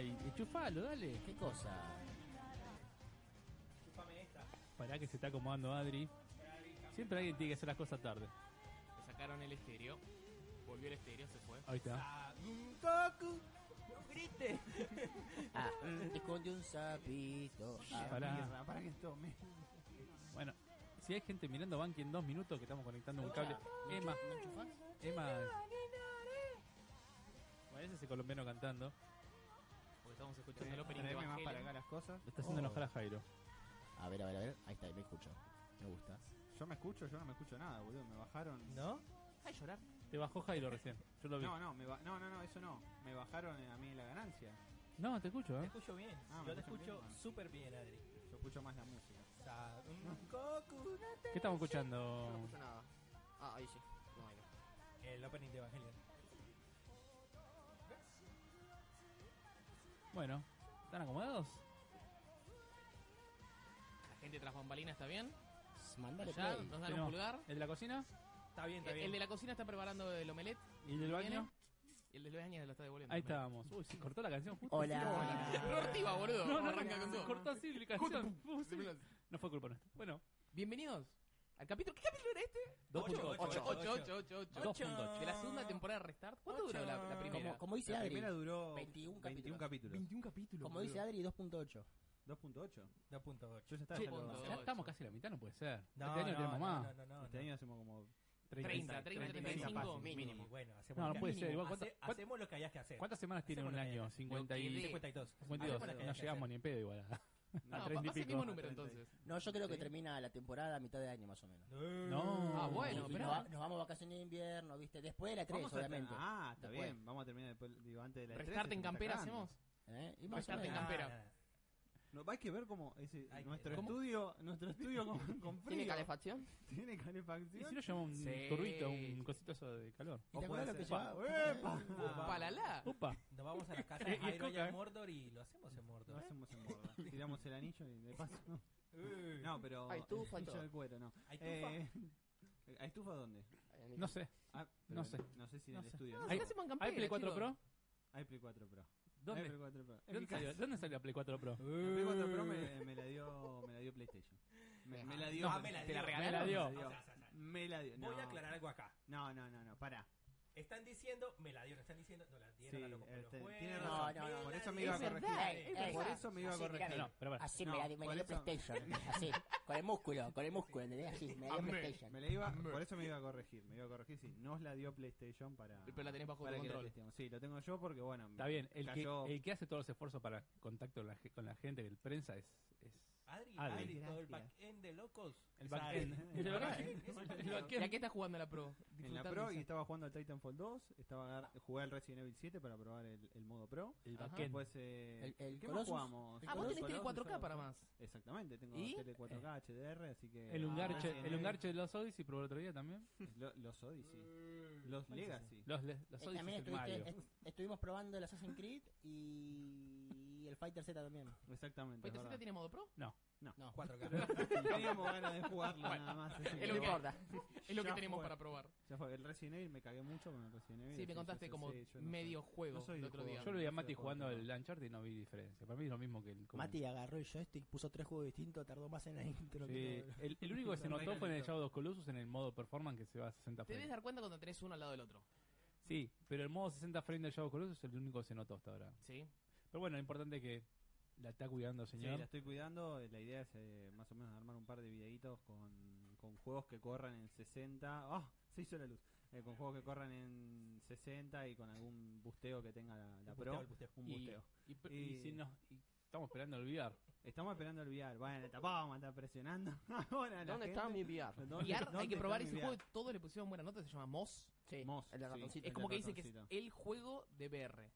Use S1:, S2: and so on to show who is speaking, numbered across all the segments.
S1: enchufalo, dale.
S2: ¿Qué cosa?
S3: Chupame esta.
S1: Pará que se está acomodando Adri. Siempre alguien tiene que hacer las cosas tarde.
S4: Le sacaron el estéreo. Volvió el estéreo, se fue.
S1: Ahí está.
S3: Ah, mm, Goku, no grites.
S2: Ah, mm, esconde un sapito. Ah,
S1: Pará.
S3: Mierda, para que tome.
S1: Bueno, si hay gente mirando Banqui en dos minutos que estamos conectando un cable. Emma, Emma. Bueno, ese es el colombiano cantando.
S4: Porque estamos escuchando el opening de
S3: Traeme más para acá
S4: Evangelion.
S3: las cosas.
S1: Le está haciendo
S2: Oh.
S1: enojar a Jairo.
S2: A ver, a ver, a ver. Ahí está, me escucho. Me gusta.
S3: Yo me escucho, yo no me escucho nada, boludo. Me bajaron.
S5: ¿No?
S4: Ay, llorar.
S1: Te bajó Jairo recién. Yo lo vi.
S3: No, no, me ba- no, no, no, eso no. Me bajaron eh, a mí la ganancia.
S1: No, te escucho,
S5: Te
S1: ¿eh?
S5: escucho bien.
S3: Ah, me
S5: Yo te
S3: escuchan bien,
S5: escucho
S3: bueno.
S5: súper bien, Adri.
S3: Yo escucho más la música.
S5: Sa- mm, Goku.
S1: ¿Qué estamos
S6: Yo no
S1: escuchando?
S6: escucho nada. Ah, ahí sí. No, ahí no.
S5: El opening de Evangelion.
S1: Bueno, ¿están acomodados?
S4: La gente tras bambalina está bien.
S2: Mándale
S4: Allá
S2: play.
S4: nos dan un
S1: Tenemos
S4: pulgar. Eh,
S1: ¿El de la cocina?
S5: Está bien, está
S4: El,
S5: bien.
S4: de la cocina está preparando el omelette.
S1: ¿Y el del baño?
S4: Y el del baño lo está devolviendo.
S1: Ahí estábamos. Uy, se cortó la canción justo.
S2: Hola.
S4: Reortiva, boludo.
S1: No, no,
S4: Arranca con
S1: se
S4: todo.
S1: cortó así la canción. Uh, sí. No fue culpa nuestra. Bueno,
S4: Bienvenidos al capítulo. ¿Qué capítulo era este?
S1: 2.8.
S5: Ocho, ocho,
S4: 8, 8,
S5: ocho.
S4: 8, 8, 8.
S1: 2.8.
S4: De la segunda temporada de Restart. ¿Cuánto
S5: Ocho.
S4: duró la,
S1: Ah.
S4: la primera?
S2: Como, como dice
S3: La
S2: Adri.
S3: primera duró
S2: 21
S3: 21
S2: capítulos.
S3: capítulos.
S4: 21 capítulos.
S2: Como dice Adri, 2.8.
S3: 2.8.
S5: 2.8.
S3: Yo ya estaba.
S4: Sí,
S3: ya lo-
S4: punto.
S1: Ya estamos casi a la mitad, no puede ser.
S5: No,
S1: este año
S5: no,
S1: tenemos más.
S5: no, no, no, no,
S3: Este año hacemos como.
S4: 30, 30, 35
S5: Y
S4: mínimo.
S5: Bueno, hacemos
S1: No,
S5: lo
S1: no
S5: que-
S1: puede ser. Igual,
S5: Hace-
S1: ¿cuántas- cuántas-
S5: hacemos lo que hayas que hacer.
S1: ¿Cuántas semanas tiene
S5: Hacemos
S1: un
S5: lo que hayas
S1: año?
S5: que hacer.
S1: 50
S4: Lo que
S1: y...
S4: dé.
S5: 52. Hacemos
S1: 52.
S5: lo que
S1: No
S5: hayas que
S1: llegamos
S5: hacer.
S1: ni en pedo igual. a-
S4: No,
S1: A 30
S4: pa-
S1: Ah, y
S4: pasa el mismo
S1: pico.
S4: número entonces.
S2: No, yo creo que termina la temporada a mitad de año más o menos.
S1: No.
S4: Ah, bueno,
S2: Y- y
S4: pero-
S2: nos, va- nos vamos a vacaciones de invierno, ¿viste? Después de la 3,
S3: Vamos a-
S2: obviamente.
S3: Ah, está
S2: Después.
S3: bien. Vamos a terminar después, digo, antes de la 13,
S4: Restart en
S3: se me está
S4: campera
S3: cagando.
S4: hacemos.
S2: ¿Eh? Y más o
S4: Restarte
S2: menos.
S4: en campera.
S5: No, no, no.
S3: No, hay que ver cómo ese,
S5: Hay que-
S3: nuestro
S5: ¿Cómo?
S3: estudio, nuestro estudio con, con frío.
S6: ¿Tiene calefacción?
S3: Tiene calefacción.
S1: ¿Y si lo llamamos un
S4: Sí.
S1: turbito, un cosito eso de calor?
S2: ¿Y te
S3: O puede
S2: acuerdas lo que
S3: ser-
S2: llevaba?
S3: ¡Epa!
S4: Palala.
S1: Upa.
S5: Nos vamos a la casa
S1: Y
S5: de
S1: es
S5: Jairo y
S1: coca,
S5: a
S1: ¿eh?
S5: Mordor y lo hacemos en Mordor.
S3: Lo hacemos en borda. Tiramos el anillo y de paso.
S5: Eh.
S3: No, pero.
S6: Hay estufa y
S3: anillo
S6: todo.
S3: de cuero, no.
S5: ¿Hay estufa?
S3: Eh, ¿hay estufa dónde?
S6: Ahí en mi
S1: No
S6: casa.
S1: sé.
S3: Ah, pero
S1: No sé.
S3: No sé si en
S1: No
S3: el
S1: sé.
S3: estudio.
S4: No,
S3: ¿no?
S4: se hacemos en campera,
S1: ¿Hay Play 4
S4: chicos.
S1: Pro?
S3: Hay Play 4 Pro. Hay Play
S1: ¿Dónde,
S3: 4 Pro. En mi
S1: ¿dónde,
S3: casa.
S1: salió, ¿Dónde salió la Play 4 Pro?
S3: La Play 4 Pro me, me la dio, me la dio PlayStation. Me, me la dio.
S5: Ah, me la
S4: ¿Te la
S5: dio.
S1: Me la
S4: regalaron?
S1: dio.
S3: Me la
S5: Ah, ah, ah, ah.
S3: dio. Me la dio. No.
S5: Voy a aclarar algo acá.
S3: No, no, no, no, pará.
S5: Están diciendo, me la dieron, están diciendo, no la dieron,
S3: Sí,
S5: la loco,
S3: este,
S5: juegan,
S3: tiene
S2: razón. No, no, no,
S3: por
S5: la
S3: eso me
S5: dieron.
S3: iba a corregir.
S2: Ey, ey,
S3: Por
S2: ey,
S3: eso me iba a
S2: así,
S3: corregir.
S2: mirá,
S1: Ah, No, pero bueno.
S2: Así
S3: No,
S2: me la me
S3: por
S2: la dio
S3: eso-
S2: PlayStation. Así, con el músculo, con el músculo, ¿entendés? Así, me la dio
S4: Amén.
S3: Me
S2: PlayStation.
S3: la iba, por eso me iba a corregir, me iba a corregir, sí. Nos la dio PlayStation para.
S4: Pero la tenés bajo
S3: para
S4: tu
S3: que la
S4: control.
S3: testemos. Sí, lo tengo yo porque, bueno.
S1: Está bien, el que,
S3: cayó-
S1: el que hace todos los esfuerzos para contacto con la, ge- con la gente, el prensa, es, es
S5: Adri,
S1: Adri.
S5: Adri, todo el
S3: Gracias.
S5: backend de locos.
S1: el
S5: Es Adri.
S1: backend. El backend.
S5: ¿eh? Es
S1: El
S4: ¿Y a qué
S1: backend.
S4: estás jugando la Pro?
S3: En la
S4: Disfrutando
S3: Pro
S4: esa-
S3: y estaba jugando al Titanfall 2, estaba jugué al Resident Evil 7 para probar el, el modo Pro.
S1: El
S4: Ajá.
S1: backend.
S3: Después, eh,
S2: El- el
S3: ¿qué
S2: Colossus.
S3: más jugamos?
S4: Ah, vos tenés tele
S3: Colossus,
S4: 4K
S3: ¿sabes?
S4: para más.
S3: Exactamente, tengo
S4: ¿Y?
S3: tele 4K HDR, así que
S1: Eh. El ungarche,
S3: Resident
S1: el
S3: Evil,
S1: ungarche de los Odyssey probó el otro día también.
S3: lo- los Odyssey,
S4: Eh.
S3: los Legacy.
S1: Los, le- los
S2: Eh,
S1: Odyssey
S2: también
S1: es el
S2: estuviste-
S1: Mario.
S2: est- estuvimos probando el Assassin's Creed y, y el Fighter Z también.
S3: Exactamente.
S4: ¿Fighter
S3: es
S4: Z
S3: verdad.
S4: tiene modo Pro?
S1: No.
S2: No,
S5: 4K.
S3: Teníamos ganas de jugarlo nada más. así
S4: Es
S3: que-
S4: lo que,
S2: importa.
S4: es lo que
S3: Ya
S4: tenemos
S3: fue.
S4: para probar.
S3: Ya fue, el Resident Evil me cagué mucho con el Resident Evil.
S4: Sí, me
S3: así,
S4: contaste
S3: yo sé,
S4: como
S3: sí, yo no
S4: medio
S3: sé.
S4: juego
S3: No soy
S4: el
S3: de
S4: otro
S3: juego.
S4: día.
S1: Yo lo vi a Mati
S3: Yo
S1: jugando
S3: juego.
S1: el Uncharted y no vi diferencia. Para mí es lo mismo que el. como-
S2: Mati agarró el joystick, puso tres juegos distintos, tardó más en la intro
S1: Sí,
S2: que todo.
S1: el, el único que se notó fue en el Shadow of the Colossus en el modo performance que se va a 60
S4: Te debes
S1: frames.
S4: dar cuenta cuando tenés uno al lado del otro.
S1: Sí, pero el modo 60 frames del Shadow of the Colossus es el único que se notó hasta ahora.
S4: Sí.
S1: Pero bueno, lo importante es que la está cuidando,
S3: Sí,
S1: señor.
S3: la estoy cuidando. La idea es eh, más o menos armar un par de videitos con, con juegos que corran en 60. ¡Ah! se hizo la luz. Eh, con juegos que corran en 60 y con algún busteo que tenga la, la
S5: El
S3: Pro.
S5: busteo, el busteo.
S3: Un
S1: Y-
S3: busteo.
S1: Y,
S3: Y-
S1: y si nos- y Eh, estamos esperando el VR.
S3: Estamos esperando el VR. Bueno, tapamos, está presionando. Ahora la
S6: ¿Dónde
S3: gente-
S6: está mi VR?
S3: ¿Dónde-
S4: Y ar- hay
S3: dónde
S4: que
S3: está
S4: probar
S3: mi
S4: ese
S3: VR?
S4: juego. Todos le pusieron buena nota. Se llama Moss.
S6: Sí,
S3: Mos,
S6: el de
S3: sí.
S6: ratoncito.
S4: Es como que dice que es
S3: ratoncito.
S4: el juego de VR.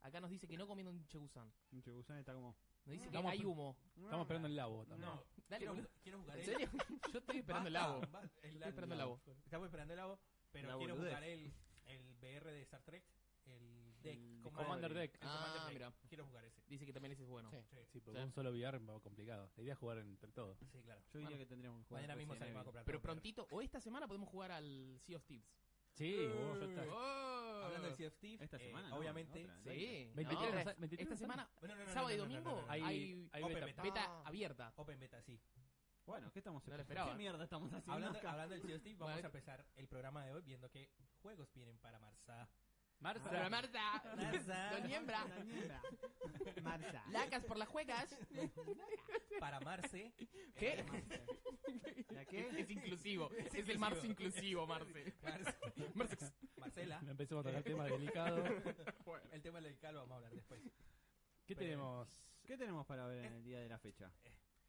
S4: Acá nos dice que no comiendo un chegusán.
S3: Pinche gusano está como.
S4: Nos dice que
S1: Estamos-
S4: hay humo.
S1: Estamos esperando el labo también.
S5: No,
S4: Dale,
S5: quiero,
S4: boludo.
S5: quiero jugar
S4: ¿En
S5: el-
S4: serio? Yo estoy esperando el
S5: Basta,
S4: agua.
S5: basta,
S4: Estoy esperando el agua.
S5: Estamos esperando el agua, pero
S3: La
S5: quiero
S3: boludez.
S5: jugar el, el BR de Star Trek, el deck.
S3: El
S1: Commander Deck.
S5: el
S4: Ah,
S5: Commander Deck.
S4: mira.
S5: Quiero jugar ese.
S4: Dice que también ese es bueno.
S6: Sí.
S5: Sí,
S1: Sí,
S5: sí,
S1: porque un solo VR es complicado. La idea es jugar entre todos.
S5: claro.
S3: Yo diría
S4: Bueno,
S3: que tendríamos que jugar.
S5: Mañana mismo
S3: Resident
S5: salimos a
S3: Evil.
S5: comprar.
S4: Pero
S5: todo el
S4: prontito, o esta semana podemos jugar al Sea of Thieves.
S1: Sí, vos, ya está.
S4: Oh.
S5: Hablando del CFT,
S3: Esta semana, ¿no?
S5: Eh, obviamente.
S3: Otra, ¿no?
S4: Sí.
S1: 23
S4: No,
S1: nos sa- 23
S4: esta
S1: nos
S4: semana.
S5: Bueno, no, no,
S4: sábado y domingo
S1: Hay,
S4: hay,
S1: hay
S5: Open
S1: beta.
S5: beta.
S4: beta
S6: Ah.
S4: abierta.
S5: Open Beta, sí.
S3: Bueno, ¿qué estamos
S4: No lo
S3: haciendo?
S4: esperaba.
S3: ¿Qué mierda estamos haciendo?
S5: Hablando,
S3: acá?
S5: hablando del CST, vamos a
S4: Bueno.
S5: empezar el programa de hoy viendo qué juegos vienen para Marza.
S1: Marza.
S4: Pero la Marta,
S5: Marza.
S4: Don Niembra,
S2: Marta.
S4: lacas por las juegas.
S5: Para Marce.
S4: ¿Qué?
S3: ¿La qué?
S4: Es, es inclusivo. Es, el
S5: inclusivo.
S4: Marce inclusivo, Marce.
S5: Marce-
S4: Marce.
S5: Marcela.
S1: Empecemos a tocar temas delicados.
S5: El tema del cal lo vamos a hablar después.
S1: ¿Qué
S5: Pero-
S1: tenemos?
S3: ¿Qué tenemos para ver en el día de la fecha?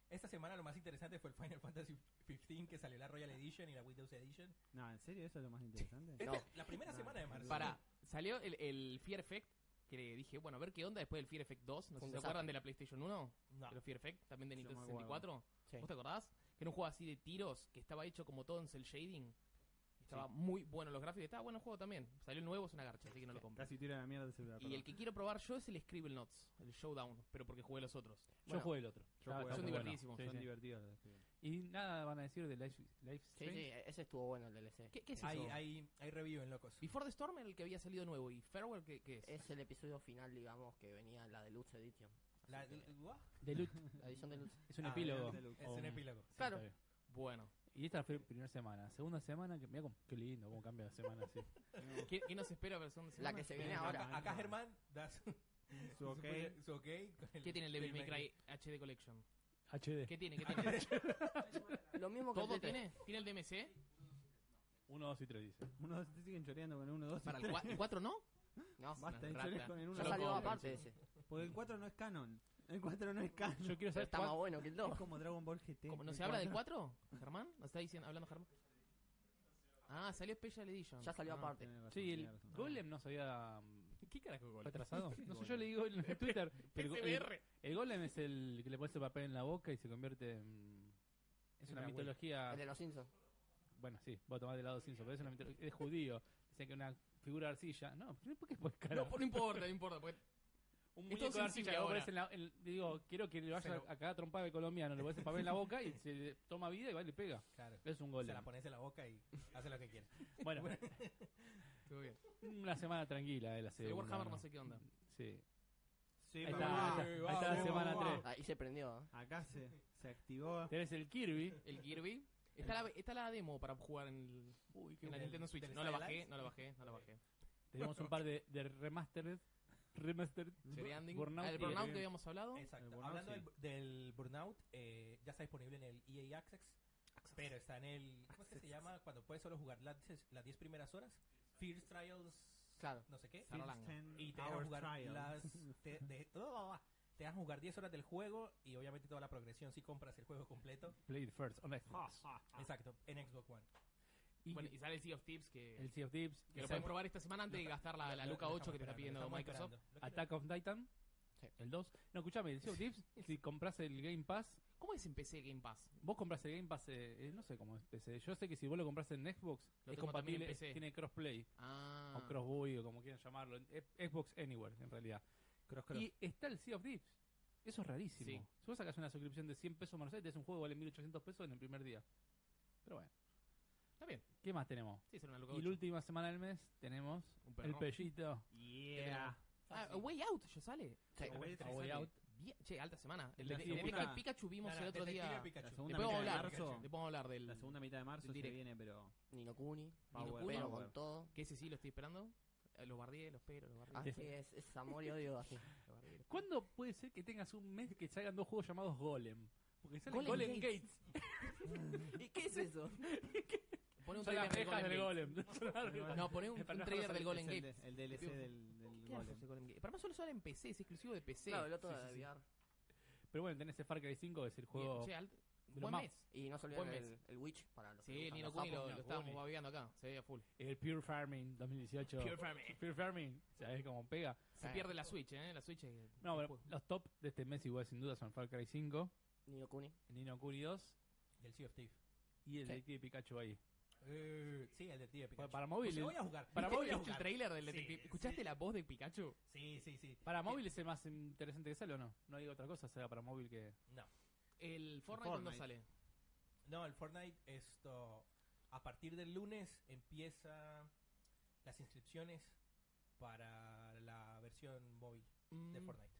S5: Esta semana lo más interesante fue el Final Fantasy XV que salió la Royal Edition y la Windows Edition.
S3: No, ¿en serio eso es lo más interesante?
S5: Esta
S6: No.
S5: es la primera
S3: No,
S5: semana de marzo.
S4: Pará, salió el, el Fear Effect. Que le dije, bueno, a ver qué onda después del Fear Effect 2. No
S6: Fue
S4: sé si
S6: un
S4: se
S6: desastre.
S4: acuerdan de la PlayStation 1.
S5: No.
S4: Pero Fear Effect, también de
S3: Yo
S4: Nintendo
S3: me acuerdo.
S4: 64. ¿Vos te acordás? Que era un juego así de tiros que estaba hecho como todo en cel shading. Estaba muy bueno los gráficos. Estaba bueno el juego también. Salió el nuevo, es una garcha, así que no lo compré.
S3: Casi tiro a la mierda el celular.
S4: Y el que quiero probar yo es el Scribble Knots, el Showdown, pero porque jugué los otros.
S1: Yo
S6: Bueno,
S1: juego el otro.
S3: yo
S1: Está-
S3: jugué
S1: está
S3: el
S1: muy
S4: otro.
S1: bueno.
S4: Son
S1: Sí,
S3: son
S1: sí.
S3: divertidos los que-
S1: Y nada van a decir de Life, Life is
S6: Sí,
S1: Strange.
S6: sí, ese estuvo bueno el DLC.
S4: ¿Qué, qué es eso?
S5: Hay, hay, hay review en Locos.
S4: Before the Storm, el que había salido nuevo, y Farewell, ¿qué, qué es?
S6: Es el episodio final, digamos, que venía en la Deluxe Edition. Así
S5: La-
S6: que,
S5: ¿What?
S1: Deluxe.
S6: la edición Deluxe.
S1: Es un
S5: Ah,
S1: epílogo.
S3: Deluxe.
S5: Es
S1: O
S5: un
S4: Oh.
S1: un-
S5: epílogo.
S1: Sí,
S6: Claro.
S1: está bien.
S4: Bueno,
S1: Y esta fue la primera semana. Segunda semana, que mira qué lindo cómo cambia de semana así.
S4: ¿qué, qué nos espera versión de
S6: La
S4: semana?
S6: que se viene
S5: Acá-
S6: ahora.
S5: Acá, Germán da su,
S3: Su ok.
S5: su- su ok con el-
S4: ¿Qué tiene el Devil May
S5: Devil May
S4: Cry HD Collection?
S1: HD.
S4: ¿Qué tiene? ¿Qué tiene?
S6: Lo mismo que el
S4: ¿Todo
S6: TT.
S4: tiene? ¿Tiene el DMC?
S1: 1, 2 y 3 dice.
S3: Uno, dos, te siguen choreando con el uno, dos y
S4: ¿Para el
S3: tres.
S4: 4, no?
S6: No,
S3: Basta de
S4: Rata.
S3: chorear con el uno,
S6: ya
S4: lo
S3: dos,
S6: salió
S4: compro,
S6: aparte ese.
S3: Porque el 4 no es canon. El 4 no es canon.
S1: Yo quiero
S6: Pero
S1: saber
S6: está
S1: cuál-
S6: más bueno que el
S3: Es
S6: 2.
S3: como Dragon Ball GT.
S4: ¿Cómo, ¿No
S3: El
S4: se habla del
S3: cuatro-
S4: 4? ¿Germán? ¿No está diciendo, hablando Germán? Ah, salió Special Edition.
S6: Ya salió
S4: Ah.
S6: aparte.
S3: Tenés razón,
S1: Sí, el
S3: tenés razón.
S1: Golem no se había mm,
S4: ¿Qué carajo Golem?
S1: retrasado. No sé, yo leí Golem en Twitter. pero el, go- el-
S4: SBR.
S1: el Golem es el que le pones el papel en la boca y se convierte en. Es
S4: En
S1: una
S4: la abuela.
S1: mitología.
S6: El de los Simpsons.
S1: Bueno, sí, voy a tomar del lado Simpson, pero es una mitología. Es judío. Dicen que una figura de arcilla. No, ¿por qué? ¿por qué? Pues,
S4: No,
S1: carajo?
S4: no importa, no importa. pues, Porque
S1: un
S4: es todo
S1: muñeco de arcilla.
S4: sensible
S1: que vos
S4: ahora.
S1: ponés en la- en- digo, quiero que le
S5: Se
S1: vaya
S5: lo-
S1: a cada trompada de colombiano. Le pones el papel en la boca y se le toma vida y va y le pega.
S5: Cry. Claro.
S1: Es un
S5: Se
S1: Golem.
S5: la pones en la boca y hace lo que quieras.
S1: Bueno,
S4: Estuvo bien.
S1: una semana tranquila de la
S4: el
S1: segunda.
S4: Warhammer no sé qué onda.
S1: Sí.
S3: Sí,
S1: Ahí está,
S3: vamos,
S1: ahí está, ahí
S3: vamos,
S1: está la
S3: vamos,
S1: semana
S3: vamos.
S1: 3.
S6: Ahí se prendió. ¿eh?
S3: Acá se, se activó.
S1: Tenés el Kirby.
S4: El Kirby. Está la, está la demo para jugar en, el- en la
S5: del-
S4: Nintendo Switch.
S5: del
S4: No la
S5: Style
S4: bajé,
S5: Lights.
S4: no la bajé, no la bajé.
S1: Tenemos un par de, de remastered. Remastered.
S4: Sería Anding.
S1: Burnout
S4: Ah,
S1: y
S4: el
S1: el-
S4: Burnout que habíamos hablado.
S5: Exacto.
S3: El burnout,
S5: Hablando
S3: sí.
S5: del, del Burnout, eh, ya está disponible en el EA Access, pero está en el... ¿Cómo es que se llama? Cuando puedes solo jugar las las 10 primeras horas. First Trials...
S4: Claro.
S5: No sé qué.
S4: Claro. Sarolanga.
S5: Y te dejan
S3: Hour
S5: jugar
S3: Trial.
S5: las... Te, de- te dejan jugar 10 horas del juego y obviamente toda la progresión si compras el juego completo.
S1: Play it first. on Xbox.
S5: Exacto, en Xbox One.
S1: Y
S4: Bueno, y sale el Sea of Tips que,
S1: el Sea of Thieves.
S4: que lo
S1: Exacto.
S4: pueden probar esta semana antes de gastar la, la
S5: Lo-
S4: Luca
S5: lo
S4: 8 que te está
S5: estamos
S4: pidiendo
S5: esperando, lo
S4: Microsoft.
S5: estamos esperando.
S1: Attack of Titan.
S6: Sí.
S1: El 2. No, escuchame, el Sea of Thieves, si compras el Game Pass,
S4: ¿Cómo es en PC Game Pass?
S1: vos compras el Game Pass, eh, eh, no sé cómo es PC. Yo sé que si vos lo compras en Xbox,
S4: Lo
S1: es
S4: tengo también en
S1: compatible,
S4: PC.
S1: tiene crossplay
S4: Ah.
S1: o crossbuy o como quieran llamarlo. E- Xbox Anywhere, en realidad. Y está el Sea of Thieves. Eso es rarísimo.
S4: Sí.
S1: Si vos sacas una suscripción de 100 pesos más, es un juego que vale 1800 pesos en el primer día. Pero bueno,
S4: Está bien.
S1: ¿qué más tenemos?
S4: Sí, será una Luca
S1: Y
S4: 8.
S1: la última semana del mes tenemos
S4: Un
S1: el
S4: perro.
S1: pellito.
S3: Yeah.
S4: Ah, A Way Out ya sale.
S6: Sí.
S3: La Way
S1: A Way Out.
S4: Bien. Che, alta semana. El
S3: La
S4: de- el de
S3: segunda-
S4: Pika- Pikachu vimos
S5: No, no,
S4: el otro
S5: Detective
S4: día.
S5: Pikachu.
S3: La
S4: Le
S3: segunda
S4: podemos
S3: mitad de
S4: hablar.
S3: marzo.
S4: Le podemos hablar del.
S3: La segunda mitad de marzo se
S4: directo.
S3: viene, pero.
S6: Nino Kuni.
S3: Power,
S4: Kuni.
S6: Pero
S3: power.
S6: con todo.
S4: Que ese sí lo estoy esperando. Eh, Los bardié, los pero, los bardié.
S6: Así es, es amor y odio así.
S4: los bardié, los-
S1: ¿Cuándo puede ser que tengas un mes que salgan dos juegos llamados Golem? Porque sale
S4: Golem
S1: Golem,
S4: Gates.
S1: Gates.
S6: ¿Y qué es eso?
S4: Pone un
S1: Son
S4: trailer
S1: las
S4: del
S1: rejas
S4: Golem
S1: del Golem.
S4: Gate.
S1: Son las rejas.
S4: No, poné un,
S1: Para
S4: un
S1: no
S4: trailer del
S1: hacer-
S4: Golem
S3: es el
S4: Gate.
S3: de- El DLC del, del
S4: ¿Qué haces
S3: Golem.
S4: ese Golem Gate? Para mí solo sale en PC, es exclusivo de PC.
S6: Claro, el otro
S4: Sí, sí,
S6: de
S4: sí.
S6: VR.
S1: Pero bueno, tenés el Far Cry 5, que es el
S4: Bien,
S1: juego.
S4: che, alt-
S1: de
S4: Buen
S1: los
S4: mes.
S6: Y no se olviden
S4: Buen
S6: el, el Witch para los que
S4: Sí,
S6: gustan
S4: Nino
S6: los
S4: Kuni
S6: sapos.
S4: lo,
S1: no,
S4: lo estábamos
S1: Kuni.
S4: babeando acá. Se veía full.
S1: El Pure Farming 2018.
S4: Pure Farming.
S1: Pure Farming. ¿Sabés cómo pega?
S4: Se
S6: Sí.
S4: pierde la Switch, ¿eh? La Switch. es-
S1: No,
S4: es
S1: bueno,
S4: juego.
S1: los top de este mes, igual sin duda, son Far Cry 5,
S6: Nino Kuni.
S1: el Nino Kuni 2
S5: Y el Sea of Thieves.
S1: y el
S6: Sí.
S1: Detective Pikachu ahí.
S5: Eh, sí, el Detective
S1: Pa-
S5: Pikachu.
S1: Para
S5: Pues
S1: móviles.
S5: lo voy a jugar.
S1: Para
S5: lo voy
S1: móviles,
S5: a
S4: ¿Escuchaste el
S5: jugar.
S4: trailer del
S5: Sí,
S4: detective? ¿Escuchaste
S5: sí.
S4: la voz de Pikachu?
S5: Sí, sí, sí.
S1: Para móviles es más interesante que sale o no. No digo otra cosa, sea para móvil que.
S5: No.
S4: El Fortnite, cuando
S3: Fortnite.
S4: sale?
S5: No, el Fortnite, esto. A partir del lunes empieza las inscripciones para la versión móvil de
S4: Mm,
S5: Fortnite.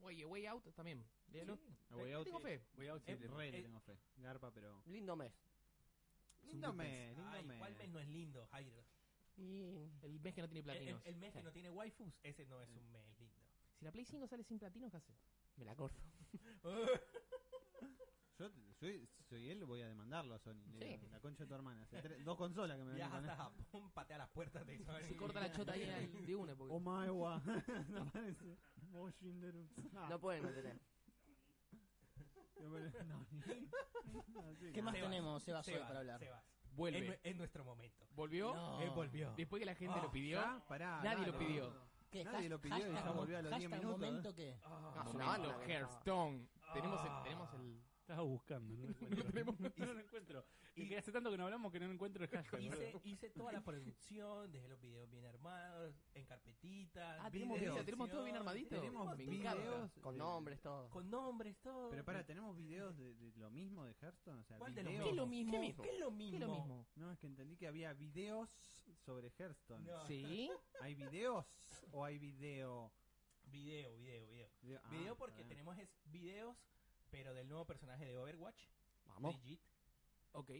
S4: Oye, Way Out también. Léelo.
S5: Sí.
S3: A Way Out
S4: Tengo
S3: sí-
S4: fe.
S1: Voy a
S3: sí,
S5: Eh,
S3: re le
S5: eh.
S3: tengo fe. Garpa, pero.
S6: Lindo mes.
S3: Lindo mes, lindo
S5: Ay,
S3: mes.
S5: ¿cuál mes no es lindo, Jairo?
S6: Y
S4: El mes que no tiene
S5: El, el-
S4: platinos.
S5: el mes que
S4: Sí. Mm.
S5: no tiene waifus, ese no es un mes lindo.
S4: Si la Play 5 sale sin platinos, ¿qué haces?
S6: me la corto.
S3: Yo t- soy, soy él, voy a demandarlo a Sony. Le
S6: Sí.
S3: digo, La concha de tu hermana. Hace tres- dos consolas que me
S5: Viaja
S3: vienen
S5: hasta
S3: con él.
S5: Japón, patea las puertas de Sony.
S4: Se corta la chota ahí en el- de una. Porque...
S3: Oh my wa. No aparece. Mojin Deru. Ah,
S6: No pueden mantener.
S3: no aparece. No, ni- Así
S2: ¿Qué
S3: que-
S2: más
S5: Sebas,
S2: tenemos, Sebas, hoy
S5: Sebas,
S2: para hablar?
S5: Sebas.
S4: Vuelve. Ah.
S5: Es, nue- es nuestro momento.
S4: ¿Volvió?
S2: No.
S5: Él volvió.
S4: Después que la gente
S5: Ah,
S4: lo pidió.
S3: Ya, pará,
S4: Nadie lo
S3: dale.
S4: pidió.
S2: ¿Qué?
S3: Nadie
S2: Has-
S3: lo pidió y
S2: hashtag
S3: ya
S2: mo-
S3: volvió a los
S2: hashtag
S3: 10 minutos,
S2: momento que...
S4: Ah,
S6: No,
S4: sonaba
S6: no,
S4: los
S6: no.
S4: Hearthstone. Tenemos el.
S5: Ah.
S4: Tenemos el...
S1: Estaba buscando, no lo encuentro. no lo encuentro. Y,
S5: Y-
S1: que hace tanto que no hablamos que no encuentro el
S4: Ah,
S1: hashtag.
S5: Hice,
S1: boludo.
S5: hice toda la producción, dejé los videos bien armados, en carpetitas.
S4: Ah, tenemos
S5: videos,
S4: video, tenemos todo bien armadito.
S3: Tenemos
S4: Me
S3: videos.
S4: encanta.
S6: Con
S3: de-
S6: nombres, todo.
S5: Con nombres, todo.
S3: Pero pará, ¿tenemos videos de, de lo mismo de Hearthstone? O sea,
S5: ¿Cuál de los
S3: videos.
S4: ¿Qué es lo mismo?
S5: ¿Qué es lo mismo?
S4: ¿Qué es lo mismo?
S3: No, es que entendí que había videos sobre Hearthstone.
S5: No.
S4: ¿Sí?
S3: ¿Hay videos o hay video?
S5: Video, video, video.
S3: Video, ah,
S5: video
S3: está
S5: porque
S3: bien.
S5: tenemos es videos, pero del nuevo personaje de Overwatch,
S6: Vamos.
S5: Brigitte.
S4: Ok.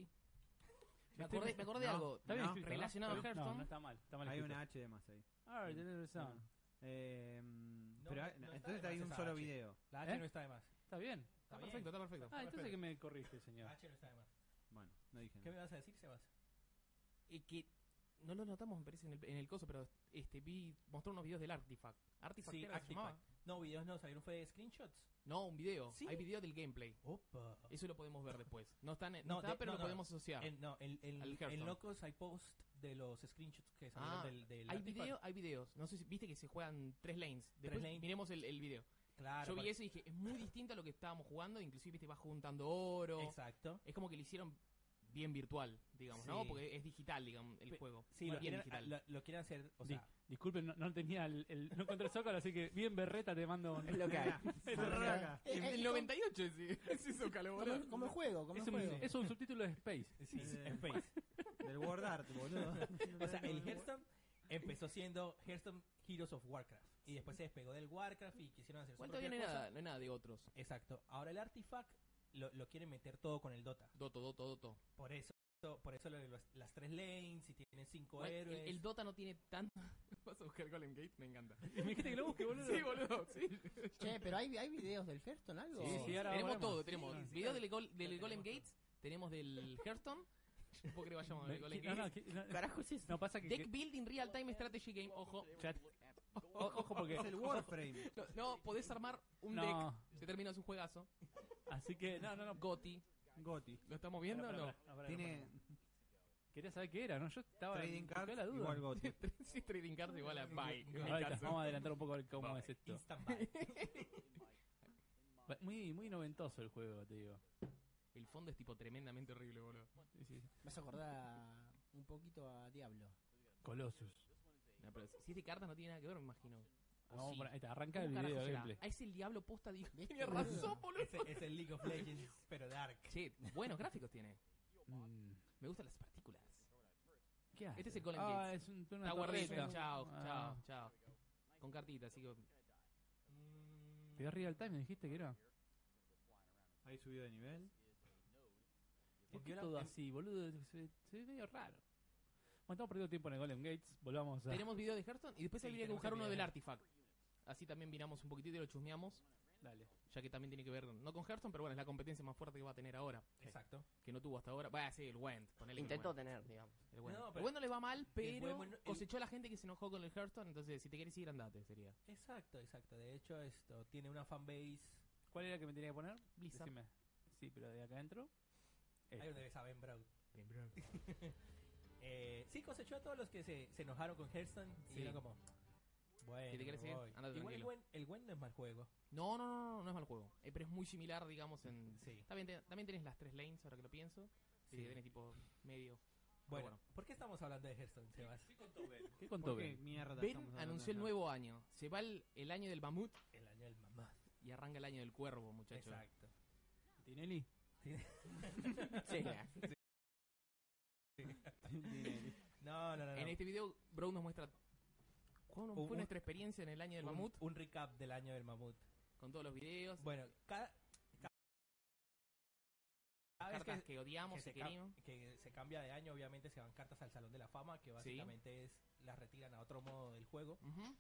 S4: Me acordé, me acordé de
S3: No,
S4: algo.
S1: Está bien
S3: No,
S1: escrito, ¿no?
S4: relacionado
S1: Está
S4: a
S1: bien-
S4: Hearthstone.
S1: No, no está mal. Está mal
S3: Hay
S1: escrito.
S3: una H de más ahí.
S1: Ah, you never saw.
S3: No. Eh,
S5: No,
S3: pero
S5: no,
S3: hay-
S5: no está
S3: entonces
S5: de
S3: hay
S5: más
S3: un
S5: esa
S3: solo
S5: H.
S3: video.
S5: La H
S1: ¿Eh?
S5: no está de más.
S1: Está bien.
S4: Está
S5: bien.
S4: perfecto, está perfecto.
S1: Ah, entonces
S5: perfecto.
S1: que me corrige, señor.
S5: La H no está de más.
S3: Bueno, no dije
S5: ¿Qué
S3: nada.
S5: me vas a decir, Sebas?
S4: Y que no lo notamos, me parece, en el, en el coso, pero este vi mostró unos videos del Artifact. ¿Artifact
S5: Sí,
S4: era que se llamaba?
S5: No, videos no, salieron fue de screenshots.
S4: No, un video.
S5: Sí.
S4: Hay video del gameplay.
S5: Opa.
S4: Eso lo podemos ver después. No está, en-
S5: No,
S4: no está
S5: de-
S4: pero
S5: no,
S4: lo
S5: no.
S4: podemos asociar.
S5: En, no, en, en,
S4: Al
S5: en
S4: Hearthstone.
S5: Locos hay post de los screenshots que salieron
S4: Ah,
S5: del, del
S4: hay
S5: Artifact.
S4: video, hay videos. No sé si viste que se juegan tres lanes. Después
S5: lanes.
S4: miremos el, el video.
S5: Claro.
S4: Yo vi
S5: porque-
S4: eso y dije, es muy distinto a lo que estábamos jugando. Inclusive viste, vas juntando oro.
S5: Exacto.
S4: Es como que lo hicieron bien virtual, digamos, ¿no?
S5: Sí.
S4: Porque es digital, digamos, el
S5: Pe-
S4: juego.
S5: Sí,
S4: Más
S5: lo
S4: bien
S5: quieren,
S4: digital.
S5: lo- lo quieren hacer, o
S1: Di-
S5: sea,
S1: Disculpen, no, no tenía el, el- No encontré el zócalo, así que bien berreta te mando un.
S6: Es lo que hay.
S1: Es
S3: Raga.
S1: raro.
S2: Eh,
S4: El,
S2: eh,
S4: el 98 sí, sí Zócalo,
S2: Como,
S4: boludo.
S2: el- como el juego, como
S1: Es
S2: el
S1: un,
S2: juego.
S1: es un subtítulo de Space.
S5: sí,
S3: Eh,
S5: en Face.
S3: Del word art, boludo.
S5: O sea, el Hearthstone empezó siendo Hearthstone Heroes of Warcraft. Y después se despegó del Warcraft y quisieron hacer su
S4: Igual
S5: propia
S4: todavía no hay,
S5: cosa.
S4: nada, no hay nada de otros.
S5: Exacto. Ahora el Artifact lo, lo quieren meter todo con el Dota.
S4: Doto, Doto, Doto.
S5: Por eso, por eso lo de los- las tres lanes y tienen cinco
S4: Igual El,
S5: héroes.
S4: el Dota no tiene tanto. ¿Vas a buscar Golem Gate? Me encanta.
S1: Me dijiste que lo busque, boludo.
S4: Sí, boludo, sí.
S2: Che, pero hay, hay videos del Hearthstone, algo.
S1: Sí, sí, ahora
S4: tenemos
S1: volvemos.
S4: todo, tenemos
S5: Sí, sí,
S4: video
S5: claro.
S4: del, gol- del
S5: Ya
S4: Golem
S5: tenemos
S4: Gates, tenemos del Hearthstone. No puedo creer que vayamos
S1: Me-
S4: del Golem
S1: que- no,
S4: Gates.
S1: no, que- no,
S6: Carajo, es eso?
S1: no, pasa que.
S4: Deck
S1: que-
S4: Building Real Time Strategy Game, ojo.
S1: chat. O- ojo, porque.
S3: Es el Warframe.
S4: No, no, podés armar un deck.
S1: No.
S4: Se termina, es un juegazo.
S1: Así que. No, no, no.
S4: Goti.
S3: Goti.
S4: ¿Lo estamos viendo o
S1: Pará,
S4: no?
S1: pará, pará, pará,
S3: Tiene
S1: Quería saber qué era, ¿no? Yo estaba.
S3: trading
S1: me quedó
S3: cards
S1: la duda.
S3: igual Goti.
S4: Sí, Trading Cards igual a Bye. en mi
S1: Ahí está,
S4: caso.
S1: vamos a adelantar un poco a ver cómo
S4: Bye.
S1: es esto.
S5: Instant buy.
S1: Va- Muy, muy noventoso el juego, te digo.
S4: El fondo es tipo tremendamente horrible, boludo.
S1: Sí, sí.
S2: Me hace acordar un poquito a Diablo.
S1: Colossus.
S4: No, pero si es de cartas no tiene nada que ver, me imagino. O
S1: Ah, Vamos
S4: Oh, sí.
S1: por- ahí está, arranca
S4: ¿Cómo
S1: el
S4: carajo
S1: video
S4: será?
S1: gameplay.
S4: Ah, es el diablo posta, dijo.
S2: ¿Viste,
S4: Tiene
S2: boludo?
S4: razón, boludo.
S5: Ese- es el League of Legends, pero dark.
S4: Che, buenos gráficos tiene.
S1: Mm,
S4: Me gustan las partículas.
S1: ¿Qué hace?
S4: Este es el Golem
S1: Ah,
S4: Gates.
S1: es un, una
S4: Tower
S1: torreta.
S4: Defense, chao,
S1: Ah.
S4: chao, chao. Con cartitas, así que...
S5: Mm,
S1: Te dio real time, me dijiste que era.
S3: Ahí subió de nivel.
S1: ¿Por qué
S5: Viola-
S1: todo
S5: em-
S1: así, boludo? Se, ve- se ve medio raro. Bueno, estamos perdiendo tiempo en el Golem Gates. Volvamos a.
S4: Tenemos video de Hearthstone y después
S5: Sí,
S4: habría que
S5: tenemos
S4: buscar
S5: el
S4: uno
S5: video.
S4: del Artifact. Así también miramos un poquitito y lo chusmeamos,
S1: Dale.
S4: ya que también tiene que ver, no con Hearthstone, pero bueno, es la competencia más fuerte que va a tener ahora,
S5: Exacto.
S4: que no tuvo hasta ahora. Va, sí, el Wendt, ponele que el
S6: Intento
S4: Wendt.
S6: tener, digamos.
S4: El Wendt.
S5: No,
S4: El
S5: pero-
S4: Wendt no le va mal, pero
S5: Wendt no- el-
S4: cosechó a la gente que se enojó con el Hearthstone, entonces si te querés ir, andate, sería.
S5: Exacto, exacto. De hecho, esto tiene una fanbase.
S1: ¿Cuál era que me tenía que poner?
S4: Blizzard.
S1: Decime. Sí, pero de acá adentro.
S5: Ahí
S1: Este.
S5: donde ves a Ben Brown. Eh, sí, cosechó a todos los que se, se enojaron con Hearthstone
S4: Sí.
S5: y era como. Bueno,
S4: Si te quieres ir,
S5: voy". Igual
S4: andate
S5: el
S4: tranquilo.
S5: buen, el buen no es mal juego.
S4: No, no, no, no, no es mal juego. Eh, pero es muy similar, digamos, en...
S5: Sí.
S4: También, te- también tenés las tres lanes, ahora que lo pienso. Sí.
S5: Sí.
S4: Que tenés tipo medio.
S5: Bueno,
S4: bueno.
S5: ¿por qué estamos hablando de Hearthstone, Sebas?
S1: ¿Qué contó
S3: ¿Por qué
S1: Ben?
S3: mierda estamos
S4: Ben
S3: hablando
S4: anunció
S3: de
S4: el nuevo año. Se va el, el año del mamut
S5: El año del mamá.
S4: y arranca el año del cuervo, muchachos.
S5: Exacto.
S1: ¿Tinelli?
S6: Sí.
S3: Tinelli.
S5: No, no, no. no.
S4: En este video, Brown nos muestra ¿Cuál
S5: Un-
S4: fue
S5: un-
S4: nuestra experiencia en el año del
S5: un-
S4: mamut?
S5: Un recap del año del mamut.
S4: Con todos los videos,
S5: Bueno, cada, ca- cada vez
S4: cartas que,
S5: que,
S4: odiamos
S5: que
S4: y
S5: se ca-
S4: queríamos.
S5: que se cambia de año, obviamente se van cartas al Salón de la Fama, que básicamente es las retiran a otro modo del juego.
S4: Ujú.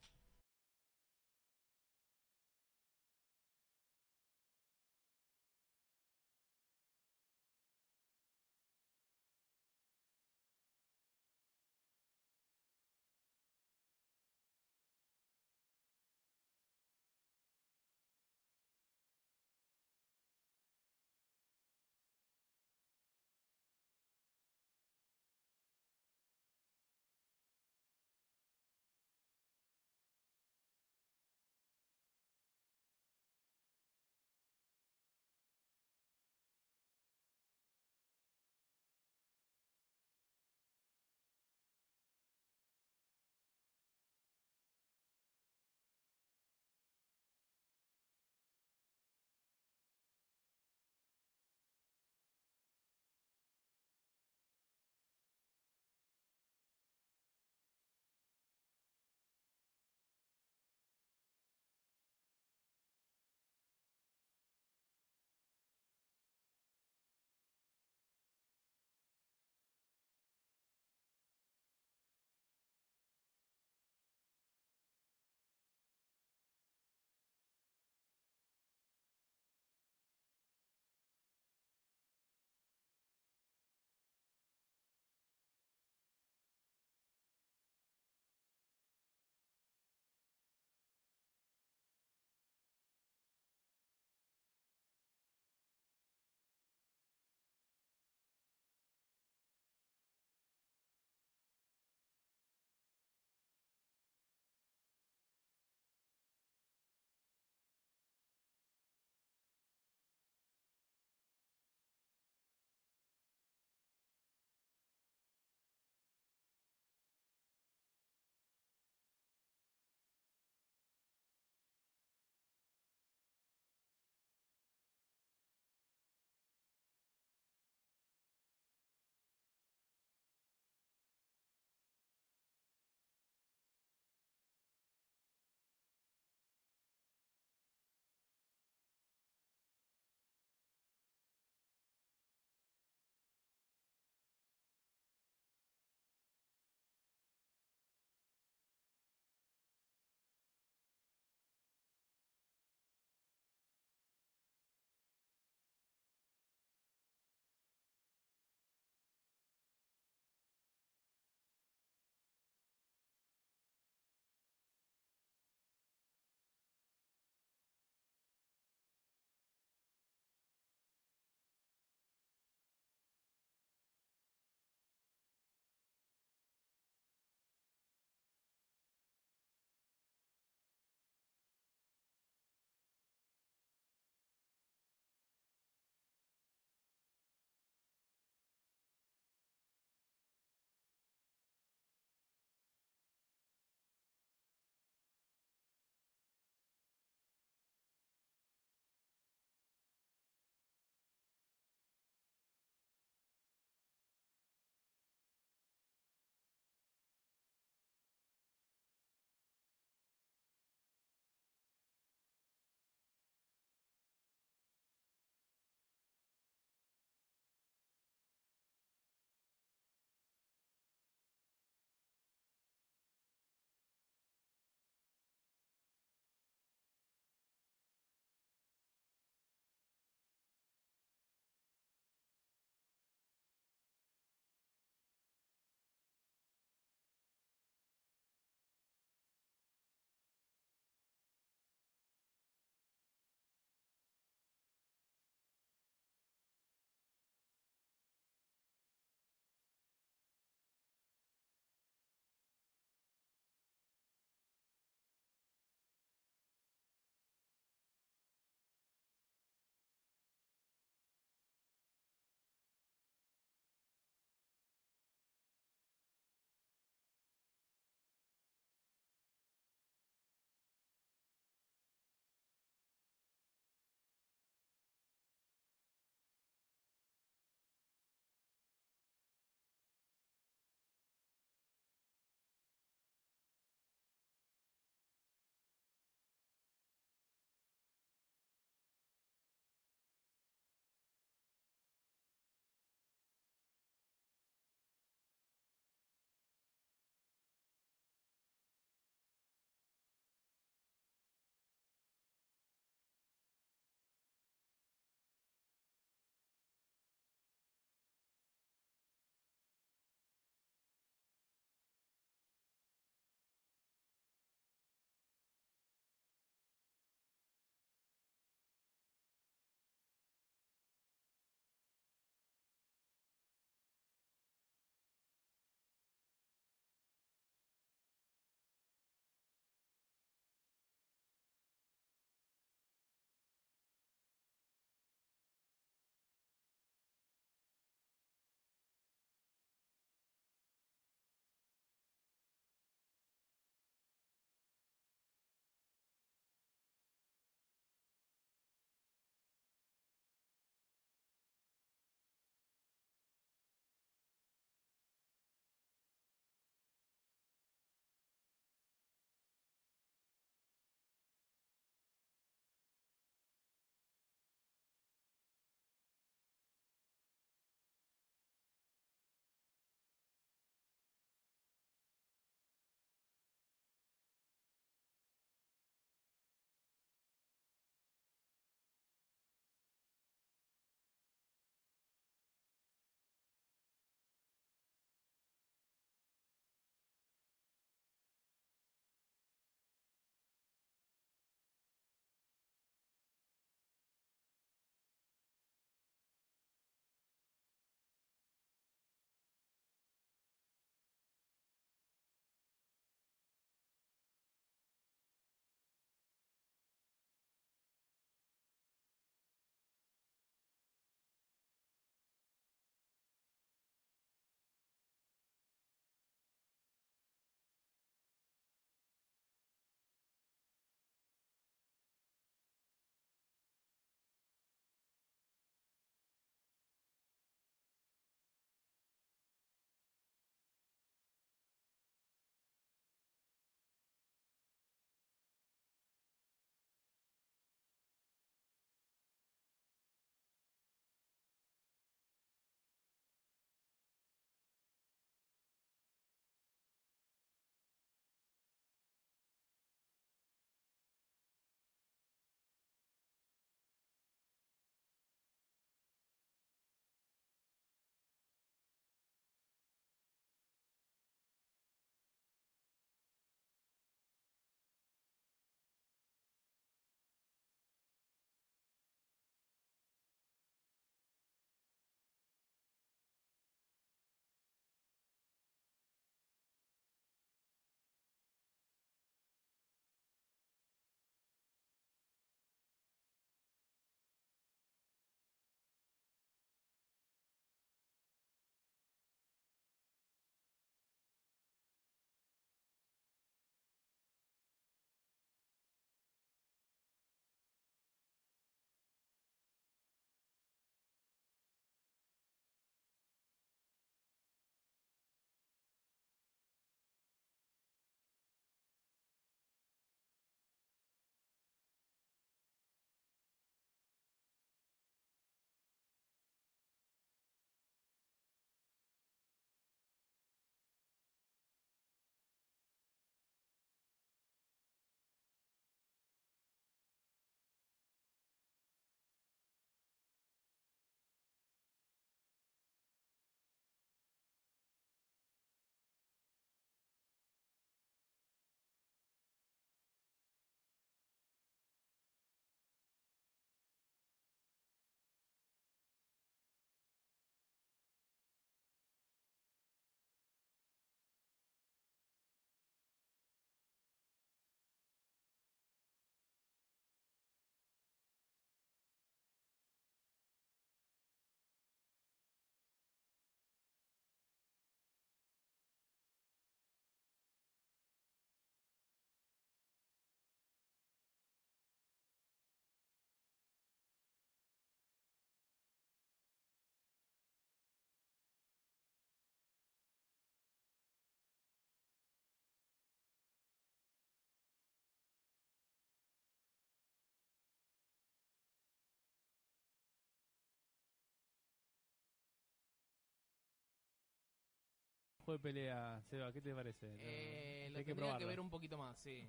S1: de pelea, Seba? ¿Qué te parece?
S4: Eh,
S1: Hay que
S4: lo tendría que,
S1: probarlo.
S4: ver un poquito más, sí.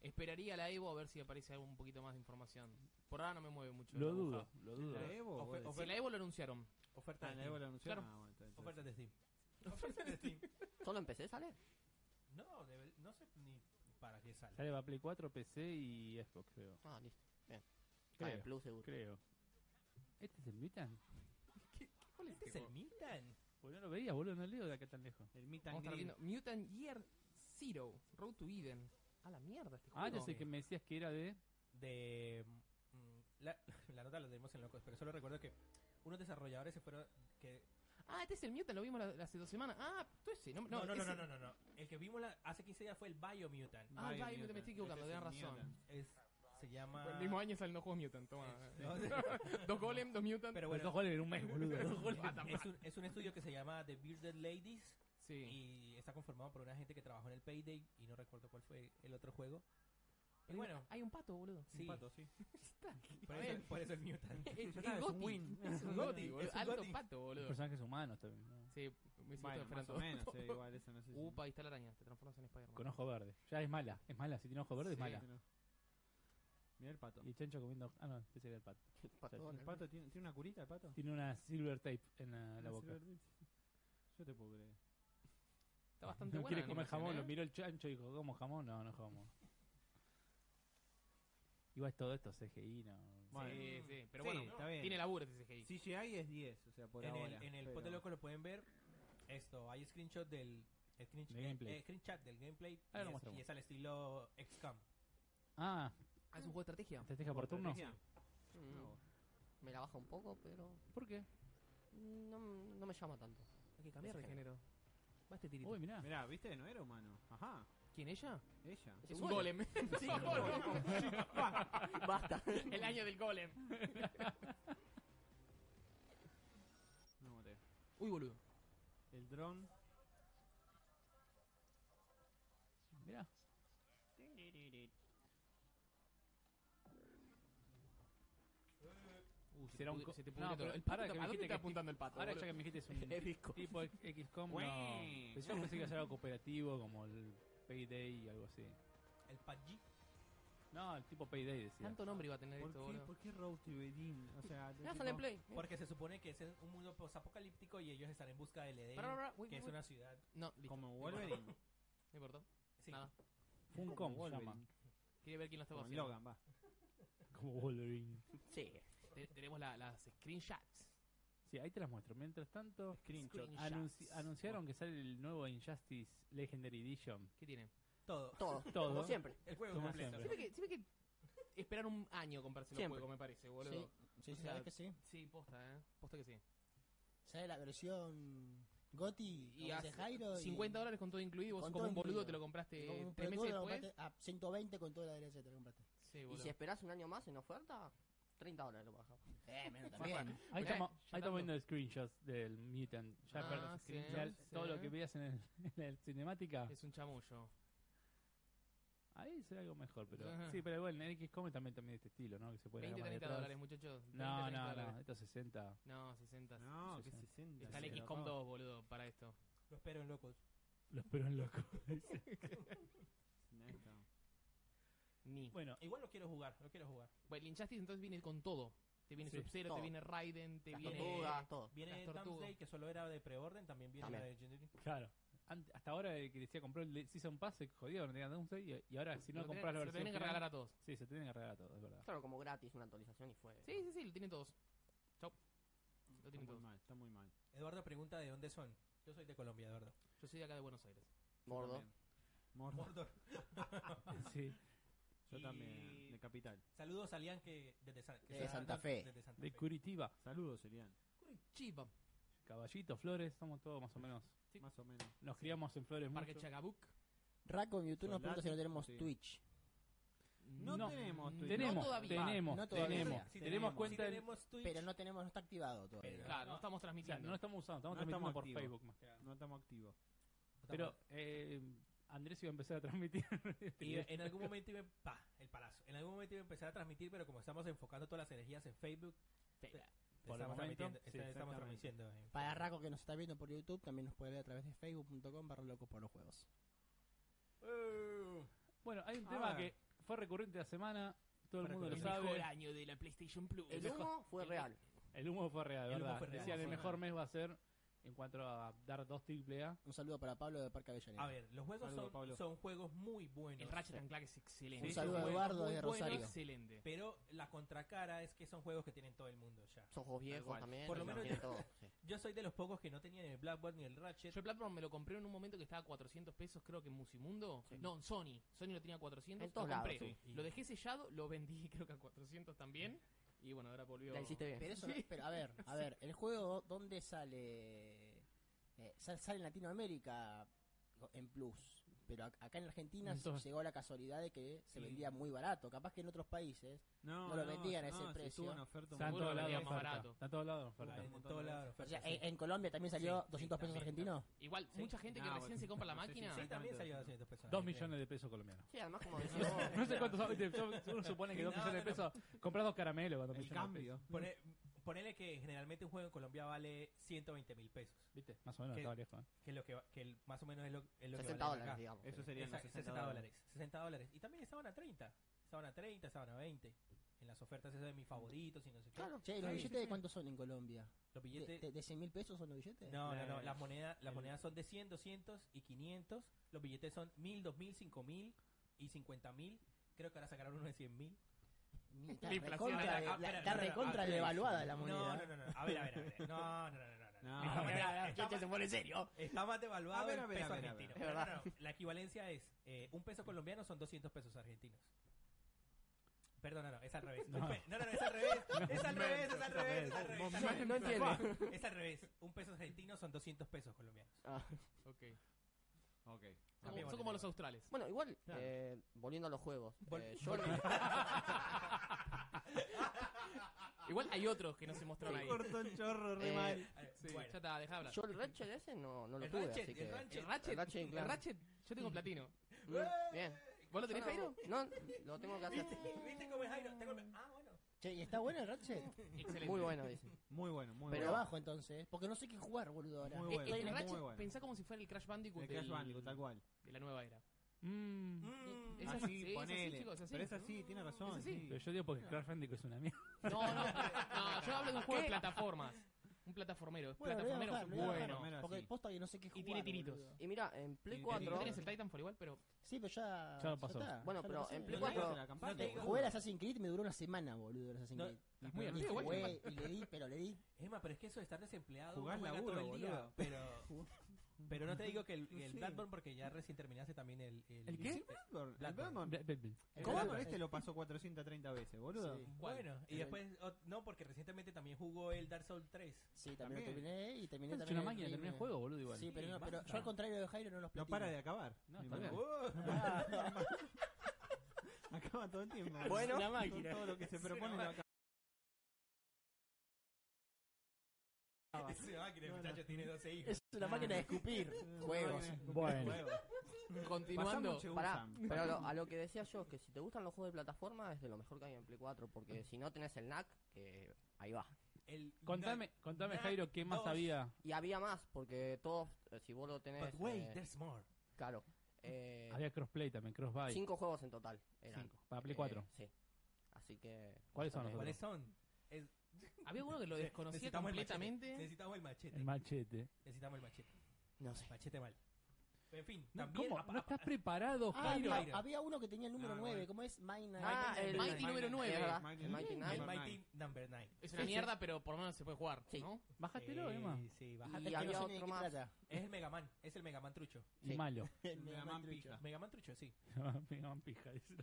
S4: Esperaría la Evo a ver si aparece algo un poquito más de información. Por ahora no me mueve mucho.
S1: Lo
S4: la
S1: dudo,
S4: aguja.
S1: lo dudo.
S3: ¿La Evo? vos
S5: Ofe-
S4: Si
S5: ofe-
S3: decís?
S4: la Evo lo anunciaron.
S5: Oferta
S3: Ah,
S5: de
S3: ¿La Evo
S5: Steam.
S3: la anunció?
S4: Claro.
S3: Ah, bueno, entonces-
S5: Oferta de Steam. Oferta de Steam.
S6: ¿Solo empecé, sale?
S5: No, debe- no sé ni para qué sale.
S1: Sale para Play 4, PC y Xbox, creo.
S6: Ah, listo. Bien.
S1: Creo.
S6: Ah, el Plus seguro.
S1: Creo. ¿Este es el Mutant?
S4: ¿Cuál
S5: ¿Este es el Miltan?
S1: Boludo, no lo veía, boludo, no leo de acá tan lejos.
S3: El Meet and
S4: Vamos a estar
S3: Greet.
S4: viendo Mutant Year Zero, Road to Eden. A la mierda este
S1: Ah,
S4: juego.
S1: ya sé que me decías que era de...
S4: Ah,
S5: de mm, la, la nota la tenemos en locos, pero solo recuerdo que unos desarrolladores se fueron que
S4: Ah, este es el Mutant, lo vimos la- la- hace dos semanas. Ah, tú ese. No,
S5: no no no,
S4: ese-
S5: no no no no. el que vimos la- hace 15 días fue el Biomutant
S4: Ah, el
S3: Bio
S4: Bio,
S3: Mutant.
S4: me estoy equivocando,
S3: Este es
S4: tenés
S3: el
S4: razón.
S3: Mutant.
S5: es se llama
S4: El mismo año salen los juegos Mutant, toma.
S5: No,
S4: dos Golem, pues dos Mutant.
S1: Bueno,
S5: pero bueno
S1: dos goles en un mes, boludo.
S5: es un, es un estudio que se llama The Bearded Ladies
S4: sí.
S5: y está conformado por una gente que trabajó en el Payday y no recuerdo cuál fue el otro juego y
S4: Hay un-
S5: bueno
S4: Hay un pato, boludo.
S5: sí,
S3: Pato, sí.
S5: por,
S4: A ver.
S5: eso, por eso el Mutant
S4: Es, es
S3: sabes,
S4: Gotti,
S3: un win.
S4: Es un
S5: Un
S4: Gotti,
S5: Gotti,
S4: boludo.
S5: es un
S4: Alto
S5: Gotti.
S4: pato,
S1: Los
S4: boludo.
S1: personajes humanos también. ¿no?
S4: Sí, me hiciste
S3: Bueno, más o menos, eh, igual eso no sé si-
S4: Upa, ahí está la araña. Te transformas en Spider-Man.
S1: Con ojo verde. Ya es mala, es mala. Si tiene ojo verde, es
S4: Sí.
S1: mala.
S3: Mirá el pato.
S1: Y el chancho comiendo... Ah, no, ese era el pato.
S6: Patón,
S3: ¿El pato tiene, tiene una curita el pato?
S1: Tiene una silver tape en la, la
S3: Ah,
S1: boca.
S3: sí, Yo te puedo creer.
S4: Está bastante
S1: No
S4: buena.
S1: quiere
S4: la
S1: comer
S4: animación,
S1: jamón,
S4: ¿eh?
S1: lo miró el chancho y dijo, ¿como jamón? No, no como. Igual todo esto CGI, no.
S4: Sí,
S3: Bueno.
S4: sí. Pero
S3: Sí,
S4: bueno,
S3: está bien.
S4: tiene laburo este CGI.
S3: CGI es 10, o sea, por
S5: en
S3: ahora.
S5: el, en el
S3: pero-
S5: Pot de Loco lo pueden ver. Esto, hay screenshot del screen,
S1: Del gameplay.
S5: eh, screenshot del gameplay
S1: Ahora lo
S5: y, es,
S1: mostramos.
S5: y es al estilo XCOM.
S1: Ah,
S4: Ah, es un juego de estrategia.
S1: estrategia por turno.
S3: Estrategia.
S6: Mm,
S3: No.
S6: me la baja un poco, pero
S1: ¿Por qué?
S6: no, no me llama tanto.
S4: Hay que cambiar de
S6: Ese
S4: género. Va este tirito.
S1: Uy, mirá.
S3: Mirá, viste, no era humano. Ajá,
S4: ¿Quién, ella?
S3: ella.
S6: Es un golem.
S4: Sí, golem.
S6: Basta.
S4: El año del golem.
S3: No boté.
S4: Uy, boludo.
S3: El dron.
S1: Mirá.
S4: Uh, se,
S1: Será
S4: te
S1: un
S4: pudri-
S1: co-
S4: se te
S1: No,
S4: pudrió todo.
S1: pero
S4: El pato,
S1: ahora que
S4: ¿a
S1: me
S4: dónde
S1: dijiste
S4: está
S1: que-
S4: apuntando el pato?
S1: Ahora
S4: boludo?
S1: ya que me dijiste es
S6: Es
S1: un
S6: disco.
S1: tipo XCOM, no.
S3: Wey.
S1: Pues yo pensé que era algo cooperativo como el Payday y algo así.
S5: El PUBG.
S1: No, el tipo Payday decía.
S4: Tanto nombre iba a tener
S3: ¿Por
S4: esto,
S3: qué,
S4: boludo.
S3: ¿Por qué Road to Bedin? O sea, de
S6: No,
S3: tipo-
S6: sale en Play.
S5: Porque se supone que es un mundo posapocalíptico y ellos están en busca del Edén,
S4: Pará, pará, pará, uy,
S5: que es
S4: uy.
S5: una ciudad.
S4: No, listo.
S3: como Wolverine.
S4: No importa.
S5: Sí.
S4: Nada.
S1: Funcom se llama.
S4: Quería ver quién lo estaba
S3: Como
S4: haciendo.
S3: Logan, va.
S1: Como Wolverine.
S6: Sí.
S4: Te- tenemos la- las screenshots.
S1: Sí, ahí te las muestro. Mientras tanto,
S3: Screenshot.
S4: Screen-
S1: anunci-
S4: Shots.
S1: anunciaron que sale el nuevo Injustice Legendary Edition.
S4: ¿Qué tiene?
S5: Todo.
S6: Todo.
S1: Todo.
S6: Como siempre.
S5: El juego
S1: Como
S5: completo.
S1: siempre.
S4: Siempre que, siempre que esperar un año comprarse los
S6: Siempre.
S4: juegos, me parece,
S2: Sí,
S4: boludo.
S2: sí,
S4: O
S2: sí,
S4: sea,
S2: la verdad que sí.
S4: Sí, posta, ¿eh? Posta que sí.
S2: Sale la versión Gotti
S4: Y
S2: como
S4: hace
S2: dice Jairo. y-
S4: 50 dólares con todo incluido y vos
S2: Con
S4: como
S2: todo
S4: un boludo
S2: incluido.
S4: te lo
S2: y
S4: compraste
S2: como un
S4: tres
S2: pelotudo
S4: meses
S2: lo
S4: después.
S2: compraste a 120 con toda la derecha te lo compraste.
S4: Sí,
S6: Y
S4: boludo.
S6: si esperás un año más en oferta, 30 dólares lo baja.
S2: Eh, menos también.
S1: Ahí
S4: Mirá,
S1: estamos,
S4: ya
S1: ahí
S4: tanto.
S1: estamos viendo screenshots del Mutant. Ya
S4: Ah,
S1: perdón,
S4: sí,
S1: screenshots,
S4: sí.
S1: todo lo que veías en, el, en la cinemática.
S4: Es un chamullo.
S1: Ahí será algo mejor, pero.
S4: Ajá.
S1: Sí, pero igual en XCOM también, también este estilo, ¿no? Que se puede
S4: 20, 30 dólares, muchachos. 20,
S1: No,
S4: 30
S1: no,
S4: dólares.
S1: no, estos 60.
S4: No, 60.
S3: No, que
S1: Sí, sí.
S3: 60.
S4: Está
S1: sí,
S4: el
S1: pero
S4: XCOM
S1: no.
S4: 2, boludo, para esto.
S5: Lo espero en locos.
S1: Los perón locos.
S3: No, esto.
S4: Ni. Bueno,
S1: bueno,
S5: Igual lo quiero jugar, lo quiero jugar.
S4: el Injustice entonces viene con todo. Te viene
S1: Sí,
S4: Sub-Zero, te
S6: todo.
S4: viene Raiden, te
S6: Las
S4: viene...
S6: tortugas, todo.
S5: Viene
S4: Las tortugas.
S5: Thumbsday, que solo era de preorden, también viene
S6: También.
S5: la Legendary.
S1: claro. Ant- hasta ahora el que decía compró el de- Season Pass se jodió, no tenía Doomsday. Y, y ahora, si no
S4: lo tienen-
S1: compras la
S4: se lo
S1: versión.
S4: tienen que
S1: final-
S4: regalar a todos.
S1: Sí, se tienen que regalar a todos, es verdad.
S6: Claro, como gratis, una actualización y fue.
S4: Sí, sí, sí, lo tienen todos. Chau. Lo
S3: Está
S4: tienen
S3: muy
S4: todos.
S3: mal, está muy mal.
S5: Eduardo pregunta de dónde son. Yo soy de Colombia, Eduardo.
S4: Yo soy de acá de Buenos Aires.
S6: Gordo.
S3: También. Mordo.
S5: Mordor.
S1: Sí.
S3: Yo
S5: Y-
S3: también, de capital.
S5: Saludos a Lian que desde, Sa- que
S6: De Santa Fe.
S5: Desde Santa
S1: De
S5: Fe.
S1: Curitiba.
S3: Saludos serían,
S4: Chiva,
S1: Caballito, Flores, somos todos más o menos.
S4: Sí.
S3: más o menos.
S1: Nos criamos en Flores
S4: Parque
S1: mucho.
S4: Chagabuc.
S2: Raco en YouTube nos
S3: Soldati,
S2: pregunta si no tenemos
S3: sí.
S2: Twitch.
S3: No tenemos Twitch.
S1: Tenemos,
S4: No todavía.
S1: tenemos,
S2: No todavía.
S1: tenemos,
S5: Sí
S1: tenemos
S5: sí
S1: cuenta, en-
S5: tenemos Twitch.
S2: Pero no tenemos, no está activado todavía.
S4: Claro, no estamos
S1: o sea,
S4: transmitiendo.
S1: no lo estamos usando, estamos
S3: No
S1: transmitiendo
S3: estamos
S1: por
S3: activos.
S1: Facebook más que nada.
S3: No estamos activos.
S1: Pero eh, Andrés iba a empezar a transmitir. Este
S5: Y eh, en algún momento iba, pa, el palazo. En algún momento iba a empezar a transmitir, pero como estamos enfocando todas las energías en Facebook,
S4: Fe-
S1: Por el
S5: estamos
S1: momento,
S5: transmitiendo,
S3: sí,
S5: estamos
S3: exactamente.
S5: transmitiendo en-
S2: Para Raco que nos está viendo por YouTube, también nos puede ver a través de facebook.com barra locos por los juegos.
S5: Uh.
S1: Bueno, hay un
S3: A
S1: tema
S3: ver.
S1: que fue recurrente la semana, todo el
S5: Fue
S1: mundo lo
S4: El
S5: recurrente.
S1: sabe.
S4: mejor año de la PlayStation Plus.
S6: El humo fue
S4: el-
S6: real.
S1: El humo fue real,
S5: El humo
S1: ¿verdad?
S5: fue real.
S1: Decían el
S4: Fue
S1: mejor
S4: real.
S1: mes va a ser en cuanto a dar dos triple A.
S2: Un saludo para Pablo de Parque Avellaneda.
S5: A ver, los juegos
S3: Saludo,
S5: son,
S3: Pablo.
S5: son juegos muy buenos.
S4: El Ratchet and Clank es excelente.
S1: Un
S4: Es
S1: saludo a
S4: juego
S2: Eduardo
S4: muy
S2: de
S4: bueno,
S2: Rosario.
S4: Excelente.
S5: Pero la contracara es que son juegos que tienen todo el mundo ya.
S6: Ojos viejos
S4: cual.
S6: también.
S5: Por lo
S6: y
S5: menos-
S6: tiene todo, sí.
S5: Yo soy de los pocos que no tenían el Blackboard ni el Ratchet.
S4: Yo el Platform me lo compré en un momento que estaba a 400 pesos, creo que en Musimundo.
S6: Sí.
S4: No, en Sony. Sony lo tenía a 400.
S6: En todos
S4: lo
S6: lados,
S4: compré.
S5: sí.
S4: Lo dejé sellado, lo vendí creo que a 400 también. Y bueno, ahora volvió.
S6: La hiciste bien.
S2: Pero eso no-
S4: Sí.
S2: pero a ver, a ver, el juego dónde sale Eh, sal- sale en Latinoamérica en plus, pero ac- acá en Argentina
S1: Entonces-
S2: llegó la casualidad de que se
S5: Sí.
S2: vendía muy barato, capaz que en otros países
S3: No,
S2: No lo vendían a ese
S3: no, si
S2: precio.
S3: estuvo en oferta un
S1: Está en
S4: Seguro
S1: todos
S4: lo
S1: lados
S4: vendía
S1: de
S4: más
S1: oferta.
S4: barato.
S1: Está en todos lados de oferta.
S5: Ah,
S3: un
S5: en
S3: montón
S5: todos
S3: de
S5: lados.
S3: veces.
S2: O sea, eh,
S5: ofertas, sí.
S2: en, en Colombia también salió 200 pesos argentinos.
S4: Igual,
S5: Sí.
S4: mucha gente que
S3: No,
S4: recién se compra la
S3: no sé si
S4: máquina.
S5: Sí, también salió
S3: Exactamente.
S5: 200 pesos.
S1: Dos millones de pesos colombianos.
S6: Sí, además, como decís vos,
S1: No sé cuántos son, yo- uno supone que dos
S5: No,
S1: millones de
S5: no, no.
S1: pesos. Compras dos caramelos con dos
S3: El
S1: millones de
S3: cambio.
S5: Pone- ponele que generalmente un juego en Colombia vale 120 mil pesos.
S1: pesos. ¿Viste? Más o menos
S5: ¿Qué?
S1: estaba lejos. ¿eh?
S5: Que es lo que, va- que el- más o menos es lo, es lo que
S6: 60
S5: valen
S6: dólares,
S5: acá.
S6: digamos.
S3: Eso
S6: sí.
S3: sería
S5: Exacto, 60 dólares. 60 dólares. Y también estaban a 30. Estaban a 30, estaban a 20. En las ofertas eso de mis favoritos y no sé qué.
S6: Claro.
S2: Che, ¿y ¿los
S5: Sí,
S2: billetes
S5: sí,
S2: de
S5: sí.
S2: cuántos son en Colombia?
S5: Los
S2: ¿De,
S5: billetes...
S2: de, 100 mil pesos son los billetes?
S5: No, no, no.
S3: Eh,
S5: Las monedas, las
S3: el-
S5: monedas son de 100, 200 y 500. Los billetes son 1000, 2000, 5000 y 50000. Creo que ahora sacaron uno de 100.000.
S2: Está
S4: La inflación,
S2: recontra,
S5: ah,
S2: de-
S5: espera,
S2: la-
S5: espera,
S2: está
S5: espera,
S2: recontra
S5: espera.
S2: devaluada la
S5: No,
S2: moneda.
S5: no, no, no. A ver, a ver, a ver. No, no, no, no.
S3: No.
S5: no,
S4: Ah,
S5: Está
S4: Cheche
S5: más-
S4: se pone serio.
S5: Está más devaluado
S3: A ver,
S5: el
S3: a ver,
S5: peso
S3: a ver, a ver.
S5: argentino.
S6: Es
S5: No,
S6: verdad.
S5: no, no. La equivalencia es eh, un peso colombiano son 200 pesos argentinos. Perdón, no, no, es al revés.
S1: No.
S5: Un pe- No, no, no, es al revés. Es al revés, es al revés, es al revés. es al revés.
S6: No entiende.
S5: Es al revés. Un peso argentino son 200 pesos colombianos.
S6: Ah.
S4: Ok.
S3: Ok.
S4: Son,
S5: Cambiemos
S4: son
S5: de
S4: como
S5: tema.
S4: los australes.
S6: Bueno, igual,
S3: Claro.
S6: eh, volviendo a los juegos.
S5: Vol-
S6: eh, yo lo-
S4: Igual hay otros que no se mostraron ahí.
S3: cortó el chorro re
S6: Eh,
S3: mal.
S4: Sí,
S5: Bueno.
S4: Ya está, dejá hablar.
S6: yo el Ratchet ese no, no lo
S5: El
S6: tuve,
S5: Ratchet,
S6: así
S5: el
S6: que...
S5: Ratchet.
S4: el Ratchet,
S6: el Ratchet
S4: el
S6: Clank.
S4: Ratchet, yo tengo platino.
S6: Mm, bien.
S4: ¿Vos lo tenés,
S6: Yo
S4: Jairo?
S6: No, lo tengo que hacer.
S5: ¿Viste cómo es Jairo? Tengo el- Ah, bueno.
S2: Che, ¿y está bueno el Ratchet?
S4: Excelente.
S6: Muy bueno, dice.
S3: Muy bueno, muy
S2: Pero
S6: Pero-
S3: bueno.
S2: abajo entonces, ¿eh? porque no sé qué jugar, boludo, ahora.
S3: Muy
S4: Eh,
S3: bueno,
S4: el
S3: muy
S4: Ratchet,
S3: bueno.
S4: pensá como si fuera el Crash Bandicoot,
S3: El Crash
S4: del-
S3: Bandicoot, tal cual.
S4: de la nueva era.
S5: Mm.
S4: Es así, sí, es así, chicos, es así.
S3: Pero es así, tiene razón.
S4: Es así.
S3: sí.
S1: Pero yo digo porque Crash Bandicoot es una mierda.
S4: No, no, no, yo hablo de un juego de plataformas. Un plataformero, es
S2: Bueno, lo voy a
S4: plataformero
S2: bajar, lo voy a bajar,
S4: bueno.
S3: Plataformero,
S2: Porque
S3: sí.
S2: posta que no sé qué jugar.
S4: tiene tiritos.
S2: boludo.
S6: Y mira, en Play
S3: Sí,
S6: 4...
S4: Tenés el Titanfall igual, pero
S2: Sí, pero ya.
S1: Ya pasó.
S2: está,
S6: Bueno,
S2: ya lo
S6: pero
S2: pasé.
S6: en Play
S3: Pero
S2: No,
S3: nadie
S6: cuatro-
S3: hace la campaña,
S5: no te digo-
S3: boludo.
S2: Jugué al Assassin's Creed y me duró una semana, boludo, el Assassin's
S5: No,
S2: Creed.
S4: es muy
S2: Y
S4: antiguo.
S2: jugué,
S4: igual.
S2: y le di, pero le di.
S5: Emma, pero es que eso de estar desempleado
S3: Jugás
S5: uno juega
S3: laburo,
S5: todo el día,
S3: boludo.
S5: Pero, pero no te digo que el, el
S3: Sí.
S5: Bloodborne porque ya recién terminaste también el... ¿El,
S1: ¿El qué?
S5: Sí.
S3: Bloodborne, el
S5: Bloodborne.
S3: Bloodborne. El
S2: ¿Cómo?
S3: Bloodborne este lo pasó 430 veces, boludo.
S2: Sí.
S4: ¿Cuál?
S5: Bueno, y
S2: El-
S5: después... o- no, porque recientemente también jugó el Dark Souls 3.
S2: Sí,
S3: También.
S2: también, lo terminé y terminé
S1: Es
S2: también.
S1: una
S2: el
S1: máquina,
S2: Dream.
S1: termina el juego, boludo, igual.
S2: Sí, pero, no,
S5: Sí,
S2: pero
S5: basta.
S2: yo al contrario de Jairo no
S3: No
S2: los platino.
S3: para de acabar.
S1: No,
S3: Mi
S1: está
S3: madre.
S1: bien.
S3: Acaba todo el tiempo.
S6: Bueno.
S3: Una máquina. todo lo que se propone lo acaba.
S5: Esa máquina, el muchacho tiene 12 hijos.
S2: Es
S6: Ah.
S2: una máquina de escupir juegos.
S1: Bueno.
S3: Juegos.
S4: continuando.
S3: Pasamos
S6: Pará,
S3: Chegusan.
S6: pero lo- a lo que decía yo, que si te gustan los juegos de plataforma es de lo mejor que hay en Play 4, porque si no tenés el NAC, que ahí va.
S5: El,
S1: Contame, contame
S5: Nah,
S1: Jairo, ¿qué más
S5: dos.
S1: había?
S6: Y había más, porque todos, eh, si vos lo tenés...
S5: But wait,
S6: eh,
S5: there's more.
S6: claro. Eh,
S1: Había crossplay también, crossbuy.
S6: cinco juegos en total eran.
S1: Cinco. Para Play
S6: Eh,
S1: 4.
S6: sí. Así que...
S1: ¿Cuáles son los
S5: ¿Cuáles son? Es-
S4: Había uno que lo desconocía
S5: necesitamos el machete,
S4: completamente.
S5: Necesitamos el machete.
S1: El machete.
S5: necesitamos el machete.
S6: No sé.
S5: Machete mal. En fin,
S1: No,
S5: también...
S1: ¿Cómo?
S5: apa-
S1: ¿No
S5: apa-
S1: estás preparado,
S2: Ah,
S1: Jairo?
S2: no,
S5: Jairo.
S2: había uno que tenía el número
S5: Ah,
S2: 9,
S5: bueno.
S2: ¿cómo es? Mine
S6: Ah, el
S4: Mighty número nueve.
S6: Es verdad, el Mighty
S5: el
S6: Nine.
S5: Mighty Number 9.
S4: Es una mierda, pero por lo menos se puede jugar,
S6: Sí.
S4: ¿no?
S1: Bájatelo, Emma.
S5: Eh, Sí, sí, baja-
S6: Y había
S2: ni de
S6: otro
S2: qué
S6: más.
S2: trata.
S5: Es el Megaman, es el Megaman trucho.
S1: Y
S6: Sí.
S1: malo.
S2: El
S3: La
S2: Mega
S3: man
S2: Man trucho.
S3: pija.
S5: Megaman trucho, sí.
S1: Me llaman pija, dice.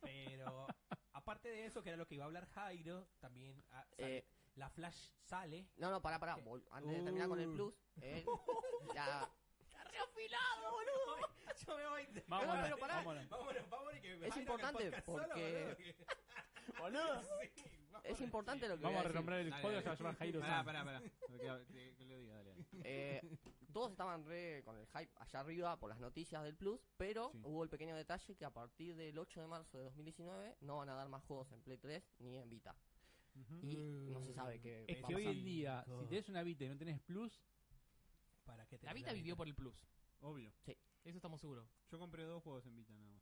S5: Pero aparte de eso, que era lo que iba a hablar Jairo, también ah, sale-
S6: Eh,
S5: la Flash sale.
S6: no, no, pará, pará.
S5: ¿Qué?
S6: vol- Antes de terminar con el
S3: Uh.
S6: Plus, eh, ya...
S5: ¡Reafilado, boludo! Yo me voy.
S1: Vámonos,
S6: pero pará.
S1: vámonos.
S5: Vámonos, vámonos. Que
S6: Es importante porque-
S5: ¡Boludo!
S6: Es importante lo que voy
S1: Vamos a
S6: decir.
S1: renombrar el
S3: Dale,
S1: juego,
S3: dale.
S1: se va a llamar Jairo
S3: Pará,
S1: San.
S3: pará, pará. Que, que- que lo diga, dale. dale.
S6: Eh, todos estaban re con el hype allá arriba por las noticias del Plus, pero
S3: Sí.
S6: hubo el pequeño detalle que a partir del 8 de marzo de 2019 no van a dar más juegos en Play 3 ni en Vita. y no se sabe qué
S1: Es
S6: va
S1: que
S6: a
S1: hoy
S6: pasar.
S1: en día, si tenés una Vita y no tenés Plus,
S5: ¿Para qué te
S4: La Vita vivió por el Plus.
S3: Obvio.
S4: Eso estamos seguros.
S3: Yo compré dos juegos en Vita nada más.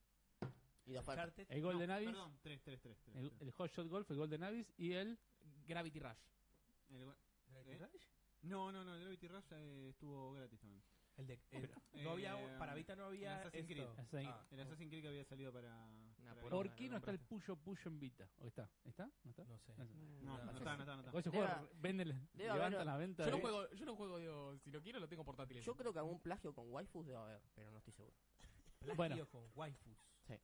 S6: Y de oferta.
S5: Uncharted,
S1: el Golden
S3: No,
S1: Abyss,
S3: Perdón, tres, tres, tres. tres,
S1: el,
S3: tres.
S1: el Hot Shot Golf, el Golden Abyss y el.
S4: Gravity Rush.
S3: El gua-
S5: Gravity
S3: ¿Eh?
S5: Rush,
S3: no, no, no, el Gravity Rush eh, estuvo gratis también.
S5: El de, el- no había,
S3: Eh,
S5: para Vita no había
S3: Assassin's Creed.
S5: esto.
S1: Assassin's Creed.
S5: Ah,
S3: El Assassin's Creed que había salido para.
S4: Una
S3: para-
S4: poronga.
S1: ¿Por
S4: no,
S1: qué
S4: no
S1: no está el
S4: compraste.
S1: Puyo Puyo en Vita? ¿O está? ¿Está? ¿No está?
S5: Ah, no sé.
S1: No sé.
S3: No,
S5: No,
S3: no,
S5: no
S3: está,
S5: sé.
S3: no está, no está.
S1: Con ese
S6: Debe-
S1: juego venden,
S6: debe haber-
S1: levantan la venta.
S4: Yo no
S1: de-
S4: juego, yo no juego, digo, si lo quiero lo tengo portátil.
S6: Yo creo que algún plagio con waifus debe haber, pero no estoy seguro.
S5: Plagio
S1: Bueno.
S5: con waifus.
S6: Sí.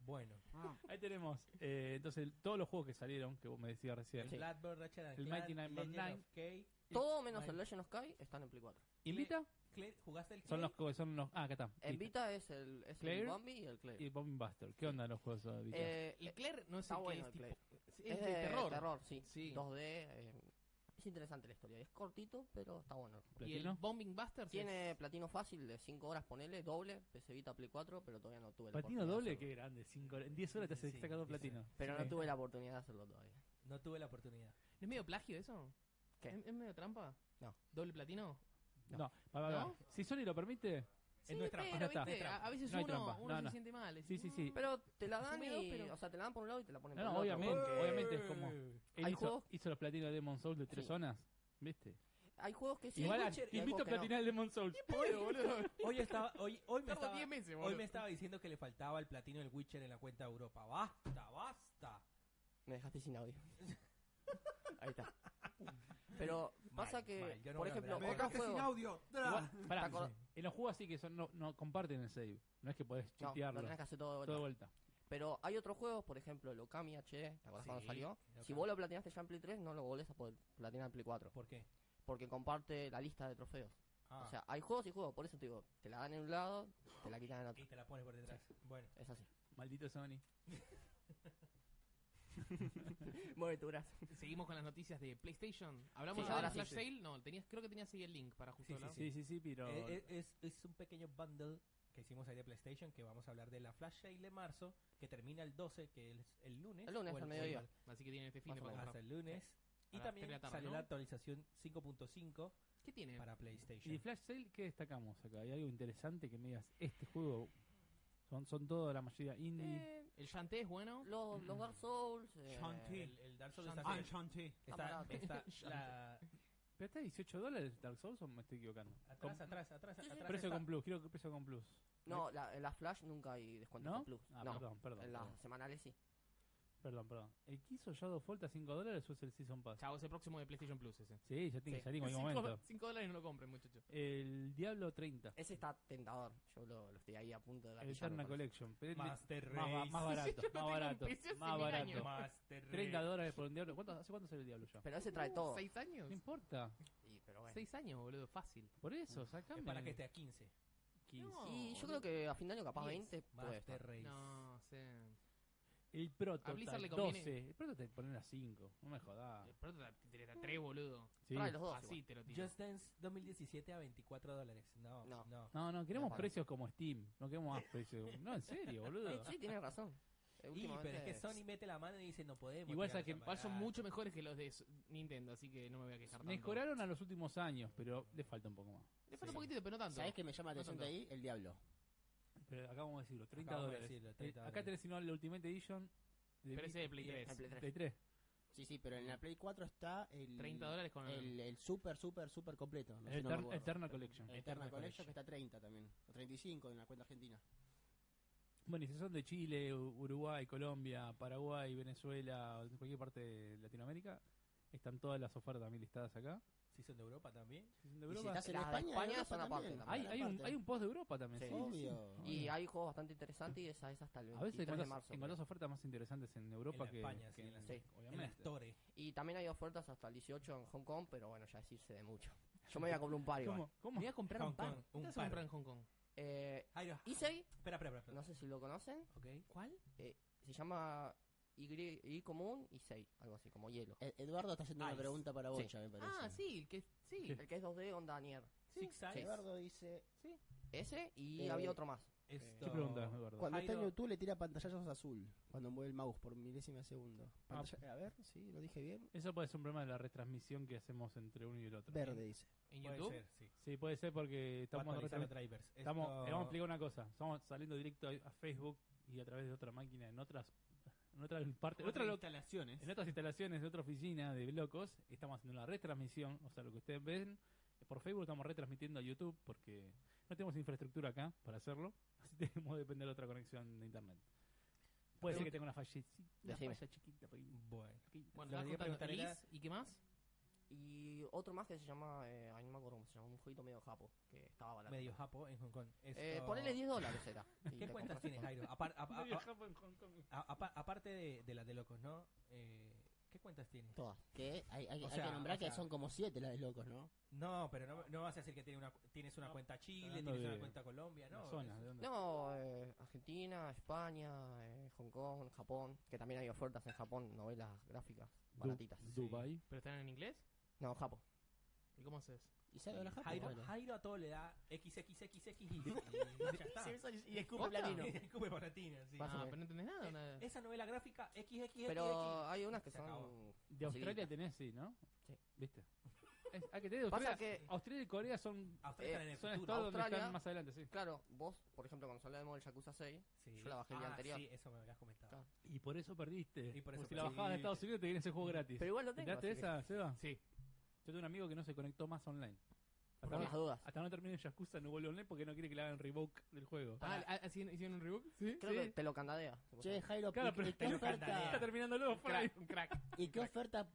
S5: Bueno,
S3: Ah,
S1: Ahí tenemos. eh, entonces, todos los juegos que salieron, que vos me decías recién.
S5: el Blackbird, Ratchet and
S1: El
S5: Clank,
S1: Mighty Number
S5: Legend of
S1: Nine.
S5: Kay.
S6: Todo menos
S5: Vale.
S6: el Legend of Sky están en Play 4.
S1: ¿Y en
S5: Cle-
S1: Vita?
S5: Clay, ¿Jugaste el
S1: Son
S5: Clay?
S1: los que son los. Ah, acá está.
S6: En
S1: Vita.
S6: Vita es el, es el
S1: Claire
S6: Bambi y el Claire.
S1: Y Bombing Buster. ¿Qué onda los juegos de Vita?
S6: Eh,
S4: El Claire no es
S6: está
S4: el que
S6: bueno
S4: es
S6: el
S4: tipo...
S6: Claire.
S4: Es,
S6: es
S4: de terror.
S6: sí.
S4: Sí.
S6: 2D. eh, es interesante la historia. Es cortito, pero está bueno.
S4: Y el
S1: ¿Platino?
S4: Bombing Busters
S6: Tiene
S4: es-
S6: platino fácil de 5 horas, ponele, doble, PC Vita Play 4, pero todavía no tuve la
S1: Platino
S6: oportunidad de
S1: doble,
S6: hacerlo.
S1: qué grande. cinco horas- en 10 horas te has
S5: Sí,
S1: sacado sacado
S5: dice.
S1: platino.
S6: Pero
S1: Sí.
S6: no tuve la oportunidad de hacerlo todavía.
S5: No tuve la oportunidad.
S4: ¿No es medio plagio eso?
S6: ¿Qué?
S4: ¿Es, es medio trampa?
S6: No.
S4: ¿Doble platino?
S1: No, va, va, va.
S4: ¿No?
S1: Si Sony lo permite.
S5: Es nuestra
S1: parte,
S4: pero,
S1: está.
S4: ¿viste? A, a veces
S1: No hay
S4: uno,
S1: trampa,
S4: uno
S1: no,
S4: se
S1: no.
S4: siente mal.
S1: Sí, sí, sí.
S6: Mm, Pero te la dan
S4: Asume dos,
S6: y.
S4: pero-
S6: O sea, te la dan por un lado y te la ponen
S1: No,
S6: por
S1: no,
S6: el otro. Eh,
S1: obviamente, obviamente es como. Él
S6: Hay
S1: hizo,
S6: juegos-
S1: hizo los platinos de Demon Souls de 3
S6: Sí.
S1: zonas. ¿Viste?
S6: Hay juegos que sí.
S1: Igual a-
S6: hay juegos
S1: invito a
S6: que no.
S1: platinar el Demon Souls.
S4: Bueno, boludo.
S5: Hoy estaba, hoy, hoy me
S4: Tardo
S5: estaba,
S4: 10 meses, boludo.
S5: hoy me estaba diciendo que le faltaba el platino del Witcher en la cuenta de Europa. Basta, basta.
S6: Me dejaste sin audio. Ahí está. Pero pasa
S5: Mal,
S6: que,
S5: mal, yo
S6: por
S5: no voy a
S6: ejemplo,
S5: hablar. Me
S6: otro
S5: dejaste
S6: juego-
S3: audio.
S1: Igual, pará,
S6: ¿Te acordás?
S1: en los juegos así que son, no, no comparten el save. No es que podés
S6: No, lo
S1: chutearlo.
S6: tenés que hacer todo de vuelta.
S1: todo de vuelta.
S6: Pero hay otros juegos, por ejemplo, el Okami HD, ¿te acordás cuando
S5: Sí,
S6: salió?
S5: el
S6: Si
S5: Okami.
S6: vos lo platinaste ya en Play 3, no lo volvés a poder platinar en Play 4.
S5: ¿Por qué?
S6: Porque comparte la lista de trofeos.
S5: Ah,
S6: O sea, hay juegos y juegos, por eso te digo, te la dan en un lado, te la quitan en otro.
S5: Ah, y te la pones por detrás. Bueno,
S6: Es así.
S1: Maldito Sony.
S6: Mueve tu brazo.
S4: Seguimos con las noticias de PlayStation. Hablamos
S6: Sí,
S4: ahora
S6: ahora
S4: de Flash
S6: sí,
S4: Sale. No, tenías, creo que tenías ahí el link para justo
S5: Sí, sí,
S4: hablar.
S1: Sí, sí, sí, pero.
S5: eh, eh, es, es un pequeño bundle que hicimos ahí de PlayStation que vamos a hablar de la Flash Sale de marzo que termina el 12, que es el lunes.
S6: El lunes,
S5: o
S6: al mediodía.
S4: Así que tienen este fin
S6: Más
S4: de
S6: o menos.
S4: para
S5: Hasta
S4: comprar.
S5: el lunes. Y
S4: A las
S5: también
S4: tres de la tarde,
S5: salió
S4: ¿no?
S5: la actualización 5.5
S4: ¿Qué tiene?
S5: para
S1: ¿Y
S5: PlayStation.
S1: Flash Sale qué destacamos acá? ¿Hay algo interesante que me digas? Este juego. Son, son todo, la mayoría indie.
S6: Eh,
S4: El Shanté es bueno.
S1: Mm.
S6: los, los Dark Souls. eh,
S3: Shanti.
S5: El, el Dark Souls
S4: Shantae.
S5: está-
S3: Enchanté.
S5: está,
S6: barato.
S5: está la-
S1: ¿Pero está a 18 dólares Dark Souls o me estoy equivocando? Con-
S5: atrás, atrás, atrás, atrás
S1: precio
S5: está.
S1: con Plus, quiero que precio con Plus.
S6: No, la, en la Flash nunca hay descuento
S1: ¿No?
S6: con plus.
S1: Ah,
S6: no,
S1: perdón, perdón.
S6: en
S1: perdón.
S6: las semanales sí.
S1: Perdón, perdón. ¿El que hizo Shadow Fault a 5 dólares o es el Season Pass?
S4: Chao, es el próximo de PlayStation Plus ese.
S1: Sí, ya tiene que
S6: Sí.
S1: salir en algún
S4: 5
S1: momento.
S4: dólares no lo compren, muchachos.
S1: El Diablo 30.
S6: Ese está tentador. Yo lo, lo estoy ahí a punto de
S1: El
S6: gatillarlo
S1: Eterna
S6: con eso.
S1: Collection. Pero tiene-
S5: Master
S1: más, ba-
S5: Race.
S1: más barato,
S4: Yo no
S1: más
S4: tengo un
S1: barato.
S4: PC hace
S1: Más
S4: mil
S1: barato.
S4: años.
S5: Master
S1: 30
S5: Race.
S1: dólares por un Diablo. ¿Cuánto, ¿Hace cuánto salió el Diablo ya?
S6: Pero ese trae todo.
S4: Uh, ¿Seis años?
S1: No importa.
S6: Y, pero bueno.
S4: Seis años, boludo, fácil.
S1: Por eso, sacame.
S5: Es para que esté a 15.
S1: 15.
S4: No.
S6: Y yo creo que a fin de año capaz
S5: 10,
S6: 20 puede
S5: Master
S6: estar.
S5: Race.
S4: No, sí.
S1: El
S4: A Blizzard
S1: Prototype
S4: le
S1: 12.
S4: conviene.
S1: El Prototype ponen a 5. No me jodas.
S4: Pronto te tiré a tres, boludo.
S1: Sí.
S6: Trae los dos.
S4: Así te lo tiro.
S5: Just Dance 2017 a 24 dólares. No, no.
S6: No.
S1: No, no, queremos
S6: No, para.
S1: precios como Steam. No queremos más precios. No, en serio, boludo.
S6: igual. Sí, sí, tienes razón. Eh,
S5: Y, pero es
S6: últimamente-
S5: que Sony mete la mano y dice, no podemos.
S1: Igual
S5: tirar
S1: saquen-
S5: esa
S4: Igual son
S5: barata".
S4: mucho mejores que los de S- Nintendo, así que no me voy a quejar tanto.
S1: Mejoraron a los últimos años, pero le falta un poco más.
S4: Le falta
S5: Sí.
S4: un poquitito, pero no tanto.
S2: ¿Sabés que me llama la
S4: No
S2: atención de
S4: tanto.
S2: ahí? El diablo.
S1: Pero acabamos de decirlo, 30
S5: Acabamos de
S1: dólares.
S5: decirlo,
S1: Eh,
S5: 30
S1: Acá
S5: dólares.
S1: tenés sino el Ultimate Edition. De
S4: Pero ese de Play
S1: de-
S4: 3.
S6: Ah, Play 3.
S1: Play 3.
S2: Sí, sí, pero en la Play 4 está el.
S4: 30 dólares con el...
S2: El, el super, super, super completo. No
S1: El
S2: sé, no me
S1: Etern-
S2: acuerdo.
S1: Eternal Collection.
S2: El
S5: Eternal
S2: Eternal
S5: Collection.
S2: Collection que está 30 también. O 35 en la cuenta argentina.
S1: Bueno, y si son de Chile, U- Uruguay, Colombia, Paraguay, Venezuela, o de cualquier parte de Latinoamérica, están todas las ofertas también listadas acá.
S5: Sí, son de Europa también.
S1: Si son de
S2: Y si
S1: Europa,
S2: estás en
S6: Las de
S2: España,
S6: España
S2: en Europa
S6: son aparte,
S2: también,
S6: la
S1: hay,
S6: verdad.
S1: hay un,
S2: aparte.
S1: hay un post de Europa también.
S6: Sí.
S2: Obvio.
S1: Bueno.
S6: Y hay juegos bastante interesantes y esa es hasta el
S1: A veces
S6: 23 de
S1: encontrás,
S6: marzo.
S1: encontrás ofertas más interesantes en Europa
S5: En
S1: que,
S5: España,
S1: que
S5: sí, en las-
S6: sí.
S5: En las
S1: obviamente.
S5: Store.
S6: Y también hay ofertas hasta el 18 en Hong Kong, pero bueno, ya es irse de mucho. Yo me voy a comprar un par igual.
S1: ¿Cómo?
S4: Me
S1: ¿Cómo?
S4: voy a comprar
S5: Hong
S4: un par.
S5: Kong,
S4: ¿Qué
S5: un
S4: te vas a comprar
S5: par.
S4: en Hong Kong?
S6: Eh,
S5: Ay, no.
S6: Issei,
S5: Espera, espera, espera.
S6: no sé si lo conocen, eh,
S5: Okay.
S4: ¿Cuál?
S6: se llama Y, y común Issei, algo así, como hielo.
S2: Ed- E-, Eduardo está haciendo
S5: Ice.
S2: una pregunta para
S6: Sí.
S2: Bocha, me parece.
S4: Ah, sí, el que... Sí.
S6: El que es 2D, onda Nier.
S5: Six Eyes.
S2: Eduardo dice.
S6: Ese y
S2: Eh,
S6: había otro más.
S5: Esto...
S1: ¿Qué preguntas, Eduardo?
S2: Cuando está en
S5: Jairo-
S2: YouTube le tira pantallazos azul cuando mueve el mouse por milésima de segundo.
S1: Ah.
S2: Pantalla- a ver, sí, lo dije bien.
S1: Eso puede ser un problema de la retransmisión que hacemos entre uno y el otro.
S2: Verde dice.
S4: ¿En
S5: Puede
S4: YouTube?
S5: ser, sí.
S1: Sí, puede ser porque estamos,
S5: Actualizar
S1: retransmi-
S5: los drivers.
S1: estamos
S5: Esto-
S1: le vamos a explicar una cosa. Estamos saliendo directo a, a Facebook y a través de otra máquina en otras en otras partes, en
S3: Otras
S1: otras lo-
S3: instalaciones.
S1: en otras instalaciones de otra oficina de locos, estamos haciendo una retransmisión, o sea, lo que ustedes ven por Facebook estamos retransmitiendo a YouTube porque no tenemos infraestructura acá para hacerlo, así tenemos que depender de otra conexión de internet. Puede ser que tenga una falla, una
S6: Decime.
S1: falla chiquita, pequeña.
S5: Bueno. Lo
S4: Bueno, estás
S5: que quería
S4: contando
S5: preguntar era-
S4: Liz, ¿y qué más?
S6: Y otro más que se llama, eh, ay, no me acuerdo cómo se llama, un jueguito medio japo, que estaba barato.
S5: Medio japo en Hong Kong.
S6: Eh,
S5: Esto-
S6: ponele 10 dólares era. y
S5: ¿Qué
S6: te
S5: cuentas
S6: compras
S5: tienes,
S6: esto.
S5: Jairo? Apar- a- a-
S1: Medio
S5: a-
S1: Japón, Hong Kong.
S5: a- apa- aparte de, de las de locos, ¿no? Eh, ¿Qué cuentas tienes?
S2: Todas. Que hay, hay-
S5: O
S2: hay
S5: sea,
S2: que nombrar
S5: o sea-
S2: que son como siete las de locos, ¿no?
S5: No, pero no, no vas a decir que tiene una, tienes una cuenta Chile,
S1: hablando
S5: tienes
S1: de
S5: una cuenta Colombia,
S1: La
S5: ¿no?
S1: zona,
S5: Es-
S1: ¿de dónde?
S6: No, eh, Argentina, España, eh, Hong Kong, Japón, que también hay ofertas en Japón, novelas gráficas
S1: Du-
S6: baratitas.
S1: Dubai.
S4: ¿Pero están en inglés?
S6: No, Japón.
S4: ¿Y cómo haces?
S2: Y sale de la Japón.
S5: Jairo,
S2: bueno.
S5: Jairo a todo le da XXXX y, y ya está.
S2: Y escupe
S4: ¿Posta?
S2: platino.
S5: Escupe platino, sí. eh,
S6: Más o
S4: Ah,
S6: menos.
S4: pero no entendés nada. nada.
S5: Esa novela gráfica XXX.
S6: Pero hay unas que
S5: Se
S6: son...
S5: acabó.
S1: De Australia
S6: facilitas.
S1: tenés, sí, ¿no?
S6: Sí.
S1: ¿Viste? Es, ah, que te digo,
S6: Pasa
S1: Australia,
S6: que,
S1: Australia y Corea son,
S5: Australia está en el
S1: son
S5: futuro.
S1: estados donde
S6: Australia-
S1: están más adelante, sí.
S6: claro, vos, por ejemplo, cuando hablábamos del Yakuza 6,
S5: Sí.
S6: yo la bajé el día
S5: Ah,
S6: anterior.
S5: Sí, eso me habías comentado.
S6: Claro.
S1: Y por eso perdiste.
S5: Y por
S1: Porque
S5: eso
S1: si la bajabas de
S5: perdiste.
S1: Estados Unidos te viene ese juego gratis.
S6: pero igual lo tengo.
S1: ¿Entraste
S6: así que-
S1: esa, Seba?
S4: Sí.
S1: Yo tengo un amigo que no se conectó más online. Hasta,
S6: Por las
S1: no,
S6: dudas.
S1: hasta no termine el Yakuza no vuelve online porque no quiere que le hagan revoke del juego.
S4: Ah, ah, ¿hicieron hicieron un reboot? Sí.
S6: Creo que te lo candadea.
S2: Che, Jairo,
S1: Claro,
S2: ¿y
S1: pero
S2: ¿y qué
S5: te lo
S1: Está
S5: cantalea.
S2: oferta,
S1: terminándolo,
S4: Un crack, un crack.
S2: ¿y qué oferta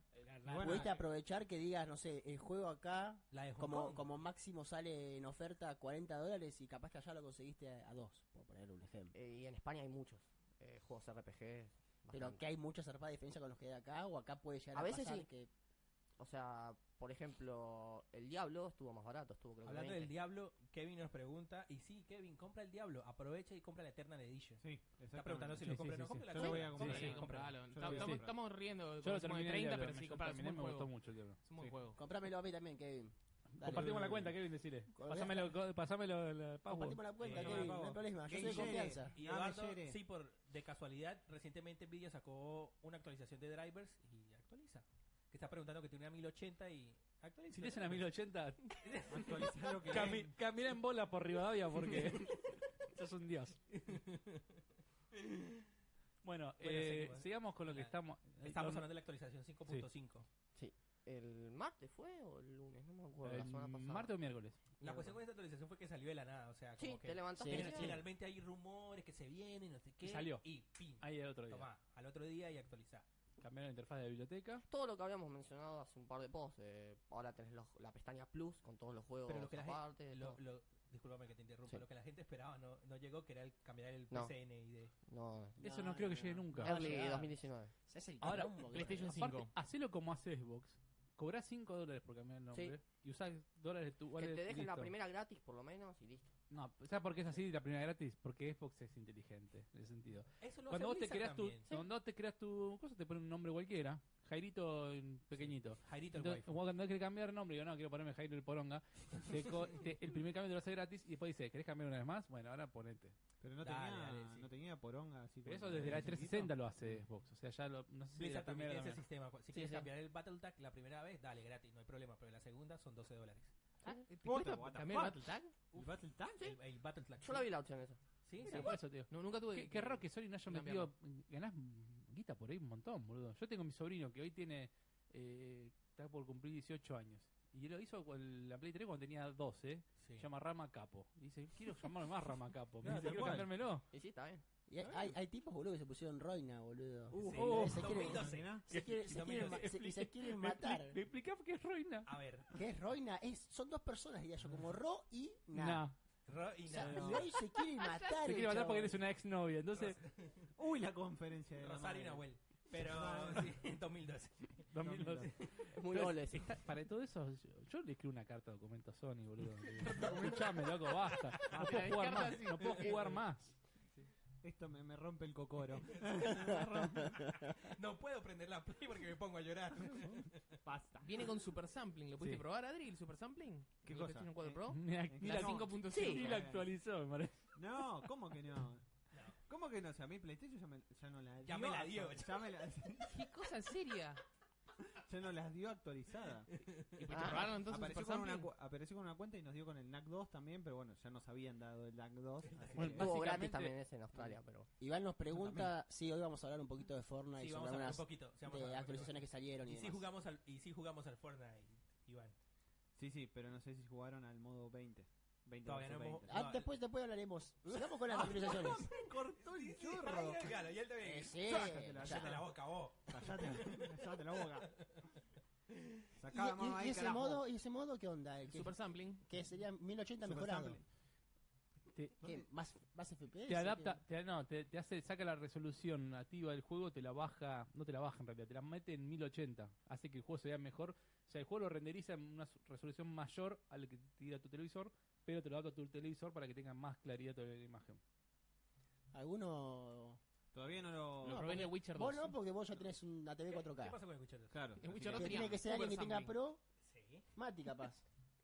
S2: pudiste aprovechar que digas, no sé, el juego acá
S5: La de Hong
S2: como,
S5: Kong.
S2: como máximo sale en oferta a 40 dólares y capaz que allá lo conseguiste a, a dos, por poner un ejemplo.
S6: Eh, y en España hay muchos eh, juegos RPG.
S2: Pero
S6: bastante.
S2: que hay mucha zarpada diferencia con los que hay acá o acá puede llegar a,
S6: A veces
S2: pasar
S6: sí.
S2: que
S6: O sea, por ejemplo, el Diablo estuvo más barato, estuvo creo que
S5: Hablando
S6: 20.
S5: del Diablo, Kevin nos pregunta, y sí, Kevin, compra el Diablo, aprovecha y compra la Eternal Edition.
S3: Sí,
S5: Está preguntando
S1: Sí,
S5: si lo
S1: sí,
S5: compra o
S1: sí,
S5: no
S1: sí.
S5: compra la
S3: Yo lo voy a
S5: Eternal.
S3: comprar.
S5: Sí,
S4: Sí,
S3: Cómpralo,
S4: compralo.
S3: yo lo voy a
S4: Estamos,
S1: comprar.
S4: estamos riendo.
S1: Yo lo
S4: como decimos,
S1: terminé
S4: de
S1: el
S4: 30,
S1: diablo,
S4: pero
S1: me-
S4: sí,
S1: yo
S4: compralo. Es un
S1: terminé,
S4: buen
S1: me gustó
S4: juego.
S1: mucho el diablo.
S4: Es un buen
S1: Sí.
S4: juego.
S2: Comprámelo a mí también, Kevin. Dale.
S1: Compartimos la cuenta, Kevin, decirle.
S2: Con-
S1: Pásamelo, co- pásamelo la password.
S2: Compartimos la cuenta,
S5: Eh,
S2: Kevin,
S5: no,
S2: no hay problema. Yo
S5: Game
S2: soy de
S5: Share.
S2: confianza.
S5: Y
S3: Ah, me
S5: Eduardo,
S3: llegué.
S5: sí, por, de casualidad, recientemente Nvidia sacó una actualización de drivers y actualiza. Que está preguntando que tiene una 1080 y actualiza.
S1: Si tienes una 1080,
S3: Actualizá lo que
S1: cami- camina en bola por Rivadavia porque sos un dios. Bueno, eh,
S5: seguimos.
S1: sigamos con lo que
S5: Hola.
S1: estamos. eh,
S5: Estamos
S1: con-
S5: hablando de la actualización 5.5.
S6: ¿El martes fue o el lunes? No me acuerdo, la
S1: el
S6: semana pasada.
S1: martes o miércoles.
S5: La cuestión con esta actualización fue que salió de la nada, o sea, como
S6: Sí,
S5: que...
S6: te levantaste.
S2: Sí,
S6: y
S5: Gener-
S2: sí.
S5: Generalmente hay rumores que se vienen, no sé qué.
S1: salió.
S5: Y pim.
S1: Ahí el otro día.
S5: Tomá, al otro día y actualizá.
S1: Cambiaron la interfaz de la biblioteca.
S6: Todo lo que habíamos mencionado hace un par de posts. eh, ahora tenés los- la pestaña Plus con todos los juegos
S5: Pero lo que la gente-
S6: aparte.
S5: Lo,
S6: todo.
S5: lo, discúlpame que te interrumpa.
S6: Sí.
S5: Lo que la gente esperaba no, no llegó, que era el cambiar el
S6: No.
S5: PCNID.
S6: No, no.
S1: Eso no creo que llegue nunca.
S2: Claro,
S6: Early
S2: llegar.
S6: 2019.
S2: Ese es el
S1: Ahora,
S2: quilombo que
S4: PlayStation
S2: tenemos.
S1: Aparte,
S4: 5.
S1: hacelo como hace Xbox. Cobrás 5 dólares por cambiar el nombre. Y usás dólares de tu
S6: Que
S1: wallet
S6: te
S1: y
S6: dejen la
S1: listo.
S6: primera gratis por lo menos y listo.
S1: No, ¿sabes por qué es así la primera gratis? Porque Xbox es inteligente, en ese sentido.
S5: Eso lo
S1: Cuando vos,
S5: hace
S1: te creas
S5: Blizzard
S1: tu,
S5: también.
S1: cuando vos te creas tu cosa, te ponen un nombre cualquiera. Jairito en pequeñito.
S5: Jairito el
S1: Entonces,
S5: waifu.
S1: vos cuando querés cambiar el nombre, digo, no, quiero ponerme Jairo el Poronga. te co- te- el primer cambio te lo hace gratis y después dice, ¿querés cambiar una vez más? Bueno, ahora ponete.
S3: Pero no
S5: Dale,
S3: tenía,
S5: dale, sí.
S3: no tenía poronga así.
S1: Pero
S3: con-
S1: eso desde la
S3: con
S1: 360 lo hace Xbox. O sea, ya lo, no sé si la
S5: Blizzard
S1: primera
S5: también tiene
S1: también.
S5: ese sistema. Si
S6: Sí,
S5: quieres
S6: sí.
S5: cambiar el BattleTag la primera vez, dale, gratis, no hay problema. Pero la segunda son 12 dólares.
S6: Ah.
S4: ¿Te
S3: What
S4: cuesta
S3: the- what the
S4: cambiar el
S3: fuck?
S4: Battletag?
S3: ¿El BattleTag?
S5: El, el BattleTag.
S6: Yo la vi la opción esa.
S5: Sí, sí.
S1: Mira, por eso, tío.
S4: No, nunca tuve.
S1: Qué, qué raro que Sony no haya
S4: cambiarlo.
S1: metido. Ganás guita por ahí un montón, boludo. Yo tengo mi sobrino que hoy tiene. eh, está por cumplir 18 años. Y lo hizo con la Play 3 cuando tenía 12.
S5: sí.
S1: Se llama Rama Capo. Y dice, quiero llamarme más Rama Capo. Me
S5: No,
S1: dice,
S5: tal
S1: quiero
S5: cual.
S1: cambiármelo.
S6: Y sí, está bien.
S2: Y hay, hay, hay tipos, boludo, que se pusieron roina, boludo.
S5: Uh,
S2: Sí,
S1: oh,
S2: se quieren-
S5: 2012.
S2: se quieren- se
S5: No me
S2: quieren ma-
S5: digas,
S2: se- y se quieren
S1: Me expli-
S2: matar.
S1: Me explicás qué es Roina.
S5: A ver,
S2: ¿Qué es roina? Es, son dos personas, diría yo, como Ro y Na.
S1: Nah.
S5: Ro y
S2: O sea,
S5: nada.
S2: y hoy se quieren matar.
S1: Se
S2: el
S1: quiere matar
S2: chabón.
S1: porque eres una exnovia. Entonces,
S3: Uy, la conferencia de la
S5: Rosario y
S3: madre.
S5: Nahuel. Pero sí, en 2012.
S1: 2012.
S6: Es muy
S1: Entonces,
S6: gol eso.
S1: está- para todo eso, yo, yo le escribo una carta de documento a Sony, boludo. Escuchame, loco, basta. No puedo jugar más. No puedo jugar más.
S3: Esto me, me rompe el cocoro. Me rompe.
S5: No puedo prender la play porque me pongo a llorar.
S3: Basta.
S4: Viene con Super Sampling. ¿Lo pudiste
S1: Sí.
S4: probar, Adri, el Super Sampling?
S3: ¿Qué
S4: ¿El
S3: cosa?
S4: PlayStation 4
S3: Eh,
S4: Pro?
S1: Ni la,
S3: En
S1: ni
S4: La
S1: la-
S3: no.
S4: 5.5.
S1: ni la actualizó, me parece.
S3: No, ¿cómo que no? ¿Cómo que no? O sea, a mí PlayStation ya, me- ya no la dio.
S5: Ya me la dio,
S3: actu- Ya, me la-
S4: ¿Qué cosa seria?
S3: ya no las dio actualizada.
S4: ¿Y pues te robaron entonces
S3: Ah, apareció,
S4: Super
S3: con una,
S4: Sampling?
S3: cu- apareció con una cuenta y nos dio con el NAC 2 también, pero bueno, ya nos habían dado el NAC 2. así
S1: Bueno,
S3: que-
S6: Hubo gratis
S1: Básicamente-
S6: también ese en Australia, pero.
S2: Iván nos pregunta si hoy vamos a hablar un poquito de Fortnite
S5: Sí,
S2: y
S5: vamos
S2: sobre
S5: a hablar
S2: algunas
S5: un poquito. sí, vamos a hablar
S2: de
S5: un poquito.
S2: actualizaciones que salieron y,
S5: Y si
S2: demás.
S5: jugamos al, y si jugamos al Fortnite, Iván.
S3: sí, sí, pero no sé si jugaron al modo 20. 20
S5: Todavía
S3: versus
S5: no hemos-
S3: 20.
S2: Ah,
S5: No,
S2: después, después hablaremos. Sigamos con las actualizaciones.
S3: cortó el
S5: Ay, Galo, y él también.
S2: Eh, sí,
S3: Sácatela,
S2: o sea,
S5: Cállate la boca, vos.
S3: Cállate, cállate la boca.
S2: y,
S3: Sacá la mano
S2: y-
S3: ahí,
S2: y ese
S3: carajo.
S2: modo, ¿Y ese modo qué onda? El que,
S4: Super
S3: Ah,
S4: Sampling.
S2: que sería 1080
S3: Super
S2: mejorado.
S3: Sampling.
S1: Te,
S2: ¿Qué? ¿Más, más FPS?
S1: te
S2: ¿Qué?
S1: adapta, te, no, te, te hace, saca la resolución nativa del juego, te la baja, no te la baja en realidad, te la mete en 1080, hace que el juego se vea mejor. O sea, el juego lo renderiza en una s- resolución mayor a la que te tira tu televisor, pero te lo adapta a tu televisor para que tenga más claridad toda la imagen.
S2: ¿Alguno?
S3: Todavía no lo.
S4: Lo probé en el Witcher 2.
S2: Vos no, porque vos ya tenés una TV
S5: ¿Qué
S2: 4K.
S5: pasa con el cuchillo?
S3: Claro.
S4: El Witcher
S3: así
S4: no
S2: Que
S3: que-
S4: tenía-
S2: tiene que ser alguien que tenga
S4: oversampling.
S2: Pro.
S5: Sí.
S2: Mati, capaz.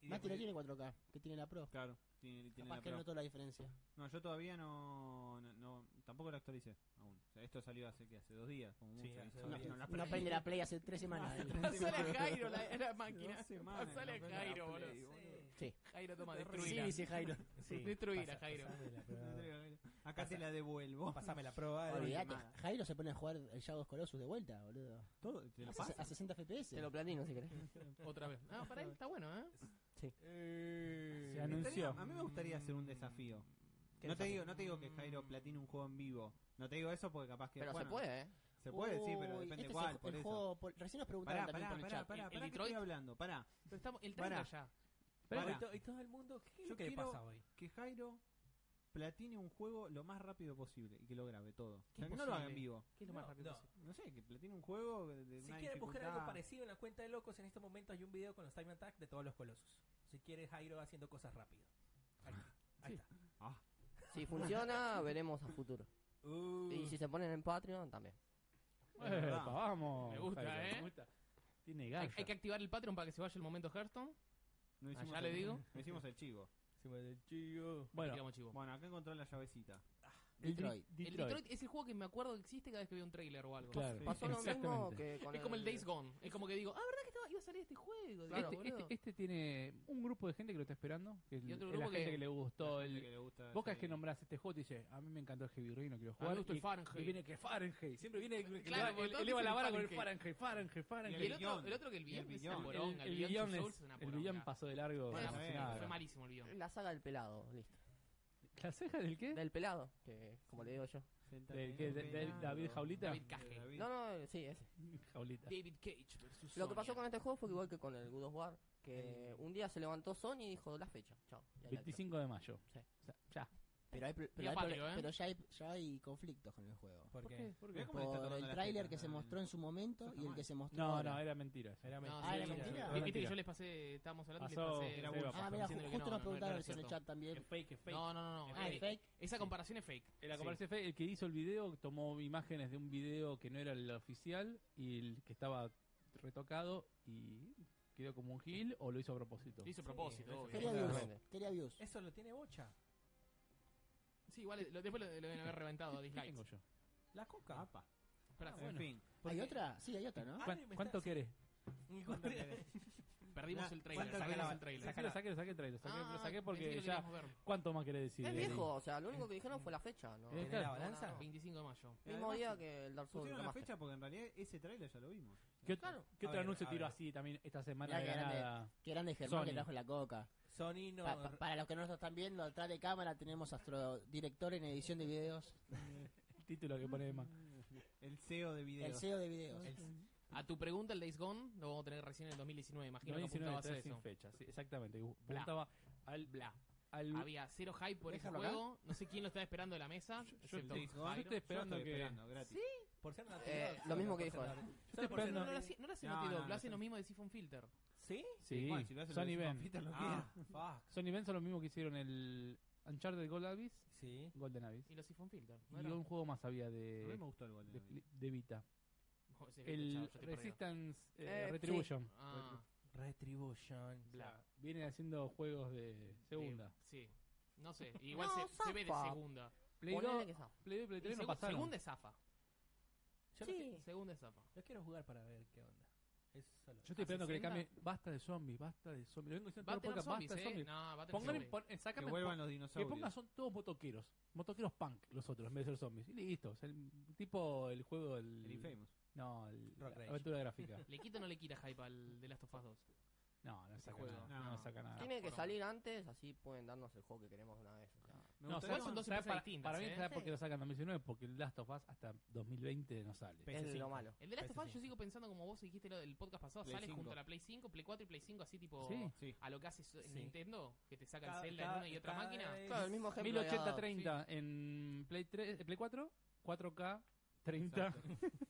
S5: Y
S2: Mati no
S5: después-
S2: tiene 4K, que tiene la Pro.
S3: Claro, tiene, tiene
S2: capaz
S3: la
S2: que
S3: pro.
S2: no toda la diferencia.
S3: No, yo todavía no, no, no- Tampoco la actualicé aún. O sea, esto salió hace que hace dos días, como
S5: Sí,
S3: mucho.
S5: hace
S3: No,
S5: dos
S2: No,
S5: días.
S3: no la
S2: no
S3: aprendí.
S2: prende la Play hace tres semanas.
S4: Pasale a Jairo la, la máquina.
S3: Dos semanas
S4: Pasale a
S3: no prendo la
S4: Jairo,
S3: Play,
S4: boludo.
S3: boludo.
S4: Jairo toma
S2: sí,
S4: destruida.
S2: dice Jairo.
S5: Sí,
S4: Destruir a
S5: pasa-
S4: Jairo.
S5: pasame la
S3: No
S5: prueba.
S3: te la- Acá te la devuelvo.
S5: Pasame la prueba.
S3: Olvidá.
S2: Olvídate,
S3: nada.
S2: Jairo se pone a jugar el Shadow of Colossus de vuelta, boludo.
S3: Todo, te
S2: A,
S3: lo
S2: ses-
S3: paso.
S2: a 60 FPS.
S6: Te lo platino si querés.
S4: Otra vez. Ah, para él está bueno, ¿eh?
S1: Se
S3: Me gustaría-
S1: anunció.
S3: Eh, a mí me gustaría hacer un desafío.
S6: ¿Qué
S3: No te,
S6: desafío?
S3: digo, no te digo
S4: Mm.
S3: que Jairo platine un juego en vivo. No te digo eso porque capaz que.
S6: Pero se
S3: bueno,
S6: puede, ¿eh?
S3: Se puede, sí, pero
S2: Uy,
S3: depende
S2: este es
S3: cuál.
S2: el,
S3: por
S2: el
S3: eso.
S2: juego pol- Recién
S3: Pará,
S2: nos preguntaron
S3: pará,
S2: también por
S3: pará,
S2: el
S3: pará,
S2: chat.
S3: pará,
S4: ¿El- el
S3: ¿qué
S4: Detroit?
S3: estoy hablando? Pará,
S4: Pero estamos, el
S3: Pará.
S4: 30 ya.
S1: Pero
S5: Bueno,
S3: pará.
S5: y, to- y todo el mundo, ¿qué es
S3: Yo
S5: lo que le
S3: quiero-
S5: pasa hoy?
S3: que Jairo platine un juego lo más rápido posible y que lo grabe todo.
S4: ¿Qué
S3: O sea,
S4: es
S3: no lo haga en
S4: posible?
S3: vivo.
S4: ¿Qué es lo más
S5: No,
S4: rápido
S5: no.
S4: posible?
S3: No sé, que platine un juego de, de
S5: Si
S3: una
S5: quieres buscar algo
S3: dificultad.
S5: parecido en la cuenta de locos, en este momento hay un video con los Time Attack de todos los colosos. Si quieres Jairo haciendo cosas rápido. Ahí, ahí
S4: Sí.
S5: está.
S6: Si funciona, veremos a futuro.
S5: Uh,
S6: Y si se ponen en Patreon, también.
S3: Es verdad.
S1: Epa, vamos.
S4: Me gusta,
S1: Jairo,
S4: ¿eh?
S1: Oh, me gusta. Tiene
S4: Hay,
S1: gallo.
S4: hay que activar el Patreon para que se vaya el momento Hearthstone.
S3: No hicimos
S4: Allá le
S3: el-
S4: digo.
S3: no hicimos el chivo.
S1: Bueno,
S4: Digamos, chivo.
S3: Bueno, acá encontró la llavecita.
S2: Detroit.
S4: El Detroit es el juego que me acuerdo que existe cada vez que veo un trailer o algo.
S1: Claro,
S3: Sí.
S6: Pasó lo mismo
S1: exactamente.
S6: que con
S4: Es como el Days Gone. Es como que digo, ah, ¿verdad que estaba, iba a salir este juego?
S6: Claro,
S4: Este-
S1: este,
S4: este-
S1: este- este tiene un grupo de gente que lo está esperando. Que es
S4: Y otro
S1: es
S4: grupo
S1: la gente
S4: que-
S1: que, le gustó.
S3: La gente
S1: El,
S3: que le gusta
S1: Boca es
S3: ese-
S1: que nombrás este juego y te dice, a mí me encantó el Heavy Rain, no quiero
S4: Ah, me
S1: jugar.
S4: gusta el
S1: Y-
S4: Fahrenheit.
S1: Y viene que Fahrenheit, siempre viene que
S4: Claro,
S1: eleva-
S4: porque
S1: ele-
S4: todos
S1: eleva la
S4: dicen
S1: vara con el
S4: Fahrenheit.
S1: Fahrenheit, Fahrenheit,
S4: y
S1: Fahrenheit.
S4: el,
S3: el
S4: otro,
S3: guión.
S4: el otro que el Beyond
S3: el
S4: es una
S3: guión.
S4: poronga. El,
S1: el
S4: Beyond
S1: guión
S4: Two
S1: es-
S4: Souls es una
S1: el
S4: poronga.
S1: guión pasó de largo. Ah,
S6: Bueno,
S1: como
S4: Fue-
S1: si
S3: sí,
S1: nada.
S4: Fue malísimo el Beyond.
S6: La saga del pelado, listo.
S1: ¿La ceja del qué?
S6: Del pelado, que como le digo yo.
S3: Sentate
S1: ¿Del qué?
S3: en
S1: ¿De-
S3: un
S1: del
S3: penal,
S1: David
S3: o-
S1: Jaulita?
S4: David Cage.
S3: David.
S6: No, no, sí, ese.
S1: Jaulita.
S4: David Cage versus
S6: Lo que pasó
S4: Sonya.
S6: con este juego fue igual que con el God of War, que un día se levantó Sony y dijo la fecha, chao. y ahí la tiró.
S1: 25 de mayo.
S6: Sí.
S1: O sea, ya.
S2: Pero, hay, pro- pero,
S4: Día
S2: hay
S4: patrio,
S2: pro-
S4: ¿eh?
S2: pero ya, hay, ya hay conflictos con el juego.
S5: ¿Por qué?
S1: ¿Por
S3: Mirá
S1: qué?
S3: cómo le está
S2: Por
S3: tomando
S2: el
S3: las
S2: tráiler
S3: tetas
S2: que se
S3: al-
S2: mostró en su momento
S3: Eso está
S2: y el
S3: mal.
S2: que se mostró
S1: No,
S2: ahora.
S1: no, era mentira. Era
S4: No,
S1: mentira.
S2: Ah,
S4: sí,
S2: era
S4: sí,
S2: mentira.
S4: sí.
S2: Era
S4: Viste que
S1: mentira.
S4: yo les pasé, estábamos hablando y
S1: Pasó,
S4: les pasé.
S1: era
S4: les
S1: Seba.
S4: pasé
S2: Ah, mira,
S4: diciendo
S2: ju-
S4: que
S2: justo
S4: no,
S2: nos
S4: no, no
S2: preguntaron
S4: era
S2: eso en el
S4: cierto.
S2: chat también.
S1: Es fake, es fake.
S4: No, no, no, no.
S2: Ah,
S4: Eh,
S2: ¿es fake?
S4: Esa comparación es fake.
S1: El, fue el que hizo el video tomó imágenes de un video que no era el oficial y el que estaba retocado y quedó como un gil o lo hizo a propósito.
S4: Lo hizo a propósito,
S5: Sí,
S4: obvio.
S2: Quería
S6: Claro.
S2: views. Quería views.
S5: Eso lo tiene Bocha.
S4: Sí, igual lo- después lo, lo deben haber reventado a
S1: ¿Qué
S4: dislikes.
S1: tengo yo?
S5: La coca.
S3: Apa.
S4: Espera,
S3: En fin.
S2: ¿Hay otra? Sí, hay otra, ¿no?
S5: Ah,
S1: ¿Cuán-
S5: me está-
S1: ¿Cuánto querés?
S3: ¿Cuánto querés?
S4: perdimos
S3: Nah,
S4: el trailer.
S3: ¿cuánto
S4: Sacamos
S3: querés?
S4: el trailer.
S1: Saqué, lo saqué, lo saqué, traí, lo saqué, lo
S4: Ah,
S1: saqué
S4: pensé
S1: porque
S4: que lo
S1: ya.
S4: queríamos ver.
S1: ¿Cuánto más querés decir?
S6: Es
S1: Eli?
S6: viejo, o sea, lo único que dijeron fue la fecha, ¿no?
S1: Eh,
S5: ¿Tiene la balanza?
S6: No, no.
S4: 25 de mayo.
S6: Mismo
S3: Además,
S6: día que el Dark Souls
S3: Pusieron la
S6: Remastered.
S3: fecha porque en realidad ese tráiler ya lo vimos.
S1: ¿Qué,
S4: Claro.
S1: qué
S5: A
S1: otro
S5: ver,
S1: anuncio
S5: a
S1: tiró
S5: ver.
S1: así también esta semana
S2: Mirá
S1: de
S2: que
S1: la
S2: grande.
S1: nada?
S2: Que grande Germán que
S1: Sony.
S2: trajo la coca.
S5: Sony no.
S2: Pa- pa- para los que no nos están viendo, atrás de cámara tenemos a nuestro director en edición de videos.
S1: El título que pone más.
S3: El CEO de video.
S2: El CEO de videos.
S5: el-
S4: A tu pregunta, el Days Gone lo vamos a tener recién en el 2019. Imagino que
S1: 2019
S4: apuntabas a
S1: está sin
S4: eso.
S1: fecha, sí, exactamente. Apuntaba al,
S4: Bla.
S1: al
S4: Había cero hype por ese
S2: Déjalo acá.
S4: juego. No sé quién lo estaba esperando de la mesa. excepto
S3: Days Gone.
S1: yo
S4: Jairo.
S1: estoy esperando
S3: Yo estoy
S1: que
S3: esperando, gratis.
S5: Por ser Naughty
S6: Eh,
S5: Dog,
S6: lo mismo que
S5: por ser
S6: dijo él.
S5: Naughty-
S1: Yo estoy
S5: por ser
S4: No,
S1: esperando-
S4: no lo
S5: Naughty-
S4: hace- no lo hace
S3: No,
S4: Naughty Dog,
S3: no,
S4: lo
S3: no
S4: hacen
S3: sé.
S4: los mismos de Siphon Filter.
S5: ¿Sí?
S1: Sí,
S3: Bueno, si lo hace lo
S1: Sony
S3: mismo,
S1: Ben.
S3: Fita, lo
S5: Ah,
S3: quiere.
S5: fuck.
S1: Sony Ben son lo mismo que hicieron el Uncharted Gold Abyss,
S5: Sí.
S1: Golden Abyss.
S4: Y los Siphon Filter. ¿no
S1: Y
S4: era?
S1: un juego más había
S3: A mí me
S1: de,
S3: gustó el Golden
S1: de,
S3: Abyss.
S1: de Vita.
S4: Oh, sí, chao,
S1: El
S4: yo estoy perdido.
S1: Resistance
S6: Eh,
S1: eh,
S6: sí.
S1: Retribution.
S4: Ah,
S5: Retribution.
S1: O sea, vienen haciendo juegos de segunda.
S4: Sí. No sé, igual
S6: No,
S4: se, se ve de
S6: zafa.
S4: segunda.
S1: Play
S6: Ponele
S1: 2,
S6: que zafa.
S1: Play 2 Play 3
S4: Y
S1: no
S4: segu-
S1: pasaron.
S4: segunda es zafa.
S5: Yo, lo que-
S6: Sí.
S4: Segunda es zafa.
S5: yo quiero jugar para ver qué onda. Es solo-
S1: Yo estoy
S4: ¿A
S1: esperando que le
S4: 60?
S1: cambie. Basta de zombies, basta de zombies. Lo vengo diciendo
S4: Va a
S1: todo el
S4: tener
S1: podcast,
S4: zombies,
S1: basta de
S4: ¿eh?
S1: zombies.
S4: No, va a tener
S1: Póngale,
S4: zombies.
S1: pon- eh,
S3: Que
S1: sacame
S3: vuelvan los
S1: Que
S3: dinosaurios.
S1: pongan son todos motoqueros. Motoqueros punk, los otros, en vez de ser zombies. Y listo. o sea, el, tipo el juego. El,
S3: El Infamous.
S1: No, el,
S5: Rock
S1: la
S5: Rage.
S1: aventura gráfica.
S4: ¿Le quita o no le quita hype al de Last of Us 2?
S1: No, no saca
S4: juego.
S1: nada. No,
S3: No.
S1: Ah, saca nada.
S6: Tiene que
S4: poronga.
S6: salir antes, así pueden darnos el juego que queremos de una vez. o sea.
S3: Me
S1: No,
S3: gustaría-
S1: ¿sabes
S4: son dos
S1: ¿Sabes
S4: empresas
S1: para,
S4: distintas,
S1: para mí,
S4: ¿eh?
S1: ¿sabes por
S6: Sí.
S1: qué lo sacan en 2019? Porque el Last of Us hasta 2020 no sale.
S5: Pe-
S6: Es
S5: PS5.
S6: lo malo.
S4: El de Last of Us
S5: PS5.
S4: yo sigo pensando como vos dijiste lo del podcast pasado,
S3: Play
S4: sale
S3: 5.
S4: junto a la Play 5, Play 4 y Play 5 así tipo
S1: Sí.
S3: Sí.
S4: a lo que hace su-
S5: Sí.
S4: Nintendo, que te saca
S5: Cada-
S4: el Zelda
S5: cada-
S4: en una y otra
S5: cada
S4: máquina.
S5: vez-
S6: Claro, el mismo ejemplo. había dado.
S1: 1080-30 en Play, 3, eh, Play 4, 4K, 30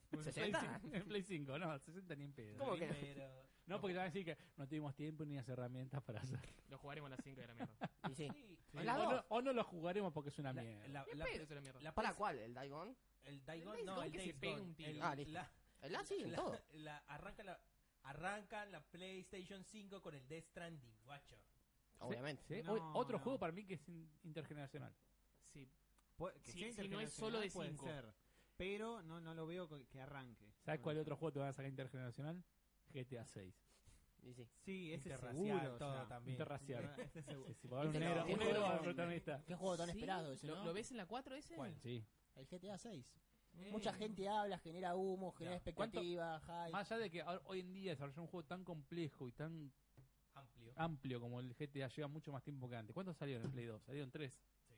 S3: Exacto.
S1: en, Play
S6: 60.
S1: 5, en Play 5. No, 60 ni en pedo.
S6: ¿Cómo que no?
S5: Pero-
S1: No, porque te van a decir que no tuvimos tiempo ni las herramientas para hacer.
S4: Lo jugaremos a las 5 de la mierda.
S6: Y sí.
S5: Sí.
S1: O
S6: Las
S1: no,
S6: dos.
S1: o no lo jugaremos porque es una
S5: La-
S1: mierda.
S5: la-
S4: ¿Qué
S5: la-
S4: pedo es una mierda?
S5: la
S6: ¿Para
S5: PS-
S6: cuál? ¿El Daigon?
S5: El Days
S4: El
S5: Gone,
S4: Days
S5: no,
S4: Gone
S5: el
S4: que se
S5: Days
S4: pegue
S5: Gone.
S4: un tiro.
S5: El-
S6: Ah, listo.
S5: la-
S6: El LA sí, en
S5: la-
S6: todo.
S5: la- arranca la arrancan la PlayStation 5 con el Death Stranding, guacho.
S6: Obviamente.
S1: Sí,
S3: No,
S1: o- otro
S3: no.
S1: juego para mí que es in- intergeneracional.
S4: Sí,
S3: Pu- Pues, que
S4: Si-
S3: sea
S4: si no es solo de
S3: intergeneracional, puede
S4: cinco.
S3: ser, pero no, no lo veo co- que arranque.
S1: ¿Sabes cuál otro juego te van a sacar intergeneracional? GTA 6.
S6: Y sí.
S3: Sí, ese
S5: Interracial,
S3: seguro. o
S5: todo
S3: sea,
S5: también.
S1: Interracial.
S3: Interra- ese seguro.
S1: Si podés un
S2: Este
S1: negro,
S2: no,
S1: un
S2: este
S1: negro
S2: no.
S1: al protagonista.
S2: Qué juego tan
S4: Sí,
S2: esperado ese,
S4: ¿Lo,
S2: ¿no?
S4: lo ves en la 4 ese?
S1: Sí.
S2: El GTA 6.
S4: Eh,
S2: Mucha gente habla, genera humo,
S5: Ya.
S2: genera expectativa, hype.
S1: Más allá de que ahora- hoy en día desarrollar un juego tan complejo y tan
S5: Amplio.
S1: amplio como el GTA lleva mucho más tiempo que antes. ¿Cuántos salieron en Play 2? Salieron 3.
S5: Sí.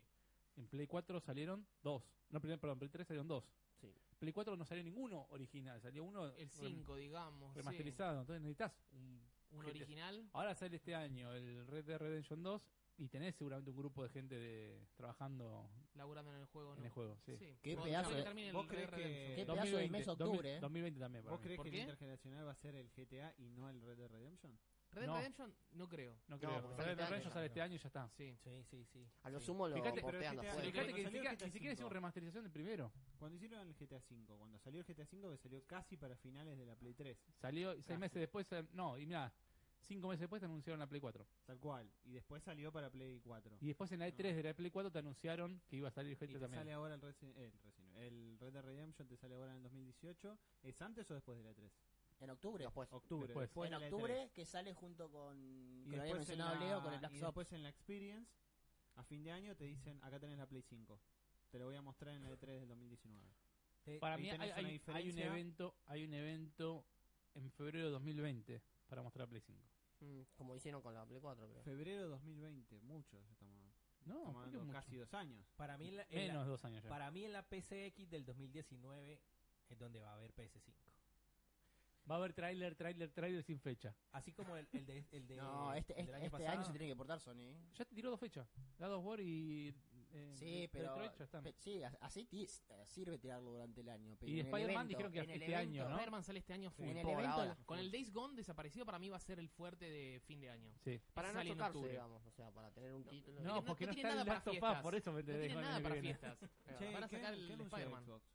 S1: En Play 4 salieron 2. No, perdón, perdón, Play 3 salieron 2.
S6: Sí.
S1: Play 4 no salió ninguno original, salió uno rem-
S4: El 5, digamos. sí.
S1: remasterizado. Entonces necesitas un
S4: Un
S1: GTA.
S4: original.
S1: Ahora sale este año el Red Dead Redemption 2 y tenés seguramente un grupo de gente de, trabajando
S4: laburando en el juego, ¿no?
S1: en el juego. Sí.
S2: Qué
S4: Cuando
S2: pedazo
S4: se
S2: de-
S4: termine el
S3: ¿Vos crees
S4: Red Redemption.
S2: Qué
S3: que,
S2: Este pedazo de mes octubre, eh.
S1: 2020 también. Para
S3: ¿vos
S1: mí.
S3: crees
S4: ¿Por
S3: que el
S4: qué?
S3: intergeneracional va a ser el GTA y no el Red Dead Redemption?
S4: Red
S1: No.
S4: Redemption no creo.
S1: No
S6: No,
S1: creo. Red
S6: porque sale
S1: Dead
S6: este año,
S1: Redemption sale
S5: claro.
S1: este año y ya está.
S4: Sí.
S5: Sí, sí, sí.
S6: A lo
S5: Sí.
S6: sumo lo
S1: Fíjate, pero
S6: portean
S3: GTA
S6: después.
S1: Fíjate
S3: cuando
S1: que ni
S3: salió
S1: siquiera,
S3: el GTA
S1: ni siquiera hicieron
S3: cinco.
S1: remasterización del primero.
S3: Cuando hicieron el GTA V, cuando salió el GTA V, que salió casi para finales de la Play 3,
S1: Salió seis
S3: Casi.
S1: meses después. eh, No, y mira, cinco meses después te anunciaron la Play 4.
S3: tal cual. Y después salió para Play 4.
S1: Y después en la E3 de la Play 4 te anunciaron que iba a salir
S3: Y
S1: gente
S3: te
S1: también.
S3: sale ahora el, Resi- eh, el, Resident- el Red Dead Redemption, te sale ahora en el 2018. ¿Es antes o después de la 3?
S2: En octubre.
S6: Después.
S3: Octubre.
S1: Después.
S3: después
S2: en
S3: de la E3.
S2: octubre, que sale junto con.
S3: Y
S2: Que lo había
S3: después, en
S2: mencionado
S3: la,
S2: Leo con el Black
S3: y
S2: Ops.
S3: después en la Experience, a fin de año, te dicen, acá tenés la Play 5. Te lo voy a mostrar en la E3 del 2019.
S5: Te-
S1: Para
S3: ahí
S1: mí hay,
S3: tenés una
S1: hay- hay un
S3: diferencia.
S1: evento, hay un evento en febrero de 2020 para mostrar Play 5.
S6: Mm, como hicieron con la Play 4, creo.
S3: Febrero 2020, muchos estamos,
S1: No,
S3: estamos
S1: ¿por qué
S3: hablando
S1: mucho?
S3: casi dos años.
S5: Para mí, en la, en la-
S1: menos dos años ya.
S5: para mí en la PCX del 2019 es donde va a haber PS5.
S1: Va a haber tráiler, tráiler, tráiler sin fecha.
S5: Así como el, el de, el de-
S2: No, este,
S5: el del
S2: este,
S5: año
S2: este
S5: pasado.
S2: año se tiene que portar Sony. ¿eh?
S1: Ya te tiró dos fechas. God of War y. eh,
S2: Sí,
S1: Detroit
S2: pero.
S1: ya están.
S2: pe- sí, a- así ti- eh, sirve tirarlo durante el año. Pero
S1: Y
S2: en el
S1: Spider-Man
S2: evento-
S1: dijeron que
S2: en el
S1: este año,
S2: evento-
S1: ¿no?
S4: Spider-Man sale este año full.
S2: En el
S6: Por
S2: evento.
S6: ahora.
S4: Con el Days Gone desaparecido para mí va a ser el fuerte de fin de año.
S1: Sí.
S6: Para no
S4: sale en
S6: chocarse,
S4: octubre.
S6: digamos. O sea, para tener un título.
S1: No,
S4: no-
S1: porque
S4: no
S1: no,
S4: tiene
S1: está
S4: nada
S1: el
S4: para
S1: Last of Us,
S4: fiestas.
S1: por eso me
S4: No
S1: enteré.
S4: tienen
S1: con el
S4: nada
S1: que
S4: para
S1: viene.
S4: fiestas. Van a
S3: ¿qué-
S4: sacar el
S3: qué anunció
S4: Spider-Man.
S3: Xbox?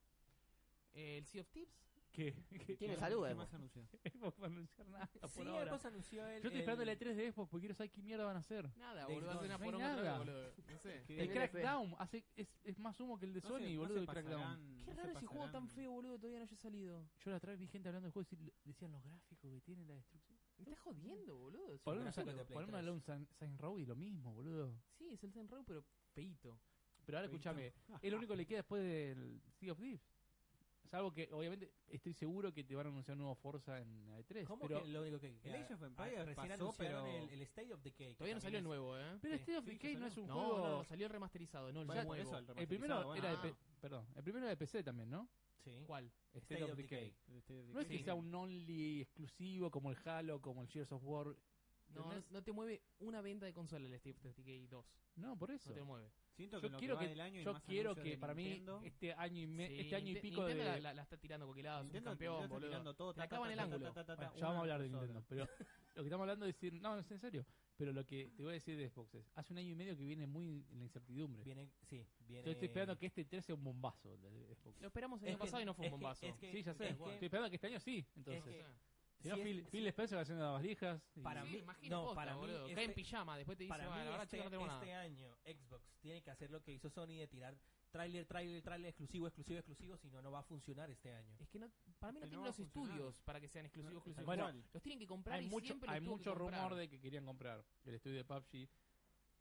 S4: Eh, ¿El Sea of Tips?
S1: ¿Qué? ¿Qué?
S6: Tiene
S3: ¿Qué
S6: salud,
S3: más- ¿Qué
S6: Evo.
S3: más anunció?
S1: No puedo anunciar nada por
S5: Sí,
S1: ahora.
S5: Xbox anunció el.
S1: Yo estoy
S5: el-
S1: esperando el E3 de Xbox porque quiero saber qué mierda van a hacer.
S4: Nada,
S5: Days
S4: boludo. Hace
S5: Gone.
S4: una
S1: No hay
S4: poronga otra
S1: nada.
S4: vez, boludo. No sé.
S3: ¿Qué?
S1: El
S6: Tiene fe.
S1: Crackdown hace, es, es más humo que el de
S3: No
S1: Sony,
S3: se- no
S1: boludo.
S3: se
S1: el Crackdown.
S3: pasarán-
S4: Qué
S3: no se
S4: raro ese juego tan
S3: pasarán-
S4: feo, boludo, todavía no haya salido.
S1: Yo la otra vez vi gente hablando del juego y decir- decían los gráficos que tiene la destrucción.
S4: Me estás jodiendo, boludo. Es un
S1: Por un
S5: gráficos de Play
S1: ponemos
S5: 3.
S1: a un San- Saints Row y lo mismo, boludo.
S4: Sí, es el Zen Row, pero feito.
S1: Pero ahora escúchame, es lo único que le queda después del Sea of Thieves. Salvo que, obviamente, estoy seguro que te van a anunciar un nuevo Forza en la E3.
S5: ¿Cómo
S1: pero
S5: que lo único que.
S3: El Age of
S5: ah,
S3: Empires
S5: Recién
S3: pasó,
S5: anunciaron
S3: pero-
S5: el, el State of Decay. que
S4: Todavía
S5: también
S4: no salió el
S5: es-
S4: nuevo, ¿eh?
S1: pero
S5: Sí,
S1: State of
S3: sí,
S1: Decay
S3: ya
S1: no es un
S4: No,
S1: juego.
S4: no, no, salió el remasterizado, no el
S1: Ya,
S4: nuevo.
S1: por
S3: eso, el
S1: el primero
S3: remasterizado,
S1: era de
S4: bueno.
S1: P- perdón, el primero era de PC también, ¿no?
S5: Sí.
S4: ¿Cuál?
S1: State, of, Decay.
S3: El State of
S1: No es que
S3: Decay.
S4: Sí.
S1: sea un only exclusivo como el Halo, como el Gears of War.
S4: No, no,
S1: ¿Entendés?
S4: no te mueve una venta de consola el Steve of Decay 2.
S1: No, por eso.
S4: No te mueve.
S3: Siento
S1: Yo
S3: que en lo
S1: quiero
S3: que,
S1: que,
S3: va del año hay
S1: yo
S3: más
S1: quiero
S3: anuncios
S1: que
S3: de
S1: para
S3: Nintendo.
S1: mí este año y, me-
S4: Sí,
S1: este año y
S4: Ninte-
S1: pico
S4: Nintendo
S1: de...
S4: la, la- la está tirando coquelada, es un
S3: Nintendo-
S4: campeón,
S3: Nintendo está
S4: boludo.
S3: tirando todo,
S4: Te
S3: ta, ta,
S4: acaban
S3: ta,
S4: el
S3: ta, ta,
S4: ángulo.
S3: ta, ta,
S1: Bueno,
S3: ta,
S1: ya vamos a
S3: una
S1: hablar de
S3: tras otra.
S1: Nintendo, pero lo que estamos hablando es decir, no, no es en serio, pero lo que te voy a decir de Xbox es, hace un año y medio que viene muy en la incertidumbre.
S5: Viene, sí, viene.
S1: Yo estoy esperando que este 3 sea un bombazo el de Xbox.
S4: Lo esperamos el
S5: Es
S4: año
S5: que-
S4: pasado y no fue
S5: es
S4: un
S5: que-
S4: bombazo.
S5: es que-
S1: sí, ya sé,
S5: es que-
S1: estoy esperando que este año sí, entonces.
S5: es que-
S4: Sí.
S1: Si no,
S5: Si es-
S1: Phil,
S5: si-
S1: Phil Spencer haciendo las valijas. y-
S5: Para
S4: Sí,
S5: mí-
S4: imagino
S5: no,
S4: posta,
S5: para mí
S4: boludo. Cae
S5: este-
S4: en pijama, después te dice,
S5: Para
S4: "Bueno,
S5: mí
S4: la verdad,
S5: este,
S4: chica, no tenemos
S5: este
S4: nada.
S5: año Xbox tiene que hacer lo que hizo Sony de tirar tráiler, tráiler, tráiler, exclusivo, exclusivo, exclusivo, si no, no va a funcionar este año.
S4: Es que no, para mí no
S3: que
S4: tienen
S3: no va a
S4: los
S3: funcionar.
S4: estudios para que sean exclusivos, exclusivos.
S1: Bueno,
S4: los tienen que comprar
S1: hay
S4: y
S1: mucho,
S4: siempre los
S1: hay
S4: tuvo que
S1: mucho
S4: comprar.
S1: rumor de que querían comprar el estudio de PUBG.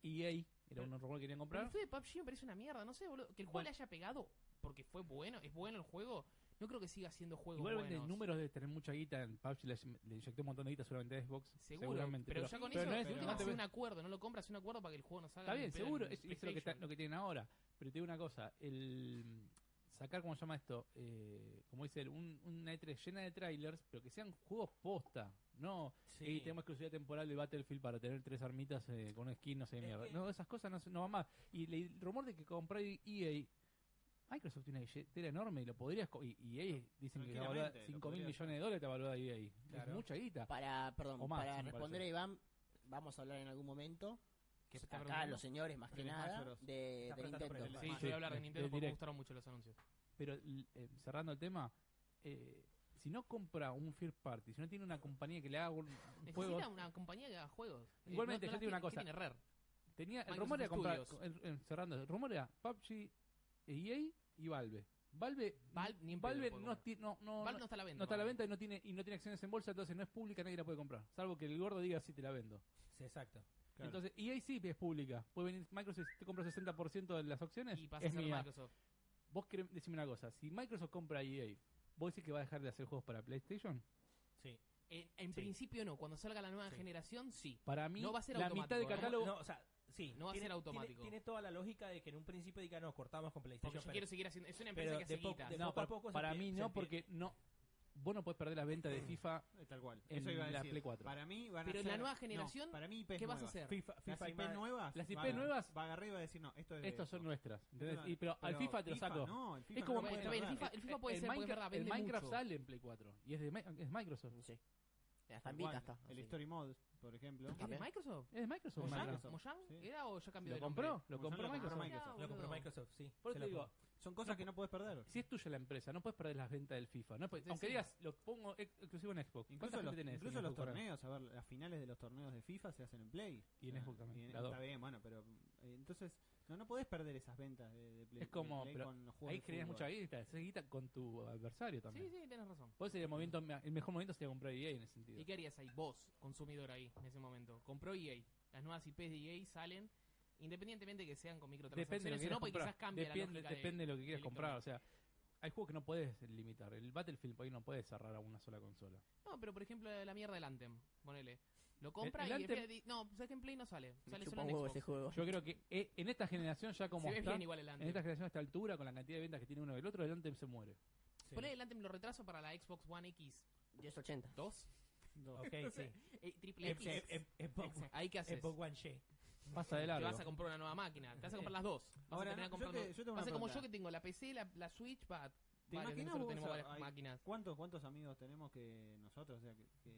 S1: EA era un rumor que querían
S4: Pero el
S1: comprar.
S4: estudio de PUBG me parece una mierda, no sé, boludo. Que el juego le haya pegado porque fue bueno, es bueno el juego. No creo que siga siendo juego
S1: Igual
S4: bueno.
S1: venden números de tener mucha guita en PUBG. Le, le inyectó un montón de guita solamente a Xbox.
S4: Seguro,
S1: seguramente.
S4: pero, ya con
S1: pero
S4: eso
S1: no
S4: no
S1: es-
S4: última
S1: no te
S4: hace
S1: ve-
S4: un acuerdo, no lo compras, es un acuerdo para que el juego no salga.
S1: Está
S4: ni
S1: bien,
S4: en pedo en
S1: seguro. Es, es lo, que está-
S4: PlayStation.
S1: lo que tienen ahora. Pero te digo una cosa. El sacar, ¿cómo se llama esto? Eh, como dice él, un, una E3 llena de trailers, pero que sean juegos posta. No, y tenemos exclusividad temporal de Battlefield para tener tres armitas eh, con un skin, no sé,
S5: Es
S1: mierda.
S5: que-
S1: No, esas cosas no, se- no van más. Y le- el rumor de que compró EA... Microsoft tiene una billetera enorme y lo podrías... co- Y y EA dicen que está valorada
S3: Tranquilamente, lo
S1: 5 mil
S3: podrías
S1: millones de dólares está valorada EA.
S5: Claro.
S1: E Es mucha guita.
S2: Para, perdón,
S1: O más,
S2: para
S1: me
S2: responder
S1: parece.
S2: a Iván, vamos a hablar en algún momento.
S4: ¿Qué está
S2: Acá
S4: preguntando?
S2: los señores, más que
S3: Pero
S2: nada,
S3: Smash Bros.
S2: de,
S5: Está
S2: de
S5: apretando por
S2: Nintendo.
S5: el
S4: Sí,
S5: Smash.
S4: yo voy a hablar de
S1: De-
S4: Nintendo
S1: de
S4: porque me
S1: Direct.
S4: gustaron mucho los anuncios.
S1: Pero l- eh, cerrando el tema, eh, si no compra un third party, si no tiene una compañía que le haga un, un juego...
S4: Necesita una compañía que haga juegos. Eh,
S1: Igualmente,
S4: no-
S1: yo
S4: no las
S1: te digo una
S4: tiene- ¿qué
S1: cosa.
S4: tiene Rare?
S1: Tenía, el
S4: Microsoft
S1: rumor era comprar...
S4: Studios.
S1: el- el- cerrando, el rumor era PUBG, EA E y Valve. Valve,
S4: Valve ni en pedo
S1: Valve
S4: lo puede
S1: no,
S4: comprar.
S1: ti- no, no,
S4: Valve
S1: no-
S4: no está a la venta.
S1: No está a la
S4: para mí.
S1: venta y no tiene y no tiene acciones en bolsa, entonces no es pública, nadie la puede comprar. Salvo que el gordo diga sí te la vendo.
S5: Sí, exacto.
S3: Claro.
S1: Entonces, y ahí sí es pública. Puede venir Microsoft, te compra 60% de las acciones.
S4: Y pasa a
S1: es
S4: ser
S1: mía.
S4: Microsoft.
S1: Vos querés decirme una cosa, si Microsoft compra EA, ¿vos decís que va a dejar de hacer juegos para PlayStation?
S5: Sí.
S4: En, Eh, en
S5: Sí.
S4: principio no, cuando salga la nueva
S5: Sí.
S4: generación sí.
S1: Para mí
S4: No va a ser
S1: la
S4: automático,
S1: mitad del
S4: ¿eh?
S1: catálogo
S5: No, o sea, sí.
S4: No va a
S5: tiene-
S4: ser automático.
S5: Tiene, tiene toda la lógica de que en un principio diga, no, cortamos con
S4: Porque
S5: PlayStation.
S4: yo
S5: pero-
S4: quiero seguir haciendo. Es una empresa
S5: pero
S4: que hace
S5: de poco-
S4: guita.
S5: de
S1: No,
S5: poco a
S1: pero
S5: poco se
S1: para
S5: empie-
S1: mí
S5: se
S1: no
S5: empie-
S1: porque no vos no podés perder las ventas de FIFA.
S3: Eh, Tal cual.
S1: en
S3: Eso iba a
S1: la
S3: decir.
S1: Play 4.
S3: Para mí van a
S4: Pero en
S3: ser-
S4: la nueva
S3: no,
S4: generación,
S3: para mí IPs
S4: ¿Qué vas a
S3: nuevas.
S4: hacer?
S5: FIFA,
S3: Las
S5: FIFA y
S3: IP
S5: más-
S3: nuevas.
S1: Las IP
S3: van a-
S1: nuevas-
S3: Va a agarrar y va a decir, no, esto es de
S1: Estas son
S3: Xbox.
S1: nuestras. ¿entendés?
S3: Claro.
S1: Y- pero al FIFA te lo saco.
S3: No, el FIFA
S1: Es como-
S3: no
S4: Bueno,
S3: puede
S4: está bien, el
S3: agarrar.
S4: FIFA, el FIFA puede
S1: el
S4: ser, porque es
S1: Minecraft,
S4: verdad,
S1: el
S4: vende
S1: Minecraft
S4: mucho.
S1: sale en Play 4 y es de Mi- es Microsoft.
S6: Sí. Hasta en
S3: Igual,
S6: Vita está.
S3: El
S6: así.
S3: Story Mode, por ejemplo.
S4: ¿Es de Microsoft?
S1: Es de Microsoft.
S3: Mojang.
S1: Minecraft.
S3: Microsoft.
S4: ¿Mojang
S3: Sí.
S4: era o ya cambió
S1: Lo
S4: de
S1: compró, lo
S3: Mojang
S1: compró
S3: lo compró
S1: Microsoft.
S4: nombre?
S3: Microsoft.
S4: Mirá,
S5: Lo compró
S4: boludo.
S5: Microsoft, sí.
S1: Por
S5: se
S1: eso te
S5: lo
S1: digo,
S5: compró.
S3: Son cosas que no puedes perder.
S1: si es tuya la empresa, no puedes perder las ventas del FIFA. No puedes-
S4: Sí,
S1: aunque
S4: sí.
S1: digas, lo pongo ex- exclusivo en Xbox.
S3: Incluso
S1: ¿Cuánta
S3: los,
S1: gente tenés
S3: incluso
S1: en
S3: los
S1: Xbox ahora?
S3: torneos, a ver, las finales de los torneos de FIFA se hacen en Play.
S1: Y en
S3: Ah,
S1: Xbox también,
S3: y en-
S1: las dos.
S3: está bien, bueno, pero eh, entonces no, no podés perder esas ventas de, de Play.
S1: Es como,
S3: de Play
S1: pero
S3: con los juegos
S1: Ahí
S3: de
S1: generas
S3: fútbol.
S1: mucha guita, haces guita con tu adversario también.
S4: Sí, sí, tenés razón.
S1: Vos sería el, movimiento, el mejor momento sería comprar EA en ese sentido.
S4: ¿Y qué harías ahí, vos, consumidor ahí, en ese momento? Compró EA. Las nuevas IPs de EA salen, independientemente que sean con microtransacciones
S1: Depende de lo que quieras
S4: o no, porque
S1: comprar.
S4: quizás cambie la
S1: Depende,
S4: lógica de-
S1: depende de lo que quieras
S4: del
S1: comprar. O sea, hay juegos que no puedes limitar. El Battlefield por ahí no puedes cerrar a una sola consola.
S4: No, pero por ejemplo, la mierda del Anthem, ponele. Lo compra
S1: el
S4: y
S1: Anthem-
S4: después di- No, sabes que en Play no sale.
S6: Me
S4: Sale
S6: chupa
S4: solo en
S6: un huevo
S4: Xbox.
S6: ese juego.
S1: Yo creo que eh, en esta generación ya como
S4: Se ve
S1: está,
S4: bien igual el
S1: en esta
S4: Anthem.
S1: generación a esta altura, con la cantidad de ventas que tiene uno del otro, el Anthem se muere.
S5: Sí.
S4: Ponele el Anthem lo retraso para la Xbox One X
S6: 1080.
S4: 2.
S5: Ok, sí.
S4: eh, triple
S5: Em-
S4: X.
S5: em- em- Xbox
S4: Ahí qué haces.
S5: Xbox One Shea.
S1: Pasa de
S4: Te
S1: largo.
S4: vas a comprar una nueva máquina. Te vas a comprar las dos. Vas
S3: Ahora,
S4: a terminar
S3: yo
S4: comprando.
S3: te- yo tengo
S4: Vas a
S3: una
S4: ser como yo
S3: pregunta.
S4: que tengo la PC, la, la Switch, va.
S3: ¿Te
S4: varios,
S3: imaginas
S4: nosotros
S3: vos,
S4: tenemos
S3: o sea,
S4: varias
S3: hay-
S4: máquinas.
S3: ¿Cuántos, ¿Cuántos amigos tenemos que nosotros? O sea, que, que,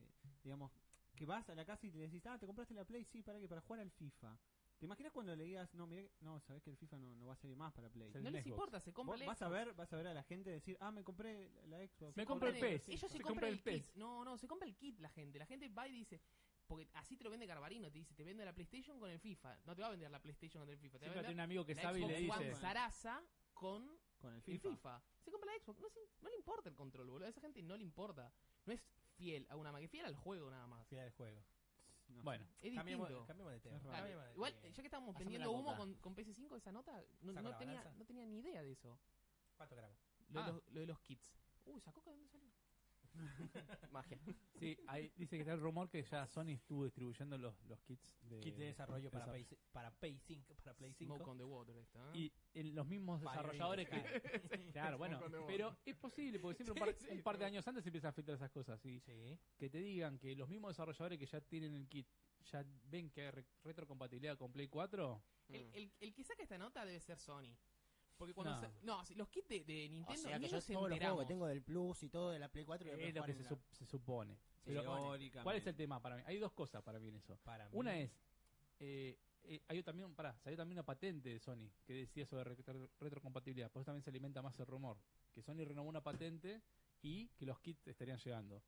S3: digamos, que vas a la casa y te decís, ah, te compraste la Play, sí, para que para jugar al FIFA. ¿Te imaginas cuando le digas, no, mirá, que- no, sabés que el FIFA no, no va a salir más para Play?
S1: Se-
S4: No les
S1: Xbox.
S4: importa, se compra
S3: Vos
S4: el
S3: vas a ver, vas a ver a la gente decir, ah, me compré la Xbox.
S1: Me compro el
S4: compran
S1: PES.
S4: Ellos se,
S1: Se
S4: compran
S1: compra
S4: el,
S1: el PES.
S4: kit. No, no, se compra el kit la gente. La gente va y dice. Porque así te lo vende Garbarino. Te dice, te vende la PlayStation con el FIFA. No te va a vender la PlayStation con el FIFA. Te va a
S1: Siempre tiene
S4: vender
S1: un amigo que
S4: la
S1: sabe y
S4: Xbox
S1: le dice...
S4: One Sarasa con
S3: con el
S4: el
S3: FIFA.
S4: FIFA. Se compra la Xbox. No, se- no le importa el control, boludo. A esa gente no le importa. No es fiel a una máquina. Fiel al juego nada más.
S5: Final del juego.
S3: No sé.
S1: Bueno,
S4: Es
S5: Cambiamos
S4: distinto.
S5: cambiemos de tema.
S3: Es raro.
S4: Claro,
S5: Cambiemos de
S4: Igual,
S5: tema.
S4: eh, ya que estábamos
S2: Pásame
S4: vendiendo
S2: la
S4: humo
S2: coca.
S4: con, con PS5, esa nota no,
S5: Saco
S4: no
S5: la
S4: tenía,
S5: balanza.
S4: no tenía ni idea de eso.
S5: ¿Cuánto gramos?
S4: Lo,
S1: Ah.
S4: de, los, lo de los kits. Uy, ¿esa coca de dónde salió?
S6: Magia.
S1: sí, ahí dice que está el rumor que ya Sony estuvo distribuyendo los, los kits de...
S5: Kit de desarrollo para,
S1: esa-
S5: Play, para Play 5. Para Play 5.
S4: Smoke on the water esta. ¿eh?
S1: Y en los mismos
S5: Fire
S1: desarrolladores
S5: in the
S1: que... Claro, bueno,
S4: Smoke on the water.
S1: pero es posible, porque siempre un par, un par de años antes se empiezan a filtrar esas cosas. Y
S5: Sí.
S1: que te digan que los mismos desarrolladores que ya tienen el kit ya ven que hay re- retrocompatibilidad con Play 4,
S4: El,
S6: Mm.
S4: el- el que saca esta nota debe ser Sony. Porque cuando.
S1: No.
S4: sa- No, si- los kits de, de
S2: O
S4: Nintendo
S2: sea
S4: ni
S2: que yo
S4: nos
S2: todos los juegos
S4: enteramos.
S2: que tengo del Plus y todo de la Play 4 y voy a
S1: es lo
S2: jugar
S1: que
S2: en
S1: se,
S2: la-
S1: sup- se supone. Pero,
S3: Teóricamente.
S1: ¿Cuál es el tema para mí? Hay dos cosas para mí en eso.
S5: Para mí.
S1: Una es, eh, eh, hay también, pará, salió también una patente de Sony que decía sobre retro- retrocompatibilidad, por eso también se alimenta más el rumor, que Sony renovó una patente y que los kits estarían llegando.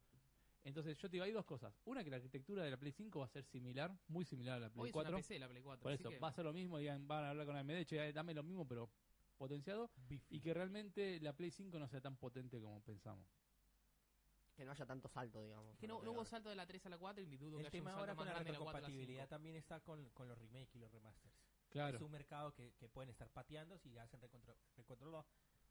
S1: Entonces, yo te digo, hay dos cosas. Una, que la arquitectura de la Play 5 va a ser similar, muy similar a la Play
S4: Hoy
S1: 4.
S4: es una PC la Play 4.
S1: Por
S4: así
S1: eso,
S4: que-
S1: va a ser lo mismo, digan, van a hablar con AMD, che, eh, dame lo mismo, pero potenciado. Y que realmente la Play 5 no sea tan potente como pensamos.
S6: Que no haya tanto salto, digamos.
S4: que no, no hubo salto de la 3 a la 4 y ni dudo que
S5: El
S4: haya un
S5: tema
S4: salto
S5: ahora
S4: más
S5: con la
S4: grande de la 4 a la 5.
S5: retrocompatibilidad también está con, con los remakes y los remasters.
S1: Claro.
S5: Es un mercado que, que pueden estar pateando si hacen recontro- recontrolo.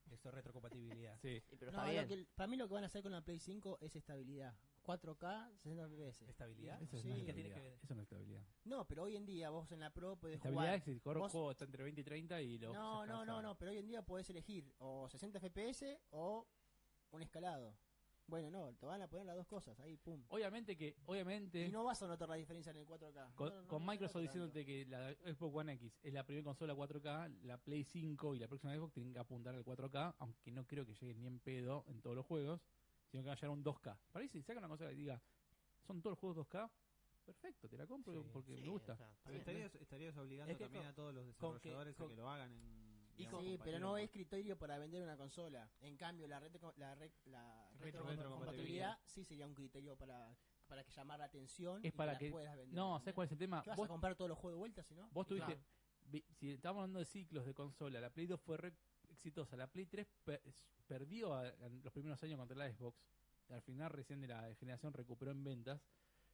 S5: Esto es retrocompatibilidad.
S1: Sí.
S6: Sí, pero
S2: No,
S6: está
S2: lo
S6: bien.
S2: que- para mí lo que van a hacer con la Play 5 es estabilidad. 4K, 60 FPS.
S5: ¿Estabilidad?
S1: Eso es
S2: Sí.
S1: una
S2: ¿Qué tiene
S1: estabilidad.
S5: que ver?
S1: Eso no es estabilidad.
S2: No, pero hoy en día vos en la Pro puedes
S1: Estabilidad
S2: jugar.
S1: es el juego
S2: Vos-
S1: juego está entre 20 y 30 y lo.
S2: No,
S1: ya
S2: no, no,
S1: está.
S2: no, pero hoy en día podés elegir o 60 FPS o un escalado. Bueno, no, te van a poner las dos cosas ahí, pum.
S1: Obviamente que, obviamente,
S2: Y no vas a notar la diferencia en el 4K.
S1: con,
S2: No, no, no,
S1: con
S2: no
S1: Microsoft
S2: notas
S1: diciéndote que la Xbox One X es la primera consola 4K, la Play 5 y la próxima Xbox tienen que apuntar al 4K, aunque no creo que lleguen ni en pedo en todos los juegos, sino que va a llegar a un 2K. Para mí, si saca una consola y diga, son todos los juegos 2K, perfecto, te la compro
S5: Sí.
S1: porque
S6: Sí,
S1: me gusta.
S6: o sea, está
S3: Pero
S6: bien.
S3: estarías, estarías obligando
S5: Es que
S3: también
S5: con-
S3: a todos los
S5: con que-
S3: desarrolladores
S5: con-
S3: a que lo hagan en.
S4: Y
S3: digamos,
S4: con-
S2: tanto. Sí, pero
S4: pues.
S2: no
S3: compartirlo
S2: es criterio para vender una consola. En cambio, la, retro- la, re- la
S3: Retrocompatibilidad.
S2: retrocompatibilidad sí sería un criterio para, para que llamar la atención
S1: Es
S2: y
S1: para que-
S2: que, las puedas vender.
S1: No, ¿sabes cuál es el tema?
S2: ¿Qué vas
S1: Vos,
S2: a comprar todos los juegos de vuelta si no?
S1: vos
S4: Y
S1: tuviste.
S4: claro.
S1: vi- Si estamos hablando de ciclos de consola, la Play 2 fue re exitosa, la Play 3 per- perdió a- en los primeros años contra la Xbox. Al final, recién de la generación recuperó en ventas.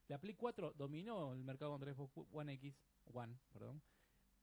S1: La Play 4 dominó el mercado contra la Xbox One X, One, perdón.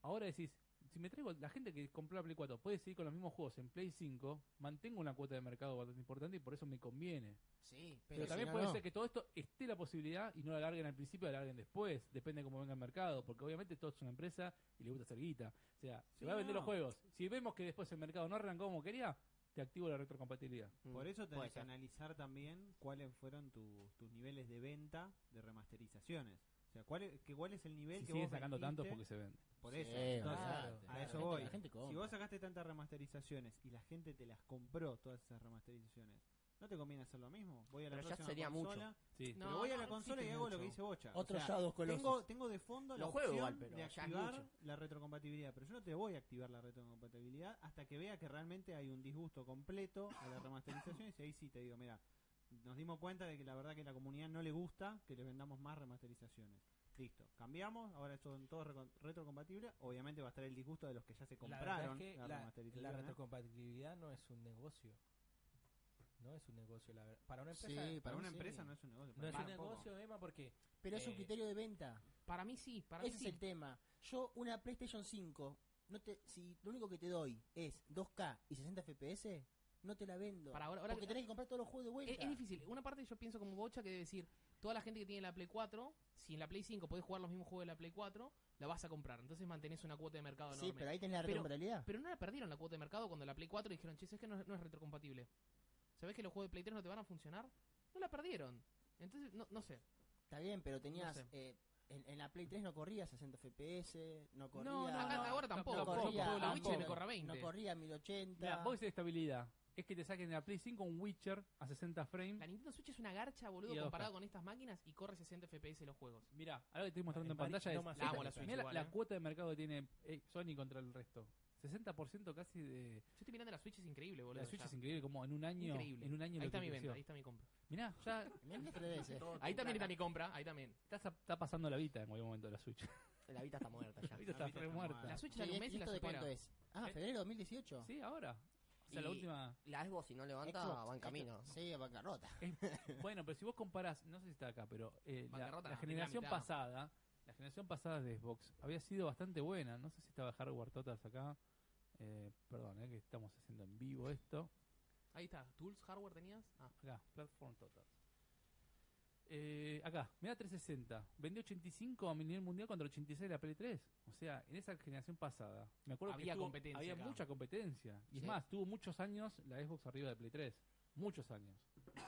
S1: Ahora decís, si me traigo la gente que compró la Play 4 puede seguir con los mismos juegos en Play 5, mantengo una cuota de mercado bastante importante y por eso me conviene.
S2: Sí,
S1: Pero, también puede ser que todo esto esté la posibilidad y no la larguen al principio, la larguen después. Depende de cómo venga el mercado, porque obviamente todo es una empresa y le gusta hacer guita. O sea, se
S3: Sí,
S1: va a vender
S3: no.
S1: los juegos. Si vemos que después el mercado no arrancó como quería, te activo la retrocompatibilidad.
S6: Mm.
S3: Por eso
S2: Puede
S3: tenés que
S2: ser.
S3: analizar también cuáles fueron tu- tus niveles de venta de remasterizaciones. O sea, cuál es, que cuál es el nivel
S1: Si
S3: que
S1: siguen
S3: vos
S1: sacando tantos
S3: vendiste
S1: porque se vende.
S3: por
S2: Sí,
S3: eso.
S2: claro,
S3: Entonces,
S4: Ah,
S2: claro,
S3: a
S2: claro,
S3: eso
S2: la
S3: voy.
S2: gente- la gente
S3: si
S2: compra.
S3: vos sacaste tantas remasterizaciones y la gente te las compró todas esas remasterizaciones, ¿no te conviene hacer lo mismo? Voy a la
S6: Pero ya
S3: próxima
S6: sería mucho.
S3: consola,
S1: Sí.
S4: No,
S3: pero voy a la
S4: no
S3: consola y
S4: existe
S3: hago lo
S4: mucho.
S3: que dice Bocha. O
S2: Otro
S3: sea,
S2: Shadows Colossus.
S3: tengo, tengo de fondo la
S6: Lo juego
S3: opción
S6: igual, pero
S3: de
S6: ya es
S3: activar
S6: mucho.
S3: la retrocompatibilidad, pero yo no te voy a activar la retrocompatibilidad hasta que vea que realmente hay un disgusto completo a la remasterización y ahí sí te digo, mira, nos dimos cuenta de que la verdad que la comunidad no le gusta que le vendamos más remasterizaciones. Listo, cambiamos, ahora son todos reco- retrocompatibles, obviamente va a estar el disgusto de los que ya se
S5: La verdad
S3: compraron
S5: es que
S3: la,
S5: la,
S3: remasterización.
S5: la
S3: ¿eh?
S5: retrocompatibilidad no es un negocio. No es un negocio, la verdad. Para una empresa.
S2: Sí,
S3: Para
S2: mí
S3: una
S2: sí.
S3: empresa no es un negocio.
S5: no es
S3: para
S5: un
S3: mí tampoco.
S5: negocio, Emma, porque.
S2: Pero es un
S5: Eh,
S2: criterio de venta.
S4: Para mí sí, para mí
S2: Ese es
S4: sí.
S2: el tema. Yo, una PlayStation 5, no te, si lo único que te doy es 2K y 60 FPS, no te la vendo.
S4: Para ahora- ahora
S2: porque
S4: que-
S2: tenés que comprar todos los juegos de
S4: Es,
S2: vuelta.
S4: es difícil. Una parte yo pienso como Bocha que debe decir, toda la gente que tiene la Play 4, si en la Play 5 podés jugar los mismos juegos de la Play 4, la vas a comprar. Entonces mantenés una cuota de mercado
S2: sí,
S4: enorme.
S2: pero ahí tenés la
S4: Pero-
S2: retrocompatibilidad.
S4: Pero no la perdieron la cuota de mercado cuando la Play 4 dijeron, che, es que no, es- no es retrocompatible. ¿Sabés que los juegos de Play 3 no te van a funcionar? No la perdieron. Entonces, no, no sé.
S2: Está bien, pero tenías.
S4: sé.
S2: eh, en, en la Play 3 no corría 60 FPS, no corría.
S4: No, no, acá- ahora tampoco.
S2: no
S1: tampoco,
S2: corría,
S4: Yo juego la
S2: tampoco,
S4: Witcher y me corra 20.
S2: no corría 1080.
S1: Mira, vos decís estabilidad. Es que te saquen de la Play 5 un Witcher a 60
S4: La
S1: frames.
S4: Nintendo Switch es una garcha,
S1: Y
S4: boludo,
S1: a
S4: comparado
S1: 2K.
S4: con estas máquinas y corre 60 FPS los juegos.
S1: Mirá, ahora que estoy mostrando
S5: En
S1: en pantalla
S5: París no
S1: es
S5: más
S4: La amo la
S5: cerca.
S4: Switch
S1: mirá la,
S4: igual,
S1: la
S4: eh.
S1: cuota de mercado que tiene eh, Sony contra el resto. 60% casi de...
S4: Yo estoy mirando la Switch, es increíble, boludo.
S1: La Switch
S4: ya.
S1: es increíble, como en un año...
S4: Increíble.
S1: En un año
S4: Ahí
S1: lo
S4: está
S1: que
S4: mi venta,
S1: creció.
S4: ahí está mi compra.
S1: Mirá, ya
S2: En el 3DS.
S4: Ahí también está mi compra, ahí también.
S1: Está, sa- está pasando la vida en cualquier momento de la Switch.
S6: La vida está muerta ya.
S1: La vida está
S3: vida
S1: re
S3: está
S1: muerta.
S3: muerta.
S4: La Switch
S2: Che,
S4: sale
S2: ¿y
S4: un mes y la
S2: esto de
S4: supera.
S2: cuánto es? Ah,
S1: ¿Eh?
S2: febrero 2018.
S1: Sí, ahora. O sea, la
S6: Y-
S1: última.
S6: La Xbox, si no levanta,
S2: Xbox,
S6: va en camino.
S2: Sí, bancarrota.
S1: Bueno, pero si vos comparás, no sé si está acá, pero eh, la,
S4: Bancarrota,
S1: la
S4: no,
S1: generación
S4: tiene la mitad.
S1: pasada, la generación pasada de Xbox había sido bastante buena. No sé si estaba Hardware Totals acá. Eh, perdón, eh, que estamos haciendo en vivo esto.
S4: Ahí está. ¿Tools, hardware tenías? Ah.
S1: Acá, Platform Totals. Eh, acá, mira 360. Vendió 85 a nivel mundial contra 86 de la Play 3. O sea, en esa generación pasada, me acuerdo que
S4: Había
S1: estuvo-
S4: competencia
S1: había
S4: acá.
S1: mucha competencia. Y es
S4: Sí.
S1: más, tuvo muchos años la Xbox arriba de Play 3. Muchos años.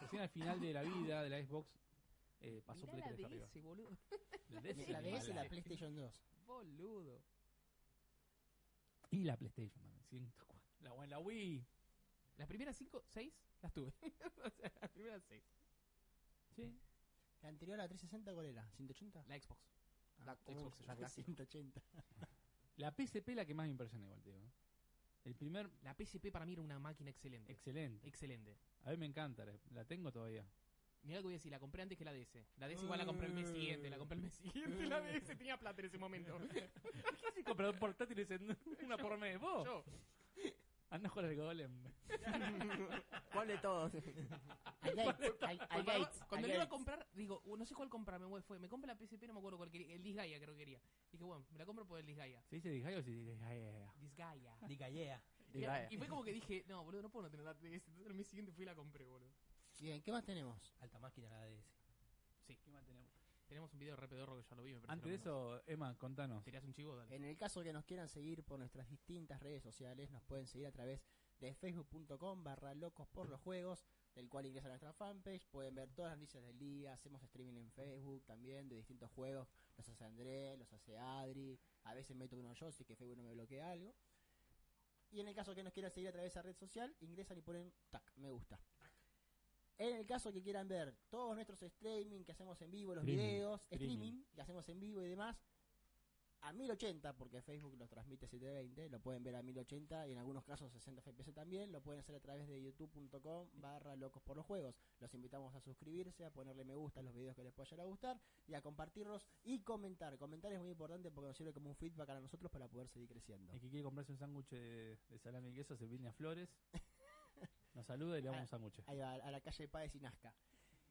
S1: Recién al final de la vida de la Xbox eh, pasó
S4: Mirá
S1: Play 3 arriba.
S4: DS, boludo.
S1: La DS
S2: La DS y
S1: mala.
S2: la PlayStation 2.
S4: Boludo.
S1: Y la PlayStation también. 104. La, Wii- la Wii.
S4: Las primeras 5, 6 las tuve. o sea, las primeras 6.
S1: Sí.
S2: La anterior a la 360, ¿cuál era? ¿180?
S4: La Xbox.
S6: La,
S4: Ah, Xbox,
S6: la clásica.
S2: 180.
S1: La PSP la que más me impresiona igual, te digo. El primer...
S4: La PSP para mí era una máquina excelente.
S1: Excelente.
S4: excelente.
S1: A mí me encanta, la- la tengo todavía.
S4: Mira lo que voy a decir, la compré antes que la DS. La DS igual la compré el mes siguiente, la compré el mes siguiente. La DS tenía plata en ese momento.
S1: Casi comprador portátil es en- una por mes. Vos,
S4: Yo.
S1: andá a jugar al Golem.
S6: ¿Cuál de todos?
S2: Al Gates, al, al
S4: Cuando,
S2: Gates. al
S4: cuando le iba a
S2: Gates.
S4: comprar, digo, "Uh, no sé cuál comprarme, güey, fue. Me compré la PSP, no me acuerdo cuál quería. El Disgaea creo que quería. Dije, bueno, me la compro por el Disgaea.
S1: ¿Se dice Disgaea o se dice Disgaea?
S4: Disgaea.
S5: Digallea.
S4: Y,
S6: Disgaea.
S4: y fue como que dije, no, boludo, no puedo no tener la DS. Entonces el mes siguiente fui y la compré, boludo.
S2: Bien, ¿qué más tenemos?
S5: Alta máquina la DS.
S4: Sí. Tenemos un video re pedorro que ya lo vi, me parece
S1: Antes
S4: que
S1: de
S4: lo conoces.
S1: eso, Emma, contanos.
S4: ¿Tenías un chivo? Dale.
S2: En el caso que nos quieran seguir por nuestras distintas redes sociales, nos pueden seguir a través de facebook.com barra locos por los juegos, del cual ingresan a nuestra fanpage, pueden ver todas las noticias del día, hacemos streaming en Facebook también de distintos juegos, los hace André, los hace Adri, a veces meto uno yo, así que Facebook no me bloquea algo. Y en el caso que nos quieran seguir a través de esa red social, ingresan y ponen tac, me gusta. En el caso que quieran ver todos nuestros streaming que hacemos en vivo, los
S1: Streaming,
S2: videos,
S1: streaming.
S2: streaming que hacemos en vivo y demás, a 1080, porque Facebook los transmite a 720, lo pueden ver a 1080 y en algunos casos 60 FPS también, lo pueden hacer a través de youtube.com barra locos por los juegos. Los invitamos a suscribirse, a ponerle me gusta a los videos que les pueda llegar a gustar y a compartirlos y comentar. Comentar es muy importante porque nos sirve como un feedback para nosotros para poder seguir creciendo.
S1: El que quiere comprarse un sándwich de, de salami y queso se viene a Flores. Nos saluda y le damos un sándwich.
S2: Ahí va, a la calle Páez y Nazca.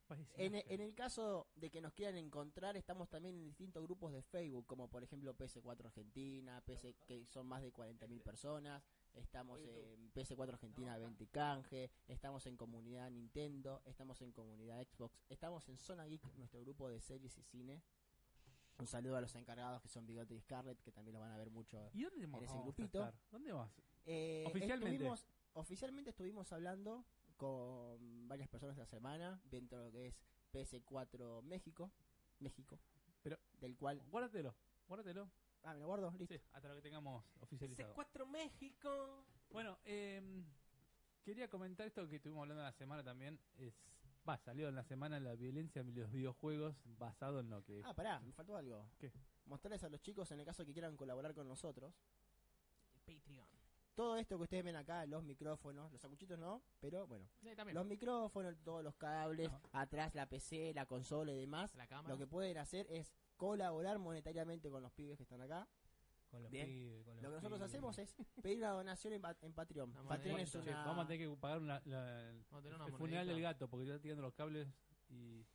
S1: Parece
S2: En, e,
S1: una-
S2: en el caso de que nos quieran encontrar, estamos también en distintos grupos de Facebook, como por ejemplo PS4 Argentina, PS que son más de 40.000 personas, estamos en PS4 Argentina 20 Canje, estamos en comunidad Nintendo, estamos en comunidad Xbox, estamos en Zona Geek, nuestro grupo de series y cine. Un saludo a los encargados que son Bigote y Scarlett, que también lo van a ver mucho.
S1: ¿Y dónde vamos
S2: en ese
S1: vamos a
S2: grupito.
S1: estar? ¿Dónde vas?
S2: Eh,
S1: Oficialmente.
S2: Estuvimos, oficialmente estuvimos hablando con varias personas la semana dentro de lo que es PS4 México, México,
S1: Pero-
S2: del cual
S1: Guárdatelo, guárdatelo.
S2: ah me lo guardo, listo.
S1: Sí, hasta lo que tengamos oficializado.
S5: C4 México.
S1: Bueno, em, quería comentar esto que estuvimos hablando en la semana también. Es, va, salió en la semana la violencia en los videojuegos basado en lo que...
S2: Ah, pará, me faltó algo.
S1: ¿Qué?
S2: Mostrarles a los chicos en el caso que quieran colaborar con nosotros.
S4: Patreon.
S2: Todo esto que ustedes ven acá, los micrófonos, los acuchitos no, pero bueno,
S4: Sí,
S1: Eh.
S4: también.
S2: los micrófonos, todos los cables,
S1: No.
S2: atrás la PC, la consola y demás,
S4: La cámara.
S2: lo que pueden hacer es colaborar monetariamente con los pibes que están acá.
S5: Con los
S2: Bien.
S5: pibes, con los
S2: Lo que nosotros
S5: pibes.
S2: hacemos es pedir una donación en, pa- en Patreon.
S4: Una
S2: Patreon es
S4: monedita.
S1: Che,
S2: una...
S1: Vamos a tener que pagar una- la- el
S4: Vamos a tener una
S1: funeral
S4: monedita.
S1: del gato porque está tirando los cables y...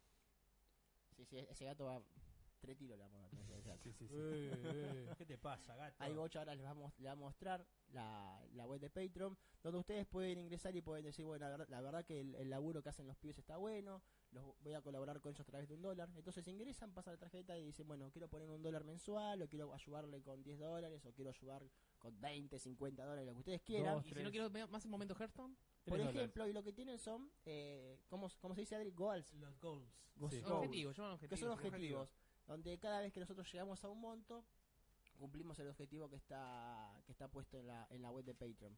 S2: Sí, sí, ese gato va... Tres tiros le vamos a tener que hacer.
S1: Sí, sí, sí.
S5: Eh, eh, ¿Qué te pasa, gato?
S2: Ahí Bocha ahora les va a, mos- le va a mostrar la, la web de Patreon, donde ustedes pueden ingresar y pueden decir, bueno, la verdad, la verdad que el, el laburo que hacen los pibes está bueno, los voy a colaborar con ellos a través de un dólar. Entonces ingresan, pasan la tarjeta y dicen, bueno, quiero poner un dólar mensual, o quiero ayudarle con 10 dólares, o quiero ayudar con 20, 50 dólares, lo que ustedes quieran.
S1: Dos,
S4: Y si
S1: tres.
S4: no quiero ver más en momento Hearthstone,
S2: Por
S1: Tres dólares.
S2: ejemplo, y lo que tienen son, eh, ¿cómo, cómo se dice, Adri? Goals.
S5: Los goals.
S2: Goals.
S1: Sí.
S2: Goals.
S4: objetivos, llevan
S2: que
S4: objetivos.
S2: son objetivos, donde cada vez que nosotros llegamos a un monto, cumplimos el objetivo que está que está puesto en la, en la web de Patreon.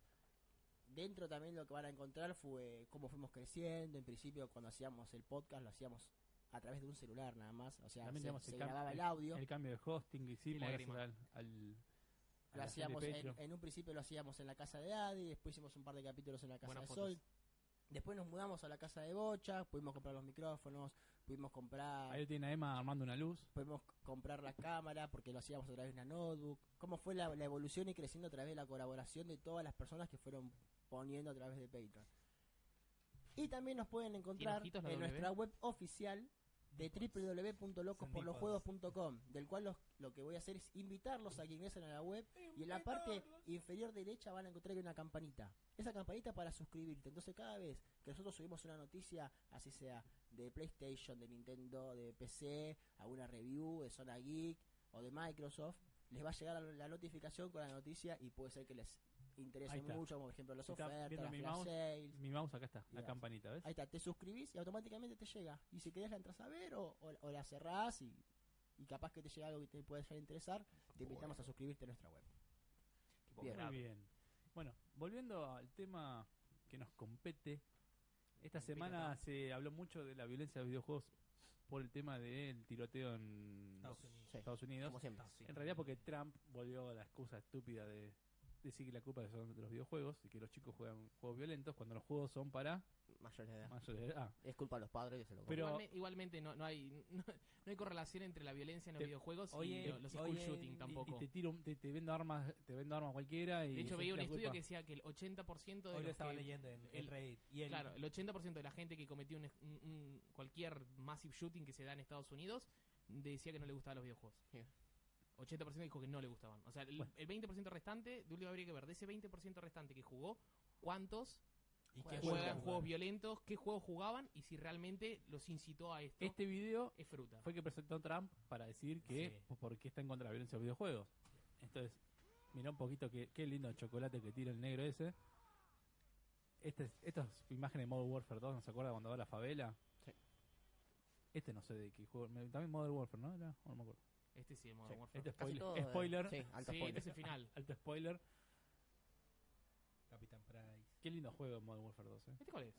S2: Dentro también lo que van a encontrar fue cómo fuimos creciendo. En principio, cuando hacíamos el podcast, lo hacíamos a través de un celular nada más. O sea,
S1: También
S2: se,
S1: tenemos
S2: se
S1: el cam-
S2: grababa el audio.
S1: El cambio de hosting que hicimos
S4: Y
S1: gracias
S4: lágrima.
S1: al, al- a la
S2: lo
S1: gente de
S2: hacíamos en,
S1: Patreon.
S2: en un principio lo hacíamos en la casa de Adi, después hicimos un par de capítulos en la casa
S4: Buenas
S2: de
S4: fotos.
S2: Sol. Después nos mudamos a la casa de Bocha, pudimos comprar los micrófonos, pudimos comprar
S1: Ahí tiene a Emma armando una luz.
S2: podemos c- comprar la cámara porque lo hacíamos a través de una notebook. ¿Cómo fue la, la evolución y creciendo a través de la colaboración de todas las personas que fueron poniendo a través de Patreon? Y también nos pueden encontrar
S4: ojitos la
S2: en
S4: W?
S2: nuestra web oficial de www.locosporlosjuegos.com, del cual los- lo que voy a hacer es invitarlos a que ingresen a la web y en la parte inferior derecha van a encontrar una campanita. Esa campanita para suscribirte. Entonces cada vez que nosotros subimos una noticia, así sea de PlayStation, de Nintendo, de PC, alguna review de Zona Geek o de Microsoft, les va a llegar la- la notificación con la noticia y puede ser que les interese
S1: Ahí está.
S2: mucho, como por ejemplo las
S1: Está
S2: ofertas,
S1: viendo
S2: las
S1: mi
S2: flash
S1: mouse.
S2: sales.
S1: Mi mouse acá está, la
S2: Mirá.
S1: campanita, ¿ves?
S2: Ahí está, te suscribís y automáticamente te llega. Y si querés la entras a ver o, o- o la cerrás y, y capaz que te llega algo que te puede llegar a interesar, te invitamos a suscribirte a nuestra web. Bien.
S1: Muy bien. Bueno, volviendo al tema que nos compete, esta semana se habló mucho de la violencia de videojuegos por el tema del tiroteo en
S5: Estados Unidos.
S1: Estados Unidos.
S6: Como siempre.
S5: Estados Unidos.
S1: En realidad porque Trump volvió a la excusa estúpida de decir que la culpa es de los videojuegos y que los chicos juegan juegos violentos cuando los juegos son para
S6: Mayores de edad.
S1: mayores de edad.
S6: Es culpa de los padres que se lo
S1: Pero-
S4: Igualme- igualmente no, no hay no, hay correlación entre la violencia en los
S1: Te-
S4: videojuegos
S5: oye,
S4: y lo- los school
S5: oye,
S4: shooting
S5: y-
S1: Y
S4: tampoco.
S1: te tiro, un- te, te vendo armas, te vendo armas cualquiera y
S4: de hecho,
S1: es
S4: veía un
S1: la
S4: estudio
S1: culpa.
S4: que decía que el 80% de
S5: Hoy lo
S4: los
S5: estaba
S4: que-
S5: leyendo en, en
S4: el-
S5: Reddit. Y el,
S4: Claro, el 80% de la gente que cometió un, un- un- cualquier massive shooting que se da en Estados Unidos decía que no le gustaban los videojuegos.
S6: Yeah.
S4: 80% dijo que no le gustaban. O sea, el,
S1: Bueno.
S4: el 20% restante, de último habría que ver, de ese 20% restante que jugó, cuántos
S5: ¿Y
S4: juegan,
S5: qué juegan?
S4: juegos violentos, qué juegos jugaban y si realmente los incitó a esto.
S1: Este video
S4: es fruta.
S1: fue que presentó Trump para decir que
S5: Sí.
S1: por- por qué está en contra de la violencia de los videojuegos. Entonces, mirá un poquito que, qué lindo chocolate que tira el negro ese. Este, es- esta es imagen de Modern Warfare 2, ¿no se acuerda cuando va a la favela?
S6: Sí.
S1: Este no sé de qué juego. me- También Modern Warfare, ¿no? Era? O no me acuerdo.
S4: Este sí, el Modern
S6: Sí,
S4: Warfare.
S1: Este
S6: Casi
S1: spoiler.
S6: todo, eh,
S1: spoiler.
S6: Sí, alto
S4: Sí,
S6: spoiler.
S4: este es el final.
S1: Alto spoiler.
S5: Capitán Price.
S1: Qué lindo juego Modern Warfare 2, ¿eh?
S4: ¿Este cuál es?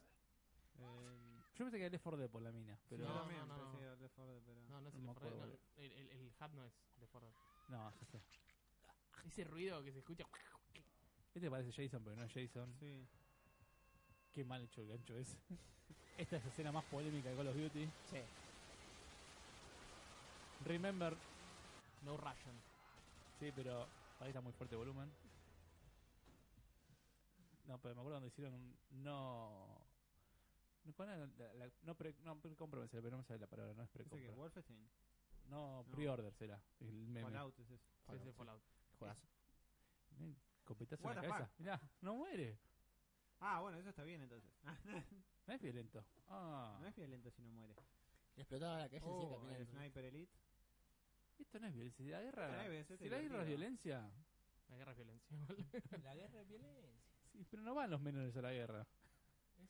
S3: Eh,
S1: Yo pensé que era Left 4 Dead por la mina, pero
S3: yo
S4: No,
S3: también
S4: no, no,
S3: pensé
S4: no.
S3: que era Left 4 Dead, pero-
S4: No, no es
S1: No
S4: el
S1: me
S4: Left 4 Dead,
S1: acuerdo.
S4: no, el, el- el hub no es el Left 4 Dead.
S1: no, ya sé.
S4: Ese ruido que se escucha.
S1: Este parece Jason, pero no es Jason.
S3: Sí.
S1: Qué mal hecho el gancho es. Esta es la escena más polémica de Call of Duty.
S6: Sí.
S1: Remember,
S4: No Russian.
S1: sí, pero ahí está muy fuerte el volumen. No, pero me acuerdo cuando hicieron un no. no, ¿cuál era la- la- no pre, no pre-compra me sale, pero no me sale la palabra, no es
S3: Ese que
S1: pre-compra.
S3: Wolfenstein.
S1: No,
S3: No.
S1: pre-order será. El meme.
S3: Fallout es ese.
S4: Sí, ese Fallout.
S6: Juegazo.
S1: Ven, Copetazo en
S3: What
S1: la
S3: the
S1: cabeza. Mirá, no muere.
S3: Ah, bueno, eso está bien entonces. Ah,
S1: No es violento. Ah,
S3: no es violento si no muere.
S2: Le explotaba la cabeza
S3: Oh,
S2: sin caminar.
S3: el Sniper Elite.
S1: esto no es violencia. La guerra.
S3: Ay, ves, este
S1: Si la guerra es
S3: divertido.
S1: violencia.
S4: La guerra es violencia. igual.
S5: La guerra es violencia.
S1: Sí, pero no van los menores a la guerra.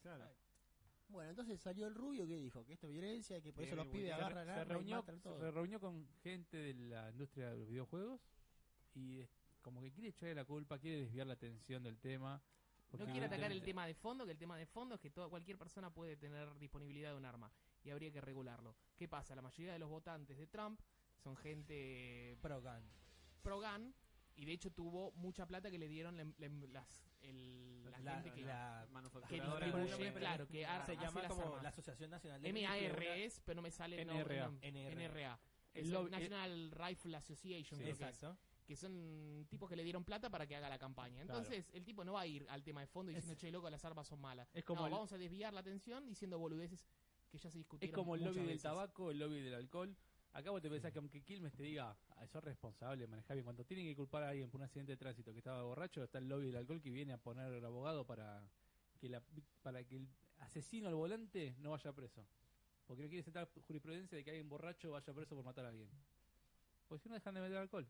S3: Claro.
S2: Bueno, entonces salió el rubio que dijo que esto es violencia, que por
S3: Sí,
S2: eso los
S3: el
S2: pibes
S1: Se, re-
S2: agarran
S1: se
S2: armas y
S1: reunió,
S2: matan todo.
S1: se reunió con gente de la industria de los videojuegos y eh, como que quiere echarle la culpa, quiere desviar la atención del tema.
S4: No
S1: porque
S4: quiero atacar el
S1: evidentemente-
S4: tema de fondo, que el tema de fondo es que toda, cualquier persona puede tener disponibilidad de un arma y habría que regularlo. ¿Qué pasa? La mayoría de los votantes de Trump son gente
S5: Progan.
S4: pro-gun y de hecho tuvo mucha plata que le dieron la- la- las, el- la
S5: La,
S4: gente que,
S5: la-
S4: que
S5: ahora-
S3: Manufacturadora.
S5: distribuye,
S3: de-
S4: distribuye, claro, que ar-
S5: se
S4: hace
S5: llama
S4: las
S5: como
S4: armas.
S5: la Asociación Nacional de Distribuidora-
S4: NARS, pero no me sale el nombre.
S1: NRA.
S4: No,
S5: NRA.
S4: NRA.
S1: El
S4: Es el
S1: lobby-
S4: National Rifle Association,
S1: Sí,
S4: creo que, es,
S5: eh, Exacto.
S4: que son tipos que le dieron plata para que haga la campaña.
S1: Claro.
S4: Entonces, el tipo no va a ir al tema de fondo diciendo, che, loco, las armas son malas.
S1: Es como
S4: no,
S1: el-
S4: vamos a desviar la atención diciendo boludeces que ya se
S1: Es
S4: discutieron
S1: como el
S4: muchas
S1: lobby del
S4: veces.
S1: tabaco, el lobby del alcohol. Acá vos te pensás que aunque Quilmes te diga, "Ah, sos responsable, manejá bien. Cuando tienen que culpar a alguien por un accidente de tránsito que estaba borracho, está el lobby del alcohol que viene a poner el abogado para que, la, vic- para que el asesino al volante no vaya preso. Porque no quiere sentar jurisprudencia de que alguien borracho vaya preso por matar a alguien. Pues si no dejan de meter alcohol.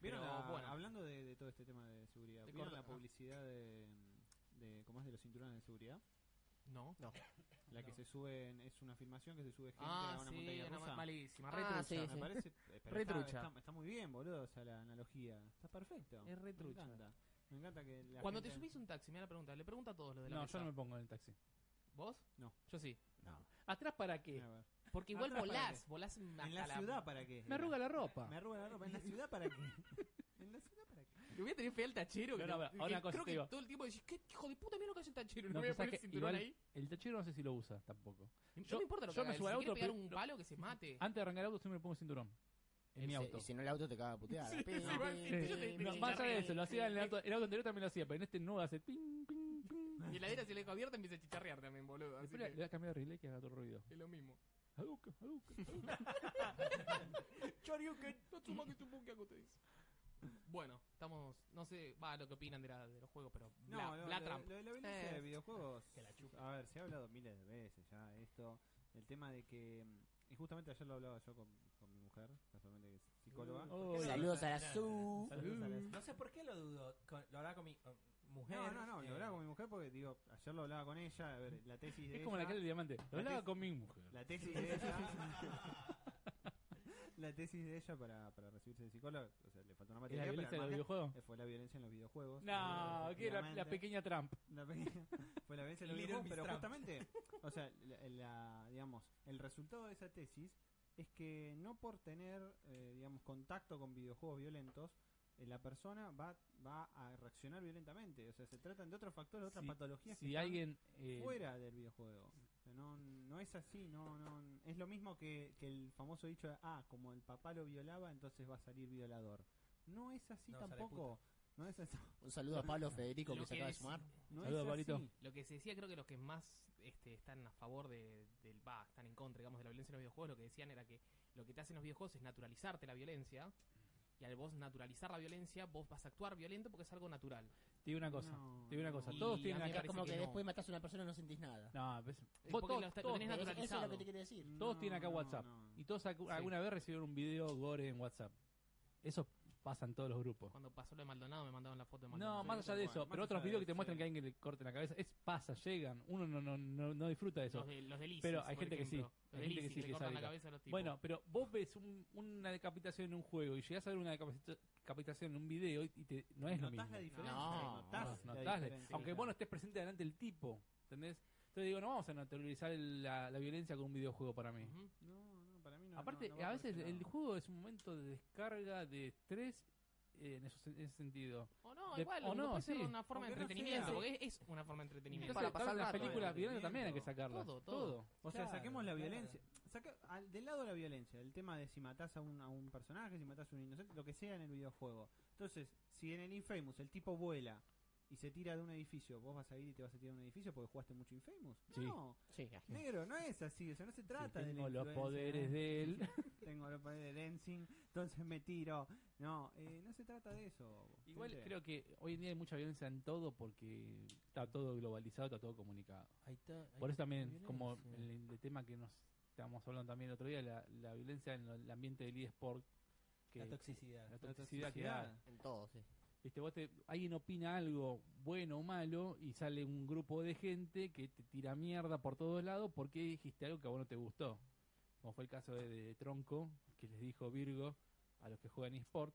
S3: ¿Vieron
S4: Pero,
S3: la-
S4: bueno.
S3: Hablando de, de todo este tema de seguridad,
S4: De
S3: ¿vieron
S4: corta-
S3: la
S4: ah.
S3: publicidad de, de cómo es de los cinturones de seguridad?
S4: No.
S3: La que
S5: No.
S3: se sube, en- es una filmación que se sube gente
S4: Ah,
S3: a una
S4: sí,
S3: montaña
S4: una
S3: rusa.
S4: ma- malísima.
S6: Ah,
S4: re trucha.
S6: sí,
S3: Me parece, eh, pero
S4: Re
S3: está,
S4: trucha.
S3: está- está muy bien, boludo, o sea, la analogía. Está perfecto.
S1: Es re
S3: Me encanta. Me encanta que la
S4: Cuando te
S3: gente-
S4: subís a un taxi, me da la pregunta, le pregunto a todos los de la
S1: No,
S4: mesa.
S1: yo no me pongo en el taxi.
S4: ¿Vos?
S3: No.
S4: Yo sí.
S1: ¿Atrás para qué?
S3: A ver.
S4: Porque igual
S3: Atrás, ¿para
S4: volás, volás
S3: ¿En la ciudad para qué?
S1: Me arruga la ropa.
S3: Me arruga la ropa. ¿En la ciudad para qué? ¿En la ciudad para qué?
S4: Le voy a tener fe al tachero.
S1: No,
S4: que
S1: no,
S4: lo-
S1: pero ahora
S4: que
S1: una cosa
S4: creo
S1: te
S4: que
S1: digo.
S4: todo el tiempo decís, ¿qué hijo de puta? Mira lo que hace el tachero. No,
S1: No,
S4: me voy a
S1: pensá
S4: poner
S1: que
S4: el cinturón
S1: igual-
S4: ahí.
S1: El tachero no sé si lo usa tampoco.
S4: no
S1: yo-
S4: me importa lo que
S1: yo me
S4: haga,
S1: subo al
S4: si quiere
S1: auto,
S4: pegar
S1: pe-
S4: un
S1: lo-
S4: palo que se mate.
S1: Antes de arrancar el auto siempre me pongo cinturón. En
S2: Y
S1: mi
S2: si-
S1: auto.
S2: Y si no, el auto te acaba de putear. Pi,
S4: sí, igual,
S2: pi,
S4: sí,
S2: pi,
S4: yo te-
S2: pi.
S4: te-
S1: No,
S4: Sí,
S1: más allá de
S4: chicharreo.
S1: eso, lo hacía en el auto, el auto anterior también lo hacía, pero en este no hace ping, ping, ping.
S4: Y la heladera se le dejo abierta empieza a chicharrear también, boludo. Así
S1: Después le,
S4: que
S1: le das cambio de relay que haga otro ruido.
S4: es lo mismo.
S1: Hadouken, Hadouken.
S4: Bueno, estamos. No sé, va lo que opinan de, la- de los juegos, pero.
S3: No,
S4: bla,
S3: lo,
S4: bla
S3: lo-
S4: Trump.
S3: lo de la violencia
S6: Eh,
S3: de videojuegos.
S5: que la chupe.
S3: A ver, se ha hablado miles de veces ya esto. El tema de que. mm, Y justamente ayer lo hablaba yo con, con mi mujer, casualmente que es psicóloga.
S1: Oh,
S5: Hola.
S2: Saludos a la Su.
S3: Saludos a la-
S5: No sé por qué lo dudo. Con- lo hablaba con mi eh, mujer.
S3: uh. No, no, no,
S5: eh,
S3: lo hablaba con mi mujer porque, digo, ayer lo hablaba con ella. A ver, la tesis de.
S1: es como la
S3: ella-
S1: cara del diamante. Lo hablaba
S3: tesis-
S1: con mi mujer.
S3: La tesis de ella. la tesis de ella para, para recibirse de psicóloga. O sea, le faltó una
S1: ¿Es la
S3: materia. pero
S1: violencia de los
S3: al margen,
S1: videojuegos?
S3: eh, Fue la violencia en los videojuegos. Eh,
S1: No, que la, la
S3: Efectivamente.
S1: pequeña Trump.
S3: La pequeña- fue la violencia en los
S5: Little
S3: videojuegos,
S5: Miss
S3: pero
S5: Trump.
S3: justamente, o sea, la, la- digamos, el resultado de esa tesis es que no por tener, eh, digamos, contacto con videojuegos violentos, eh, la persona va, va a reaccionar violentamente. O sea, se tratan de otros factores, de otras
S1: Si-
S3: patologías que
S1: Si
S3: están
S1: alguien. eh,
S3: fuera del videojuego. O sea, no, no es así, no, no. Es lo mismo que, que el famoso dicho, de, ah, como el papá lo violaba, entonces va a salir violador. No es así
S5: No, sale
S3: tampoco. No es así.
S2: Un saludo a Pablo Federico
S4: Lo
S2: que se
S4: que
S2: acaba de
S4: es-
S2: sumar.
S3: No
S1: Saludos,
S3: es
S1: Pablito.
S3: así.
S4: Lo que se decía, creo que los que más este, están a favor de- del. Va, están en contra, digamos, de la violencia en los videojuegos, lo que decían era que lo que te hacen los videojuegos es naturalizarte la violencia. Y al vos naturalizar la violencia, vos vas a actuar violento porque es algo natural.
S1: Te digo una cosa.
S3: No,
S1: te digo una
S3: no.
S1: cosa.
S4: Y
S1: Todos
S4: a
S1: tienen
S4: mí
S1: acá.
S4: me
S2: Es como
S4: parece
S2: que,
S4: que no.
S2: después matas a una persona y no sentís nada.
S1: No, pues, ves,
S4: Es
S1: vos
S4: porque
S1: todos-
S4: lo- lo
S1: todos-
S4: tenés
S2: Es- eso es
S4: naturalizado.
S2: lo que te quiere decir.
S1: Todos tienen acá WhatsApp.
S3: no.
S1: Y todos acu- alguna vez recibieron un video gore en WhatsApp. Eso pasa en todos los grupos.
S4: Cuando pasó lo de Maldonado, me mandaron la foto de Maldonado.
S1: No,
S3: Sí,
S1: más allá
S3: tal
S1: de
S3: cual.
S1: eso, pero
S3: Más
S1: otros
S3: allá de
S1: videos que te
S3: eso,
S1: muestran
S3: sí.
S1: que alguien le corten la cabeza, es pasa, llegan. Uno no, no, no, no disfruta de eso.
S4: Los, de, los del ISIS,
S1: Pero hay
S4: por
S1: gente que sí.
S4: ejemplo.
S1: Hay
S4: Los del
S1: gente que
S4: ISIS
S1: sí
S4: le
S1: que es
S4: cortan la
S1: sádica.
S4: cabeza a los tipos.
S1: Bueno, pero vos ves un- una decapitación en un juego y llegás a ver una decapita- decapitación en un video y, y te, no es lo
S3: Notás
S1: mismo.
S3: la diferencia.
S2: No,
S3: notás
S1: No,
S3: la
S1: notás la-
S3: diferencia.
S1: aunque vos no estés presente delante del tipo, ¿entendés? Entonces digo, no vamos a naturalizar el- la, la violencia con un videojuego para mí.
S4: Ujú.
S3: No, no, para mí no.
S1: Aparte,
S3: no- no va
S1: a
S3: por ese
S1: veces el
S3: lado.
S1: juego es un momento de descarga, de estrés, eh, en, esos- en ese sentido.
S4: O Oh, no,
S1: De-
S4: igual,
S1: o
S4: o
S1: no,
S4: no,
S1: sí.
S4: una forma de
S3: Aunque no
S4: entretenimiento,
S3: sea.
S4: porque es, es una forma de entretenimiento.
S1: Entonces,
S6: para pasar
S1: también las
S6: el rato,
S1: películas
S3: eh,
S1: violentas también hay que
S3: viendo.
S1: sacarlas.
S4: Todo, todo.
S3: O sea,
S5: Claro,
S3: saquemos la
S5: claro.
S3: violencia. Saca, al, del lado de la violencia, el tema de si matás a un, a un personaje, si matás a un inocente, lo que sea en el videojuego. Entonces, si en el Infamous el tipo vuela y se tira de un edificio, vos vas a ir y te vas a tirar de un edificio porque jugaste mucho Infamous.
S1: Sí.
S3: No,
S6: Sí,
S3: negro, no es así, eso no se
S1: Sí,
S3: trata de. la
S1: tengo los
S3: influencia,
S1: poderes
S3: ¿no?
S1: de él.
S3: Tengo los poderes de Lensing, entonces me tiro. No, eh, no se trata de eso.
S1: Igual
S3: gente.
S1: creo que hoy en día hay mucha violencia en todo porque está todo globalizado, está todo comunicado.
S2: Ahí está, ahí
S1: Por eso
S2: está la
S1: también, como
S2: violencia.
S1: el, el tema que nos estábamos hablando también el otro día, la, la violencia en lo- el ambiente del eSport, que
S5: La
S1: la,
S5: toxicidad.
S3: La
S1: toxicidad que da.
S6: en todo, sí.
S1: Viste, Este, vos te- alguien opina algo bueno o malo y sale un grupo de gente que te tira mierda por todos lados porque dijiste algo que a vos no te gustó. Como fue el caso de, de Tronco, que les dijo Virgo a los que juegan eSport.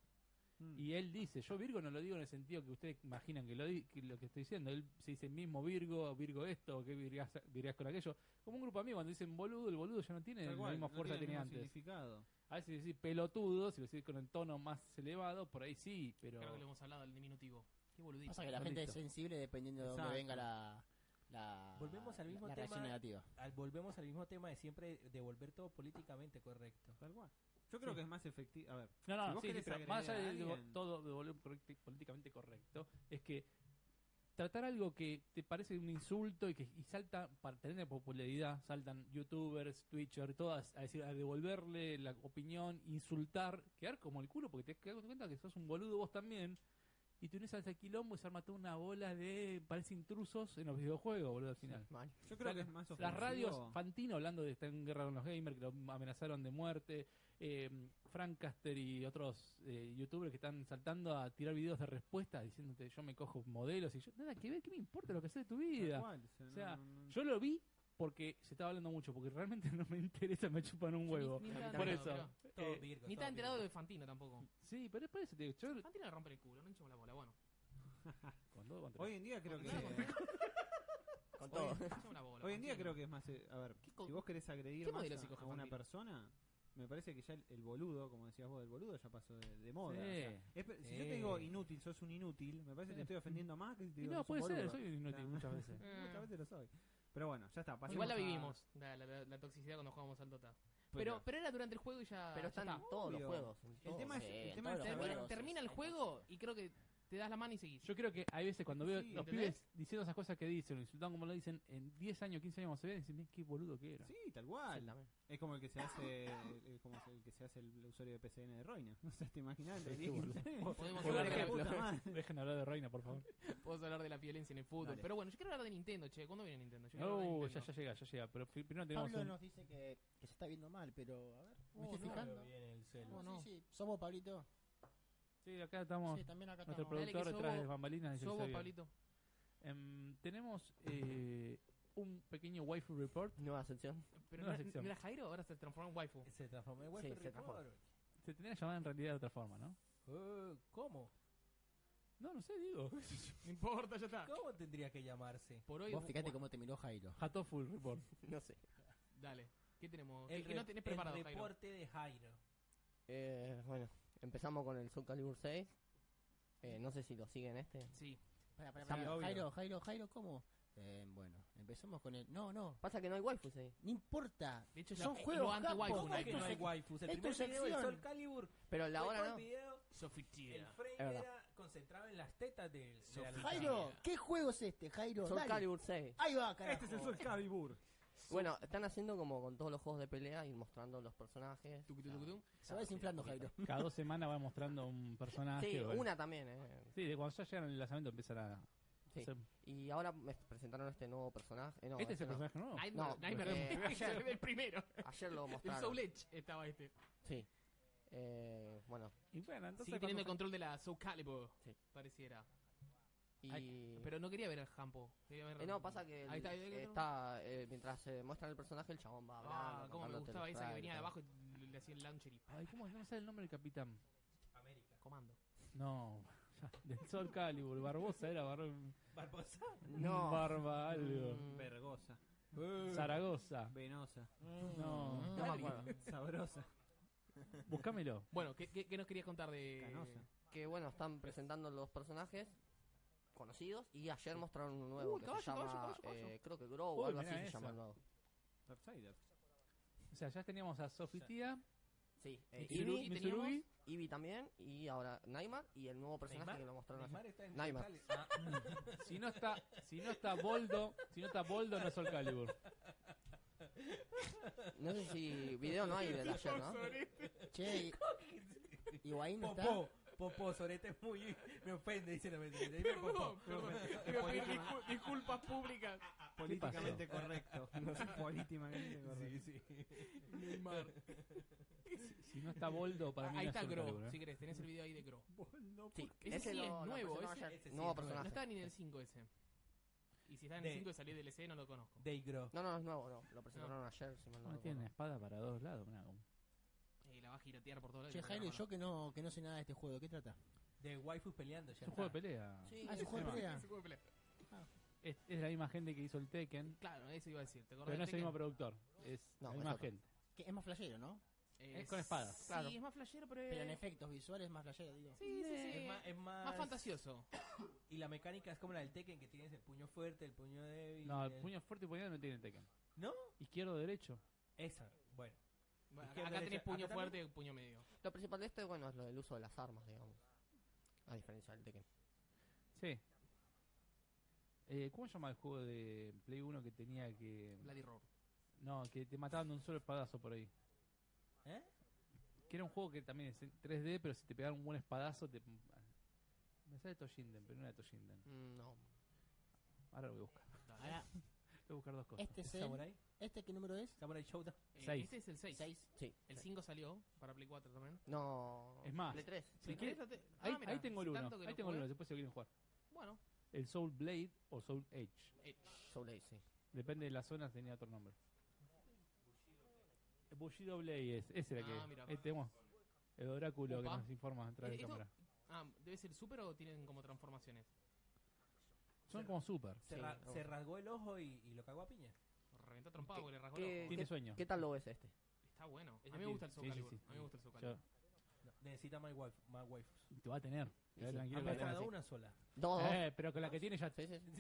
S3: Mm.
S1: Y él dice, yo Virgo no lo digo en el sentido que ustedes imaginan que lo, di- que lo que estoy diciendo. Él se dice mismo Virgo, Virgo esto, o que virgas, virgas con aquello. Como un grupo amigo, cuando dicen boludo, el boludo ya no tiene
S3: Tal
S1: la
S3: cual,
S1: misma
S3: no
S1: fuerza que
S3: tiene
S1: tenía
S3: el mismo
S1: antes.
S3: significado.
S1: A veces decir pelotudo, si lo decís con el tono más elevado, por ahí sí, pero...
S4: Creo que lo hemos hablado del diminutivo. Qué boludito.
S2: Pasa que la gente es
S1: Listo.
S2: sensible dependiendo de
S3: Exacto.
S2: dónde venga la, la,
S5: Volvemos al mismo
S2: la reacción
S5: tema.
S2: negativa.
S5: Al- volvemos al mismo tema de siempre devolver todo políticamente correcto.
S3: Tal cual. Yo creo que es más efectivo. A ver,
S1: No, no,
S3: Si vos
S1: sí, sí,
S3: querés
S1: pero más allá
S3: agregar a
S1: de de-
S3: alguien-
S1: todo de volver correcti- políticamente correcto, es que tratar algo que te parece un insulto y que y salta para tener popularidad, saltan youtubers, twitchers, todas a decir a devolverle la opinión, insultar, quedar como el culo porque te das cuenta que sos un boludo vos también. Y tú no ese quilombo y se arma toda una bola de, parece intrusos en los videojuegos, boludo, al final.
S6: Mal.
S3: yo creo que es más ofensivo.
S1: Las radios, Fantino hablando de estar en guerra con los gamers, que lo amenazaron de muerte. Eh, Frank Caster y otros eh, youtubers que están saltando a tirar videos de respuesta diciéndote yo me cojo modelos y yo, nada que ver, ¿qué me importa lo que sea de tu
S3: Tal
S1: vida?
S3: cual,
S1: O sea,
S3: no- no- no-
S1: Yo lo vi porque se estaba hablando mucho, porque realmente no me interesa, me chupan un huevo.
S4: Ni, ni tan
S1: Por
S4: enterado,
S1: eso.
S5: Todo
S1: Eh,
S5: Virgo,
S4: mirá. Ni
S5: todo
S4: tan enterado
S5: Virgo.
S4: de Fantino tampoco.
S1: sí, pero es por eso te digo, yo
S3: Ah.
S4: Fantino le rompe el culo, no hinchamos la bola. Bueno,
S1: con todo contra-
S3: Hoy en día creo que
S4: Claro,
S6: Con
S4: Oye,
S6: todo.
S4: hinchamos la bola.
S3: hoy en día
S4: Fantino.
S3: creo que es más eh, a ver,
S6: ¿Qué co-
S3: si vos querés agredir
S6: qué
S3: más
S6: modelo
S3: a,
S6: psicogeográfico?
S3: a una persona, me parece que ya el, el boludo, como decías vos, el boludo ya pasó de, de
S1: Sí.
S3: moda. o sea, es pe- Si yo te
S5: Sí.
S3: digo inútil, sos un inútil, me parece que
S1: Sí.
S3: te estoy ofendiendo más que si te
S1: Y
S3: digo
S1: no,
S3: sos un
S1: puede ser,
S3: boludo.
S1: soy inútil
S3: Claro.
S1: muchas veces.
S4: Eh,
S3: Muchas veces lo soy. Pero bueno, ya está.
S4: Igual
S3: pasemos
S4: la
S3: a-
S4: vivimos, la, la- la- la toxicidad cuando jugamos al Dota. Pero, pero era durante el juego y ya.
S6: Pero
S4: ya
S6: están
S4: está.
S6: en todos los
S3: Obvio.
S6: juegos. en
S3: El
S6: todos.
S3: tema es,
S6: Sí,
S3: el
S6: en
S3: tema es
S6: todos los
S3: saber-
S4: Termina,
S6: juegos,
S4: termina el
S6: sí.
S4: juego y creo que te das la mano y seguís.
S1: Yo creo que hay veces cuando veo
S3: Sí,
S1: los
S4: ¿entendés?
S1: pibes diciendo esas cosas que dicen, insultando como lo dicen, en 10 años, 15 años, cuando se ven, dicen, "Mira qué boludo que era.
S3: Sí, tal
S6: Sí,
S3: cual.
S6: también.
S3: Es como el que se hace el, como el que se hace el usuario de PCN de Roina. O sea, te imaginas entre
S1: Sí,
S3: 10 y
S1: boludo.
S3: 15 años.
S4: Podemos
S1: Por
S4: hablar
S3: Hijo
S4: de
S3: de
S1: ejemplo.
S3: puta madre.
S1: Dejen hablar de Reina, por favor.
S4: Podemos hablar de la violencia en el fútbol.
S3: Dale.
S4: Pero bueno, yo quiero hablar de Nintendo, che. ¿Cuándo viene Nintendo? Yo quiero hablar de
S1: Oh, ya,
S4: Nintendo.
S1: ya llega, ya llega. Pero pri- primero tenemos
S2: Pablo
S1: un-
S2: nos dice que, que se está viendo mal, pero a ver, me
S4: Oh,
S2: estoy
S4: no.
S2: fijando.
S5: Pero viene el celu.
S4: Oh, no.
S2: Sí, sí, somos Pablito.
S1: Sí, acá estamos.
S2: Sí, también acá
S1: Nuestro
S2: estamos.
S4: Dale que
S1: productor detrás de
S4: sobo-
S1: las bambalinas. dice que
S4: Sos
S1: está
S4: vos,
S1: bien.
S4: Pablito.
S1: Em, tenemos eh, un pequeño waifu report.
S6: Nueva sección.
S4: Pero
S1: Nueva
S4: no, era,
S1: sección.
S4: no era Jairo, ahora se transformó en waifu.
S5: Se transformó en
S6: Sí,
S5: Web
S6: se transformó.
S1: Se tendría que llamar en realidad de otra forma, ¿no?
S5: Uh, ¿Cómo?
S1: No, no sé, digo.
S4: No importa, ya está.
S5: ¿Cómo tendría que llamarse?
S4: Por hoy.
S2: Vos
S4: bu-
S2: fíjate cómo te miró Jairo.
S1: Hatoful report.
S6: No sé.
S4: Dale. ¿Qué tenemos?
S5: El,
S4: ¿Qué- qué no
S5: re-
S4: tenés preparado,
S5: el
S4: Jairo?
S5: reporte de Jairo.
S6: Eh, bueno, empezamos con el Soul Calibur 6. Eh, no sé si lo siguen este.
S4: Sí.
S2: Pará, pará,
S6: Está
S2: pará.
S3: muy obvio.
S2: Jairo, Jairo, Jairo, ¿cómo? Eh, bueno, empezamos con el. No, no,
S6: Pasa que no hay waifus ahí.
S2: no importa.
S4: De hecho, es
S2: Son
S4: la- es
S2: juegos
S4: lo anti-waifu
S2: capos,
S5: ¿Cómo
S4: Fortnite,
S5: que
S2: esto
S5: no hay
S2: se-
S5: waifus? El
S2: esto
S5: primer
S2: es
S5: video del
S2: acción.
S5: Soul Calibur.
S6: Pero la
S5: fue
S6: hora
S5: todo el
S6: no.
S5: video, el
S4: Sofitida.
S5: frame
S6: verdad.
S5: era concentrado en las tetas del de la
S4: Sofía.
S5: luchadora.
S2: Jairo, ¿qué juego es este, Jairo?
S6: Soul
S2: Dale.
S6: Calibur 6.
S2: Ahí va, carajo.
S3: Este es el Sol Calibur.
S6: Bueno, están haciendo como con todos los juegos de pelea, ir mostrando los personajes.
S4: Tucu, tucu, tucu.
S2: Se va desinflando, Jairo.
S1: Cada dos semanas va mostrando un personaje.
S6: Sí,
S1: o el-
S6: una también, eh.
S1: Sí, de cuando ya llegan al lanzamiento empiezan a.
S6: Sí.
S1: hacer-
S6: Y ahora me presentaron este nuevo personaje. Eh, no,
S1: ¿Este es
S6: este
S1: el
S6: no.
S1: personaje nuevo?
S4: Nightmare,
S6: No,
S4: Nightmare
S6: eh,
S4: Demon Slayer, el primero.
S6: Ayer lo
S4: El
S6: mostraron.
S4: Soul Edge estaba este.
S6: Sí. Eh, bueno,
S1: Y bueno, entonces.
S4: Sigue teniendo el
S1: cuando-
S4: control de la Soul Calibur.
S6: Sí.
S4: Pareciera.
S6: y...
S4: Pero no quería ver al Jampo. quería ver-
S6: Eh, no, pasa que el-
S4: Ahí está. ahí
S6: eh,
S4: está.
S6: está, eh, mientras se muestra el personaje, el chabón va hablando.
S4: Ah, cómo me
S6: contándote
S4: gustaba
S6: los
S4: esa que venía
S6: trailers,
S4: de abajo y le hacía el launcher y
S1: Ay, ¿cómo es? No sé el nombre del capitán.
S5: América.
S4: comando.
S1: No, del Sol Calibur. Barbosa era Bar...
S5: Barbosa.
S6: No.
S1: Barba algo.
S6: Mm,
S3: Vergosa.
S1: Zaragoza.
S3: Venosa.
S1: No.
S6: No me acuerdo.
S3: Sabrosa.
S1: Buscámelo.
S4: Bueno, ¿qué, qué, qué nos querías contar de...?
S3: Canosa.
S6: Que bueno, están presentando los personajes conocidos y ayer mostraron un nuevo
S4: Uh,
S6: que
S4: caballo,
S6: se llama,
S4: caballo, caballo, caballo.
S6: eh, creo que Grow o
S1: Uy,
S6: algo así
S1: mirá
S6: se
S1: esa.
S6: llama el nuevo.
S3: Darksiders.
S1: O sea, ya teníamos a Sofitía,
S6: Sí, eh,
S1: Mitsuru-
S6: Eevee,
S1: Mitsurugi.
S6: Eevee también y ahora Neymar y el nuevo personaje
S5: ¿Neymar?
S6: que lo mostraron ayer.
S5: Neymar está en
S6: Neymar.
S5: Portales. Ah,
S1: Si no está, si no está Boldo, si no está Boldo no es Sol Calibur.
S6: No sé si video no hay del ayer, ¿no?
S2: Che, y- Higuaín no está.
S5: Popó. Popó, Sorete es muy... Me ofende, dice la mentira. Dime
S4: Perdón,
S5: popó.
S4: perdón. Iba a pedir discul- disculpas públicas.
S3: Políticamente correcto. Políticamente
S5: Sí,
S3: correcto.
S5: sí.
S4: Neymar.
S1: Si no está Boldo, para mí
S4: Ahí
S1: no
S4: está
S1: es Soul Calibur,
S4: Gro,
S1: ¿eh?
S4: si querés. Tenés el video ahí de Gro.
S6: Sí,
S4: Ese sí es nuevo,
S6: presentaron
S4: ese-
S6: ayer,
S5: ese sí
S6: nuevo
S5: es nuevo.
S4: No
S6: personaje.
S4: está ni en el 5 ese. Y si está en el
S5: De-
S4: 5 y salió del EC, no lo conozco.
S5: Deigro.
S6: No, no, es nuevo, no. Lo presentaron ayer, si mal no
S1: No, tiene
S6: recuerdo.
S1: una espada para dos lados. mirá, como-
S4: Y la va a girotear por todos lados.
S2: Che, Jairo, y yo que no, que no sé nada de este juego, ¿de qué trata?
S5: De waifus peleando ya.
S1: Es un juego de pelea.
S6: Sí,
S2: Ah, es un
S6: sí,
S2: juego de
S6: sí.
S2: pelea.
S1: Es, es la misma gente que hizo el Tekken,
S4: Claro, eso iba a decir. ¿Te acordás
S1: pero no es
S4: del
S1: el
S4: Tekken?
S1: mismo productor. Es
S6: No,
S1: la
S6: es
S1: misma
S6: otro.
S1: gente.
S2: Que es más flashero, ¿no?
S4: Eh,
S1: es con espadas.
S4: Sí,
S6: Claro.
S4: es más flashero, pero...
S2: Pero en
S4: es-
S2: efectos visuales es más flashero, digo.
S4: Sí, sí, sí.
S5: Es más, es más,
S4: Más fantasioso.
S5: Y la mecánica es como la del Tekken, que tienes el puño fuerte, el puño débil.
S1: No, el
S5: el-
S1: puño fuerte y puñado no tiene Tekken.
S5: ¿No?
S1: Izquierdo, derecho.
S5: Esa, bueno.
S4: Bueno,
S5: Izquierda,
S4: acá tenés
S5: derecha.
S4: puño
S5: Acá
S4: fuerte y puño medio.
S6: Lo principal de este, bueno, es lo del uso de las armas, digamos. A diferencia del Tekken.
S1: Sí. Eh, ¿Cómo se llama el juego de Play 1 que tenía que.
S4: Bloody Roar.
S1: No, que te mataban de un solo espadazo por ahí.
S5: ¿Eh?
S1: Que era un juego que también es en 3D, pero si te pegaban un buen espadazo, te. Me sale Toshinden, pero no era Toshinden.
S6: Mm, no.
S1: Ahora lo voy a buscar.
S2: Ahora,
S1: Voy a buscar dos cosas.
S2: este es el-
S5: Samurai.
S2: ¿Este qué número es?
S5: Samurai Showdown.
S4: Eh,
S1: Seis.
S4: Este es el 6.
S2: Seis.
S6: Sí.
S4: El
S6: sí.
S4: 5 salió para Play 4 también.
S6: No.
S4: Este-
S1: Es más,
S6: Play 3.
S1: Si
S4: Pero
S1: quiere-
S4: esto te-
S1: ahí,
S4: Ah, mirá,
S1: ahí tengo el
S4: si
S1: 1.
S4: tanto que
S1: Ahí
S4: lo
S1: tengo el
S4: jugué.
S1: 1, después se quieren jugar.
S4: Bueno,
S1: El Soul Blade o Soul Edge.
S4: eh,
S6: Soul Edge, sí.
S1: Depende de la zona, tenía otro nombre. Bushido Blade es, ese era
S4: Ah,
S1: que.
S4: mira.
S1: Ahí tenemos el oráculo
S4: Opa.
S1: que nos informa atrás de
S4: ¿Esto?
S1: cámara.
S4: ah, ¿debe ser super o tienen como transformaciones?
S1: Son como super.
S5: Se,
S6: Sí,
S5: ra-
S6: no.
S5: se rasgó el ojo y, y lo cagó a piña.
S4: Lo Reventó trompado
S6: ¿Qué-
S4: porque le rasgó
S6: qué-
S4: el ojo.
S1: Tiene sueño.
S6: ¿Qué tal lo ves este?
S4: Está bueno. A
S1: Este
S4: mí me gusta el Soul
S1: sí, sí,
S4: Calibur.
S1: sí.
S4: A mí me gusta el Soul
S1: Yo-
S4: Calibur.
S5: No, necesita más, waif- más waifus.
S1: te va a tener.
S6: Y
S4: Ah,
S1: Quedá
S6: sí.
S1: tranquilo
S5: Han
S1: que la tenés
S5: mostrado
S1: así.
S5: una sola.
S6: Dos. dos.
S1: Eh, pero con la que tiene ya.
S6: Sí, sí, sí.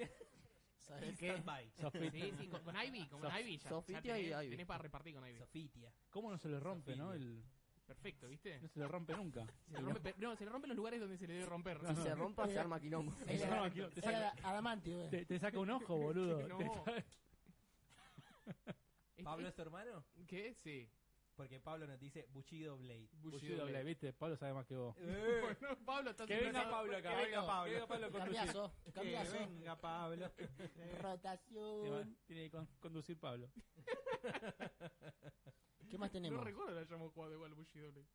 S2: ¿Sabes
S5: Y stand-by.
S1: Sofi-
S4: Sí, sí, con, con Ivy, con
S1: Sof-
S4: Ivy ya.
S6: Sofitia
S4: ya tenés,
S6: y Ivy.
S4: tenés para repartir con Ivy.
S5: Sofitia.
S1: ¿Cómo no se le rompe, no?
S5: Sofía.
S1: El,
S4: Perfecto, ¿viste?
S1: no se le rompe nunca.
S4: Se le rompe, pero- no, se le rompen los lugares donde se le debe romper.
S6: Si se rompa, se arma quilombo.
S1: Te saca- te, saca,
S2: adamantio, eh.
S1: te- te saca un ojo, boludo.
S4: No.
S1: Te saca-
S4: Este-
S5: ¿Pablo es tu hermano?
S4: ¿Qué? Sí.
S5: Porque Pablo nos dice Bushido Blade.
S1: Bushido Blade, viste, Pablo sabe más que vos.
S4: Bueno, Pablo, estás
S1: Que venga
S4: empezando-
S1: Pablo acá.
S5: que venga Pablo.
S1: Que venga Pablo con
S2: Cambiazo,
S3: Que
S2: cambiazo.
S3: venga Pablo.
S6: Uh.
S2: Rotación.
S1: Tiene que con- conducir Pablo.
S2: ¿Qué más
S4: No
S2: tenemos?
S4: recuerdo que hayamos jugado igual Bushido Blade.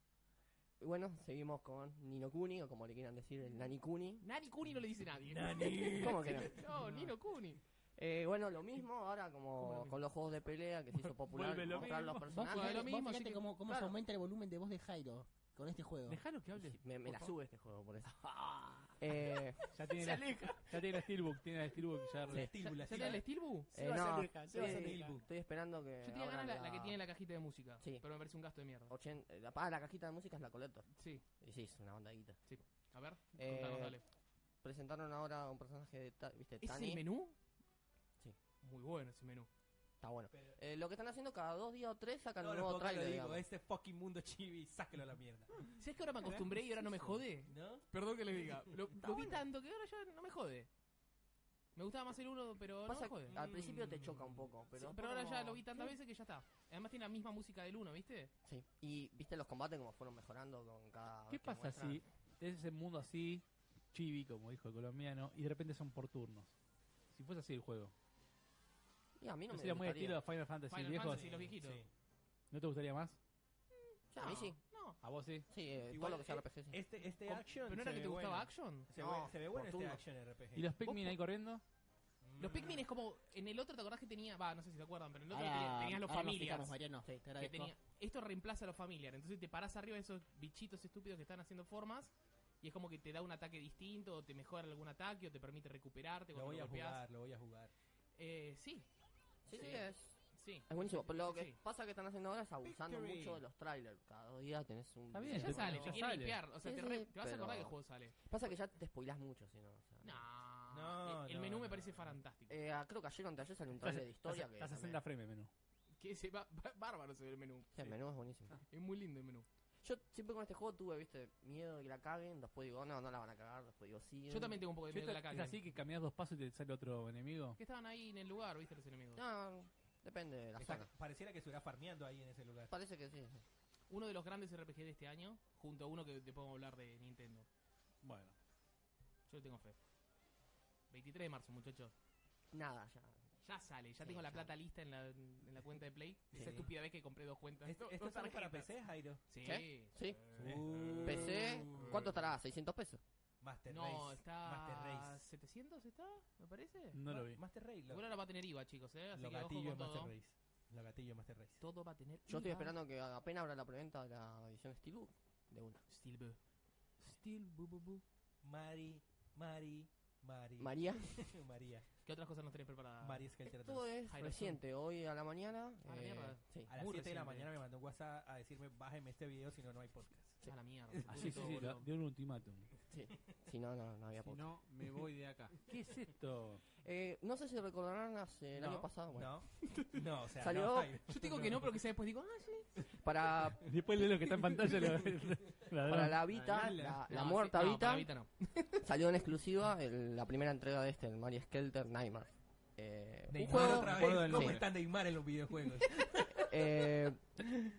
S6: Y bueno, seguimos con Nino Kuni, o como le quieran decir, el Nani Kuni.
S4: Nani Kuni no le dice nadie.
S6: ¿Cómo que no?
S4: No, Nino Kuni.
S6: Eh, bueno, lo mismo ahora
S4: ¿Cómo lo
S6: como
S4: mismo?
S6: con los juegos de pelea que se hizo popular
S1: Vuelve lo
S6: mostrar
S1: mismo.
S6: los
S2: Vos
S6: personajes.
S4: Juega
S2: fíjate,
S4: lo
S2: vos
S4: mismo,
S2: fíjate
S4: así que-
S2: cómo, cómo se
S6: claro.
S2: aumenta el volumen de voz de Jairo con este juego.
S1: Déjalo que hable.
S6: Me, me la sube este juego por eso. eh,
S1: Ya tiene, la, ya tiene la Steelbook, tiene la Steelbook ya re-
S5: Steel Blade,
S4: ¿Ya
S5: Steel
S4: tiene el
S5: Blade.
S4: Steelbook?
S6: eh, no,
S5: va a
S6: estoy-
S5: salir.
S6: estoy esperando que.
S4: Yo tenía
S6: abran
S4: ganas la, la que tiene la cajita de música.
S6: Sí. eh,
S4: Pero me parece un gasto de mierda.
S6: 80, la, ah, la cajita de música es la Collector.
S4: Sí.
S6: Y sí, es una bandadita.
S4: Sí. A ver,
S6: Eh,
S4: contanos, dale.
S6: Presentaron ahora un personaje de Ta- ¿viste?
S4: ¿Ese
S6: Tani.
S4: menú?
S6: Sí.
S4: Muy bueno ese menú.
S6: Está bueno.
S5: Pero-
S6: Eh, lo que están haciendo cada dos días o tres sacan
S5: No,
S6: un
S5: no,
S6: nuevo
S5: poco que lo
S6: trailer.
S5: digo, este fucking mundo chibi, sáquelo a la mierda.
S4: ¿Sabes que ahora me acostumbré y ahora no me jode?
S5: ¿No?
S4: Perdón que le diga. Lo,
S6: Está
S4: lo vi
S6: bueno.
S4: tanto que ahora ya no me jode. Me gustaba más el uno, pero no
S6: Pasa
S4: me jode.
S6: que al principio te
S5: Mm.
S6: choca un poco, pero,
S4: eh. Sí,
S6: después
S4: pero ahora ya
S6: como-
S4: lo vi tantas veces que ya está. Además tiene la misma música del uno, ¿viste?
S6: Sí. Y viste los combates como fueron mejorando con cada.
S1: ¿Qué
S6: vez que
S1: pasa
S6: muestran?
S1: si tenés ese mundo así, chibi, como dijo el colombiano, y de repente son por turnos? Si fuese así el juego.
S6: Y a mí no
S1: ¿No
S6: me
S1: sería muy
S6: gustaría.
S1: estilo de Final Fantasy
S4: Final
S1: viejo?
S4: Fantasy. Sí, los viejitos.
S1: ¿No te gustaría más?
S6: Sí, a mí
S4: No,
S6: sí.
S4: No.
S1: ¿A vos sí?
S6: Sí, eh,
S5: Igual,
S6: todo lo que sea
S5: eh,
S6: RPG. Sí.
S5: Este, este
S4: Com-
S5: action.
S4: ¿Pero no era
S5: se
S4: que
S5: ve
S4: te gustaba
S5: bueno.
S4: Action?
S5: Se,
S6: No,
S5: ve, se ve bueno este
S6: oportuno.
S5: action RPG.
S1: ¿Y los Pikmin ahí corriendo?
S4: Los
S5: Mm.
S4: Pikmin es como. En el otro, ¿te acordás que tenía.? Va, no sé si se acuerdan, pero en el otro
S6: Ah,
S2: Ahora-
S4: tenía- tenías los
S2: ahora nos
S4: familias.
S2: fijamos, Mariano, te
S4: que
S2: agradezco.
S4: tenía- esto reemplaza a los familiares. Entonces te parás arriba de esos bichitos estúpidos que están haciendo formas. Y es como que te da un ataque distinto, o te mejora algún ataque, o te permite recuperarte
S5: Lo
S4: cuando
S5: voy
S4: lo
S5: a
S4: golpeas.
S5: jugar, lo voy a jugar.
S4: Eh, sí,
S6: Sí,
S4: sí.
S6: sí, es,
S4: sí.
S6: es buenísimo. Pero lo que
S4: Sí.
S6: pasa que están haciendo ahora es abusando
S5: Victory.
S6: mucho de los trailers. Cada dos días tenés un.
S1: Está bien,
S6: video.
S4: Ya
S1: Pero-
S4: sale, te
S1: ya
S4: quieren
S1: sale.
S4: limpiar. O sea,
S6: Sí,
S4: te,
S6: sí,
S4: re- te vas a
S6: pero-
S4: acordar que el juego sale.
S6: Pasa que ya te spoilás mucho, si no. o sea,
S4: No.
S5: No,
S4: el, el
S5: no,
S4: menú
S5: no,
S4: me parece
S5: no.
S4: fantástico.
S6: Eh, ah, creo que ayer o anteayer salió un
S1: Estás-
S6: trailer de historia
S1: estás-
S6: que.
S1: Estás a
S6: también-
S1: 60 frames menú.
S4: Que se va, va- bárbaro se ve el menú.
S6: Sí, el menú es buenísimo.
S4: Es muy lindo el menú.
S6: Yo siempre con este juego tuve, viste, miedo de que la caguen. Después digo, no, no la van a cagar. Después digo, sí.
S4: Yo también tengo un poco de miedo de la
S1: ¿Es
S4: calle.
S1: así que caminas dos pasos y te sale otro enemigo?
S4: Que estaban ahí en el lugar, viste, los enemigos.
S6: No, depende de la
S5: Está-
S6: zona.
S5: pareciera que estuviera farmeando ahí en ese lugar.
S6: Parece que sí. sí.
S4: Uno de los grandes RPG de este año, junto a uno que te puedo hablar de Nintendo.
S1: Bueno.
S4: Yo le tengo fe. 23 de marzo, muchachos.
S6: Nada, ya.
S4: Ya sale,
S6: Sí,
S4: ya tengo la
S6: ya.
S4: plata lista en la, en la cuenta de Play. Esa
S5: Sí.
S4: estúpida vez que compré dos cuentas.
S5: Esto,
S4: dos-
S5: esto
S4: dos
S5: sale para
S4: tarjetas.
S5: PC, Jairo.
S4: Sí.
S6: ¿Sí? Sí.
S5: Uh,
S6: PC, ¿cuánto estará? ¿600 pesos?
S5: Master
S4: No,
S5: Race.
S4: está...
S5: Master Race.
S4: 700 está, me parece.
S1: No lo
S5: Ma-
S1: vi.
S5: Master Race. Lo,
S4: Bueno, ahora va a tener IVA, chicos, ¿eh? Así
S5: lo
S4: que ojo
S5: gatillo
S4: con
S5: de Master
S4: todo.
S5: Race. Lo gatillo de Master Race.
S4: Todo va a tener
S6: Yo estoy
S4: IVA.
S6: esperando que apenas abra la preventa de la edición Steelbook de una.
S4: Still Boo. Still Boo Boo Boo.
S5: Mari, Mari, Mari.
S6: María,
S5: María.
S4: ¿Qué otras cosas nos tenés preparadas?
S5: María Skelter
S6: esto es
S4: Jairo,
S6: reciente, hoy a la mañana. eh,
S4: Ah, la mierda.
S6: sí.
S5: A las
S4: Muy
S5: 7 de la
S4: reciente.
S5: mañana me mandó un WhatsApp a decirme, bájeme este video, si no, no hay podcast.
S4: A la mierda.
S1: Así Ah, sí,
S4: Todo,
S1: sí,
S4: boludo.
S1: dio un ultimátum.
S6: Si no, no, no había
S3: Si
S6: podcast.
S3: no, me voy de acá.
S1: ¿Qué es esto?
S6: Eh, no sé si recordarán hace el
S5: No,
S6: año pasado. Ah, Bueno,
S5: No, no, o sea,
S6: Salió-
S5: no, Jairo.
S4: Yo digo que no, pero que después digo, ah, sí.
S6: para,
S1: Después de lo que está en pantalla. lo- la-
S6: para
S1: la-
S6: la Vita,
S3: Dale.
S6: la,
S4: No,
S6: la
S4: Ah, sí,
S6: muerta
S4: no,
S6: Vita,
S4: para Vita no.
S6: salió en exclusiva el- la primera entrega de este, el Mario Skelter Nightmare. Eh, un
S5: Neymar
S6: juego,
S5: otra
S3: un juego
S5: vez.
S3: del
S5: ¿Cómo
S6: nombre.
S5: está Neymar en los videojuegos?
S6: eh,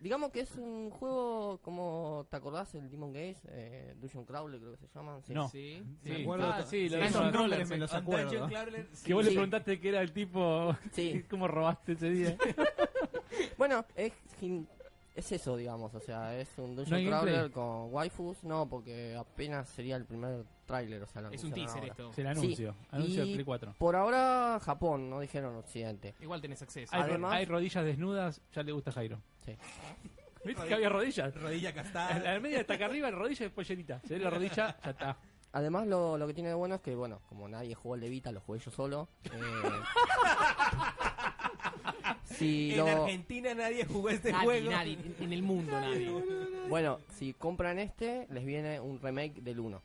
S6: digamos que es un juego como, ¿te acordás? El Demon Gaze, eh, Dungeon Crawler creo que se llaman. Sí.
S1: No.
S4: Sí.
S3: Me
S1: Sí.
S3: acuerdo
S1: Ah,
S3: to-
S1: sí, lo
S3: Dungeon
S1: hizo-
S3: Crawler
S1: Roller,
S3: me los
S5: Con Dungeon
S3: acuerdo.
S5: Crawler,
S1: Que vos le
S6: Sí.
S1: preguntaste que era el tipo.
S6: sí.
S1: ¿Cómo robaste ese día?
S6: Bueno, es, gin- es eso, digamos, o sea, es un
S1: ¿No
S6: Dungeon
S1: hay
S6: Crawler
S1: gameplay?
S6: con waifus, no, porque apenas sería el primer tráiler, o sea, lo
S4: Es un
S6: anunciaron
S4: teaser
S6: ahora.
S4: esto.
S1: Se el anuncio. Anuncio
S6: Y-
S1: de Play 4.
S6: Por ahora, Japón, no dijeron Occidente.
S4: Igual tenés acceso.
S1: Hay, ro-
S6: Además-
S1: hay rodillas desnudas, ya le gusta a Jairo.
S6: Sí. Ah.
S1: ¿Viste que había rodillas?
S5: rodilla
S1: A
S5: castada.
S1: la media hasta acá arriba, rodilla y después llenita. Se ve la rodilla, ya está.
S6: Además, lo, lo que tiene de bueno es que, bueno, como nadie jugó el de Vita, lo jugué yo solo. eh, si
S5: en
S6: lo,
S5: Argentina nadie jugó este
S4: nadie,
S5: juego.
S4: nadie, en- en el mundo nadie.
S6: bueno, si compran este, les viene un remake del 1,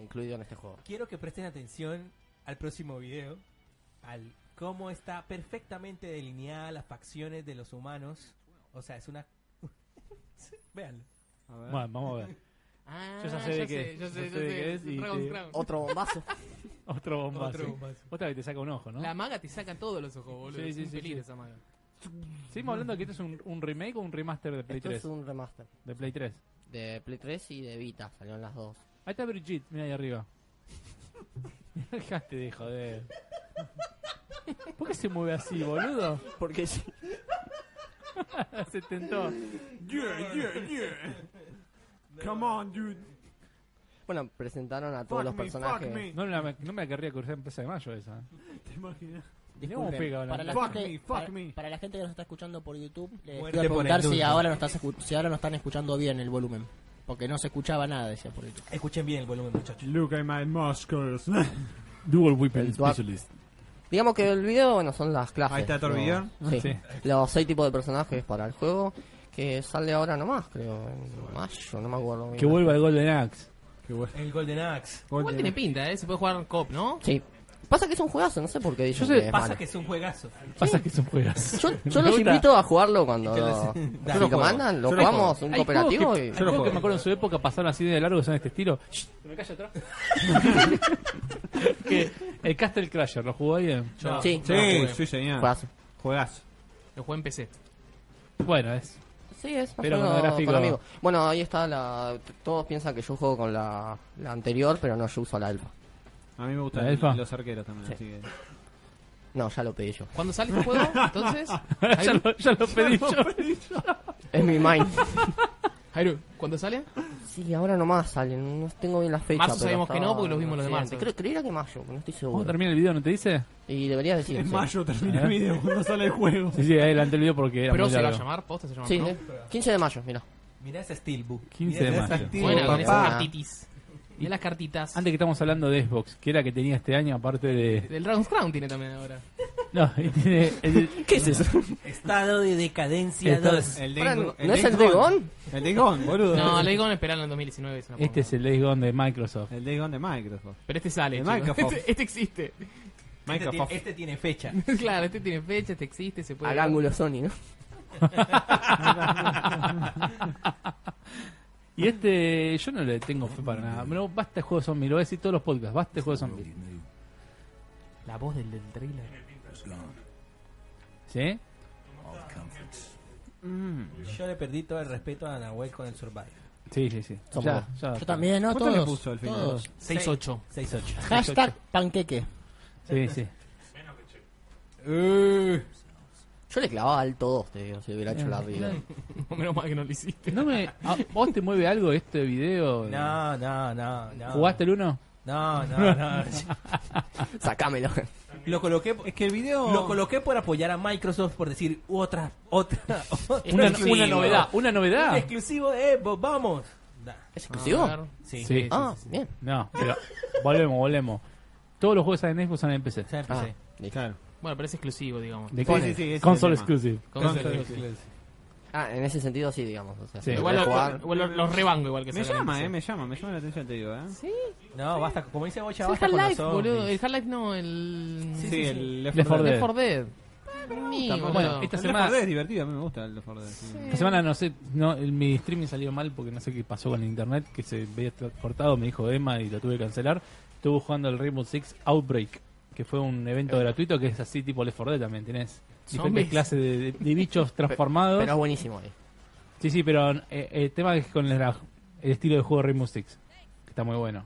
S6: incluido en este juego.
S5: Quiero que presten atención al próximo video, al cómo está perfectamente delineada las facciones de los humanos. O sea, es una... Veanlo.
S3: A ver.
S1: Bueno, vamos a ver.
S4: Ah,
S1: Yo ya sé de qué es,
S4: Yo
S1: yo
S4: sé, yo
S1: sé de qué es
S4: sé.
S1: y
S4: Dragon's
S1: te-
S4: Crown.
S6: Otro bombazo.
S1: Otro bombazo.
S5: Otro bombazo.
S1: Otra que te saca un ojo, ¿no?
S4: La maga te saca todos los ojos, boludo.
S1: Sí,
S4: es
S1: sí,
S4: un
S1: sí,
S4: peligro
S1: sí.
S4: esa maga.
S1: Seguimos hablando de que esto es un, un remake o un remaster de Play
S6: Esto
S1: 3.
S6: es un remaster.
S1: De Play 3.
S6: De Play 3 y de Vita, salieron las dos.
S1: Ahí está Brigitte, mira ahí arriba. Dejaste de joder. ¿Por qué se mueve así, boludo?
S6: Porque sí.
S1: se tentó.
S3: Come on, dude.
S6: Bueno, presentaron a todos los personajes.
S1: No, la- no me la querría cruzar en Plaza de Mayo esa. ¿eh?
S3: ¿Te imaginas?
S1: Mirá cómo
S6: Disculpen,
S1: pega
S2: Para
S1: hablando.
S2: la,
S3: Fuck
S2: gente,
S3: me, fuck
S2: para,
S3: me.
S2: para la gente que nos está escuchando por YouTube, les
S5: Muerte
S2: quiero
S5: por
S2: preguntar si
S5: endulce.
S2: ahora, nos estás escu- si ahora nos están escuchando bien el volumen. Porque no se escuchaba nada, decía por YouTube.
S5: Escuchen bien el volumen, muchachos.
S3: Look at my muscles.
S1: Dual Weapon
S6: El dual-
S1: Specialist.
S6: Digamos que el video, bueno, son las clases.
S3: Ahí está otro
S6: los-
S3: video.
S6: Sí.
S1: Sí.
S6: Los seis tipos de personajes para el juego. Que sale ahora nomás, creo. En mayo, no me acuerdo bien.
S1: Que vuelva el Golden Axe.
S3: Qué bueno.
S5: El Golden Axe.
S4: Igual tiene pinta, ¿eh? Se puede jugar cop, ¿no?
S6: Sí. Pasa que es un juegazo, no sé por qué dicen
S1: Yo sé-
S6: que es
S5: Pasa
S6: malo.
S5: que es un juegazo.
S1: Pasa que son juegas.
S6: Yo, yo
S1: Me
S6: los
S1: gusta.
S6: invito a jugarlo cuando
S5: Yo
S6: nos lo mandan, lo
S3: Yo lo
S6: jugamos, un
S1: Hay
S6: cooperativo
S1: juegos que,
S6: y...
S1: hay juegos que me acuerdo en su época pasaron así de largo que son de este estilo. Shh, ¿te me callo atrás? que el Castle Crasher, ¿lo jugó alguien?
S5: No.
S6: Sí,
S3: Sí, sí, señor.
S6: juegazo.
S3: Juegazo.
S4: Lo jugué en PC.
S1: Bueno, es.
S6: Sí, es más
S1: Pero
S6: o
S1: con
S6: menos
S1: gráfico-
S6: con amigos. Bueno, ahí está la... Todos piensan que yo juego con la, la anterior, pero no, yo uso la alfa.
S3: A mí me
S1: ¿La
S3: gustan
S1: elfa?
S3: los arqueros también,
S6: Sí.
S3: así que...
S6: No, ya lo pedí yo.
S4: ¿Cuándo sale este juego? Entonces,
S1: ya,
S4: Jairo,
S1: lo, ya lo pedí yo.
S6: Es mi mind.
S4: Jairo, ¿cuándo sale?
S6: Sí, ahora nomás salen, no tengo bien la fecha.
S4: Marzo
S6: pero
S4: sabemos que
S6: estaba
S4: no, porque los vimos los de
S6: accidente.
S4: marzo.
S6: Creo, creería que mayo, no estoy
S1: ¿Cómo
S6: seguro.
S1: termina el video? ¿No te dice?
S6: Y deberías decir.
S3: En
S6: sí.
S3: mayo termina el video cuando sale el juego.
S1: Sí, sí, adelante el video porque era
S4: Pero
S1: muy
S4: se va a
S1: largo.
S4: llamar, posta se llama
S6: Sí,
S4: Pro.
S6: sí. 15 de mayo, mira.
S5: Mirá ese Steelbook.
S1: 15
S5: Mirá
S1: de
S5: esa
S1: mayo.
S5: Steelbook.
S4: Bueno, con esas
S6: papá.
S4: cartitis. Y las cartitas.
S1: Antes que estamos hablando de Xbox, que era que tenía este año aparte de...
S4: El Dragon's Crown tiene también ahora.
S1: No, y tiene... el-
S6: ¿Qué es eso?
S5: Estado de decadencia Este
S1: Estado-
S5: 2.
S3: El
S6: Pará,
S3: Days
S6: ¿no-
S3: Gone-
S6: no es el
S3: Days
S6: Days
S3: Gone.
S6: Gone?
S3: El Days Gone, boludo.
S4: No, le digo esperarlo en 2019. es una
S1: Este
S4: poronga.
S1: es el Days Gone de Microsoft.
S3: El Days Gone de Microsoft.
S4: Pero este sale.
S3: de
S4: chicos.
S3: Microsoft.
S4: Este, este existe.
S5: Este,
S3: Microsoft.
S5: tiene, este tiene fecha.
S4: claro, este tiene fecha, este existe, se puede.
S6: Al ángulo Sony, ¿no?
S1: Y este, yo no le tengo fe para nada. No, basta de juegos zombies, lo voy a decir todos los podcasts, basta de juegos zombies.
S4: La voz del, del trailer.
S1: ¿Sí?
S5: Yo le perdí todo el respeto a Nahuel con el Survive.
S1: Sí, sí, sí.
S6: Somos
S1: Ya, ya.
S2: Yo también, ¿no?
S3: ¿Cuánto le
S2: Todos.
S3: puso al final?
S2: todos.
S4: 6-8.
S5: 6-8.
S2: Hashtag panqueque.
S1: Sí, sí.
S6: Yo le clavaba alto 2, te digo, si hubiera hecho la vida.
S4: Menos mal que no lo hiciste.
S1: No me, a- ¿Vos te mueve algo este video?
S5: No, no, no, no.
S1: ¿Jugaste el uno?
S5: No, no, no.
S6: Sacámelo.
S5: Lo coloqué,
S3: Es que el video...
S5: lo coloqué por apoyar a Microsoft por decir otra, otra, otra.
S1: Una,
S5: exclusiva.
S1: una novedad, una
S5: Un
S1: novedad.
S5: exclusivo de Xbox, vamos. Da.
S6: ¿Es exclusivo?
S4: A ver.
S5: Sí.
S1: Sí.
S6: Ah, bien.
S1: No, pero volvemos, volvemos. Todos los juegos salen en Xbox salen en PC.
S6: Ah,
S5: Ya empecé.
S6: listo.
S3: Claro.
S4: Bueno, pero es exclusivo, digamos.
S1: ¿De
S3: Sí,
S1: qué?
S3: sí, sí, ese es
S1: Console
S3: el tema.
S1: exclusive.
S6: Eh.
S4: Console.
S6: Ah, en ese sentido sí, digamos. O sea,
S1: Sí.
S6: si
S4: Igual
S6: querés
S4: lo-
S6: jugar-
S4: igual lo- los rebango igual que
S3: Me
S4: salgan en
S3: llama,
S4: PC.
S3: eh, me llama, me llama la atención, te digo, eh. Sí,
S5: No, basta, como dice Bocha,
S4: Es el
S5: basta con los
S4: Half-Life, boludo.
S5: zombies.
S4: El Half-Life no, el.
S5: sí, sí.
S3: el Left
S1: Left
S3: 4
S1: 4
S3: Dead.
S1: Dead.
S4: Left 4 Dead. Ni,
S3: Tampoco.
S4: boludo.
S1: Bueno, esta
S3: El Left
S1: semana-
S3: 4 Dead es divertido, a mí me gusta el Left 4 Dead. sí.
S1: Esta semana no sé, no, el- mi streaming salió mal porque no sé qué pasó con el internet, que se veía tra- cortado, me dijo Emma y lo tuve que cancelar. Estuve jugando el Rainbow Six Outbreak, que fue un
S3: Eh.
S1: evento gratuito que es así tipo Left 4 Dead también, tenés diferentes
S4: Zombies.
S1: clases de, de- de bichos transformados.
S6: Pero es buenísimo. eh.
S1: Sí, sí, pero eh, eh, el tema es con la- el estilo de juego de Rainbow Six, que está muy bueno.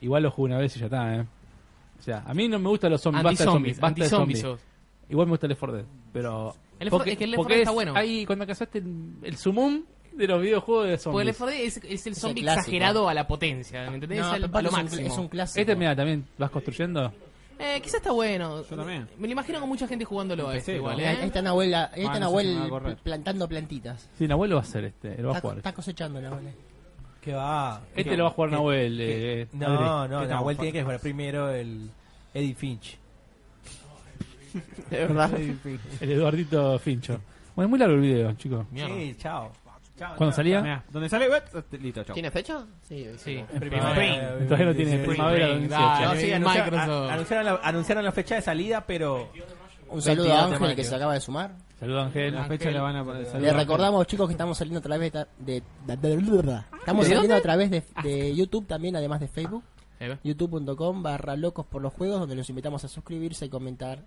S1: Igual lo jugué una vez y ya está, ¿eh? O sea, a mí no me gustan los zombies, basta de zombies,
S4: Anti-zombies,
S1: basta de
S4: anti-zombies.
S1: zombies.
S4: sos.
S1: Igual me gusta el Left 4 Dead, pero
S4: El Left 4 es que el Left 4 Dead está bueno.
S1: Ahí cuando casaste el sumum de los videojuegos de
S4: Porque el
S1: zombies.
S4: Left 4 Dead es, es el zombie
S2: clásico.
S4: exagerado a la potencia, ¿me entendés?
S2: No,
S4: es al-
S2: papá,
S4: a lo
S2: es un-
S4: máximo.
S2: Es un clásico.
S1: Este mira, también vas construyendo.
S4: Eh, quizá está bueno.
S3: Yo también.
S4: Me lo imagino con mucha gente jugándolo a este
S3: Empecé,
S4: igual,
S2: Ahí
S4: ¿eh?
S2: está Nahuel, ahí
S3: Ah, no
S2: está
S3: sé
S2: Nahuel
S3: si me va a correr.
S2: plantando plantitas.
S1: Sí, Nahuel lo va a hacer este, lo va a
S2: Está,
S1: jugar.
S2: está cosechando Nahuel.
S5: Que va.
S1: Este lo va a jugar Nahuel. eh, Adri.
S5: No, no,
S3: ¿Qué
S5: Nahuel
S3: tal?
S5: tiene que jugar primero el Eddie Finch.
S6: Es verdad.
S1: El Eduardito Fincho. Bueno, es muy largo el video, chicos.
S4: Mierda.
S5: Sí, chao.
S1: Cuando salía,
S3: Mirá, donde sale, eh, listo, chao.
S6: ¿Tiene fecha? Sí,
S4: Sí,
S6: supongo.
S4: primero.
S5: Eh,
S1: todavía no tiene
S5: sí, sí.
S1: primavera del
S4: Spring,
S1: 18.
S4: dale.
S5: No, sí,
S4: Eh,
S5: anunciaron,
S4: Microsoft.
S5: a- anunciaron la, anunciaron la fecha de salida, pero
S2: Un saludo
S5: 22
S2: a
S5: de
S2: Ángel que
S5: mayo.
S2: se acaba de sumar.
S1: Saludos Ángel.
S3: La fecha le van a poner.
S2: Le
S3: saludos.
S2: recordamos, chicos, que estamos saliendo a través de. de- de- de- de- estamos
S6: ¿De
S2: saliendo a través de, de YouTube también, además de Facebook.
S4: Ahí va.
S2: youtube.com barra locos por los juegos, donde los invitamos a suscribirse, comentar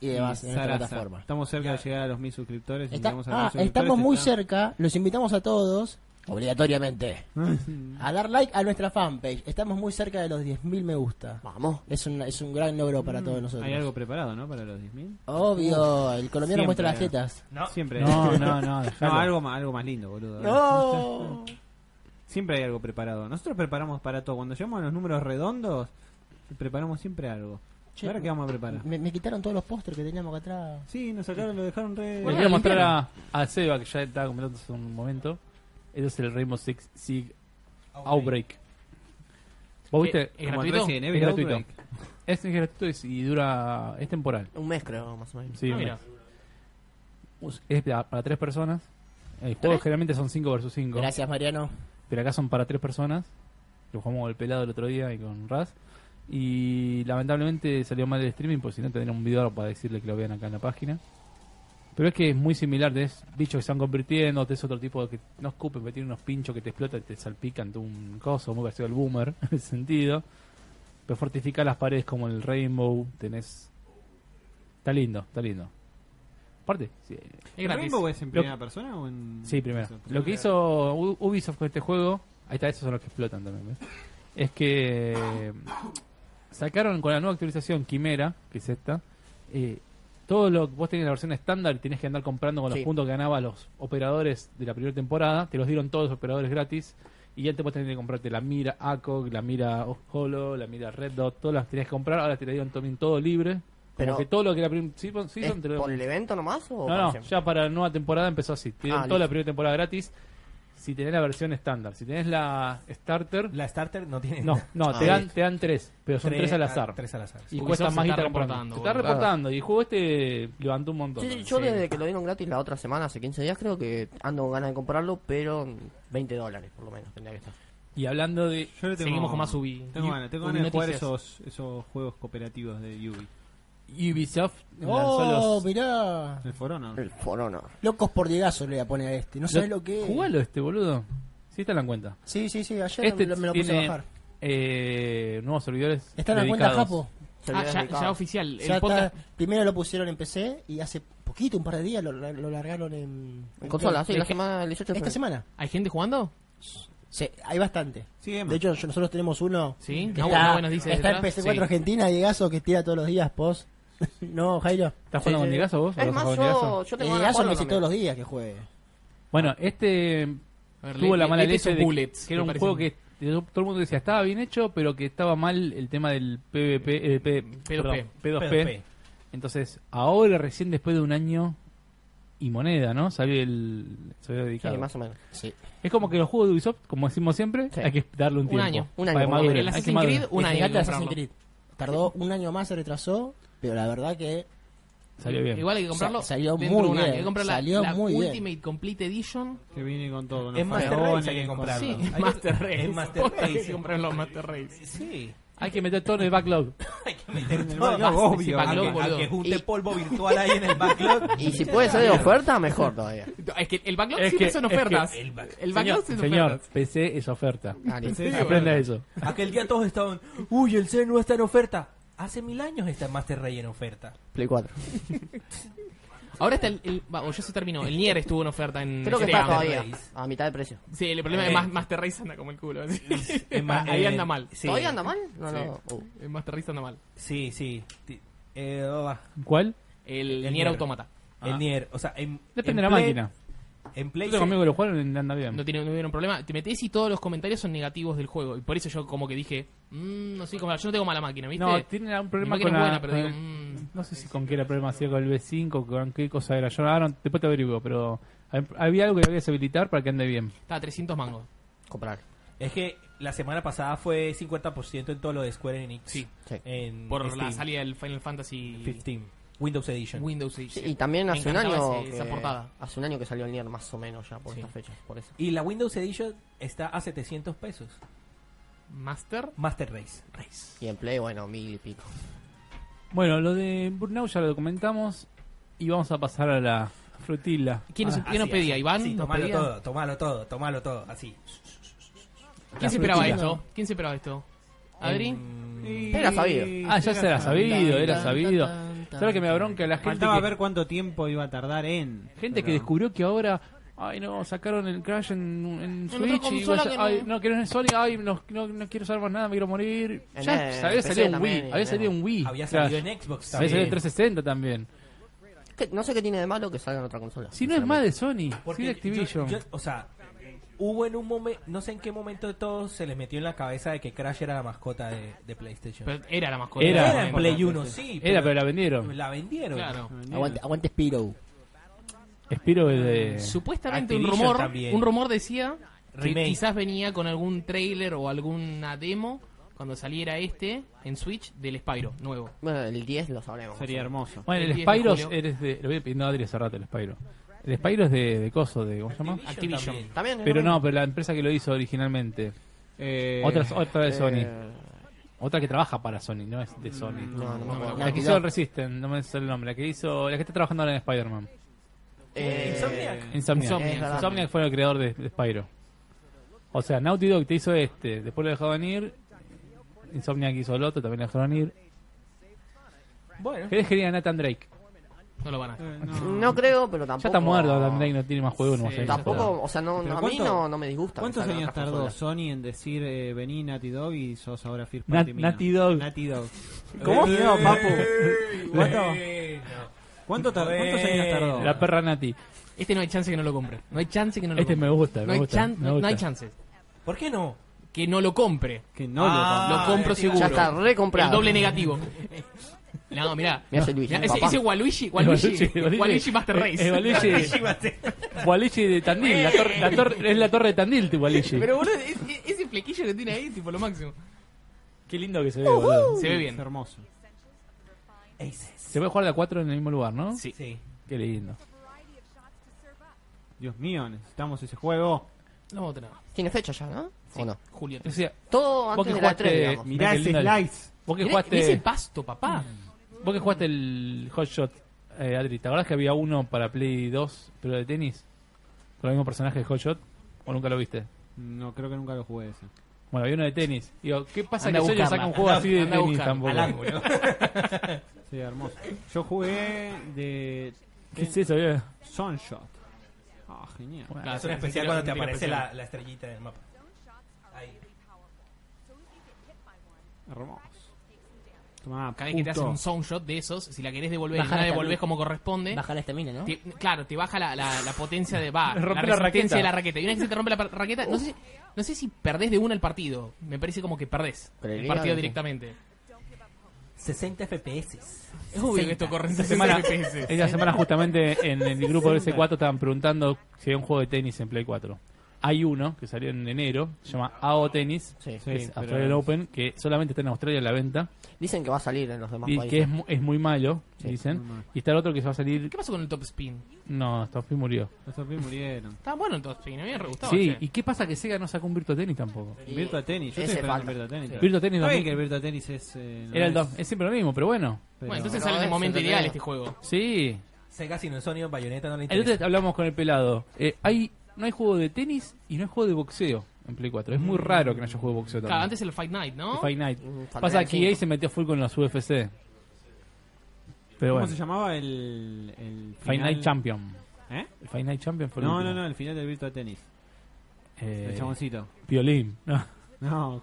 S2: y demás en nuestra
S3: Sarasa.
S2: plataforma.
S3: Estamos cerca de llegar a los mil suscriptores. y
S2: Está-
S3: llegamos a los
S2: ah,
S3: mil suscriptores,
S2: estamos muy
S3: está-
S2: cerca, los invitamos a todos, obligatoriamente, a dar like a nuestra fanpage. Estamos muy cerca de los 10.000 me gusta.
S6: Vamos.
S2: Es un, es un gran logro para todos nosotros.
S3: Mm, Hay algo preparado, ¿no? Para los 10.000.
S2: Obvio, el colombiano
S3: Siempre.
S2: muestra las tetas.
S3: Siempre.
S1: No, no, no,
S3: No,
S1: dejalo.
S3: algo más, algo más lindo, boludo.
S2: No.
S3: Siempre hay algo preparado. Nosotros preparamos para todo. Cuando llegamos a los números redondos, preparamos siempre algo.
S2: Che,
S3: ¿Ahora qué vamos a preparar?
S2: Me, me quitaron todos los pósters que teníamos acá atrás.
S3: Sí, nos sacaron, lo dejaron re.
S1: Le Eh, quiero mostrar a, a Seba, que ya estaba comentando hace un momento. Este es el Rainbow Six Siege Outbreak. ¿Vos
S4: Eh,
S1: viste?
S4: ¿Es
S3: Como el
S4: gratuito?
S3: Resident
S1: Es
S3: Evil
S1: gratuito.
S3: Outbreak.
S1: Este es gratuito y dura. es temporal.
S6: Un mes creo, más o menos.
S1: Sí,
S4: Ah,
S1: un
S4: mira.
S1: mes. es para, para tres personas. El juego
S6: ¿Tres?
S1: generalmente son 5 versus 5.
S2: Gracias, Mariano.
S1: Pero acá son para tres personas. Lo jugamos con el pelado el otro día y con Raz. Y lamentablemente salió mal el streaming, porque si no tendría un video para decirle que lo vean acá en la página. Pero es que es muy similar, tenés bichos que se van convirtiendo, tenés otro tipo de que no escupen, pero tienen unos pinchos que te explotan y te salpican de un coso, muy parecido al boomer, en ese sentido. Pero fortificar las paredes como el Rainbow, tenés... Está lindo, está lindo. Aparte, sí, es
S3: ¿El
S1: gratis.
S3: Rainbow es en
S1: Lo-
S3: primera persona o en.?
S1: Sí, primero.
S3: persona?
S1: Lo que hizo U- Ubisoft con este juego, ahí está, esos son los que explotan también, ¿ves? es que eh, sacaron con la nueva actualización Quimera, que es esta, eh, todo lo vos tenés la versión estándar y tenés que andar comprando con
S6: Sí.
S1: los puntos que ganaba los operadores de la primera temporada, te los dieron todos los operadores gratis. Y ya te puedes tener que comprarte la mira ACOG, la mira Holo, la mira Red Dot, todas las tenías que comprar, ahora te la dieron también todo libre. Como
S6: Pero-
S1: que todo lo que la primera season,
S6: ¿Es
S1: te lo-
S6: ¿Por el evento nomás o
S1: no,
S6: para
S1: no,
S6: siempre?
S1: ya para la nueva temporada empezó así. Tienen
S6: Ah,
S1: toda la
S6: listo.
S1: primera temporada gratis. Si tenés la versión estándar, si tenés la starter,
S5: La starter no tiene
S1: no, no,
S6: Ah,
S1: te, dan,
S6: listo.
S1: te dan tres, pero son tres, al
S4: ah,
S5: a-
S1: azar.
S5: Tres al azar.
S1: Y
S4: Ubisoft
S1: cuesta
S4: se
S1: más
S4: está
S1: guita comprarse.
S4: reportando,
S1: Se está
S4: boludo.
S1: reportando. Y el juego este levantó un montón.
S6: Sí, sí,
S1: también.
S6: yo
S5: Sí.
S6: desde que lo dieron gratis la otra semana, hace 15 días, creo que ando con ganas de comprarlo, pero mm, 20 dólares por lo menos tendría que estar.
S1: Y hablando de.
S3: Yo le tengo-
S4: Seguimos con más Ubi.
S3: Tengo
S4: Ubi-
S3: ganas, tengo
S4: Ubi
S3: ganas de jugar
S4: noticias.
S3: esos, esos juegos cooperativos de Ubi.
S1: Ubisoft lanzó
S2: ¡Oh,
S1: los.
S2: mirá!
S3: ¿El For Honor.
S6: El For Honor.
S2: Locos por Diegazo le voy a poner a este. No sabés lo que es.
S1: Jugalo este, boludo. Si está en la cuenta.
S2: Sí, sí, sí. Ayer
S1: Este
S2: me, lo- me lo puse
S1: tiene
S2: a bajar.
S1: eh, nuevos servidores.
S2: Está en la cuenta
S1: dedicados.
S2: Japo.
S4: Ah,
S6: Servidores
S4: ya,
S6: dedicados.
S4: ya oficial.
S2: Ya
S4: el podcast.
S2: está. Primero lo pusieron en PC y hace poquito, un par de días, lo, lo largaron en...
S6: En consola, sí,
S2: Play.
S6: la semana del 18 de
S2: Esta
S6: febrero.
S2: semana.
S4: ¿Hay gente jugando?
S2: Sí, hay bastante.
S3: Sí, Emma.
S2: De hecho, yo- nosotros tenemos uno
S4: Sí.
S2: que
S4: No,
S2: está,
S4: no, Ah, bueno, dice
S2: está en
S4: detrás.
S2: PC4 Argentina, Diegazo, que tira todos los días post. no, Jairo.
S1: ¿Estás jugando
S6: Sí,
S4: Eh,
S1: con
S6: sí.
S1: Diegazo vos? ¿O vas
S6: Es
S1: a
S6: más,
S1: jugar con Diegazo?
S6: yo, yo tengo ganas
S2: Y
S6: de
S2: Diegazo me
S6: jugarlo
S2: dice
S6: también.
S2: todos los días que juegue.
S1: Bueno, este
S4: A ver,
S1: tuvo
S4: le-
S1: la
S4: le-
S1: mala
S4: leete
S1: leche
S4: esos
S1: de
S4: bullets,
S1: que era
S4: me
S1: un
S4: parecen.
S1: juego que todo el mundo decía estaba bien hecho, pero que estaba mal el tema del PvP, eh, P-
S4: P2P.
S1: perdón, P2P.
S5: P2P.
S1: Entonces, ahora recién después de un año y moneda, ¿no? Salió el salió dedicado.
S6: Sí, más o menos.
S1: Es como que los juegos de Ubisoft, como decimos siempre,
S6: Sí.
S1: hay que darle un
S4: Un
S1: tiempo.
S4: año,
S6: un año,
S1: para
S6: por lo
S1: madurar, hay
S6: menos.
S4: El
S1: que
S4: Assassin's
S1: madurar.
S4: Creed, un año.
S2: Fíjate
S4: en
S2: Assassin's
S4: comprarlo.
S2: Creed. Tardó un año más, se retrasó, pero la verdad que
S1: Salió bien.
S4: Igual hay que comprarlo.
S2: Sa- salió
S4: dentro
S2: muy
S4: de un año.
S2: bien,
S4: Hay que comprar la,
S2: salió
S4: la
S2: muy bien.
S4: Ultimate Complete Edition.
S3: Que viene con todo. con
S5: Es
S3: los
S5: Master
S3: faraones,
S5: Race hay que
S3: con-
S5: comprarlo.
S4: Sí,
S5: Hay que-
S4: Master Race.
S5: Es Master Race.
S4: Hay que comprar los Master Race.
S5: Sí.
S1: Hay que meter todo en el backlog.
S5: No,
S3: backlog,
S5: más,
S3: obvio.
S5: ese backlog,
S4: Aunque-
S5: boludo.
S4: aunque
S5: junte polvo virtual ahí en el backlog.
S6: Y si puede ser de oferta, mejor todavía.
S4: Es que el backlog
S1: Es
S4: siempre
S1: que-
S4: son
S1: es que-
S4: ofertas.
S5: El back-
S4: El
S1: Señor,
S4: backlog son
S1: señor,
S4: ofertas.
S1: PC es oferta.
S6: Ah, listo.
S3: Sí,
S1: Aprenda eso.
S5: Aquel día todos estaban, uy, el C no está en oferta. Hace mil años está Master Race en oferta.
S6: Play 4.
S4: Ahora está el. el- va, o ya se terminó. El Nier estuvo en oferta en.
S6: Creo que
S4: Steam.
S6: está todavía
S5: Race.
S6: a mitad de precio.
S4: Sí, el problema
S5: Eh.
S4: es que Mas- Master Race anda como el culo. así.
S5: Es más,
S4: Ahí
S5: eh,
S4: anda mal.
S5: sí.
S6: ¿Todavía anda mal? No,
S4: Sí.
S6: no. uh.
S4: El Master Race anda mal.
S5: Sí, sí. Ti- eh, oh, va.
S1: ¿Cuál?
S4: El,
S5: El
S4: Nier
S5: Nier.
S4: Automata.
S5: El Nier, o sea, en,
S1: Depende de
S5: en
S1: la
S5: Play-
S1: máquina.
S5: En
S1: Yo
S5: Play
S1: tengo
S5: se-
S1: amigos que lo jugaron y anda bien.
S4: No tiene no tuvieron problema. Te metes y todos los comentarios son negativos del juego. Y por eso yo como que dije, mmm, no sé, como yo no tengo mala máquina, ¿viste?
S1: No, tiene un problema
S4: Mi
S1: con
S4: máquina
S1: la,
S4: es buena, pero
S1: con
S4: digo,
S1: el-
S4: mm.
S1: no sé si con qué era el problema, si era con el B5, con qué cosa era. Yo ahora no- después te averiguo, pero hay- había algo que había que deshabilitar para que ande bien.
S4: está 300 mangos.
S6: Comprar.
S5: Es que la semana pasada fue 50% en todo lo de Square Enix.
S4: Sí.
S6: Sí.
S5: En
S4: Por la
S5: Steam.
S4: salida del Final Fantasy
S5: 15. Windows Edition.
S4: Windows eh,
S6: Sí,
S4: Edition.
S6: y también
S4: Me
S6: hace un
S4: encantaba
S6: año.
S4: ese-
S6: que-
S4: esa portada.
S6: Hace un año que salió el Nier, más o menos ya por
S4: Sí.
S6: estas fechas. Por eso.
S5: Y la Windows Edition está a 700 pesos.
S4: Master
S5: Master Race.
S4: Race.
S6: Y en Play, bueno, mil y pico.
S1: Bueno, lo de Burnout ya lo comentamos y vamos a pasar a la frutilla.
S4: ¿Quién, nos-
S5: Ah,
S4: quién nos
S5: así,
S4: pedía?
S5: así.
S4: ¿Iván?
S5: Sí,
S4: nos
S5: tomalo
S4: pedía?
S5: todo, tomalo todo, tomalo todo, así.
S4: ¿Quién
S1: La
S4: se esperaba
S1: frutilla.
S4: esto? ¿Quién se esperaba esto? ¿Adri?
S5: Mm,
S3: Y-
S6: Era sabido.
S1: Ah, ya se era sabido, era sabido. ¿Sabes que me da bronca la gente?
S3: Faltaba
S1: que-
S3: ver cuánto tiempo iba a tardar en.
S1: Gente que
S3: pero-
S1: descubrió que ahora. Ay, no, sacaron el Crash en, en
S6: otra
S1: Switch. y
S6: consola
S1: vos-
S6: que
S1: ay,
S6: no-
S1: no, quiero en Sony. Ay, no, no, no quiero usar más nada, me quiero morir.
S6: En
S1: Ya,
S6: el-
S1: había salido
S6: en PC
S1: un Wii.
S6: también,
S1: Había
S6: en
S1: salido
S6: el-
S1: un Wii.
S5: Había
S1: Crash.
S5: salido en Xbox
S1: Había salido en
S5: también.
S1: 360 también.
S6: Que- No sé qué tiene de malo que salga en otra consola.
S1: Si no es más de
S6: sinceramente.
S1: Sony, si
S5: Porque
S1: de Activision.
S5: yo- yo- o sea, hubo en un momento, no sé en qué momento de todos se les metió en la cabeza de que Crash era la mascota de, de PlayStation.
S4: Pero era la mascota.
S1: Era.
S5: en Play 1, sí.
S1: Era, pero la vendieron.
S5: la vendieron.
S4: Claro.
S2: Aguante, aguante Spiro.
S1: Spiro es de.
S4: Supuestamente un
S5: Activision
S4: rumor,
S5: también.
S4: un rumor decía que
S5: Remake.
S4: quizás venía con algún trailer o alguna demo cuando saliera este en Switch del Spyro nuevo.
S6: Bueno, el 10 lo sabremos.
S3: Sería hermoso.
S1: Bueno,
S4: El
S1: el
S4: 10 de
S1: Spyro
S4: julio.
S1: eres de. Lo voy a pedir a Adri hace rato, el Spyro. El Spyro es de, de Coso, de, ¿cómo se llama?
S4: Activision.
S5: también.
S6: También. es
S1: Pero
S6: lo
S1: no,
S6: mismo.
S1: pero la empresa que lo hizo originalmente.
S3: Eh,
S1: otra, otra de Sony.
S6: Eh,
S1: Otra que trabaja para Sony, no es de Sony.
S3: Mm,
S6: No, no me acuerdo.
S1: La que hizo el Resistance, no me sale el nombre. La que hizo, la que está trabajando ahora en Spider-Man.
S6: Eh,
S5: Insomniac.
S1: Insomniac.
S6: Insomniac, es
S1: Insomniac,
S6: verdad.
S1: fue el creador de, de Spyro. O sea, Naughty Dog te hizo este, después lo dejaron ir. Insomniac hizo el otro, también lo dejaron ir.
S5: Bueno,
S1: ¿Qué dejaría a Nathan Drake?
S4: No lo van a hacer.
S3: eh,
S6: No creo, pero tampoco.
S1: Ya está muerto, Nathan Drake no tiene más juego, no
S4: Sí,
S1: sé.
S6: Tampoco, o sea, no,
S3: ¿Pero
S6: no, a mí
S3: cuánto-
S6: no, no me disgusta.
S3: ¿Cuántos
S6: que salgan
S3: años
S6: otras
S3: tardó
S6: consolas.
S3: Sony en decir eh, vení Naughty Dog y sos ahora First
S1: Nat-
S3: Party mía?
S1: Naughty Dog.
S3: Naughty Dog.
S5: ¿Cómo?
S3: Eh, no, papu. ¿Cuánto?
S5: Bueno.
S3: ¿Cuánto tar- ¿Cuántos años tardó?
S1: La perra Nati.
S4: Este no hay chance que no lo compre. No hay chance que no lo
S1: Este me
S4: compre.
S1: gusta,
S4: no,
S1: me
S4: hay
S1: gusta.
S4: chan-
S1: me
S4: no- no
S1: gusta.
S4: hay chances.
S5: ¿Por qué no?
S4: Que no lo compre.
S3: que no
S5: Ah,
S3: lo
S4: lo compro
S5: mentira.
S4: seguro.
S6: Ya está recomprado.
S4: El doble negativo. No, mirá.
S6: Mirá ese Luigi,
S4: Mirá, ese,
S6: papá.
S4: ese Waluigi, Waluigi,
S1: Waluigi,
S4: Waluigi Master
S1: eh,
S4: Race.
S1: eh, Waluigi, Waluigi de Tandil, la torre- la torre- es la torre de Tandil, tu Waluigi.
S4: Pero boludo, es- es- ese flequillo que tiene ahí, tipo lo máximo.
S1: Qué lindo que se ve, boludo.
S4: Se ve
S3: compro. Es
S4: bien.
S3: hermoso.
S5: Aces.
S1: Se puede jugar de a cuatro en el mismo lugar, ¿no?
S4: Sí.
S5: Sí.
S1: Qué lindo.
S3: Dios mío, necesitamos ese juego.
S4: No vamos a tener.
S6: Tiene fecha ya, ¿no?
S4: Sí.
S6: ¿O no?
S4: Julio.
S1: O sea,
S6: Todo
S1: Vos que
S6: antes de la
S1: jugaste-
S6: 3, digamos.
S3: Mirá
S1: Qué
S3: ese
S1: lindo.
S3: slice.
S1: vos que
S4: Mirá- mirá ese
S1: jugaste,
S4: pasto, papá.
S1: vos que jugaste el Hot Shot, eh, Adri, ¿te acordás que había uno para Play 2, pero de tenis? Con el mismo personaje de Hot Shot, o nunca lo viste?
S3: No, creo que nunca lo jugué ese.
S1: Bueno, había uno de tenis. Digo, ¿qué pasa
S4: Anda
S1: que
S4: a
S1: Sony
S4: buscarla,
S1: saca un juego
S4: anda-
S1: así de
S4: anda a
S1: tenis
S4: buscarla, al
S1: tampoco?
S4: ángulo.
S3: Sí, hermoso. Yo jugué de
S1: ¿Qué es eso, viejo?
S3: Sunshot. Ah, genial.
S4: Claro,
S5: Es una
S4: sí,
S5: especial
S4: sí,
S5: cuando
S4: sí,
S5: te
S4: sí,
S5: aparece
S4: sí.
S5: la, la estrellita del mapa. Ahí.
S3: Hermoso. Tomá,
S4: Cada vez que te hacen
S3: puto.
S4: un soundshot de esos, si la querés devolver y no
S6: Bajala
S4: la
S6: esta
S4: devolvés
S6: mina.
S4: como corresponde,
S6: Bajar este mine, ¿no?
S4: te- claro, te baja la, la- la potencia de va,
S1: Le
S4: la
S1: rompe la raqueta.
S4: resistencia de la raqueta. Y una vez que se te rompe la par- raqueta, no sé, si- no sé si perdés de una el partido. Me parece como que perdés el
S6: Creería
S4: partido
S6: que sí.
S4: directamente.
S5: 60 FPS.
S4: Es obvio que esto corre en 60
S1: semana-
S4: FPS.
S1: Esta semana justamente en el grupo de S4 estaban preguntando si había un juego de tenis en Play 4. Hay uno que salió en enero, se llama AO Tennis,
S6: Sí.
S3: Sí,
S1: que es
S3: pero-
S1: Australian Open, que solamente está en Australia a la venta,
S6: Dicen que va a salir en los demás
S1: y que
S6: países.
S1: es, mu- es muy malo,
S6: Sí,
S1: dicen.
S3: muy malo.
S1: Y está el otro que se va a salir...
S4: ¿Qué pasó con el top spin?
S1: No, Stoffi murió.
S3: Los zombies murieron.
S4: Estaba bueno el top spin, a mí me re gustaba.
S1: sí,
S4: che.
S1: ¿y qué pasa que Sega no sacó un Virtua Tennis tampoco?
S6: Y-
S3: Virtua Tennis. Yo
S6: ese
S3: estoy esperando
S6: falta.
S3: Virtua Tennis.
S6: Sí.
S1: Virtua Tennis
S3: Está bien
S1: 2000
S3: que el Virtua Tennis es... eh, no
S1: era el
S3: es,
S1: dos- es siempre lo mismo, pero bueno.
S3: pero-
S4: Bueno, entonces
S6: No,
S4: sale en el
S6: es
S4: momento
S6: entretenido.
S4: ideal este juego.
S1: Sí.
S5: Sega sin el sonido bayoneta no le
S1: El otro día
S5: interesa.
S1: hablamos con el pelado. Eh, hay, no hay juego de tenis y no hay juego de boxeo en Play 4. Es muy raro que no haya juego de boxeo
S4: Claro,
S1: también.
S4: antes el Fight Night, ¿no?
S1: El Fight Night.
S6: Mm, falta
S1: Pasa
S6: el
S1: que EA
S6: cinco.
S1: se metió full con los UFC. Pero
S3: ¿Cómo
S1: bueno,
S3: se llamaba el... el
S1: Final
S3: final?
S1: Night Champion.
S3: ¿Eh?
S1: El Final Night Champion fue el
S3: No, no,
S1: último.
S3: no. El final del Virtua Tennis.
S1: Eh,
S3: El chaboncito.
S1: Piolín. No.
S3: No,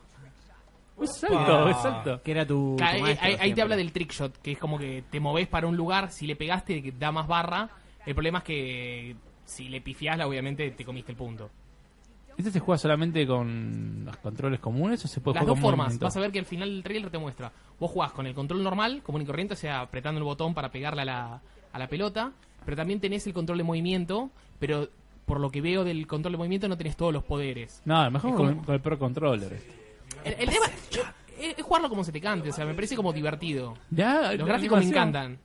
S1: Un salto, un salto.
S3: Ah, que era tu, tu
S4: Claro, ahí-
S3: maestro
S4: eh, ahí, ahí te
S3: siempre.
S4: habla del trickshot, que es como que te moves para un lugar, si le pegaste que da más barra. El problema es que si le pifiás, la- obviamente te comiste el punto.
S1: ¿Este se juega solamente con los controles comunes o se puede
S4: Las
S1: jugar
S4: dos
S1: con
S4: formas,
S1: movimiento?
S4: vas a ver que al final del trailer te muestra. Vos jugás con el control normal, común y corriente, o sea, apretando el botón para pegarle a la, a la pelota, pero también tenés el control de movimiento, pero por lo que veo del control de movimiento no tenés todos los poderes.
S1: No, a lo mejor
S4: Es
S1: con,
S4: como-
S1: con el Pro Controller. este.
S4: El, el tema es, es jugarlo como se te cante, o sea, me parece como divertido.
S1: Ya,
S4: Los
S1: la
S4: gráficos me
S1: animación.
S4: encantan.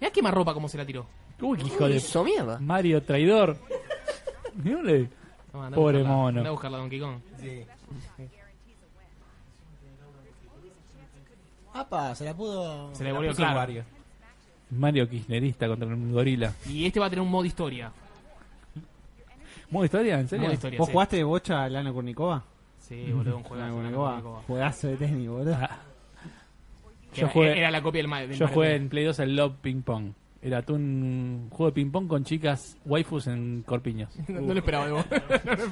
S4: Mirá quemarropa como se la tiró.
S1: Uy, qué hijo de
S6: Hizo mierda.
S1: Mario traidor. Mirale.
S4: No, andá a
S1: Pobre
S4: buscarla,
S1: mono.
S4: andá a buscarla, Donkey Kong.
S5: Sí.
S2: Apa, se la pudo.
S4: Se le volvió
S5: Puso
S4: claro.
S5: Wario.
S1: Mario Kirchnerista contra un gorila.
S4: Y este va a tener un modo historia.
S1: ¿Modo historia? ¿En serio?
S4: Modo historia.
S3: ¿Vos
S4: sí.
S3: jugaste de bocha a Lana Kurnikova?
S4: Ah, Sí, boludo, un juego.
S3: Lana Kurnikova. Juegazo de tenis, boludo.
S1: Ah.
S4: Yo
S1: Yo jugué-
S4: Era la copia del ma- del
S1: Yo
S4: Mario
S1: jugué
S4: Kart.
S1: en Play 2 el Love Ping Pong. Era tú un juego de ping pong con chicas waifus en corpiños.
S4: No, no lo esperaba de vos.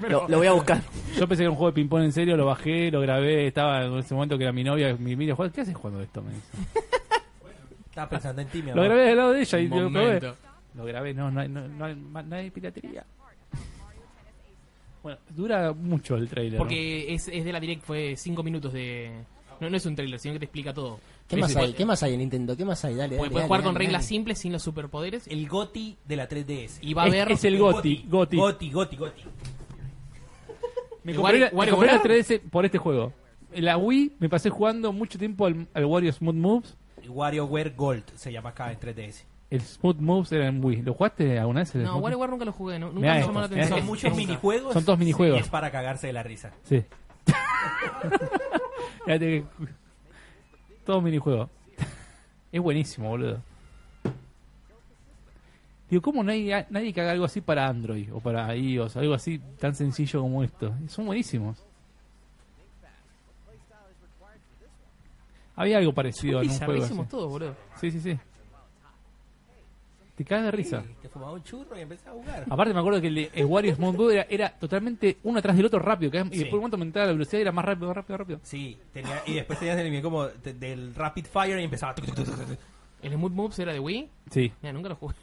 S6: Lo, lo voy a buscar.
S1: Yo pensé que era un juego de ping pong en serio, lo bajé, lo grabé, estaba en ese momento que era mi novia, mi mira, ¿qué haces jugando esto? Me dice.
S5: Estaba pensando en ti, mi
S1: Lo
S5: amor.
S1: grabé del lado de ella y lo probé.
S4: Momento.
S1: Lo grabé, no, no hay, no, no hay, no hay piratería. Bueno, dura mucho el trailer.
S4: Porque es, es de la direct, fue 5 minutos de. No, no es un trailer, sino que te explica todo.
S2: ¿Qué
S1: Sí,
S2: más
S1: sí.
S4: pues,
S2: hay? ¿Qué más hay en Nintendo? ¿Qué más hay? Dale, dale.
S4: Porque Pues puedes
S2: dale,
S4: jugar
S2: dale,
S4: con reglas
S2: dale.
S4: simples, sin los superpoderes.
S5: El Goti de la 3DS.
S4: Y va a
S1: Es-
S4: haber.
S1: es el Goti, Goti.
S5: Goti, Goti, Goti.
S1: Me
S4: ¿El
S1: compré, la,
S4: Wario- Wario
S1: me compré la
S4: Wario?
S1: 3DS por este juego. En La Wii me pasé jugando mucho tiempo al, al Wario Smooth Moves.
S5: WarioWare Gold se llama acá en 3DS.
S1: el Smooth Moves era en Wii. ¿Lo jugaste alguna vez? el
S4: No,
S1: Smooth
S4: War
S1: Moves?
S4: War nunca lo jugué, no- nunca
S1: Mirá
S4: me
S1: esto,
S4: llamó la
S1: mirá
S4: atención.
S1: esto.
S5: Son muchos
S4: Nunca.
S5: minijuegos.
S1: Son todos
S5: Y
S1: minijuegos.
S5: es para cagarse de la risa.
S1: Sí. Ya te- Todo minijuego. Es buenísimo, boludo. Digo, ¿cómo no hay a- nadie que haga algo así para Android o para iOS? Algo así tan sencillo como esto. Son buenísimos. Había algo parecido en un juego. así.
S4: Bizarrísimos todos, boludo.
S1: Sí, sí, sí. Te cagas de risa.
S5: Sí, Te fumaba un churro y empezaba a jugar.
S1: Aparte me acuerdo que el de el Wario Smooth Mode era, era totalmente uno atrás del otro rápido. que- Y
S5: Sí.
S1: después un momento aumentaba la velocidad y era más rápido, más rápido, rápido.
S5: Sí, tenía, y después tenías el como de- del Rapid Fire y empezaba. tuc, tuc, tuc, tuc, tuc.
S4: ¿El Smooth Moves era de Wii?
S1: Sí.
S4: Mira, nunca lo jugué.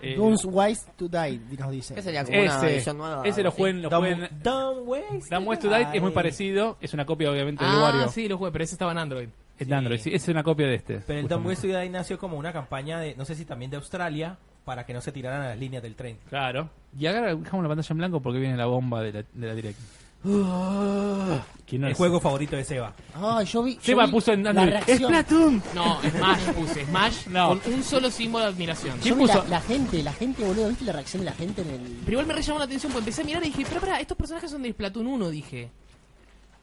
S1: Eh,
S2: Guns Wise to Die, nos dice.
S6: ¿Qué sería como una
S1: ese,
S6: edición nueva?
S1: ese lo
S6: ¿sí?
S1: jugué en... Lo
S5: Dumb-
S1: jugué en
S5: Dumb Ways.
S1: Dumb Ways to Die es muy
S5: Ay.
S1: parecido. Es una copia, obviamente, de
S4: Ah,
S1: Wario.
S4: sí, lo jugué, pero ese estaba en Android.
S1: Es de Android, sí. Es una copia de este.
S5: Pero el Dumb
S1: justamente.
S5: Ways to Die nació como una campaña de, no sé si también de Australia, para que no se tiraran a las líneas del tren.
S1: Claro. Y ahora dejamos la pantalla en blanco porque viene la bomba de la, de la Direct. Ah, ¿Quién no
S5: el
S1: es?
S5: juego favorito de Seba.
S2: Ah, yo vi. yo
S1: Seba
S2: vi
S1: puso en
S2: la
S1: Android. ¡Es
S2: reacción.
S1: Platoon!
S4: No, Smash puse, Smash
S1: No.
S4: con un solo símbolo de admiración.
S2: Yo
S1: ¿Quién
S2: vi la-
S1: puso?
S2: La, gente, la gente, boludo, ¿viste la reacción de la gente en el.
S4: Pero igual me re llamó la atención, porque empecé a mirar y dije, pero pará, estos personajes son de Splatoon 1, dije.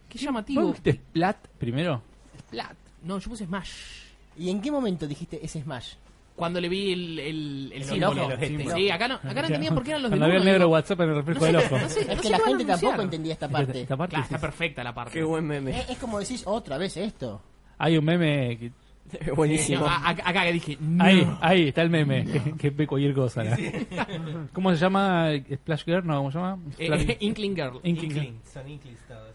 S4: Qué llamativo.
S1: ¿Vos viste Splat primero?
S4: Splat. No, yo puse Smash.
S2: ¿Y en qué momento dijiste ese Smash?
S4: Cuando le vi el, el, el
S5: El
S4: símbolo.
S5: ojo, el ojete.
S4: Sí, acá no, acá no entendía por qué eran los de
S1: Cuando había el
S4: uno,
S1: negro
S4: digo,
S1: WhatsApp en el reflejo del ojo.
S4: no sé,
S2: Es
S4: no
S2: que
S4: sé
S2: la
S4: qué van a
S2: gente tampoco
S4: anunciar.
S2: entendía esta parte.
S1: Esta parte
S4: Claro,
S1: sí,
S4: está perfecta la parte.
S6: Qué buen meme.
S2: Es, es como decís otra vez esto.
S1: Hay un meme que...
S6: Buenísimo.
S4: No, a- a- acá que dije, no.
S1: Ahí, ahí está el meme, que, que ve cualquier cosa. ¿no? ¿Cómo se llama? ¿Splash Girl? No, ¿cómo se llama?
S4: Eh,
S1: Splash-
S4: Inkling Girl.
S1: Inkling.
S5: Son Inklings todos.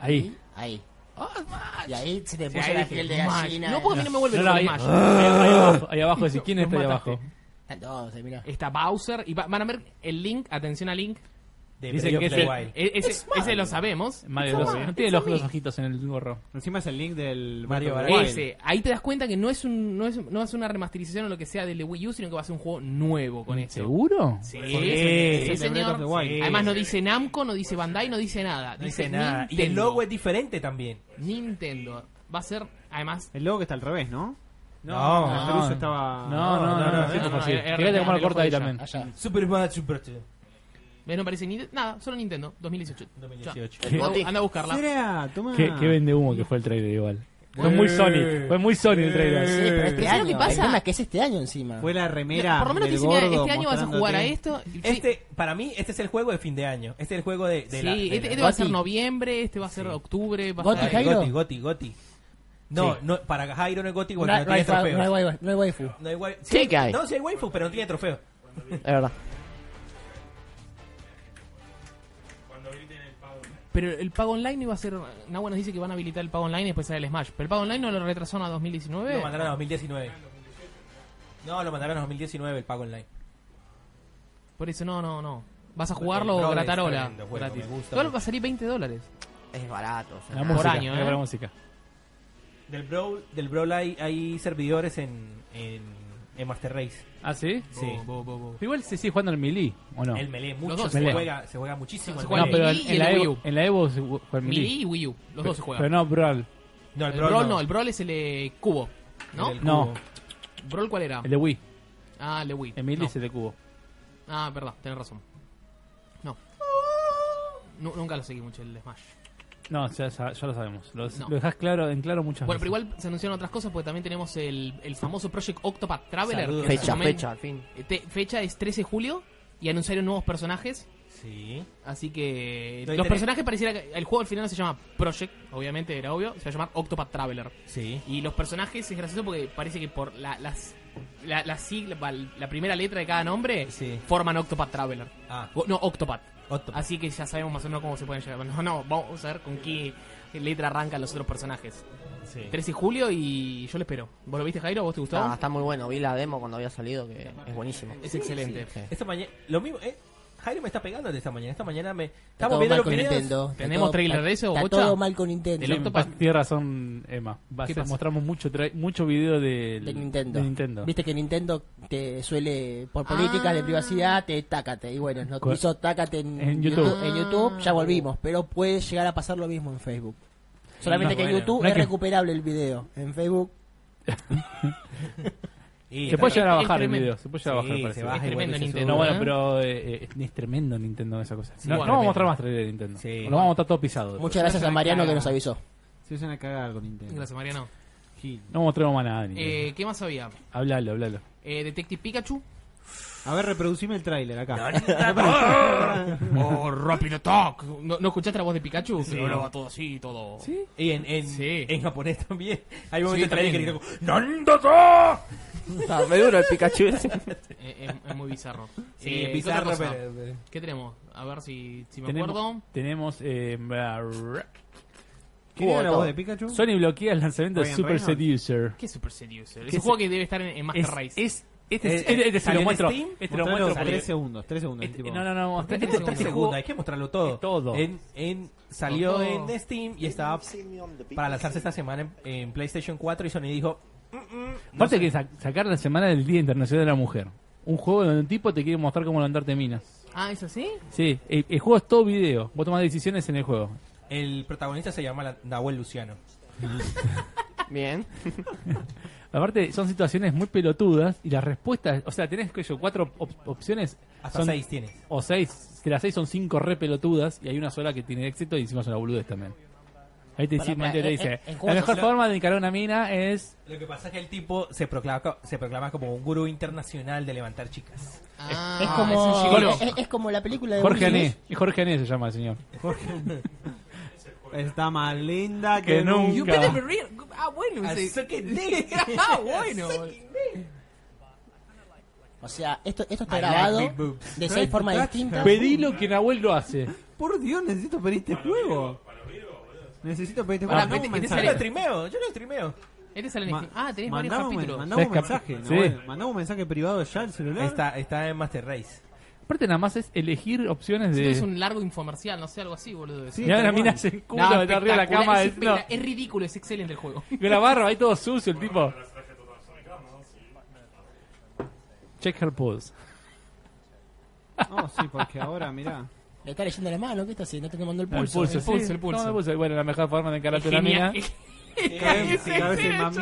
S1: Ahí.
S2: Ahí.
S4: Ah, Smash.
S2: Y ahí se te
S4: Sí,
S2: puso
S4: ahí
S2: la
S4: dije,
S2: piel de
S4: Smash.
S2: gallina.
S4: No, porque a mí no me vuelve
S1: No,
S4: el
S1: no, ahí,
S4: Smash.
S1: ahí abajo, ahí abajo, decís, ¿quién
S4: Nos
S1: está ahí
S4: mataste.
S1: abajo?
S2: Entonces, mira.
S4: Está Bowser y va- van a ver el link, atención a link.
S5: De
S1: Dicen que
S5: Breath of
S1: es
S5: the
S1: el-
S5: Wild.
S4: E- ese, ese lo sabemos.
S1: Mario
S4: It's a
S1: Bros.
S4: man,
S1: No tiene
S4: it's a
S1: los, los
S4: me.
S1: ojitos en el gorro.
S3: Encima es el link del
S5: Mario
S3: Breath of the
S5: Bros.
S3: Wild.
S4: Ese, ahí te das cuenta que no es un no es, no es una remasterización o lo que sea del de Wii U, sino que va a ser un juego nuevo con esto.
S1: ¿Seguro?
S4: Sí,
S5: Sí,
S4: sí,
S3: el de Breath
S4: señor.
S3: of the Wild.
S4: Además no dice Namco, no dice Bandai, no dice nada.
S5: No dice nada. Y el logo es diferente también.
S4: Nintendo. Va a ser, además,
S3: El logo que está al revés, ¿no?
S5: No,
S3: La cruz estaba...
S1: No, no, no, no,
S5: no,
S1: siento
S4: Ah. no,
S1: por sí.
S4: no, era-
S1: Fíjate cómo lo
S4: era-
S1: corta ahí
S4: era-
S1: también.
S2: Allá.
S5: Super Smash Bros.
S4: eh, no parece ni nada, solo Nintendo, 2018.
S5: 2018.
S4: Ya. Anda, anda a buscarla.
S3: Será, toma.
S1: Qué, qué vende humo que fue el trailer igual. Fue muy Sony, fue muy Sony el
S2: Sí,
S1: trailer.
S2: pero este
S4: ¿Pero sabes
S2: año.
S4: lo que pasa?
S2: El tema es que es este año encima.
S3: Fue la remera
S4: La- Por lo menos
S3: del
S4: dicen, mira,
S3: gordo
S4: este año vas a jugar a
S3: mostrándote.
S4: esto. Y-
S5: Este, para mí, este es el juego de fin de año. Este es el juego de, de
S4: sí,
S5: la. de
S4: sí, este,
S5: la-
S4: este va a
S2: Goti.
S4: ser noviembre, este va a ser octubre, va
S2: Goti,
S4: a ser...
S2: Jairo.
S5: Goti, Goti, Goti. No,
S1: Sí.
S5: no, para Jairo no es Goti porque
S2: No
S5: no,
S2: hay- no
S5: tiene
S2: hay fa-
S5: trofeo.
S2: no hay waifu. No hay waifu.
S5: No hay wai-
S6: Sí que hay.
S5: No, sí hay waifu, pero no tiene trofeo.
S6: Es verdad.
S4: Pero el pago online iba a ser... Nahua nos dice que van a habilitar el pago online y después sale el Smash. Pero el pago online no lo retrasaron a 2019.
S5: Lo mandaron a 2019. No, lo mandaron a 2019 el pago online.
S4: Por eso, no, no, no. Vas a jugarlo
S5: Pro está
S4: gratarola.
S5: lindo juego,
S4: Gratis.
S5: me gusta
S4: Igual
S5: mucho.
S4: va a salir 20 dólares.
S6: Es barato. o sea,
S1: La
S6: nada.
S1: música,
S4: año,
S1: era
S4: ¿eh?
S1: para la música.
S5: Del Brawl, del Brawl hay, hay servidores en, en, en Master Race.
S1: ¿Ah, sí?
S5: Sí.
S4: Bo, bo, bo, bo.
S1: Igual se sigue jugando al Melee, ¿o no?
S5: El melee mucho,
S4: Los dos
S5: se,
S1: Melee.
S5: Juega, se juega muchísimo.
S4: Se
S5: el
S4: juega
S1: No,
S5: melee.
S1: pero en,
S4: Melee y
S1: en la
S4: el Wii
S1: Evo,
S4: U.
S1: en la Evo se juega al
S4: Melee
S1: Melee.
S4: y Wii U. Los dos se juegan.
S1: Pero no, Brawl.
S5: no,
S4: el, Brawl no. El Brawl es el eh, cubo. ¿No?
S5: El
S1: No.
S5: cubo.
S4: ¿Brawl cuál era?
S1: El de Wii.
S4: Ah, el de Wii.
S1: El Melee
S4: No.
S1: es el de Cubo.
S4: Ah, verdad, tenés razón. No. Nu- nunca lo seguí mucho el Smash.
S1: No, ya, ya- ya lo sabemos. Lo,
S4: No.
S1: lo dejás claro, en claro muchas
S4: Bueno, pero
S1: veces.
S4: igual se anunciaron otras cosas porque también tenemos el, el famoso Project Octopath Traveler.
S5: Saludos.
S4: que en su
S6: Fecha,
S4: momento-
S6: fecha, al fin.
S4: Este, fecha es 13 de julio y anunciaron nuevos personajes.
S5: Sí.
S4: Así que
S5: No hay
S4: los
S5: tele-
S4: personajes pareciera que el juego al final se llama Project, obviamente era obvio, se va a llamar Octopath Traveler.
S5: Sí.
S4: Y los personajes es gracioso porque parece que por la, las, la, la sigla, va, la primera letra de cada nombre
S5: Sí.
S4: forman Octopath Traveler.
S5: Ah,
S4: O- No, Octopath.
S5: otro. Ah,
S4: Así que ya sabemos más o menos cómo se pueden llegar. No, no, vamos a ver con qué letra arrancan los otros personajes.
S5: Sí.
S4: 13 de julio y yo lo espero. ¿Vos lo viste, Jairo? ¿Vos te gustó?
S6: Ah, está muy bueno. Vi la demo cuando había salido, que es buenísimo.
S4: Es excelente.
S6: Sí.
S5: Esta mañana, lo mismo, eh. Jairo me está pegando de esta mañana. Esta mañana me.
S2: Está
S5: Estamos
S2: todo
S5: viendo
S2: mal
S5: los
S2: con
S5: videos.
S2: Nintendo. Está
S4: ¿Tenemos
S2: todo-
S4: trailer de eso,
S2: Está
S4: bocha?
S2: todo mal con Nintendo.
S4: Del
S1: Sí,
S4: Octopath.
S1: pa- Tienes razón, Emma. Va a
S4: ¿Qué
S1: ser-
S4: pasa?
S1: mostramos mucho, tra- mucho video del,
S2: de Nintendo.
S1: de Nintendo.
S2: Viste que Nintendo te suele, por políticas de
S4: Ah.
S2: privacidad, te tácate. Y bueno, no
S1: Co-
S2: hizo tácate en,
S1: en YouTube.
S2: En YouTube ya volvimos, pero puede llegar a pasar lo mismo en Facebook. Solamente
S5: No,
S2: que en
S5: bueno.
S2: YouTube
S1: No hay
S2: es
S1: que-
S2: recuperable el video. En Facebook.
S5: Y
S1: se puede
S4: es-
S1: llegar a
S4: es
S1: bajar el
S4: tremendo.
S1: video, se puede llegar a
S5: Sí,
S1: bajar.
S5: se
S1: parece.
S5: baja
S4: Es
S5: y
S4: tremendo
S5: vuelve y se
S4: Nintendo,
S1: No,
S5: sube.
S1: bueno,
S4: ¿eh?
S1: pero eh, eh, es tremendo Nintendo esa cosa.
S4: Sí,
S1: no, no vamos
S4: bueno,
S1: a
S4: depende.
S1: mostrar más trailer de Nintendo.
S5: Sí.
S1: Lo vamos a mostrar todo pisado.
S2: Muchas gracias a Mariano que nos avisó.
S3: Se usan a cagar con Nintendo.
S4: Gracias, Mariano.
S3: Gil.
S1: No mostremos más nada. de Nintendo.
S4: Eh, ¿Qué más había?
S1: hablalo, hablalo.
S4: Eh, Detective Pikachu.
S3: A ver, reproducime el tráiler acá.
S4: oh, Rápido Talk. ¿No, no escuchaste la voz de Pikachu?
S5: Sí.
S4: Que hablaba todo así, todo.
S5: Y en, en,
S4: Sí.
S5: en japonés también. Hay un momento de
S4: Sí,
S5: trailer que grita como,
S4: también.
S5: ¡Nandato!
S4: Ah,
S6: Está me duro el Pikachu. ese.
S4: Eh, es, es muy bizarro.
S5: Sí,
S4: Eh,
S5: es
S4: ¿qué otra
S5: bizarro,
S4: cosa?
S5: pero- pero-
S4: ¿Qué tenemos? A ver si, si me
S1: Tenemos-
S4: acuerdo.
S1: Tenemos. eh, bra-
S3: ¿Quién
S6: Hubo
S3: era la
S6: todo.
S3: voz de Pikachu?
S5: Eh,
S1: Sony bloquea el lanzamiento de
S3: Ryan
S1: Super
S3: Reynolds.
S1: Seducer.
S4: ¿Qué es Super Seducer? Es
S1: ¿Qué
S4: un
S1: es-
S4: juego que debe estar en, en Master
S1: Es,
S4: Race.
S1: es, este,
S5: Eh,
S1: este, este, se
S5: ¿salió
S1: lo
S5: en
S1: muestro.
S5: Steam?
S1: Este lo
S3: Mostralo
S1: muestro.
S3: por
S1: porque-
S3: 3 segundos, 3 segundos.
S1: este-
S3: tipo,
S1: no, no, no.
S4: qué
S1: mostra-
S4: te
S1: Este,
S4: segundo?
S5: Tres
S1: este
S5: segundos,
S1: juego
S5: hay que mostrarlo todo.
S1: Es todo.
S5: En, en, salió
S4: Todo.
S5: en Steam y estaba para lanzarse esta semana en, en PlayStation 4 y Sony dijo,
S1: Aparte que sa- sacar la semana del Día Internacional de la Mujer. Un juego donde un tipo te quiere mostrar cómo levantarte minas.
S4: Ah, ¿es así?
S1: Sí, el, el juego es todo video. Vos tomás decisiones en el juego.
S5: el protagonista se llama la- Nahuel Luciano.
S6: Bien.
S1: Aparte, son situaciones muy pelotudas y las respuestas, o sea, tenés que yo, cuatro op- opciones
S5: Hasta
S1: Son-
S5: seis tienes.
S1: o seis. De las seis son cinco re pelotudas y hay una sola que tiene éxito y encima son una boludez también. Ahí te
S2: Pará,
S1: dice,
S2: pará,
S1: te
S2: eh,
S1: dice
S2: eh, en
S1: la
S2: juegos
S1: mejor
S5: sociales-
S1: forma de encarar una mina es...
S5: Lo que pasa es que el tipo se proclama, co- se proclama como un gurú internacional de levantar chicas.
S4: Ah,
S2: Es
S4: un
S1: Oh.
S2: como,
S4: gigolo.
S2: es, es- es como la película de
S1: Jorge
S2: Will
S1: Ané.
S2: Smith.
S1: Jorge Ané se llama el señor.
S3: Está más linda que,
S1: Que nunca.
S4: You better be real. Ah, bueno.
S5: Ah,
S4: ese-
S5: suck it dick.
S4: ah, bueno.
S2: O sea, esto, esto está
S5: I like
S2: grabado
S5: big boobs.
S2: de seis formas distintas.
S1: Pedí lo que Nahuel lo hace.
S3: Por Dios, necesito pedir este juego. Necesito pedir este
S4: Pará,
S3: juego. Mandame
S4: vete-
S3: un
S4: vete
S5: Yo
S3: mensaje.
S5: lo streameo, yo lo streameo.
S4: Este sale en
S3: Ma-
S4: Steam. Ah, tenés varios
S3: mandame un,
S4: capítulos.
S3: mandame un
S1: Tres cap-
S3: mensaje,
S1: sí.
S3: Nahuel. Mandame un mensaje privado ya al celular.
S5: Está, está en Master Race.
S1: Aparte nada más es elegir opciones
S4: Esto
S1: de...
S4: es un largo infomercial, no sé, algo así, boludo.
S3: Sí,
S1: Mirá,
S3: tal
S1: la
S3: cual.
S1: mina se
S4: No,
S1: encuda de arriba de la
S4: espectacular,
S1: cama.
S4: es,
S1: del- no,
S4: espectac- es ridículo, es excelente el juego.
S1: con la barra, ahí todo sucio el tipo. Check her pulse.
S3: Oh, sí, porque ahora, mirá.
S2: Le está leyendo las manos, ¿qué está haciendo? Está tomando el
S1: El
S2: pulso.
S1: pulso,
S4: el
S1: sí.
S4: pulso, el pulso.
S1: No, Bueno, la mejor forma de encararte una mina.
S4: Genial.
S3: Cabeza- cabeza de mami.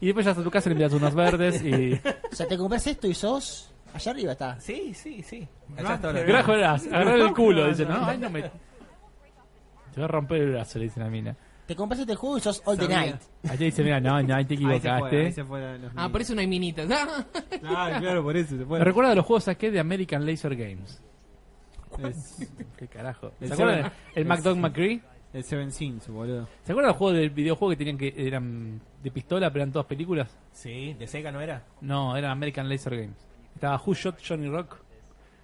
S1: Y después ya a tu casa le envías unos verdes y.
S2: O sea, te compras esto y sos... Allá arriba está.
S5: Sí, sí, sí.
S3: Gran-
S5: Allá está lo-
S1: Grajuelas, agarrar el culo. Dice, no, ay, no me. Te va a romper el brazo, le dice la mina.
S2: Te compras este juego y sos All the
S3: Sabía.
S2: Night.
S1: Allá dice, mira, no, no, ahí te
S3: Ahí se fue, ahí
S1: equivocaste.
S3: se fue la- los
S4: Ah, por eso no hay minitas. Ah,
S3: Ah, claro, por eso se fue.
S1: Me recuerda de los juegos saqué de American Laser Games.
S3: Es-
S1: ¿Qué carajo?
S3: El
S1: ¿Se acuerdan?
S3: Seven.
S1: El
S3: El
S1: McDonald
S3: Seven.
S1: McCree.
S3: El Seven Sins, boludo.
S1: ¿Se acuerdan los juegos del videojuego que tenían que eran de pistola, pero eran todas películas?
S5: Sí, de Sega no era.
S1: No, eran American Laser Games. Estaba Who Shot Johnny Rock,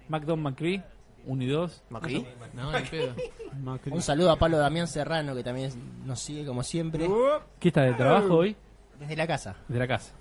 S1: McDonald McCree, 1 y 2.
S6: ¿Macri?
S4: No, ni pedo.
S3: Macri.
S2: Un saludo a Pablo Damián Serrano, que también nos sigue como siempre.
S1: ¿Qué está de trabajo hoy?
S2: Desde la casa.
S1: De la casa.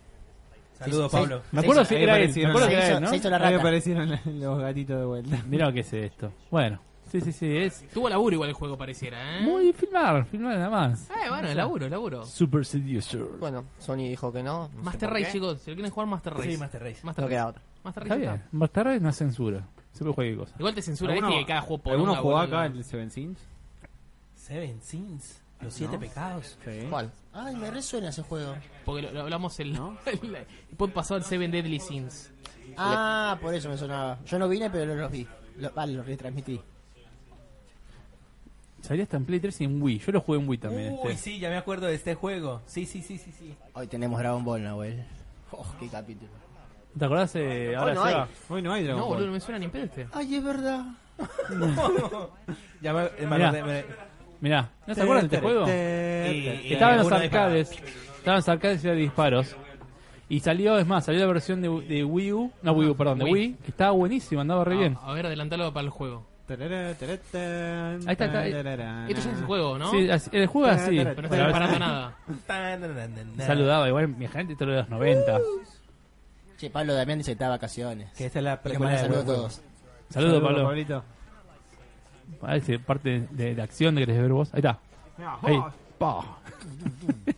S5: Saludos,
S2: Sí, sí,
S5: Pablo.
S1: Me
S2: Se
S1: acuerdo
S2: hizo-
S1: si
S3: ahí
S1: era él. Me
S3: aparecieron
S1: acuerdo
S2: se
S1: que era
S2: hizo-
S1: él, ¿no?
S2: se hizo la
S3: Ahí
S2: rata.
S3: aparecieron la- los gatitos de vuelta.
S1: Mirá lo que es esto. Bueno, sí, sí, sí, es
S4: Tuvo laburo igual el juego, pareciera, ¿eh?
S1: muy filmar, filmar nada más.
S4: Eh, bueno, el laburo, el laburo.
S1: Super Seducer.
S6: Bueno, Sony dijo que no. no sé
S4: Master
S6: por
S4: Race,
S6: qué.
S4: chicos. Si lo quieren jugar, Master Race.
S5: Sí, Master Race.
S4: Master
S6: No
S4: Race.
S6: queda otra.
S4: Master
S1: Está
S4: Race
S1: bien. Más tarde no es censura. Se puede jugar cualquier cosa.
S4: Igual te censura este
S3: ¿Alguno-
S4: que cada juego por
S3: ¿Alguno jugó acá el Seven Sins?
S5: Seven Sins. Los siete pecados.
S3: Sí.
S6: ¿Cuál?
S2: Ay, me resuena ese juego.
S4: Porque lo, lo hablamos el...
S3: ¿No?
S4: el- el podcast pasado, el Seven Deadly Sins.
S2: Ah, por eso me sonaba. Yo no vine, pero los vi. Lo- vale, los retransmití.
S1: Salió hasta en Play 3 y en Wii. Yo lo jugué en Wii también.
S5: Uy,
S1: este.
S5: sí, ya me acuerdo de este juego. Sí, sí, sí, sí, sí.
S2: Hoy tenemos Dragon Ball, Nahuel. Oh, qué capítulo.
S1: ¿Te acordás? eh, ahora
S6: no
S1: Seba?
S3: Hoy no hay Dragon
S4: No,
S3: Ball.
S4: boludo, no me suena ni en pedo este.
S2: Ay, es verdad.
S5: Ya me, eh, me
S1: Mirá.
S5: acordé, me-
S1: Mirá, ¿no se acuerdan de este juego?
S5: y- y
S1: Estaba en los
S5: alguno de-
S1: arcades. Estaba en los arcades y era de disparos. Y salió, es más, salió la versión de, de Wii U. No, Wii U, perdón, de
S4: Wii. Ah.
S1: Wii. Que estaba buenísima, andaba re bien.
S4: A, a ver, adelantalo para el juego.
S3: Tarara, tarara,
S1: Ahí está, está, eh.
S3: tarara.
S4: Esto ya es un juego, ¿no?
S1: Sí, así- el juego así.
S3: Pero no
S4: Pero no
S1: Pero
S4: está
S1: a veces-
S4: preparando nada.
S5: Ta, na, na, na, na.
S1: Saludaba igual mi gente todo lo de los 90.
S2: Che, Pablo Damián dice que está de vacaciones.
S5: Que esta es la
S2: Les
S5: precuela
S2: mando
S5: de
S2: saludos a
S5: World
S2: todos.
S1: Saludos, Pablo.
S3: Pablito.
S1: A ver si parte de, de acción que querés ver vos. Ahí está. Ahí. Pa.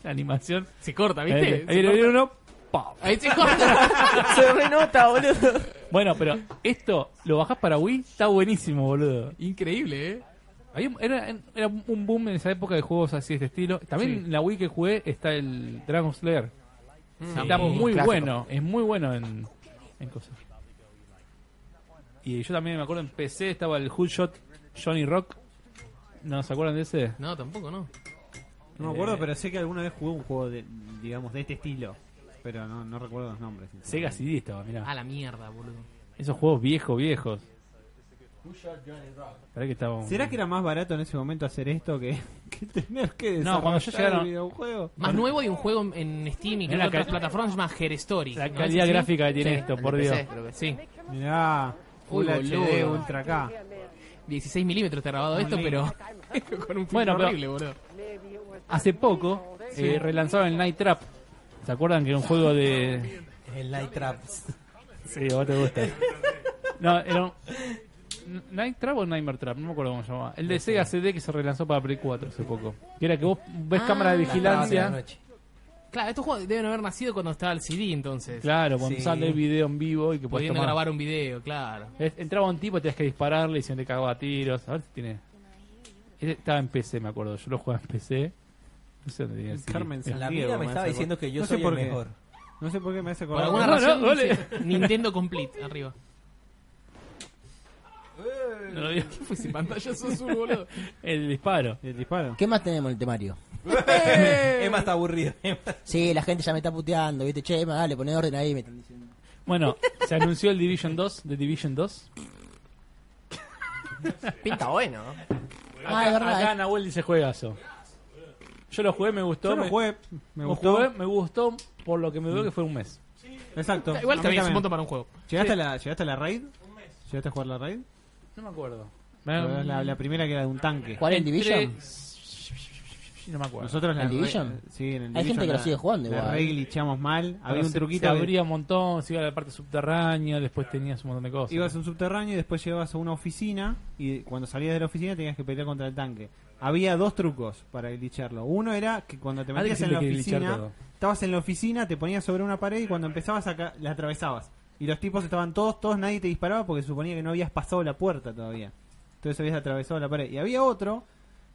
S1: La animación.
S4: Se corta,
S1: Ahí,
S4: ¿viste?
S1: ahí
S4: se
S1: viene
S4: corta.
S1: uno. Pa.
S4: Ahí se corta.
S6: Se renota, boludo.
S1: Bueno, pero esto lo bajás para Wii, está buenísimo, boludo.
S4: Increíble, ¿eh?
S1: Había un- era, era un boom en esa época de juegos así de este estilo. También
S4: Sí.
S1: en la Wii que jugué está el Dragon Slayer. Está muy
S6: Clásico.
S1: bueno, es muy bueno en, en cosas. Y yo también me acuerdo en PC estaba el Hood Shot Johnny Rock. ¿No se acuerdan de ese?
S4: No, tampoco, no.
S3: No me acuerdo,
S1: Eh,
S3: pero sé que alguna vez jugué un juego, de, digamos, de este estilo. Pero no, no recuerdo los nombres.
S1: Sega
S3: sí.
S1: CD estaba, mirá.
S4: A la mierda, boludo.
S1: Esos juegos viejos, viejos. Pará que estaba un-
S3: ¿Será que era más barato en ese momento hacer esto que, que tener que desarrollar
S1: cuando ya llegaron-
S3: el videojuego?
S4: Más nuevo hay un juego en- en Steam y
S1: Mirá
S4: creo
S1: la
S4: que otras
S1: ca-
S4: plataformas se llama Her Story.
S1: La
S4: ¿No
S1: calidad
S4: es así?
S1: gráfica que tiene
S6: Sí,
S1: esto,
S6: el
S1: por
S6: de
S1: Dios.
S6: PC, creo que sí.
S4: Sí,
S3: Mirá, Full
S4: Uy,
S3: HD,
S4: boludo.
S3: Ultra K.
S4: 16 milímetros está grabado esto, pero con un filtro
S1: Bueno, pero-
S4: horrible, boludo.
S1: Hace poco eh, relanzaron el Night Trap. ¿Se acuerdan que era un juego de.
S5: El Light Traps.
S1: Sí, a vos te gusta. No, era un. Night Trap o Nightmare Trap, no me acuerdo cómo se llamaba. El de Sega CD que se relanzó para Play 4 hace poco. Que era que vos ves
S4: Ah,
S1: cámara de
S4: la
S5: Sábado de la
S1: vigilancia.
S5: noche.
S4: Claro, estos juegos deben haber nacido cuando estaba el CD, entonces.
S1: Claro, cuando
S5: Sí.
S1: sale el video en vivo y que podés
S4: Pudiendo
S1: tomar-
S4: grabar un video, claro.
S1: Es- Entraba un tipo, tenías que dispararle y se te cagaba a tiros. A ver si tiene. Este estaba en PC, me acuerdo. Yo lo jugaba en PC. No sé dónde tenía el CD.
S3: Carmen
S1: Mira.
S5: La
S3: Diego,
S5: amiga me
S3: me
S5: estaba
S3: hace
S5: diciendo que yo
S3: No sé
S5: soy
S3: por
S5: el
S3: qué.
S5: mejor.
S3: No sé por qué me hace
S4: Por
S3: acordar.
S4: alguna
S1: No, no,
S4: razón
S1: dale.
S4: dice Nintendo Complete, arriba.
S1: No lo digo.
S4: ¿Qué fue ese pantallazo azul, boludo?
S1: El disparo.
S3: El disparo.
S2: ¿Qué más tenemos en el temario?
S1: ¡Eh!
S5: Emma está aburrida.
S2: Sí, la gente ya me está puteando, ¿viste? Che, Emma, dale, poné orden ahí, me están diciendo.
S1: Bueno, se anunció el Division 2, The Division 2.
S6: Pinta bueno.
S2: Ah, es verdad.
S1: Acá
S2: eh.
S1: Nahuel dice juegazo. Yo lo jugué, me gustó.
S3: Yo
S1: me,
S3: lo jugué, me
S1: lo
S3: gustó. Mm.
S1: jugué, me gustó por lo que me veo que fue un mes.
S3: Exacto.
S4: Igual
S3: A mí
S4: también es
S3: también.
S4: un montón para un juego.
S3: ¿Llegaste, a la, ¿Llegaste a la raid? ¿Llegaste a jugar la raid?
S1: No me acuerdo.
S3: La, la primera que era de un tanque.
S2: ¿Cuál es el Division?
S1: No me acuerdo.
S3: Nosotros la
S2: ¿En Division?
S3: eh, Sí, en el
S2: Hay
S3: Division
S2: gente que lo
S3: la-
S2: sigue jugando
S3: La
S2: igual.
S3: raid glitchamos mal. Había
S1: Pero
S3: un
S1: se-
S3: truquito.
S1: Se
S3: de-
S1: abría un montón, se iba a la parte subterránea, después tenías un montón de cosas.
S3: Ibas a un subterráneo y después llegabas a una oficina y cuando salías de la oficina tenías que pelear contra el tanque. Había dos trucos para glitcharlo. Uno era que cuando te
S1: Ah,
S3: metías
S1: que
S3: en la
S1: siempre hay que glitchar
S3: oficina,
S1: todo.
S3: estabas en la oficina, te ponías sobre una pared y cuando empezabas acá la atravesabas. Y los tipos estaban todos, todos, nadie te disparaba porque se suponía que no habías pasado la puerta todavía. Entonces habías atravesado la pared. Y había otro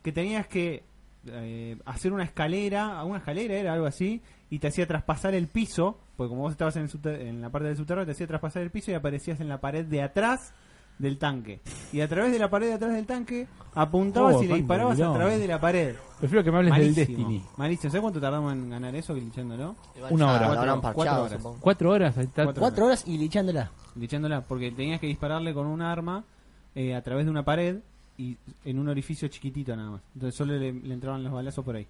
S3: que tenías que eh, hacer una escalera, ah, una escalera era algo así, y te hacía traspasar el piso, porque como vos estabas en, el subter- en la parte del subterráneo, te hacía traspasar el piso y aparecías en la pared de atrás del tanque. Y a través de la pared de atrás del tanque, apuntabas
S1: Oh,
S3: y le disparabas a
S1: pandilón.
S3: través de la pared.
S1: Prefiero que me hables del Destiny.
S3: Malísimo. Malísimo. ¿Sabes cuánto tardamos en ganar eso glitchándolo?
S1: Una
S6: Ya
S1: hora.
S6: lo habrán
S3: Cuatro-
S6: parchado,
S3: cuatro horas.
S6: supongo.
S1: Cuatro horas. ahí está.
S3: Cuatro
S2: Cuatro horas y lichándola.
S3: Glitchándola, porque tenías que dispararle con un arma eh, a través de una pared y en un orificio chiquitito nada más. Entonces solo le, le entraban los balazos por ahí.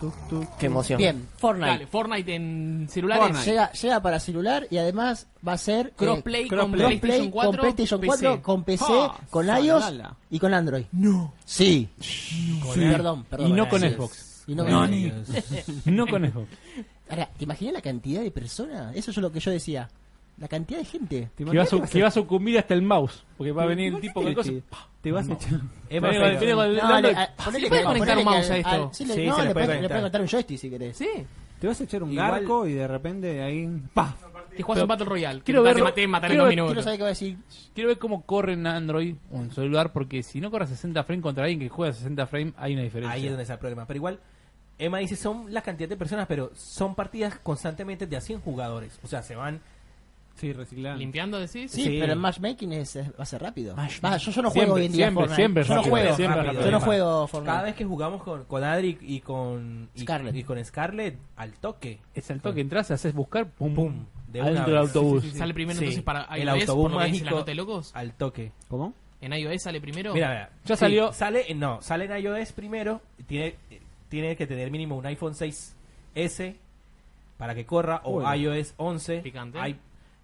S3: Tuc, tuc.
S6: Qué emoción.
S2: Bien, Fortnite.
S4: Dale, Fortnite en celulares.
S3: Fortnite.
S2: Llega, llega para celular y además va a ser eh,
S4: Crossplay, con
S3: crossplay.
S4: PlayStation 4,
S2: con PlayStation 4,
S4: PC.
S2: con PC,
S3: Ah,
S2: con iOS
S3: salala.
S2: y con Android. No. Sí. Sí. Perdón, perdón.
S1: Y no con
S2: Así es.
S1: Xbox.
S2: Y no con
S1: No,
S2: Xbox.
S1: ni- No con Xbox.
S2: Ahora, ¿te imaginas la cantidad de personas? Eso es lo que yo decía. La cantidad de gente.
S1: Que
S3: ¿Te
S1: va, a
S3: imaginas
S1: su- que va a sucumbir hasta el mouse. Porque va a
S3: Te-
S1: venir el tipo con cosas.
S3: Te, te vas a echar.
S5: Emma,
S1: Viene con-
S5: pero-
S1: viene con el
S2: No,
S1: dedo-
S2: le, a- ponele
S4: ¿Se
S2: que-
S4: puede conectar
S2: ponele que
S4: mouse a
S2: al-
S4: esto?
S2: al- sí, le-
S5: Sí,
S2: no,
S5: se le puede
S2: le puedes le puedes
S5: conectar.
S2: conectar un joystick si querés.
S4: Sí.
S3: te vas a echar un
S5: Igual-
S3: garco y de repente ahí. ¡Paf!
S4: Te juegas un Battle Royale.
S1: Quiero
S4: que
S1: ver-
S4: Te maté, matar en
S1: quiero
S4: dos
S1: ver-
S2: Quiero
S4: minutos.
S2: saber qué va a decir.
S1: Quiero ver cómo corre en Android o en celular. Porque si no corre a 60 frames contra alguien que juega a 60 frames, hay una diferencia.
S5: Ahí es donde está el problema. Pero igual, Emma dice, son la cantidad de personas, pero son partidas constantemente de a 100 jugadores. O sea, se van...
S3: Sí, reciclando.
S4: Limpiando, decís.
S2: Sí,
S5: Sí.
S2: pero el matchmaking es, es- va a ser rápido.
S1: Matchmaking.
S2: Va, yo, yo no juego
S1: Siempre,
S2: hoy en día
S1: siempre,
S2: Fortnite.
S1: siempre
S2: yo no
S1: rápido,
S2: juego.
S1: siempre
S5: rápido. eh.
S2: Yo no
S5: Emma.
S2: juego Fortnite.
S5: Cada vez que jugamos con, con Adri y con, y,
S2: Scarlett.
S5: y con Scarlett, al toque.
S1: Es al toque entras, haces buscar, pum,
S5: Pum.
S1: pum.
S5: De una
S1: adentro del
S5: vez.
S1: autobús.
S5: Sí, sí, sí.
S4: Sale primero
S5: Sí.
S4: entonces para iOS,
S5: El autobús
S4: por lo que dice la
S5: mágico
S4: nota de locos.
S5: al toque.
S3: ¿Cómo?
S4: En iOS sale primero.
S5: Mira, mira.
S1: Ya salió-
S5: Sale, no, sale en iOS primero. Tiene, tiene que tener mínimo un iPhone 6S para que corra. O
S3: Bueno.
S5: iOS 11.
S4: Picante.
S5: i-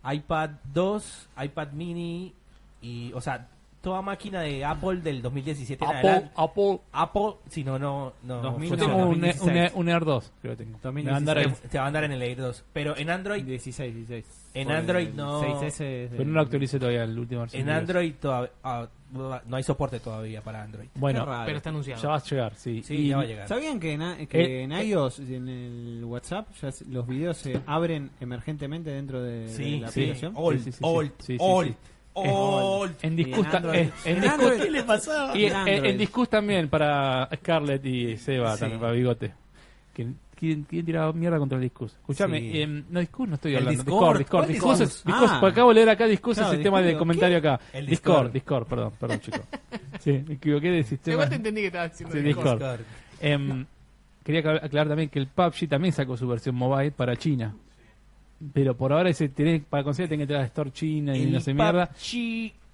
S5: iPad 2, iPad mini. Y, o sea, toda máquina de Apple del 2017 en
S6: Apple,
S5: adelante.
S6: Apple.
S5: Apple, si no, no, no.
S3: 2000,
S1: Yo
S5: funciona.
S1: tengo un,
S2: E,
S3: 2016.
S1: un, un Air 2, creo que tengo.
S3: 2016.
S1: Me va a andar ahí.
S5: Te- Te va a andar en el Air 2. Pero en Android,
S3: 16, 16.
S5: En
S3: Por
S5: Android
S3: el
S5: no.
S3: 6S es
S1: Pero
S3: el-
S1: no lo actualicé todavía el último versión.
S5: en
S1: de iOS.
S5: Android todavía, ah, no hay soporte todavía para Android.
S3: Qué
S1: Bueno,
S3: raro.
S4: Pero está anunciado.
S1: ya va a llegar, Eh, sí.
S5: Sí,
S1: Y-
S5: ya va a llegar.
S3: ¿Sabían que en, a- que en iOS y en el WhatsApp ya se- los videos se abren emergentemente dentro de, de
S5: Sí,
S3: la
S1: sí.
S3: aplicación?
S5: Old,
S1: Sí, sí, sí, sí.
S5: old,
S1: Sí, sí,
S5: old,
S1: sí.
S5: old.
S1: En
S3: Y en
S1: discusta,
S3: Android.
S1: en, en
S3: En
S1: discus-
S3: Android-
S1: y
S3: En
S1: en-
S3: Android.
S1: en discus también para Scarlett y Seba,
S5: Sí.
S1: también para Bigote. Que, que quieren, quieren tirar mierda contra el discurso. Escuchame,
S5: Sí.
S1: em, no, discurso no estoy
S5: El
S1: hablando. Discord,
S5: Discord,
S1: Discord,
S5: ¿cuál
S1: Discord.
S5: Discord?
S1: es- Discord,
S3: Ah.
S1: porque acabo de leer acá Discord,
S3: Claro,
S1: el sistema de
S3: Discord,
S1: comentario acá.
S5: El
S1: Discord, Discord, perdón, perdón, chicos. Sí, me equivoqué de sistema.
S4: Igual te entendí que estabas diciendo
S1: Sí,
S4: otra cosa.
S1: Discord. Em, quería aclar- aclarar también que el PUBG también sacó su versión mobile para China. Pero por ahora ese tenés- para conseguir tenés que entrar a Store China y
S5: El
S1: no sé mierda.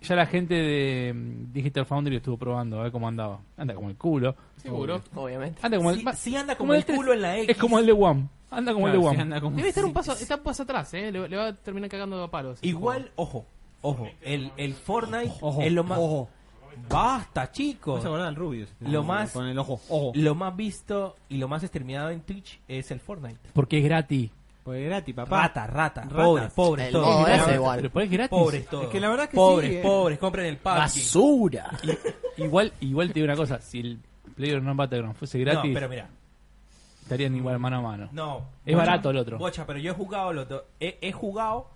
S1: Ya la gente de mm, Digital Foundry estuvo probando a ver cómo andaba. Anda como el culo.
S4: Seguro.
S6: Obviamente.
S1: Anda como el,
S5: Si,
S1: va-
S5: si anda
S1: como
S5: como el
S1: el tres.
S5: culo en la X.
S1: es como el de WAM. Anda como el de
S3: Claro,
S1: WAM.
S3: se anda como-
S4: Debe estar un paso, está un paso atrás, ¿eh? Le, le va a terminar cagando a palos.
S5: Igual, ojo, ojo, el, el Fortnite
S1: Ojo,
S5: es lo más... Basta,
S3: Vamos a
S5: chicos.
S3: guardar al Rubius.
S5: Lo más-
S3: Con el ojo. Ojo.
S5: Lo más visto y lo más exterminado en Twitch es el Fortnite.
S1: Porque es gratis.
S3: Pues gratis, papá.
S5: Rata, rata,
S3: Ratas.
S5: pobres, pobres
S6: El
S5: todos.
S6: modo
S5: Pobres,
S6: ese
S1: Pero
S6: igual.
S1: por ahí es gratis.
S5: pobres todos.
S3: Es que la verdad que
S5: pobres,
S3: sí, eh.
S5: pobres, compren el PUBG.
S2: Basura.
S1: Igual, igual te digo una cosa, si el Player No Battleground fuese
S5: No,
S1: gratis,
S5: pero mira,
S1: estarían igual mano a mano.
S5: no.
S1: Es barato el otro.
S5: Bocha, pero yo he jugado los dos. He, he jugado,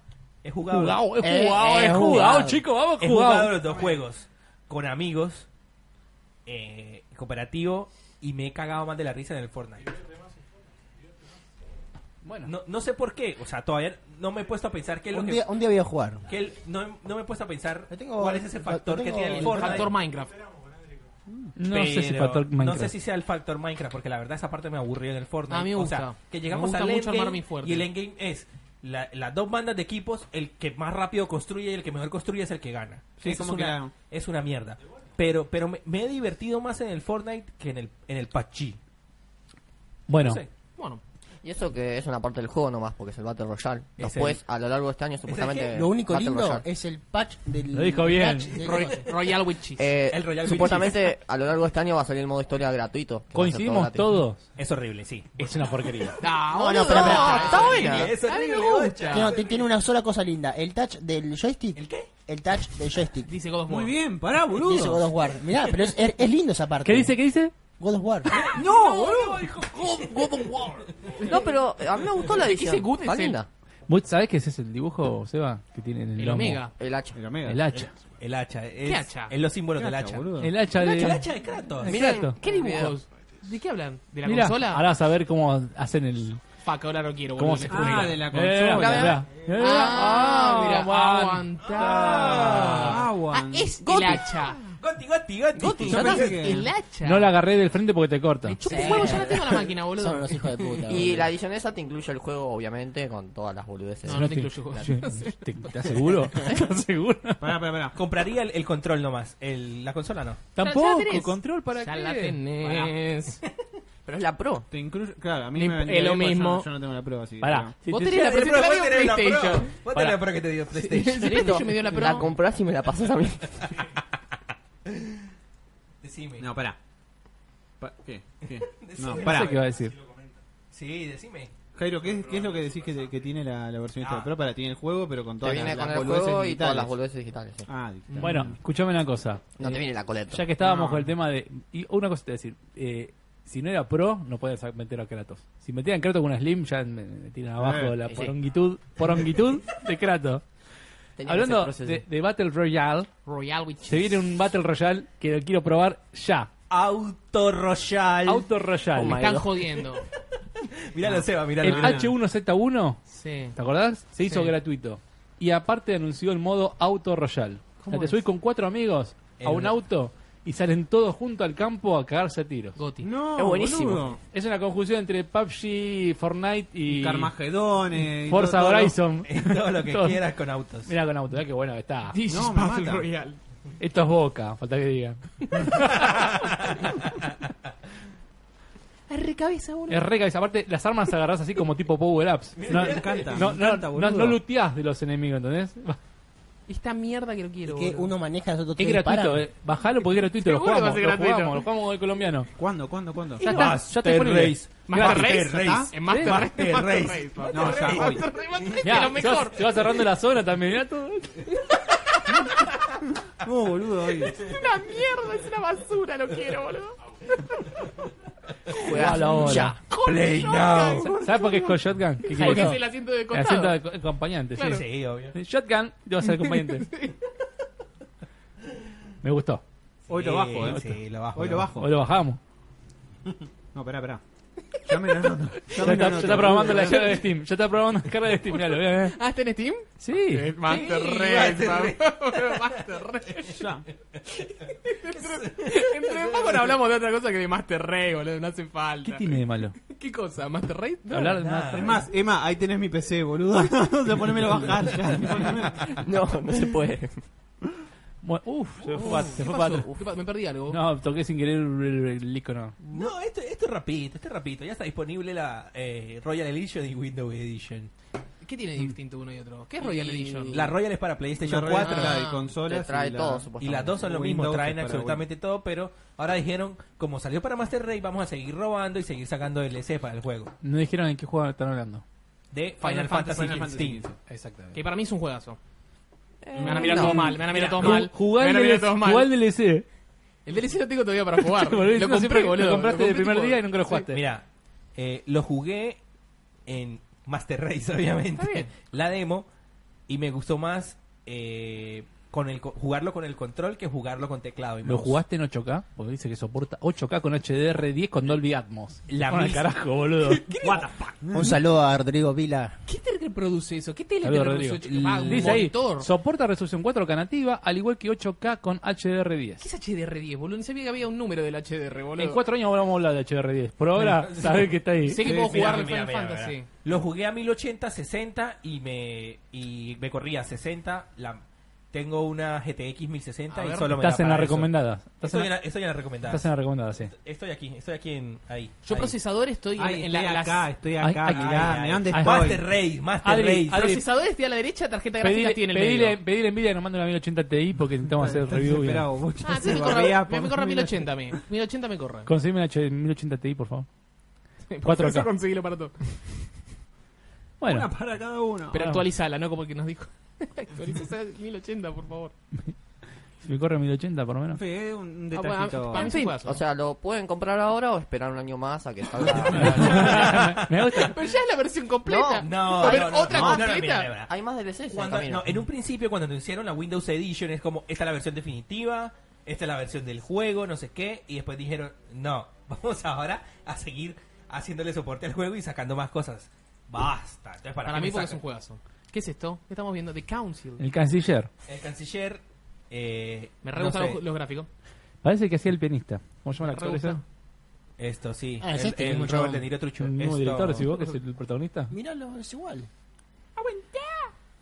S5: he jugado, los-
S1: Jugado, es
S6: Eh,
S1: jugado,
S6: eh,
S1: es jugado,
S6: jugado.
S1: chicos, vamos
S5: he jugado
S1: jugado.
S5: los dos juegos con amigos, eh, cooperativo y me he cagado más de la risa en el Fortnite.
S1: Bueno,
S5: No, no sé por qué, o sea, todavía no me he puesto a pensar qué es lo
S2: Un
S5: que
S2: día, un día voy a jugar.
S5: que él- no, no me he puesto a pensar
S2: Lo tengo-
S5: cuál es ese
S2: lo-
S5: factor
S2: lo
S5: que
S2: tengo-
S5: tiene el
S2: lo
S5: Fortnite.
S4: Factor Minecraft.
S1: no sé si
S5: pero
S1: factor Minecraft.
S5: No sé si sea el factor Minecraft, porque la verdad esa parte me aburrió en el Fortnite.
S4: A mí me gusta.
S5: O sea, que
S4: Me
S5: llegamos
S4: gusta
S5: al
S4: mucho
S5: endgame
S4: armar mi fuerte.
S5: y el endgame es la- las dos bandas de equipos, el que más rápido construye y el que mejor construye es el que gana.
S3: Sí,
S5: Eso es,
S3: como que
S5: una,
S3: la-
S5: es una mierda. Pero, pero me, me he divertido más en el Fortnite que en el, en el PUBG.
S1: Bueno,
S5: No sé.
S4: Bueno,
S6: Y eso que es una parte del juego nomás, porque es el Battle Royale.
S5: Es
S6: Después,
S5: el-
S6: a lo largo de este año,
S5: que
S6: supuestamente.
S2: Lo único
S6: Battle
S2: lindo
S6: Royale.
S2: es el patch del.
S1: Lo dijo bien.
S2: patch del-
S4: Roy- Royal with Cheese.
S6: Eh,
S5: el Royale
S6: Supuestamente, a lo largo de este año va a salir el modo historia gratuito. que va a ser todo
S1: coincidimos
S6: gratis.
S1: todos.
S5: Es horrible, sí.
S1: Es una porquería.
S4: Ah,
S2: No, no,
S4: boludo,
S2: pero, pero,
S4: está
S6: pero,
S4: buena.
S5: Es
S4: A mí me
S5: horrible,
S4: gusta.
S2: No, te- tiene una sola cosa linda. El touch del joystick.
S5: ¿El qué?
S2: El touch del joystick.
S4: Dice God of
S3: Muy
S4: War.
S3: bien, pará,
S2: Dice God
S3: boludo.
S2: of War. Mirá, pero es, er, es- es lindo esa parte.
S1: ¿Qué dice? ¿Qué dice?
S2: God of War.
S4: Ah,
S5: No, boludo.
S6: No, pero eh, a mí me gustó la edición.
S4: ese good
S6: Está
S4: es el-
S6: linda.
S1: ¿Vos ¿Sabés qué ese es el dibujo, Seba? Que tiene en el,
S4: El
S1: lomo?
S4: Omega.
S6: El hacha.
S3: El Omega.
S1: El hacha.
S5: El hacha. Es,
S4: ¿Qué hacha?
S5: Es los símbolos del hacha.
S3: boludo.
S1: El hacha
S5: El
S1: de...
S5: hacha, el hacha de Kratos.
S1: Exacto.
S4: ¿Qué dibujos? ¿De qué hablan? ¿De la
S1: Mira,
S4: consola?
S1: ahora vas a ver cómo hacen el...
S4: Fuck, ahora no quiero.
S1: ¿Cómo
S4: boludo,
S1: se
S4: les juro.
S3: Ah,
S1: juega?
S3: de la
S1: Eh, mirá,
S3: consola.
S1: mirá, mirá.
S4: Ah, mira,
S1: Ah,
S4: aguantá. Ah,
S3: Aguanta.
S4: es el hacha.
S5: Goti, goti, goti.
S4: Goti,
S3: Yo
S4: ya
S3: pensé
S4: está,
S3: que-
S4: el hacha.
S1: No la agarré del frente porque te corta.
S4: Me chupa un huevo, ya la tengo la máquina,
S2: Son
S4: boludo.
S2: unos hijos de puta.
S6: Y
S2: boludo.
S6: la edición esa te incluye el juego, obviamente, con todas las boludeces.
S4: No, no te incluyo.
S1: Sí, ¿Te, te aseguro? ¿Te aseguro?
S3: Pará, pará, pará.
S5: Compraría el, el control nomás. El, la consola no.
S1: Tampoco,
S4: tenés.
S1: control para
S4: Ya
S1: qué?
S4: la tenés.
S6: Pero es la pro.
S3: Te incluyo. Claro, a mí
S4: Ni-
S3: me
S4: es
S3: vendría
S4: lo
S3: bien, pues, yo
S4: mismo.
S3: no- Yo no tengo la prueba, así. que-
S1: Pará. Si
S4: Vos
S1: te-
S4: tenés la versión
S5: Pero
S4: de
S5: vos tenés la
S4: PlayStation.
S5: pro. Vos tenés la pro que te dio PlayStation.
S4: El PlayStation me dio la
S6: La
S4: pro.
S6: comprás y me la pasás a mí.
S5: Decime.
S3: No, pará. Pa- ¿Qué? ¿Qué? No,
S1: No
S3: pará.
S1: sé qué va a decir.
S5: Sí, decime.
S3: Jairo, ¿qué es, qué es lo que decís que, que tiene la, la versión esta
S5: Ah.
S3: de Pro? Para, tiene el juego, pero con
S6: Te
S3: todas
S6: viene
S3: las,
S6: con
S3: las
S6: el
S3: boludeces
S6: juego y todas
S3: digitales.
S6: las boludeces digitales. sí.
S3: Ah, digital.
S1: Bueno, escuchame una cosa.
S6: No te viene la coleta.
S1: Ya que estábamos
S3: No.
S1: con el tema de. Y una cosa te voy a decir. eh, si no era pro, no podías meter a Kratos. Si metían a Kratos con una Slim, ya me, me tiran abajo
S3: Eh,
S1: la
S6: sí.
S1: poronguitud, poronguitud de Kratos.
S6: Tenía que
S1: Hablando
S6: ser
S1: de,
S6: proceso.
S1: de Battle Royale,
S4: Royal with
S1: se viene un Battle Royale que lo quiero probar ya.
S5: Auto Royal.
S1: Auto Royale.
S6: Oh my
S4: Están
S6: God.
S4: jodiendo.
S5: Míralo, Seba, míralo.
S1: el
S3: Ah.
S1: H1Z1,
S4: Sí.
S1: ¿te acordás? Se hizo
S4: Sí.
S1: gratuito. Y aparte anunció el modo Auto Royale. O sea,
S4: ¿Cómo
S1: te
S4: es?
S1: subís con cuatro amigos a
S5: El-
S1: un auto y salen todos juntos al campo a cagarse a tiros.
S4: Goti.
S3: No,
S6: Es buenísimo.
S3: boludo.
S1: Es una conjunción entre PUBG, Fortnite y
S3: Carmagedones. y
S1: Forza
S3: todo- todo-
S1: Horizon.
S5: Todo lo que
S1: Todo.
S5: quieras con autos.
S1: Mira con auto, mirá qué bueno que está.
S4: This
S3: No,
S4: is
S3: me
S4: Battle
S3: mata.
S4: Royale.
S1: Esto es Boca, falta que diga.
S4: Es recabeza, boludo.
S1: Es re cabeza. Aparte, las armas agarrás así como tipo power-ups. No,
S3: Me encanta,
S1: no,
S3: me
S1: no,
S3: encanta,
S1: no,
S3: boludo.
S1: no luteás de los enemigos, ¿entendés?
S4: Esta mierda que lo quiero.
S2: que
S4: boludo.
S2: uno maneja, los otros
S1: Es
S2: tres
S1: gratuito,
S2: disparan.
S1: eh. bajalo porque es gratuito. Lo
S4: Seguro va a
S1: jugamos,
S4: ser
S1: lo
S4: gratuito.
S1: jugamos, lo jugamos con el colombiano.
S3: ¿Cuándo, cuándo, cuándo?
S1: Ya está, ya está disponible.
S4: Master
S1: Gratis.
S4: Race.
S5: Race.
S4: ¿Está? En Master Race.
S5: Master Race.
S3: No, ya hoy.
S4: Master Race, Master
S1: Mirá,
S4: Race, que lo
S1: se va-
S4: mejor.
S1: Se va cerrando la zona también. mirá todo.
S3: No, boludo, hoy.
S4: Es una mierda, es una basura, lo quiero, boludo.
S1: Jugá la hora.
S6: Ya.
S5: Play now.
S1: ¿Sabes por qué es con Shotgun? ¿Qué
S4: Porque
S1: querés?
S4: es el asiento de
S1: El
S4: costado.
S1: asiento de ac- acompañante, sí,
S4: Claro.
S1: sí.
S5: Sí, obvio.
S1: Shotgun, te vas a ser acompañante. Me gustó.
S3: Hoy lo
S5: Sí,
S3: bajo, eh.
S5: Sí, lo bajo.
S3: Hoy lo bajo.
S1: O lo bajamos.
S3: No, pará, pará.
S5: Yo
S3: Ya me la anoto.
S1: Ya
S3: me
S1: está, ya
S3: la
S1: está
S3: anoto.
S1: probando la carga de Steam. Ya está probando la carga de Steam. Míralo, eh.
S4: ¿Ah, está en Steam?
S1: Sí.
S7: Eh, Master
S4: Sí,
S7: Race,
S4: Master
S7: mam.
S4: Master Raid. entre, entre poco no hablamos de otra cosa que de Master Raid, boludo. No hace falta.
S1: ¿Qué tiene de malo?
S4: ¿Qué cosa? ¿Master Raid? No.
S1: Hablar de
S5: nada.
S1: más.
S3: Es más, Emma, ahí tenés mi PC, boludo. O sea, ponémelo a bajar ya. Ponémelo-
S6: No, no se puede.
S1: Bueno, Uf, se fue para- se
S4: ¿Qué
S1: fue para
S4: pasó?
S1: atrás.
S4: ¿Qué pa- Me perdí algo.
S1: No, toqué sin querer el el icono.
S5: No, esto, esto es rapidito, esto es rapidito. Ya está disponible la eh, Royal Edition y Windows Edition.
S4: ¿Qué tiene de distinto uno y otro? ¿Qué es Royal
S6: Y-
S4: Edition?
S5: La Royal es para PlayStation
S3: La
S5: 4
S3: revista
S4: Ah,
S3: y consolas.
S6: te trae
S3: y la-
S6: todo, supuestamente.
S5: y las dos son lo mismo,
S3: Windows
S5: traen
S3: es para
S5: absolutamente todo, pero ahora dijeron, como salió para Master Raid, vamos a seguir robando y seguir sacando DLC para el juego.
S1: No dijeron en qué juego están hablando.
S5: De Final,
S4: Final
S5: Fantasy,
S4: Fantasy
S5: XVI.
S4: Que para mí es un juegazo. Me van a
S6: Eh,
S4: mirar
S6: no.
S4: todos mal, me van a mirar todos mal.
S1: Jugar
S4: me van a mirar todos mal.
S1: el DLC.
S4: El DLC lo tengo todavía para jugar.
S1: Te volvés
S4: lo
S1: loco
S4: compré,
S1: siempre,
S4: boludo.
S1: Lo compraste
S4: Lo
S1: el
S4: compré,
S1: primer
S4: tipo,
S1: día y nunca lo jugaste.
S5: Mira, eh, lo jugué en Master Race, obviamente.
S4: Está bien.
S5: La demo. Y me gustó más eh, con el co- jugarlo con el control que jugarlo con teclado. y
S1: ¿Lo
S5: mouse.
S1: jugaste en 8K? Porque dice que soporta 8K con HDR10 con Dolby Atmos.
S5: La
S1: Bueno,
S5: misma-
S1: carajo, boludo.
S2: Un saludo a Rodrigo Vila.
S4: ¿Qué te reproduce eso? ¿Qué tele te
S1: Saludos,
S4: reproduce?
S1: Rodrigo.
S4: Ah, un
S1: Dice ahí,
S4: monitor.
S1: soporta resolución 4K nativa, al igual que 8K con
S4: ¿Qué
S1: HDR10.
S4: es HDR10, boludo? Ni sabía que había un número del HDR, boludo.
S1: En 4 años ahora vamos a hablar de HDR10. Por ahora, sabés que está ahí.
S4: Sé que
S5: Sí,
S4: puedo
S5: mira,
S4: jugar al
S5: mira,
S4: Final
S5: mira, mira.
S4: Fantasy.
S5: Lo jugué a 1080, 60 y me, y me corría 60. La, tengo una GTX 1060
S4: A
S5: y
S4: ver,
S5: solo me da
S1: Estás en
S5: para
S1: la
S5: eso.
S1: recomendada. Estás en
S5: Estoy en
S1: la,
S5: la, estoy en la recomendada.
S1: estás en la recomendada, sí.
S5: Estoy aquí, estoy aquí en ahí.
S4: Yo
S5: ahí.
S4: procesador estoy en-
S3: Ay,
S4: en la...
S3: estoy
S4: las-
S3: acá, estoy
S1: Ay,
S3: acá.
S1: ay,
S3: mirá,
S1: ay,
S3: mirá dónde
S1: ay.
S3: estoy.
S5: Ah, Master Race, Master
S1: Adri,
S5: Race.
S1: Adri,
S4: Procesador estoy a la derecha, tarjeta gráfica
S1: Pedile,
S4: tiene el
S1: pedile,
S4: medio.
S1: pedile envidia que nos mande una 1080 Ti porque necesitamos hacer
S3: Estás
S1: review. bien.
S3: desesperado, vos,
S4: Ah,
S3: ya
S4: entonces
S3: se
S4: me corre,
S3: babea
S4: me,
S3: por
S4: me corre
S3: mil
S4: 1080 a mí. 1080 me corre.
S1: Conseguime una 1080 Ti, por favor.
S4: Por
S1: 4K.
S4: eso conseguilo para todo.
S1: Bueno,
S3: Una para cada uno.
S4: Pero
S1: Ah.
S4: actualizala, no como el que nos dijo. Actualizala a 1080, por favor.
S1: si me corre 1080 por lo menos.
S3: Fue eh, un- un
S4: Ah, bueno,
S3: detallito.
S4: para mí
S6: En
S4: es un
S6: fin,
S4: juegazo.
S6: o sea, ¿lo pueden comprar ahora o esperar un año más a que salga?
S1: me gusta.
S4: Pero ya es la versión completa.
S5: No,
S4: A ver,
S5: no, no,
S4: ¿otra
S5: no, no, no,
S4: completa?
S5: mira, mira, mira.
S6: Hay más DLCs en
S5: Cuando-
S6: camino.
S5: no, en un principio, cuando anunciaron la Windows Edition, es como, esta es la versión definitiva, esta es la versión del juego, no sé qué, y después dijeron, no, vamos ahora a seguir haciéndole soporte al juego y sacando más cosas. Basta. Entonces, ¿para
S4: Para,
S5: qué
S4: mí
S5: me
S4: porque es
S5: sacan?
S4: un juegazo. ¿Qué es esto? ¿Qué estamos viendo? The Council.
S1: El canciller.
S5: El canciller... eh,
S4: Me re
S5: no
S4: gustan
S5: sé,
S4: los, los gráficos.
S1: Parece que hacía el pianista. ¿Cómo se llama el
S4: Me
S1: actor
S4: re
S1: ese?
S4: gusta.
S5: Esto sí.
S2: Ah, es
S5: el,
S2: este
S5: el
S2: mismo
S5: Robert
S2: chabón.
S5: De Niro Trucho.
S1: El mismo
S5: Esto-
S1: director, si vos que es el protagonista.
S2: Míralo, es igual.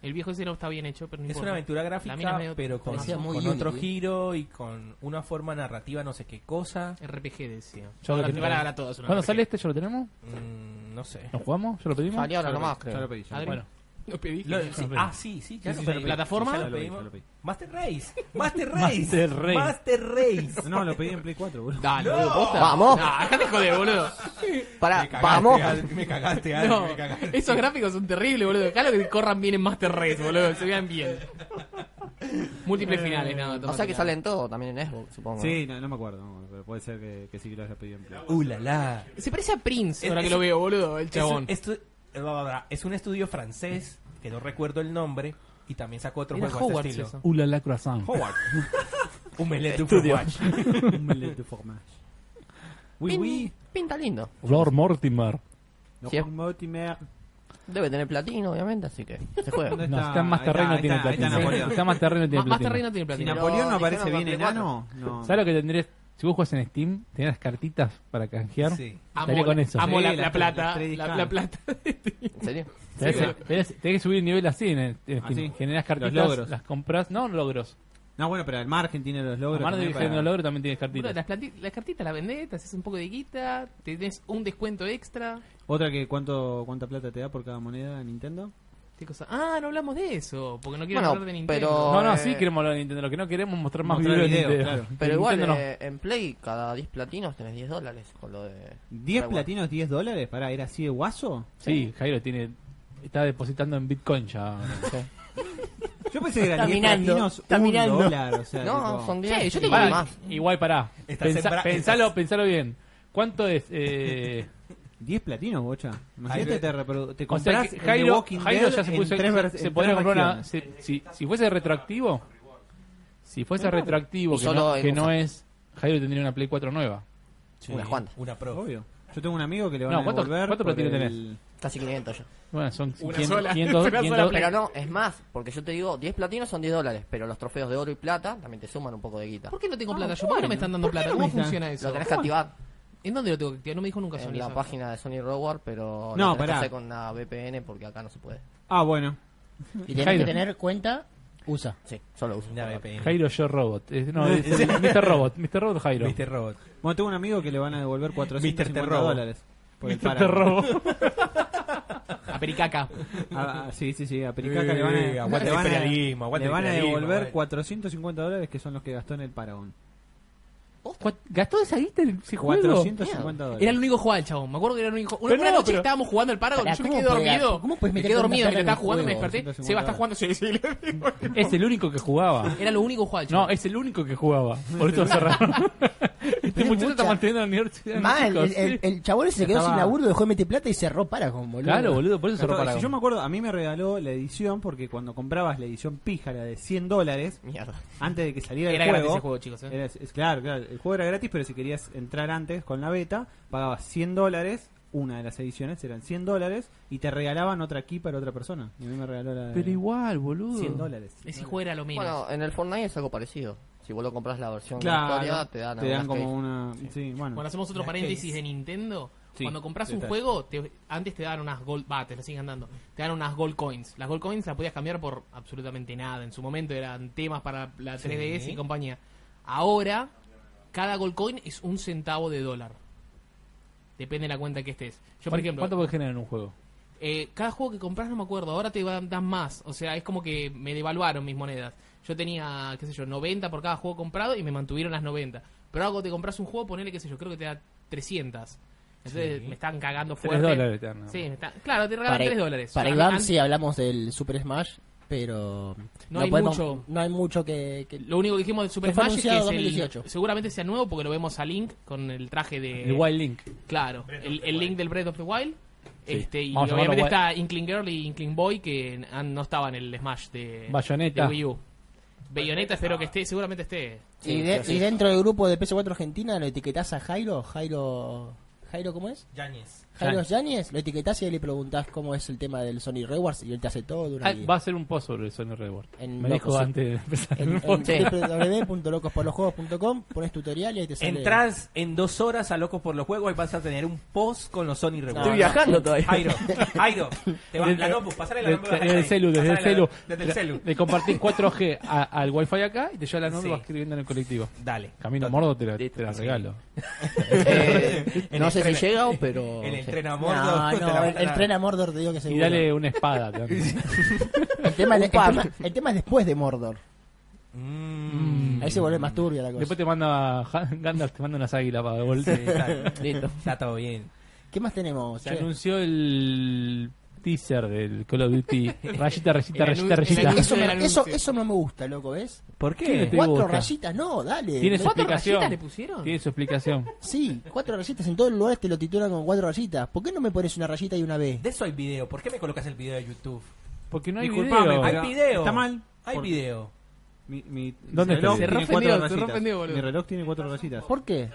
S4: El viejo ese no está bien hecho, pero no
S5: Es una
S4: importa.
S5: aventura
S4: La mina es
S5: gráfica,
S4: medio-
S5: pero con,
S2: parecía muy
S5: con otro
S2: Unity.
S5: giro y con una forma narrativa, no sé qué cosa.
S4: RPG decía.
S1: Yo
S4: Ahora
S1: creo que
S4: te
S1: no.
S4: van a dar a todas una
S1: ¿Cuándo
S4: RPG.
S1: sale este? ¿Ya lo tenemos?
S5: Mm, no sé.
S1: ¿Lo jugamos? ¿Ya lo pedimos?
S6: Salió ahora nomás,
S3: Ya lo
S6: creo.
S3: pedí, ya lo pedí.
S4: Adri,
S1: Bueno.
S4: Lo pedí.
S5: Lo-
S1: sí,
S5: sí,
S1: lo
S5: ah, sí, sí, ya
S4: Sí,
S5: lo
S4: sí,
S5: pedí.
S4: ¿Plataforma?
S5: Ya
S3: Ya lo
S5: lo
S3: pedí, ya
S5: pedimos.
S3: lo pedí.
S5: Master Race. Master Race.
S1: Master Race.
S5: Master Race.
S3: No, lo pedí en Play 4, boludo.
S4: Dale, boludo, posta.
S6: Vamos.
S4: No, acá te jodé, boludo.
S6: Pará,
S5: Me cagaste,
S6: vamos.
S5: Al- me cagaste, Al,
S4: No,
S5: me cagaste.
S4: esos gráficos son terribles, boludo. Ojalá que corran bien en Master Race, boludo. Se vean bien. Múltiples finales, nada.
S6: O sea que salen todos también en Xbox, supongo.
S3: Sí, no, no me acuerdo, no me acuerdo, pero puede ser que, que sí que lo haya pedido en Play.
S5: Uh, la, la.
S4: Se parece a Prince,
S5: Es-
S4: ahora que
S5: es-
S4: lo veo, boludo, el
S5: Es un,
S4: chabón.
S5: estu- eh, bla, bla, bla. Es un estudio francés, que no recuerdo el nombre, y también sacó otro
S4: Era
S5: juego de
S4: Hogwarts
S5: este
S4: eso.
S5: estilo.
S1: Ula la croissant.
S5: Howard. Un melee de
S6: Estudio.
S5: Overwatch.
S3: Un melet de fromage. Oui,
S6: Pin-
S3: oui.
S6: Pinta lindo.
S1: Lord Mortimer.
S3: No,
S6: Sí.
S3: Mortimer.
S6: Debe tener platino, obviamente, así que se juega.
S3: ¿Dónde
S1: No, está en más
S3: Ahí
S1: terreno
S3: ahí
S1: tiene
S3: está, ahí está
S1: platino.
S3: Napoleón.
S1: Está más terreno tiene
S4: Más Master Race
S1: platino.
S4: no tiene
S3: Si
S4: platino.
S3: Napoleón no
S6: Pero
S3: aparece
S6: dijeron
S3: bien
S6: con Play
S3: enano, no.
S1: ¿Sabes lo que tendrías? Si vos juegas en Steam, tenés las cartitas para canjear.
S5: Sí.
S4: Amo,
S1: Estaría con eso.
S4: amo
S3: Sí,
S4: la,
S3: las
S4: la
S3: tres- las
S4: plata.
S3: tres
S4: La, la
S3: discadas.
S4: plata.
S6: ¿En serio?
S1: Tenés,
S4: Sí,
S1: tenés- tenés que subir el nivel así en, el- en Steam.
S3: Así.
S1: Generás cartitas,
S3: Los logros.
S1: las compras. No, logros.
S3: No, bueno, pero al margen tiene los logros.
S1: Además de
S3: también
S1: que los
S3: para-
S1: logros también tienes
S4: Boludo,
S1: cartitas.
S4: las, planti- las cartitas las vendés, te haces un poco de guita, te tenés un descuento extra.
S3: Otra que cuánto cuánta plata te da por cada moneda Nintendo.
S4: ¿Qué cosa? Ah, no hablamos de eso, porque no quiero
S6: Bueno,
S4: hablar de Nintendo.
S6: pero-
S1: No, no,
S6: eh,
S1: sí queremos hablar de Nintendo. Lo que no queremos es mostrar más
S3: Mostrar
S1: videos de
S3: videos,
S1: Nintendo.
S3: claro.
S6: Pero igual,
S1: Nintendo no.
S6: eh, en Play, cada 10 platinos tenés 10 dólares con lo de...
S3: 10
S6: Para
S3: platinos, 10 dólares. Pará, ¿era así de guaso?
S1: Sí, Jairo tiene. Está depositando en Bitcoin ya.
S3: Yo pensé que
S2: Está
S3: eran 10
S2: minando,
S3: platinos,
S2: está
S3: un
S2: minando.
S3: dólar. O sea,
S6: No,
S3: tipo-
S6: son
S4: Che,
S6: 10
S4: yo
S6: y
S4: tengo
S1: Pará,
S6: más.
S1: Igual, pará.
S5: Estás
S1: Pensa-
S5: sembra-
S1: pensalo,
S5: estás-
S1: pensalo bien. ¿Cuánto es? Eh,
S3: 10 platinos, bocha. Imagínate,
S5: Jairo-
S3: te, reprodu- te
S1: o sea,
S3: compras
S1: que
S3: el The
S1: Jairo,
S3: Walking
S1: Jairo
S3: Dead
S1: ya se
S3: en
S1: puso.
S3: tres
S1: se-
S3: ver-
S1: se
S3: en
S1: podría
S3: tres
S1: comprar una.
S3: versiones.
S1: se- si, si fuese retroactivo. Si fuese retroactivo,
S6: Y
S1: que
S6: solo
S1: no,
S6: en
S1: que
S6: un
S1: no
S6: fa-
S1: es. Jairo tendría una Play 4 nueva.
S5: Sí,
S6: Unas cuantas.
S5: Una pro.
S3: Obvio. Yo tengo un amigo que le van
S1: No,
S3: a
S1: ¿cuántos-
S3: devolver
S1: cuántos
S3: por
S1: platino
S3: el-
S6: Casi 500 ya.
S1: Bueno, son
S4: Una
S1: 100,
S4: sola.
S1: 500,
S4: Una sola
S1: 500.
S4: placa.
S6: Pero no, es más, porque yo te digo, 10 platinos son 10 dólares, pero los trofeos de oro y plata también te suman un poco de guita.
S4: ¿Por qué no tengo plata yo? ¿Por qué no me están dando
S3: ¿Por qué
S4: plata?
S3: no
S4: ¿Cómo
S3: me están?
S4: funciona eso?
S6: Lo tenés que activar
S4: ¿En dónde lo tengo que activar? No me dijo nunca
S6: en
S4: Sony
S6: la
S4: eso.
S6: página de Sony Reward, pero
S3: No,
S6: lo tenés que
S3: pará.
S6: hacer con una VPN porque acá no se puede.
S3: Ah, bueno.
S2: Y tenés
S1: Jairo.
S2: que tener cuenta, usa.
S6: Sí, solo uso.
S5: Una VPN.
S1: Jairo Yo Robot. Eh, No, es el Mr. Robot. Mr. Robot Jairo.
S5: Mr. Robot.
S3: Bueno, tengo un amigo que le van a devolver 450
S5: Terrobo.
S3: dólares. Por el
S1: Mr.
S3: páramo.
S1: Robot.
S4: A Pericaca.
S3: Ah, ah, sí, sí, sí. A Piricaca le van
S5: Eh,
S3: a,
S5: aguante
S3: le
S5: el
S3: van a-
S5: imperialismo, aguante
S3: le
S5: el
S3: van a
S5: imperialismo,
S3: devolver
S5: aguante.
S3: 450 dólares que son los que gastó en el Paragon.
S1: ¿Cuat- ¿Gastó esa guita en ese juego?
S3: 450 dólares.
S4: Era el único jugador, el chabón. Me acuerdo que era el único. Una,
S1: Pero
S4: una
S1: no,
S4: noche
S1: pero-
S4: estábamos jugando al Paragon.
S2: Pará,
S4: Yo me
S2: ¿cómo
S4: quedé
S2: podés-
S4: dormido.
S2: cómo podés
S4: me
S2: meter
S4: quedé
S2: tanta
S4: dormido
S2: plata en
S4: mientras estaba
S2: un
S4: jugando. Me
S2: juego?
S4: desperté.
S3: 250
S4: Seba está jugando Sony Siglo.
S1: Es el único que jugaba.
S4: Era lo único que jugaba el
S1: No,
S4: chabón.
S1: es el único que jugaba. Por eso cerraron. este
S2: Pero es
S1: muchacho
S2: mucha-
S1: está manteniendo la universidad. ¿no,
S2: Mal,
S1: chicos?
S2: el, el,
S1: Sí.
S2: el chabón ese se quedó
S3: Estaba-
S2: sin laburo, dejó de meter plata y cerró Paragon, boludo.
S1: Claro, boludo, por eso cerró
S3: Entonces,
S1: para.
S3: si yo me acuerdo, a mí me regaló la edición porque cuando comprabas la edición píjara de 100 dólares,
S6: Mierda.
S3: antes de que saliera
S4: Era
S3: el
S4: gratis
S3: juego,
S4: ese juego, chicos. eh.
S3: Era- es- claro, claro, el juego era gratis, pero si querías entrar antes con la beta, pagabas 100 dólares, una de las ediciones eran 100 dólares, y te regalaban otra key para otra persona. Y a mí me regaló la de
S1: Pero igual, boludo.
S3: 100 dólares.
S4: Ese juego era lo mismo.
S6: Bueno, en el Fortnite es algo parecido. Si vos lo compras la versión
S3: Claro,
S6: de historia, te dan, algunas
S3: como
S6: case.
S3: una... Sí, bueno.
S4: Bueno, hacemos otro
S3: Las
S4: paréntesis
S3: case.
S4: de Nintendo.
S3: Sí,
S4: Cuando compras un
S3: detalle.
S4: juego, te- antes te dan unas gold, va, te lo siguen dando, te dan unas gold coins. Las gold coins las podías cambiar por absolutamente nada. En su momento eran temas para la 3DS y compañía. Ahora, cada gold coin es un centavo de dólar. Depende de la cuenta que estés. Yo, por
S1: ¿Cuánto-
S4: ejemplo,
S1: ¿Cuánto puede generar en un juego?
S4: eh, cada juego que compras, no me acuerdo, ahora te va- dan más. O sea, es como que me devaluaron mis monedas. Yo tenía, qué sé yo, 90 por cada juego comprado y me mantuvieron las 90. Pero algo te compras un juego, ponele, qué sé yo, creo que te da 300. Entonces
S1: Sí.
S4: me están cagando
S1: 3
S4: fuerte.
S1: dólares eterna.
S4: Sí, me están- claro, te regalan
S2: Para-
S4: 3 dólares.
S2: Para
S4: An-
S2: Iván
S4: an-
S2: sí hablamos del Super Smash, pero...
S4: No hay
S2: podemos-
S4: mucho.
S2: No hay mucho que... que-
S4: Lo único que dijimos del Super
S2: Que fue
S4: Smash es que es
S2: anunciado
S4: el-
S2: 2018.
S4: seguramente sea nuevo porque lo vemos a Link con el traje de...
S1: El Wild Link.
S4: Claro, el, el Link del Breath of the Wild. Este, y
S1: Vamos a
S4: obviamente
S1: llamarlo
S4: está Inkling Girl y Inkling Boy que han- no estaban en el Smash de,
S1: Bayonetta.
S4: de Wii U. Bayonetta espero que esté, seguramente esté.
S2: y, de- y dentro del grupo de PS4 Argentina lo etiquetás a Jairo, Jairo... Jairo, ¿cómo es?
S5: Yañez.
S2: Jairo Yáñez, lo etiquetás y ahí le preguntás cómo es el tema del Sony Rewards y él te hace todo
S1: Ah,
S2: durante...
S1: Va a ser un post sobre el Sony Reward.
S2: En
S1: Me
S2: Locos,
S1: dijo
S2: sí.
S1: antes de empezar
S2: En,
S1: el
S2: en
S1: podcast.
S2: www.locosporlosjuegos.com pones tutorial y ahí te sale...
S5: Entrás en dos horas a Locos por los Juegos y vas a tener un post con los Sony Rewards.
S2: Estoy
S6: viajando todavía.
S5: Jairo, Jairo, te va,
S1: Desde-
S5: la notebook, pasale la
S1: Desde
S5: notebook. a
S1: desde el
S5: Jairo.
S1: celu, desde el
S5: Pasale la-
S1: celu.
S5: Desde el celu.
S1: Le compartís 4G a- al wifi acá y te lleva la nube
S5: Sí.
S1: vas escribiendo en el colectivo.
S5: Dale.
S1: Camino mordo te la,
S6: Listo,
S1: te la
S6: sí.
S1: regalo.
S6: Eh,
S5: En
S6: no
S5: el
S6: sé
S5: tren-
S6: si llega, o- pero...
S5: En el tren a
S2: No,
S5: bordo, te la
S2: no, el,
S5: mandan
S2: el
S5: a-
S2: tren a Mordor te digo que
S1: Y
S2: seguro.
S1: dale una espada. te dan.
S2: El tema, es, el,
S6: par.
S2: tema, el tema es después de Mordor.
S5: Mm.
S2: Ahí se vuelve más turbia la cosa.
S1: Después te manda Ja- Gandalf, te manda unas águilas para devolver.
S5: Sí, está-
S6: Listo.
S5: Está todo bien.
S2: ¿Qué más tenemos?
S1: Se
S2: Che?
S1: anunció el teaser del Call of Duty. Rayita, rayita, rayita,
S4: El anun- el
S1: rayita.
S4: anuncio.
S2: Eso, me-
S4: El anuncio.
S2: eso, eso no me gusta, loco, ¿ves?
S5: ¿Por qué?
S1: ¿Qué? te
S2: Cuatro
S1: gusta?
S2: rayitas, no, dale.
S1: Tiene su
S4: ¿Cuatro
S1: explicación.
S4: rayitas le pusieron?
S1: Tiene su explicación.
S2: Sí, cuatro rayitas en todos los lugares te lo titulan con cuatro rayitas. ¿Por qué no me pones una rayita y una B?
S5: De eso hay video. ¿Por qué me colocas el video de YouTube?
S1: Porque no hay
S3: Disculpame,
S1: video.
S3: pero-
S5: Hay video.
S3: Está mal.
S5: Hay
S3: Por-
S5: video.
S3: Mi, mi
S1: ¿Dónde está?
S3: reloj
S1: Se
S3: tiene
S4: re
S3: cuatro
S4: ofendió, se re
S3: rayitas.
S4: ofendió, boludo.
S3: Mi reloj tiene cuatro rayitas.
S2: ¿Por qué?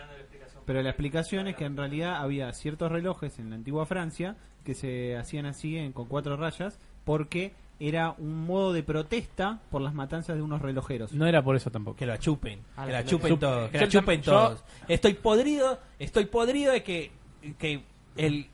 S3: Pero la explicación es que en realidad había ciertos relojes en la antigua Francia que se hacían así en- con cuatro rayas porque era un modo de protesta por las matanzas de unos relojeros.
S1: No era por eso tampoco.
S5: Que la chupen.
S4: Ah,
S5: que
S4: la-
S5: la chupen
S1: chup-
S5: todos. Que
S1: yo
S5: la chupen
S1: tam- yo-
S5: todos. Estoy podrido. Estoy podrido de que, que el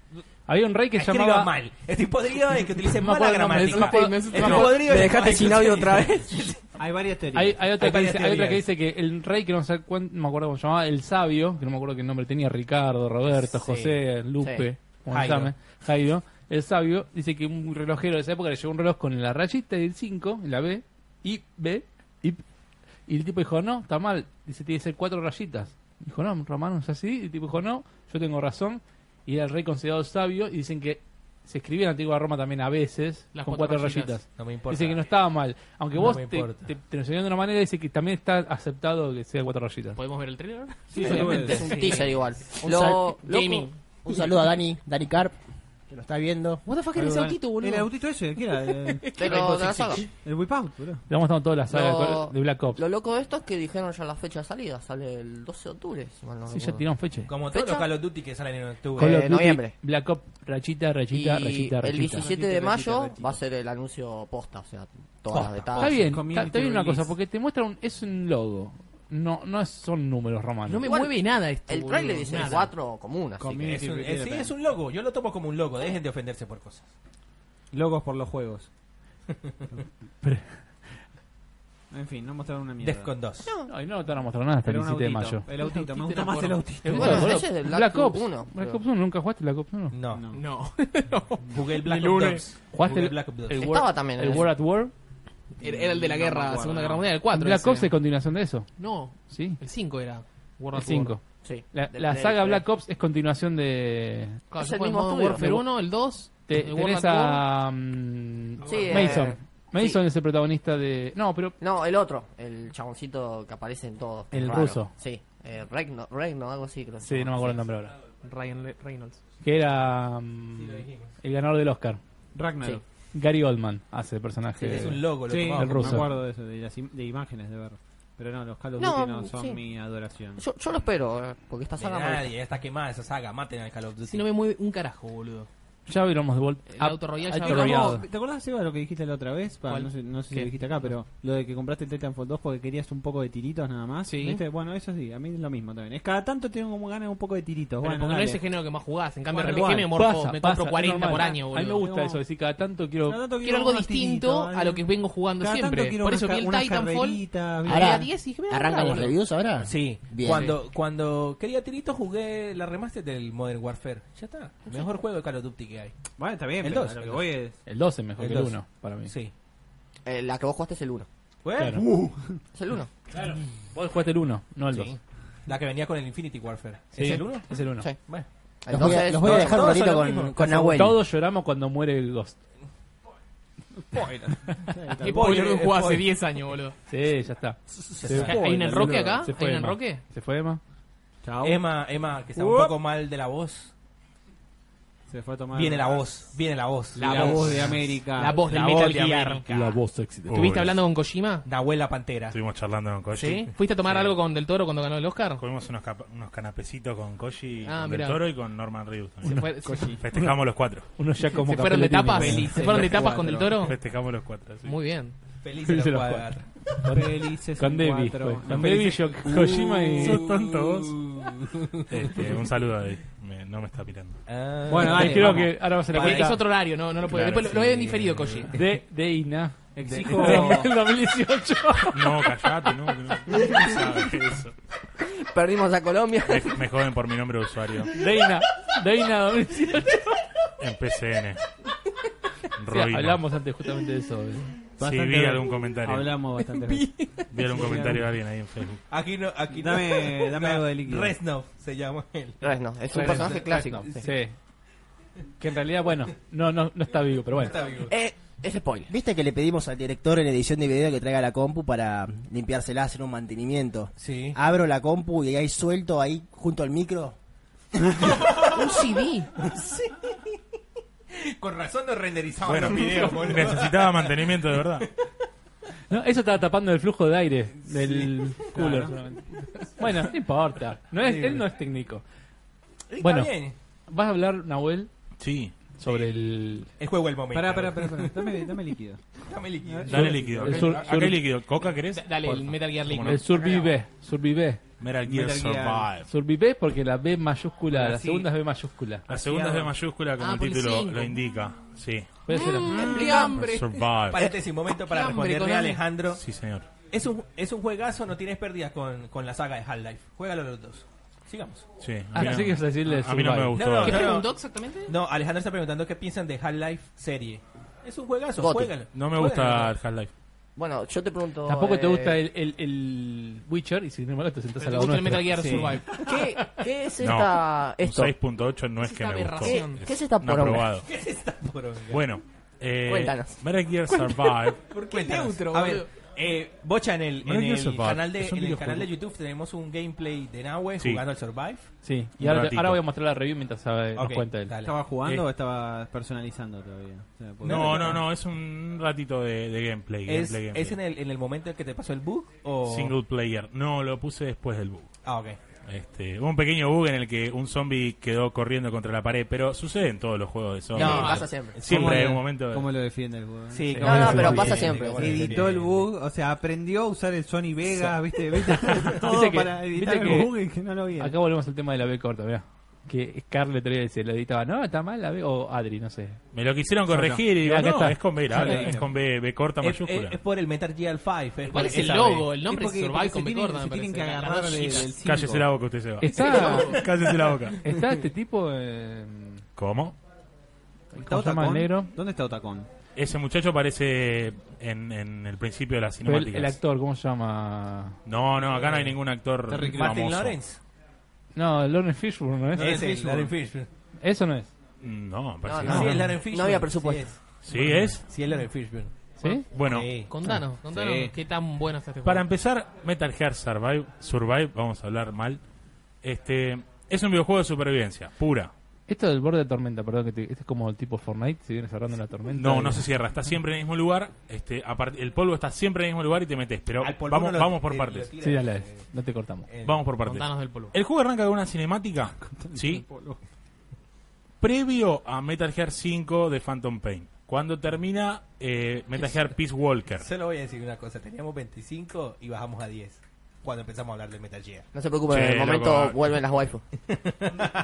S1: Había un rey que
S5: escriba
S1: llamaba.
S5: mal. Estoy podrido de que utilicen
S1: No
S5: mal la
S1: puedo, no, me-
S5: gramática.
S1: no puedo-
S5: Estoy
S1: me- me-
S5: podrido
S6: me
S5: de-
S6: dejaste sin audio otra vez.
S3: Hay varias teorías.
S1: Hay, hay otra
S5: Hay
S1: que
S5: varias
S1: dice, hay otra que
S5: teorías.
S1: dice que el rey, que no sé cuánto, me acuerdo cómo se llamaba, el sabio, que no me acuerdo qué nombre tenía, Ricardo, Roberto,
S5: Sí,
S1: José, Lupe,
S6: sí.
S1: como se
S5: Jairo.
S1: llame, Jairo, el sabio, dice que un relojero de esa época le llegó un reloj con la rayita y el 5, la B, y B, y, y el tipo dijo, no, está mal, dice, tiene que ser cuatro rayitas. Dijo, no, Romano es así, y el tipo dijo, no, yo tengo razón, y era el rey considerado sabio, y dicen que se escribía en la antigua Roma también a veces,
S4: Las
S1: con
S4: cuatro
S1: cuatro
S4: rayitas.
S1: rayitas.
S5: No me importa.
S1: Dice que no estaba mal. Aunque
S5: No
S1: vos
S5: me
S1: te,
S5: importa.
S1: te, te lo enseñaron de una manera, dice que también está aceptado que sea cuatro rayitas.
S4: ¿Podemos ver el trailer?
S3: Sí, yo tuve-
S6: Es un teaser igual.
S2: Un
S6: Lo,
S2: sal-
S6: loco-
S4: Gaming.
S2: Un saludo a Dani, Dani Carp. que lo está viendo.
S4: What the fuck era ese
S3: Algo-
S4: autito,
S3: El
S4: boludo?
S3: autito ese, ¿qué era? El,
S6: Pero de la saga.
S3: el Wipeout, boludo.
S1: Le vamos a dar toda la saga
S6: Lo-
S1: de Black Ops.
S6: Lo loco de esto es que dijeron ya la fecha de salida. Sale el 12 de octubre, si mal no
S1: Sí, ya
S6: recuerdo.
S1: tiraron fecha.
S5: Como todos
S6: ¿Fecha?
S5: los Call of Duty que salen en octubre.
S1: Call of
S6: Eh,
S1: Duty,
S6: noviembre.
S1: Black Ops, rachita,
S6: Y
S1: rachita, rachita,
S6: el
S1: rachita.
S6: 17 de
S3: Rachita,
S6: mayo
S3: rachita, rachita.
S6: va a ser el anuncio posta, o sea, todas las
S5: Posta.
S1: Oh, Está
S6: detalles.
S1: bien,
S3: community
S1: está, está bien una
S3: release.
S1: cosa, porque te muestra un, es un logo. No, no es- son números romanos.
S4: No me
S6: Igual,
S4: mueve nada esto.
S6: El trailer
S4: boludo,
S6: dice
S4: nada.
S6: 4 común, así que...
S3: Community.
S5: Es un,
S3: Tiene
S5: es- sí,
S3: pena.
S5: es un logo. Yo lo tomo como un logo. Dejen de ofenderse por cosas.
S3: Logos por los juegos. en fin, no mostraron una mierda.
S5: Defcon 2.
S1: No, y no te van a mostrar nada hasta el
S3: Pero un
S1: 17 de
S3: autito.
S1: mayo.
S3: El autito, me gusta
S4: no
S3: más el
S4: acuerdo.
S3: autito.
S1: ¿Te
S6: Bueno,
S1: gusta, boludo?
S6: ese es del Black Ops 1,
S1: Black
S6: creo.
S1: Ops 1, ¿nunca jugaste Black Ops 1?
S5: No.
S3: No.
S4: No.
S5: Google Black
S1: El
S5: Ops
S1: uno.
S5: 2.
S1: ¿Jugaste
S5: Google
S1: el-
S5: Black Ops 2.
S1: El
S6: Estaba
S1: World,
S6: también en
S1: el
S6: el-
S1: World at War.
S4: Era era el de la
S3: No me
S4: guerra,
S3: acuerdo,
S4: Segunda
S3: no.
S4: Guerra Mundial, el 4.
S1: Black
S4: ese.
S1: Ops es continuación de eso,
S4: No,
S1: ¿sí?
S4: el 5 era. World
S1: El
S4: at War.
S1: 5.
S6: Sí,
S1: La,
S6: del
S1: la
S6: Play
S1: saga
S6: tres.
S1: Black Ops es continuación de...
S4: Claro,
S6: Es
S4: yo
S6: el
S4: jugué
S6: mismo
S4: Modern
S6: estudio.
S4: Warfare 1, el 2,
S1: Te,
S4: el World
S1: tenés
S4: at War.
S1: a... mm,
S6: Sí, eh,
S1: Mason. Mason es el protagonista de... No, pero...
S6: No, el otro, el chaboncito que aparece en todo. que es
S1: El
S6: raro.
S1: ruso.
S6: Sí, eh, Regno, Regno, algo así creo. que se
S1: Sí, no me
S6: llama,
S1: acuerdo el nombre ahora.
S4: Ryan Le- Reynolds.
S1: Que era... mm, el ganador del Oscar.
S3: Ragnarok.
S1: Gary Oldman hace el personaje.
S6: Sí,
S5: Es un logo. Lo
S3: Sí,
S5: tomamos
S1: el
S5: como-
S1: ruso.
S3: me acuerdo de eso, de, las im- de imágenes de ver. Pero no, los Call of
S6: No,
S3: Duty no son
S6: sí.
S3: mi adoración.
S6: Yo, yo lo espero, eh, porque esta
S5: De
S6: saga me gusta.
S5: nadie. Ya está quemada esa saga. Maten al Call of Duty.
S4: Si no me mueve un carajo, boludo.
S1: Ya hablamos de vuelta.
S4: El
S1: Ah,
S4: Auto Royal ya
S1: Auto
S4: hablamos.
S1: Royal.
S3: ¿Te acordás, Seba, de lo que dijiste la otra vez? Pa,
S4: ¿Cuál?
S3: no sé, no sé si
S4: ¿Qué?
S3: lo dijiste acá, pero lo de que compraste el Titanfall 2 porque querías un poco de tiritos nada más.
S4: Sí.
S3: ¿viste? Bueno, eso sí, a mí es lo mismo también. Es cada tanto tengo como ganas de un poco de tiritos.
S4: Pero
S3: bueno,
S4: porque no
S3: dale.
S4: es el género que más jugás. En cambio,
S3: Bueno,
S4: RPG me
S3: igual,
S4: morfo.
S1: Pasa,
S4: me
S1: pasa,
S4: compro
S1: es
S4: 40 por
S1: normal.
S4: año,
S1: A mí me
S4: boludo.
S1: gusta eso, decir, cada tanto
S3: Cada
S1: quiero...
S3: tanto
S4: Quiero algo
S3: unos
S4: distinto
S3: tiritos,
S4: a
S3: dale.
S4: lo que vengo jugando
S3: Cada tanto
S4: siempre.
S3: quiero
S4: Por
S3: unas
S4: eso vi
S3: ca-
S4: el
S3: unas
S4: Titanfall.
S3: carreritas,
S4: vi
S3: ¿viste?
S4: a
S2: Ahora,
S4: 10 y dije, mira,
S2: ¿arrancan
S4: boludo.
S2: los reviews ahora?
S5: Sí,
S2: Bien.
S5: cuando cuando quería tirito jugué la remaster del Modern Warfare. Ya está, mejor juego de Call of Duty que hay.
S3: Bueno, está bien,
S5: El
S3: pero
S5: dos,
S3: a lo
S5: el
S3: que
S5: dos.
S3: voy es...
S1: El 12 es mejor
S5: El
S1: que el
S5: 12.
S1: 1 para mí.
S5: Sí. Uh.
S6: Eh, la que vos jugaste es el 1.
S1: Claro.
S6: Es el 1.
S1: Vos jugaste el 1, no el 2.
S5: Sí. La que venía con el Infinity Warfare.
S1: Sí.
S5: ¿Es el uno?
S1: Es el 1.
S6: Sí.
S5: Bueno.
S2: Los voy a, los voy a
S5: no,
S2: dejar un
S5: todos son
S2: ratito
S5: lo
S2: con,
S5: mismo.
S2: con Nahuel.
S1: Todos lloramos cuando muere el Ghost.
S4: Qué pobre que jugaba hace 10 años, boludo.
S1: Sí, ya está.
S5: Se
S1: fue.
S4: ¿Hay un
S1: Spoiler,
S4: enroque
S1: boludo.
S4: acá?
S1: Se fue
S4: ¿Hay un
S1: Emma.
S4: enroque?
S1: ¿Se fue Emma?
S3: Chao.
S5: Emma, Emma, que está un
S3: Uop.
S5: poco mal de la voz.
S3: Se fue a tomar...
S5: Viene la voz, viene la voz.
S3: La, voz. de América.
S4: La voz del
S5: la
S4: Metal
S5: voz de
S4: Gear.
S5: América. La
S1: voz accidental.
S4: ¿Estuviste hablando con Kojima?
S5: La abuela pantera.
S7: Estuvimos charlando con Koji.
S5: ¿Sí?
S4: ¿Fuiste a tomar algo con Del Toro cuando ganó el Oscar?
S7: Comimos unos, capa- unos canapecitos con Koji,
S4: Ah,
S7: con
S4: mirá.
S7: Del Toro y con Norman Reedus.
S4: Se,
S7: también.
S4: fue- se- se
S7: Festejamos los cuatro.
S1: Unos ya como
S4: fueron de
S1: Capelletti,
S4: tapas?
S1: ¿no?
S3: Feliz.
S4: ¿Se fueron de tapas con Del Toro?
S7: Festejamos los cuatro. sí.
S4: Muy bien.
S5: Feliz
S1: Se
S5: de
S1: los
S5: los
S1: cuadra.
S5: cuadra.
S3: Felices
S1: Con Debbie.
S3: cuatro.
S1: fue. Con Debbie, yo, Kojima
S5: Uh.
S1: y...
S7: Sos tonto vos. Este, un saludo a David. Me- no me está mirando.
S5: Ah,
S3: Bueno,
S1: Te
S3: dale,
S1: creo
S3: vamos.
S1: que ahora va a ser la
S4: Porque
S1: cuenta
S4: es otro horario, no, no lo puede.
S7: Claro,
S4: Después lo- lo
S7: sí.
S4: he diferido, Koji.
S1: de, de Ina.
S3: Exijo...
S5: Oh.
S1: El 2018.
S7: No, callate, no. no, no sabes eso.
S6: Perdimos a Colombia.
S7: Me, me joden por mi nombre de usuario.
S1: De Ina. De Ina 2018.
S7: En PCN.
S1: Sí,
S7: Roina.
S1: hablamos antes justamente de eso. ¿eh?
S7: Sí,
S3: Bastante
S7: vi
S3: bien.
S7: algún comentario.
S3: Hablamos bastante.
S7: Vi algún comentario de alguien ahí en Facebook.
S5: Aquí no, aquí no.
S3: Dame, dame algo de líquido.
S5: Reznov se llama él.
S6: Resno, es un personaje clásico.
S1: No, sí. Que en realidad, bueno, no, no, no está vivo, pero bueno.
S5: Está vivo.
S6: Eh, es spoiler.
S2: Viste que le pedimos al director en edición de video que traiga la compu para limpiársela, hacer un mantenimiento.
S5: Sí.
S2: Abro la compu y ahí suelto ahí junto al micro.
S4: Un CD.
S5: Con razón no renderizaban
S7: Bueno,
S5: los videos, boludo.
S7: necesitaba mantenimiento de verdad.
S1: No, eso estaba tapando el flujo de aire del cooler solamente. Bueno, no importa. No es, él no es técnico.
S5: Está
S1: Bueno.
S5: bien.
S1: ¿Vas a hablar, Nahuel,
S7: Sí.
S1: sobre el.
S5: El juego del momento.
S3: Pará, pará, pará, pará. Dame, dame líquido.
S5: Dame líquido.
S7: Dale líquido.
S1: El sur-
S7: Acá
S1: sur-
S7: hay líquido. ¿Coca querés?
S4: Da- Dale, el Metal Gear
S7: ¿Cómo
S4: Link.
S7: no?
S1: el survive? Survive.
S7: Metal Gear
S3: Metal Gear.
S7: Survive.
S1: Survive porque la B mayúscula, la
S3: sí.
S1: segunda es B mayúscula.
S7: La segunda es de mayúscula, como
S4: Ah,
S7: el
S4: porque
S7: título
S4: sí.
S7: lo indica. Sí.
S1: Voy a hacer la-
S4: hambre!
S7: Survive.
S5: Paréntesis, momento para
S4: Qué hambre
S5: responderle
S4: con
S5: a
S4: hambre.
S5: Alejandro.
S7: Sí, señor.
S5: Es un, es un juegazo, no tienes pérdidas con, con la saga de Half-Life. Juégalo los dos. Sigamos.
S7: Sí. a
S1: Ah,
S7: mí no-
S1: así que es decirle
S7: A mí no me
S1: survive.
S7: gustó.
S5: No, no,
S4: ¿Qué
S5: no.
S4: preguntó exactamente?
S5: No, Alejandro está preguntando qué piensan de Half-Life serie. Es un juegazo,
S6: Goti.
S5: juégalo.
S7: No me
S5: Juégalo.
S7: gusta Half-Life.
S6: Bueno, yo te pregunto.
S1: Tampoco te
S6: eh,
S1: gusta el, el, el Witcher y sin embargo te sentás
S4: Pero
S1: al
S4: te
S1: lado
S4: gusta
S1: nuestro.
S4: el Metal Gear
S5: Sí.
S4: Survive.
S6: ¿Qué, qué es
S7: No.
S6: esta,
S7: Un
S6: esto?
S7: 6.8 no es
S4: Es
S7: que
S4: esta
S7: me gustó.
S4: aberración.
S6: ¿Qué es esta
S7: un
S6: poronga?
S7: aprobado.
S5: ¿Qué es esta poronga?
S7: Bueno, eh,
S6: Cuéntanos.
S7: Metal Gear Survive.
S5: ¿Por
S4: qué neutro,
S5: A
S4: boludo?
S5: ver, Eh, Bocha, en el, en el
S7: Maravilloso, Pat.
S5: canal, de,
S7: Es un
S5: en el
S7: videojuego.
S5: canal de YouTube tenemos un gameplay de Nahue
S7: Sí.
S5: jugando al Survive.
S1: Sí, y
S7: Un
S1: ahora,
S7: ratito.
S1: ahora voy a mostrar la review mientras sabe, Eh, nos
S5: Ok,
S1: cuenta él.
S5: dale.
S3: ¿Estaba jugando
S7: Eh.
S3: o estaba personalizando todavía? O sea, porque-
S7: No, no, no, es un ratito de, de gameplay.
S5: ¿Es,
S7: gameplay, gameplay.
S5: es en, el, en el momento en que te pasó el bug? O...
S7: Single player. No, lo puse después del bug.
S5: Ah, ok.
S7: Este, hubo un pequeño bug en el que un zombie quedó corriendo contra la pared, pero sucede en todos los juegos de zombies.
S6: No, pasa siempre.
S7: Siempre
S3: ¿Cómo
S7: hay
S3: lo-
S7: un momento. de-
S3: ¿Cómo lo defiende el juego?
S5: Sí,
S6: No, no, pero pasa
S5: Sí,
S6: siempre.
S5: sí, sí,
S3: Editó
S5: sí,
S3: el
S5: sí.
S3: bug, o sea, aprendió a usar el Sony Vegas, ¿viste? ¿Viste? Todo
S1: Viste que-
S3: para editar
S1: viste
S3: el
S1: que-
S3: bug y que no lo viera.
S1: Acá volvemos al tema de la B corta, mirá. Que Scarlett otro día se lo editaba, no, está mal la B, o Adri, no sé.
S7: Me lo quisieron corregir y digo,
S1: Acá
S7: Ah, no,
S1: está.
S7: es con B, la-
S5: Acá
S7: es
S5: está.
S7: con B, B corta
S5: Es,
S7: mayúscula.
S5: es- es por el Metal Gear 5. Es
S4: ¿Cuál
S5: por
S4: es el
S5: esa
S4: logo?
S5: vez.
S4: El nombre es Survive con B corta, me
S3: tienen
S4: parece.
S3: que
S4: La- la
S3: agarrar
S4: dos
S3: de-
S4: chicas.
S3: del cinco.
S7: Cállese la boca usted se va.
S1: Está,
S7: Cállese la boca.
S1: está este tipo, eh,
S7: ¿Cómo?
S1: ¿cómo se llama el
S3: Otacón?
S1: negro?
S3: ¿Dónde está Otacón?
S7: Ese muchacho aparece en, en el principio de las
S1: Pero El,
S7: cinemáticas.
S1: el actor, ¿cómo se llama?
S7: No, no, acá no hay ningún actor
S3: Terry Crews.
S7: famoso.
S5: Martin Lawrence.
S1: No, Lawrence Fishburne, ¿no es?
S3: Lawrence
S5: Ese,
S3: Fishburne.
S5: Lauren Fishburne.
S1: Eso no es.
S7: No,
S6: No,
S7: parece
S6: no,
S5: Sí,
S7: que
S5: es
S7: no.
S5: Lauren Fishburne.
S6: No había presupuesto.
S5: Sí,
S7: Sí, es.
S5: es, sí, es Lauren Fishburne.
S1: ¿Sí?
S7: Bueno,
S5: Sí.
S4: Contanos, contanos
S5: Sí.
S4: qué tan bueno está este juego.
S7: para empezar, Metal Gear Survive, Survive, vamos a hablar mal. Este, es un videojuego de supervivencia, pura.
S1: Esto del borde de tormenta, perdón, que te- este es como el tipo Fortnite, si vienes cerrando la tormenta.
S7: No, no
S1: y-
S7: se cierra, está siempre en el mismo lugar. Este, apart- el polvo está siempre en el mismo lugar y te metes, pero
S5: Al polvo
S7: vamos,
S5: no lo-
S7: vamos por
S5: eh,
S7: partes.
S5: lo tira,
S1: Sí, dale,
S5: eh,
S1: no te cortamos.
S5: eh,
S7: Vamos por partes.
S4: Contanos del polvo.
S7: El juego arranca con una cinemática, ¿sí? Previo a Metal Gear 5 de Phantom Pain. Cuando termina eh, Metal Gear Peace Walker.
S5: Solo voy a decir una cosa. Teníamos 25 y bajamos a 10 cuando empezamos a hablar de Metal Gear.
S6: No se preocupen,
S7: Che,
S6: en el momento
S7: loco.
S6: vuelven las waifu.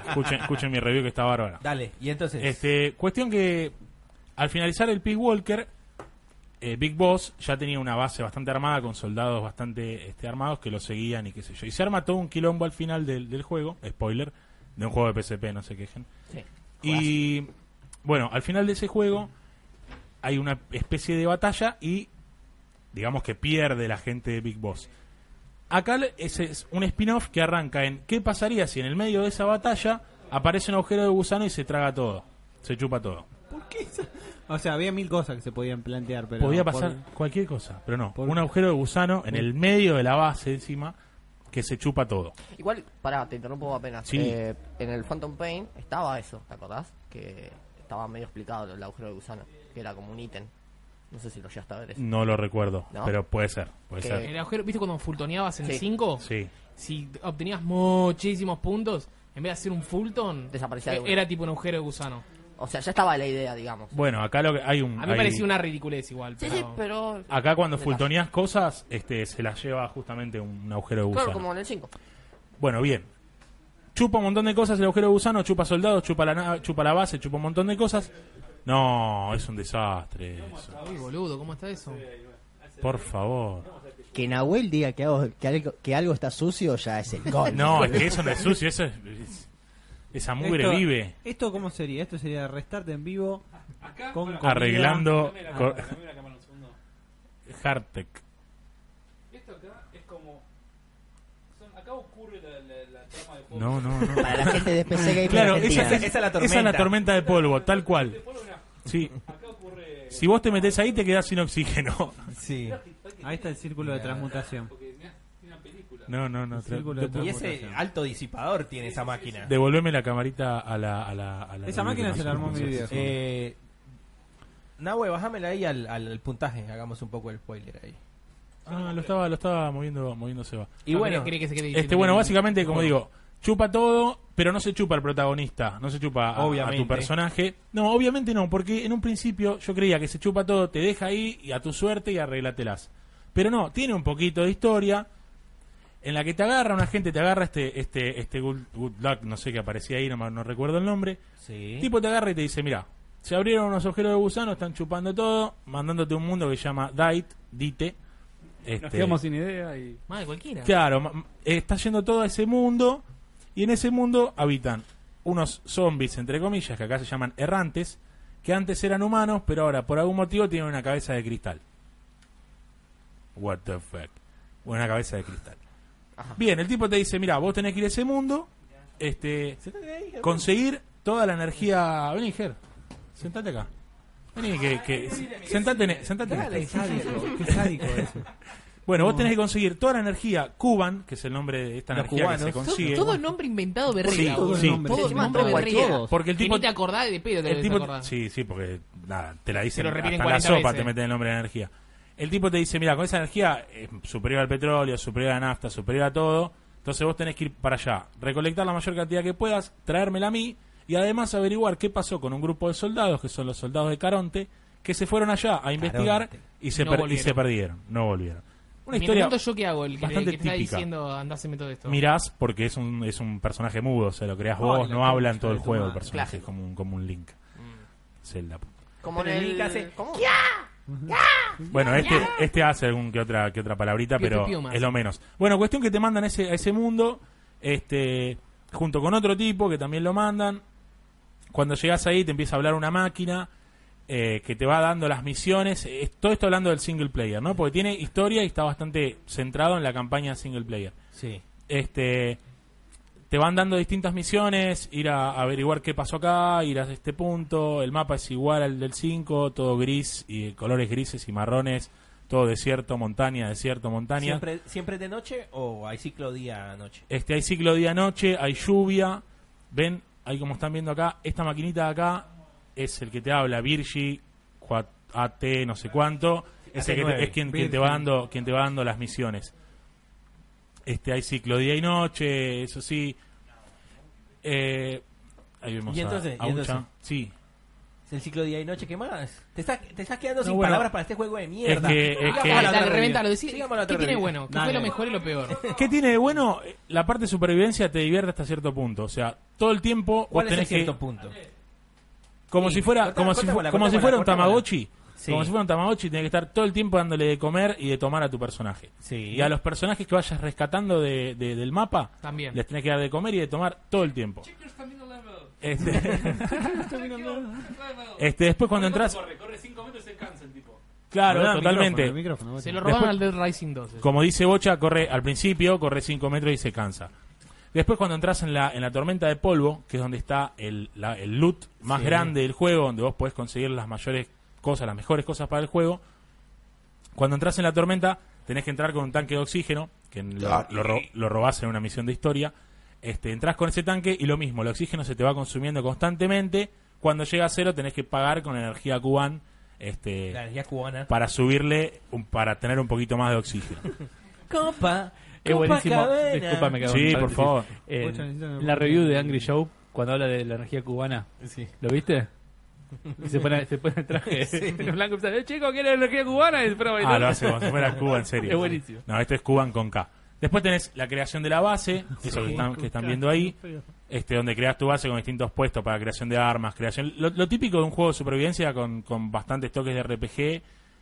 S7: Escuchen, escuchen mi review que está bárbara.
S5: Dale, y entonces...
S7: Este, cuestión que al finalizar el Peace Walker, eh, Big Boss ya tenía una base bastante armada con soldados bastante este, armados que lo seguían y qué sé yo. Y se arma todo un quilombo al final del, del juego, spoiler, de un juego de PSP, no se quejen.
S6: Sí.
S7: Y bueno, al final de ese juego hay una especie de batalla y digamos que pierde la gente de Big Boss. Acá le- ese es un spin-off que arranca en ¿qué pasaría si en el medio de esa batalla aparece un agujero de gusano y se traga todo? Se chupa todo.
S3: ¿Por qué esa- O sea, había mil cosas que se podían plantear, pero...
S7: Podía
S3: por-
S7: pasar cualquier cosa, pero no.
S3: por-
S7: Un agujero de gusano en el medio de la base encima que se chupa todo.
S6: Igual, pará, te interrumpo apenas.
S7: Sí.
S6: Eh, en el Phantom Pain estaba eso, ¿te acordás? Que estaba medio explicado el agujero de gusano, que era como un ítem. No sé si lo llegaste a ver eso.
S7: No lo recuerdo,
S6: ¿No?
S7: pero puede ser, puede
S6: Que-
S7: ser.
S4: El agujero, ¿viste cuando fultoneabas en el
S6: Sí.
S4: 5?
S7: Sí.
S4: Si obtenías muchísimos puntos, en vez de hacer un fulton,
S6: Desaparecía de una.
S4: era tipo un agujero de gusano.
S6: O sea, ya estaba la idea, digamos.
S7: Bueno, acá lo que hay un
S4: A mí me
S7: hay-
S4: parecía una ridiculez igual,
S6: Sí,
S4: pero...
S6: sí, pero...
S7: Acá cuando
S6: Detalle.
S7: fultoneas cosas, este, se las lleva justamente un agujero de gusano.
S6: Claro, como en el 5.
S7: Bueno, bien. Chupa un montón de cosas el agujero de gusano, chupa soldados, chupa la, nave- chupa la base, chupa un montón de cosas. No, es un desastre eso.
S4: Uy, boludo, ¿cómo está eso?
S7: Por favor.
S8: Que Nahuel diga que, algo- que, algo, que algo está sucio ya es el gol.
S7: No, es que eso no es sucio, eso es, es- esa mugre
S3: Esto-
S7: vive
S3: ¿Esto cómo sería? Esto sería restarte en vivo con comida.
S7: arreglando cor- Hardtech.
S1: Esto acá es como. acá ocurre la, trama del
S7: No, no, no.
S8: Para la gente de PC Gamer
S7: Claro, esa,
S8: Argentina.
S7: esa- esa
S5: es la tormenta.
S7: es la tormenta de polvo, tal cual. Sí. Si vos te metés ahí te quedás sin oxígeno.
S5: Sí.
S3: Ahí está el círculo de transmutación.
S7: No, no, no.
S3: El círculo de
S7: te-
S5: Y ese alto disipador tiene esa máquina.
S7: Devolveme la camarita a la. A la, a la
S3: Esa máquina se la armó mi viejo.
S5: Eh, Nahue, bájamela ahí al, al, al puntaje. Hagamos un poco el spoiler ahí.
S7: Ah, lo estaba, lo estaba moviendo, moviendo Seba.
S5: Y
S4: No,
S5: bueno,
S4: quería- quería que se quede
S7: Este,
S4: diciendo
S7: bueno,
S4: que-
S7: básicamente, como digo, chupa todo, pero no se chupa al protagonista, no se chupa a, a
S5: Obviamente.
S7: tu personaje. No, obviamente no, porque en un principio yo creía que se chupa todo, te deja ahí y a tu suerte y arreglatelas. Pero no, tiene un poquito de historia en la que te agarra una gente, te agarra este, este, este good, Good luck, no sé qué aparecía ahí, no, me- no recuerdo el nombre.
S5: sí.
S7: El tipo te agarra y te dice, mira, se abrieron unos agujeros de gusano, están chupando todo, mandándote un mundo que se llama Dite, Dite.
S1: Nos
S7: Este,
S1: quedamos sin idea y.
S4: Madre, cualquiera.
S7: Claro, ma- está yendo todo a ese mundo y en ese mundo habitan unos zombies, entre comillas, que acá se llaman errantes, que antes eran humanos, pero ahora por algún motivo tienen una cabeza de cristal. What the fuck. Una cabeza de cristal.
S6: Ajá.
S7: Bien, el tipo te dice, mira, vos tenés que ir a ese mundo, este, conseguir toda la energía... Vení, Ger, sentate acá.
S1: Vení, que, que- sentate
S7: e,
S1: en, sentate en
S9: Dale,
S1: esto.
S9: sádico, qué sádico eso.
S1: Bueno, vos tenés que conseguir toda la energía Cuban, que es el nombre de esta
S5: Los
S1: energía
S5: cubanos.
S1: que se consigue.
S4: Todo nombre inventado berreta.
S1: Sí,
S4: boludo.
S1: sí.
S4: Todo
S6: Encima
S4: nombre
S6: todo
S4: berreta.
S6: cualquiera.
S1: Porque el
S4: Que
S1: tipo.
S4: ni te acordás de pedo, te
S1: el
S4: debes
S1: tipo
S4: acordar.
S1: sí, sí, porque nada, te la dicen
S4: Te lo repiten
S1: hasta la
S4: 40
S1: sopa
S4: veces.
S1: te meten el nombre de energía. El tipo te dice, mira, con esa energía es superior al petróleo, superior a la nafta, superior a todo, entonces vos tenés que ir para allá, recolectar la mayor cantidad que puedas, traérmela a mí y además averiguar qué pasó con un grupo de soldados, que son los soldados de Caronte, que se fueron allá a investigar
S5: Caronte.
S1: y se,
S4: No
S1: per- y
S4: volvieron.
S1: se perdieron, no volvieron. Una
S4: Me
S1: historia
S4: pregunto yo qué hago, el que,
S1: bastante
S4: el que te está
S1: típica.
S4: diciendo andás y todo esto.
S1: mirás porque es un, es un personaje mudo, o sea, lo creás
S9: No, y
S1: vos,
S9: la
S1: no habla en
S9: concha
S1: todo el
S9: de tu
S1: juego el
S9: madre.
S1: personaje,
S6: Clásico.
S1: es como un, como un link.
S4: Mm.
S1: Zelda.
S6: Como en
S5: Pero el
S6: el...
S5: Nick hace-
S6: ¿Cómo?
S1: Bueno, este, este hace algún que otra, que otra palabrita,
S4: Pío,
S1: pero
S4: pío, pío más.
S1: es lo menos. Bueno, cuestión que te mandan a ese, a ese mundo, este, junto con otro tipo que también lo mandan. Cuando llegas ahí te empieza a hablar una máquina eh, que te va dando las misiones. Eh, todo esto hablando del single player, ¿no? Porque tiene historia y está bastante centrado en la campaña single player.
S5: Sí.
S1: este te van dando distintas misiones, ir a averiguar qué pasó acá, ir a este punto, el mapa es igual al del 5, todo gris y colores grises y marrones, todo desierto, montaña, desierto, montaña.
S5: ¿Siempre, ¿Siempre de noche o hay ciclo día-noche?
S1: Este hay ciclo día noche, hay lluvia. Ven, ahí como están viendo acá, esta maquinita de acá es el que te habla Virgi, cua- AT, no sé cuánto, es el que te-
S5: AT9,
S1: es quien, quien te va dando quien te va dando las misiones. Este hay ciclo día y noche, eso sí. Eh, ahí vemos
S5: Y
S1: a-
S5: entonces,
S1: a
S5: y entonces.
S1: Ucha. sí.
S5: ¿Es el ciclo día y noche? ¿Qué más? Te estás, te estás quedando
S1: No,
S5: sin
S1: bueno.
S5: palabras para este juego de mierda.
S1: Es que- es
S5: Sigamos
S1: que-
S5: a la
S4: Dale,
S5: otra
S4: dale,
S5: review.
S4: reventalo. Decí,
S5: Sigamos a la
S4: ¿Qué
S5: otra
S4: tiene
S5: review.
S4: bueno? ¿Qué
S5: Dale.
S4: fue lo mejor y lo peor?
S1: ¿Qué tiene de bueno? La parte de supervivencia te divierte hasta cierto punto, o sea, todo el tiempo vos
S5: ¿Cuál es el
S1: tenés que
S5: cierto punto?
S1: Como
S5: Sí,
S1: si fuera,
S5: cortá-
S1: como si,
S5: cortá
S1: fu-
S5: bola,
S1: como
S5: cortá
S1: si fuera
S5: bola,
S1: un
S5: cortá bola.
S1: Tamagotchi.
S5: Sí.
S1: Como si fuera un Tamagotchi, tiene que estar todo el tiempo dándole de comer y de tomar a tu personaje.
S5: Sí.
S1: Y a los personajes que vayas rescatando de- de- del mapa,
S4: También.
S1: les tenés que dar de comer y de tomar todo el tiempo. Este, este, después cuando entras.
S10: Corre, corre 5 metros y se cansa el tipo.
S1: Claro,
S9: Bueno, el
S1: totalmente.
S9: micrófono, el micrófono,
S4: Se lo
S9: vos
S4: robaron al Dead Rising eh. 2. eso.
S1: Como dice Bocha, corre al principio, corre 5 metros y se cansa. Después cuando entras en la, en la tormenta de polvo, que es donde está el, la- el loot más
S5: Sí.
S1: grande del juego, donde vos podés conseguir las mayores cosas, las mejores cosas para el juego, cuando entras en la tormenta tenés que entrar con un tanque de oxígeno, que lo, lo, ro- lo robás en una misión de historia, este, entras con ese tanque y lo mismo, el oxígeno se te va consumiendo constantemente, cuando llega a cero tenés que pagar con energía cubana este,
S5: La energía cubana.
S1: para subirle, un- para tener un poquito más de oxígeno.
S5: Copa.
S2: Es buenísimo.
S5: Copacabana.
S2: Discúlpame que haga un
S1: Sí, por
S2: paréntesis.
S1: favor.
S2: Eh,
S9: Ocho, necesitan-
S2: la review de Angry Show, cuando habla de la energía cubana, ¿lo viste? Y se pone, se pone el traje blanco y dice, "Eh, chico, ¿quieres energía cubana? Y se prueba y
S1: Ah,
S2: todo.
S1: lo hace como si fuera Cuba, en serio.
S2: Es buenísimo.
S1: No, esto es Cuban con K. Después tenés la creación de la base, eso que están, que están viendo ahí, este, donde creas tu base con distintos puestos para creación de armas, creación... Lo, lo típico de un juego de supervivencia con, con bastantes toques de RPG,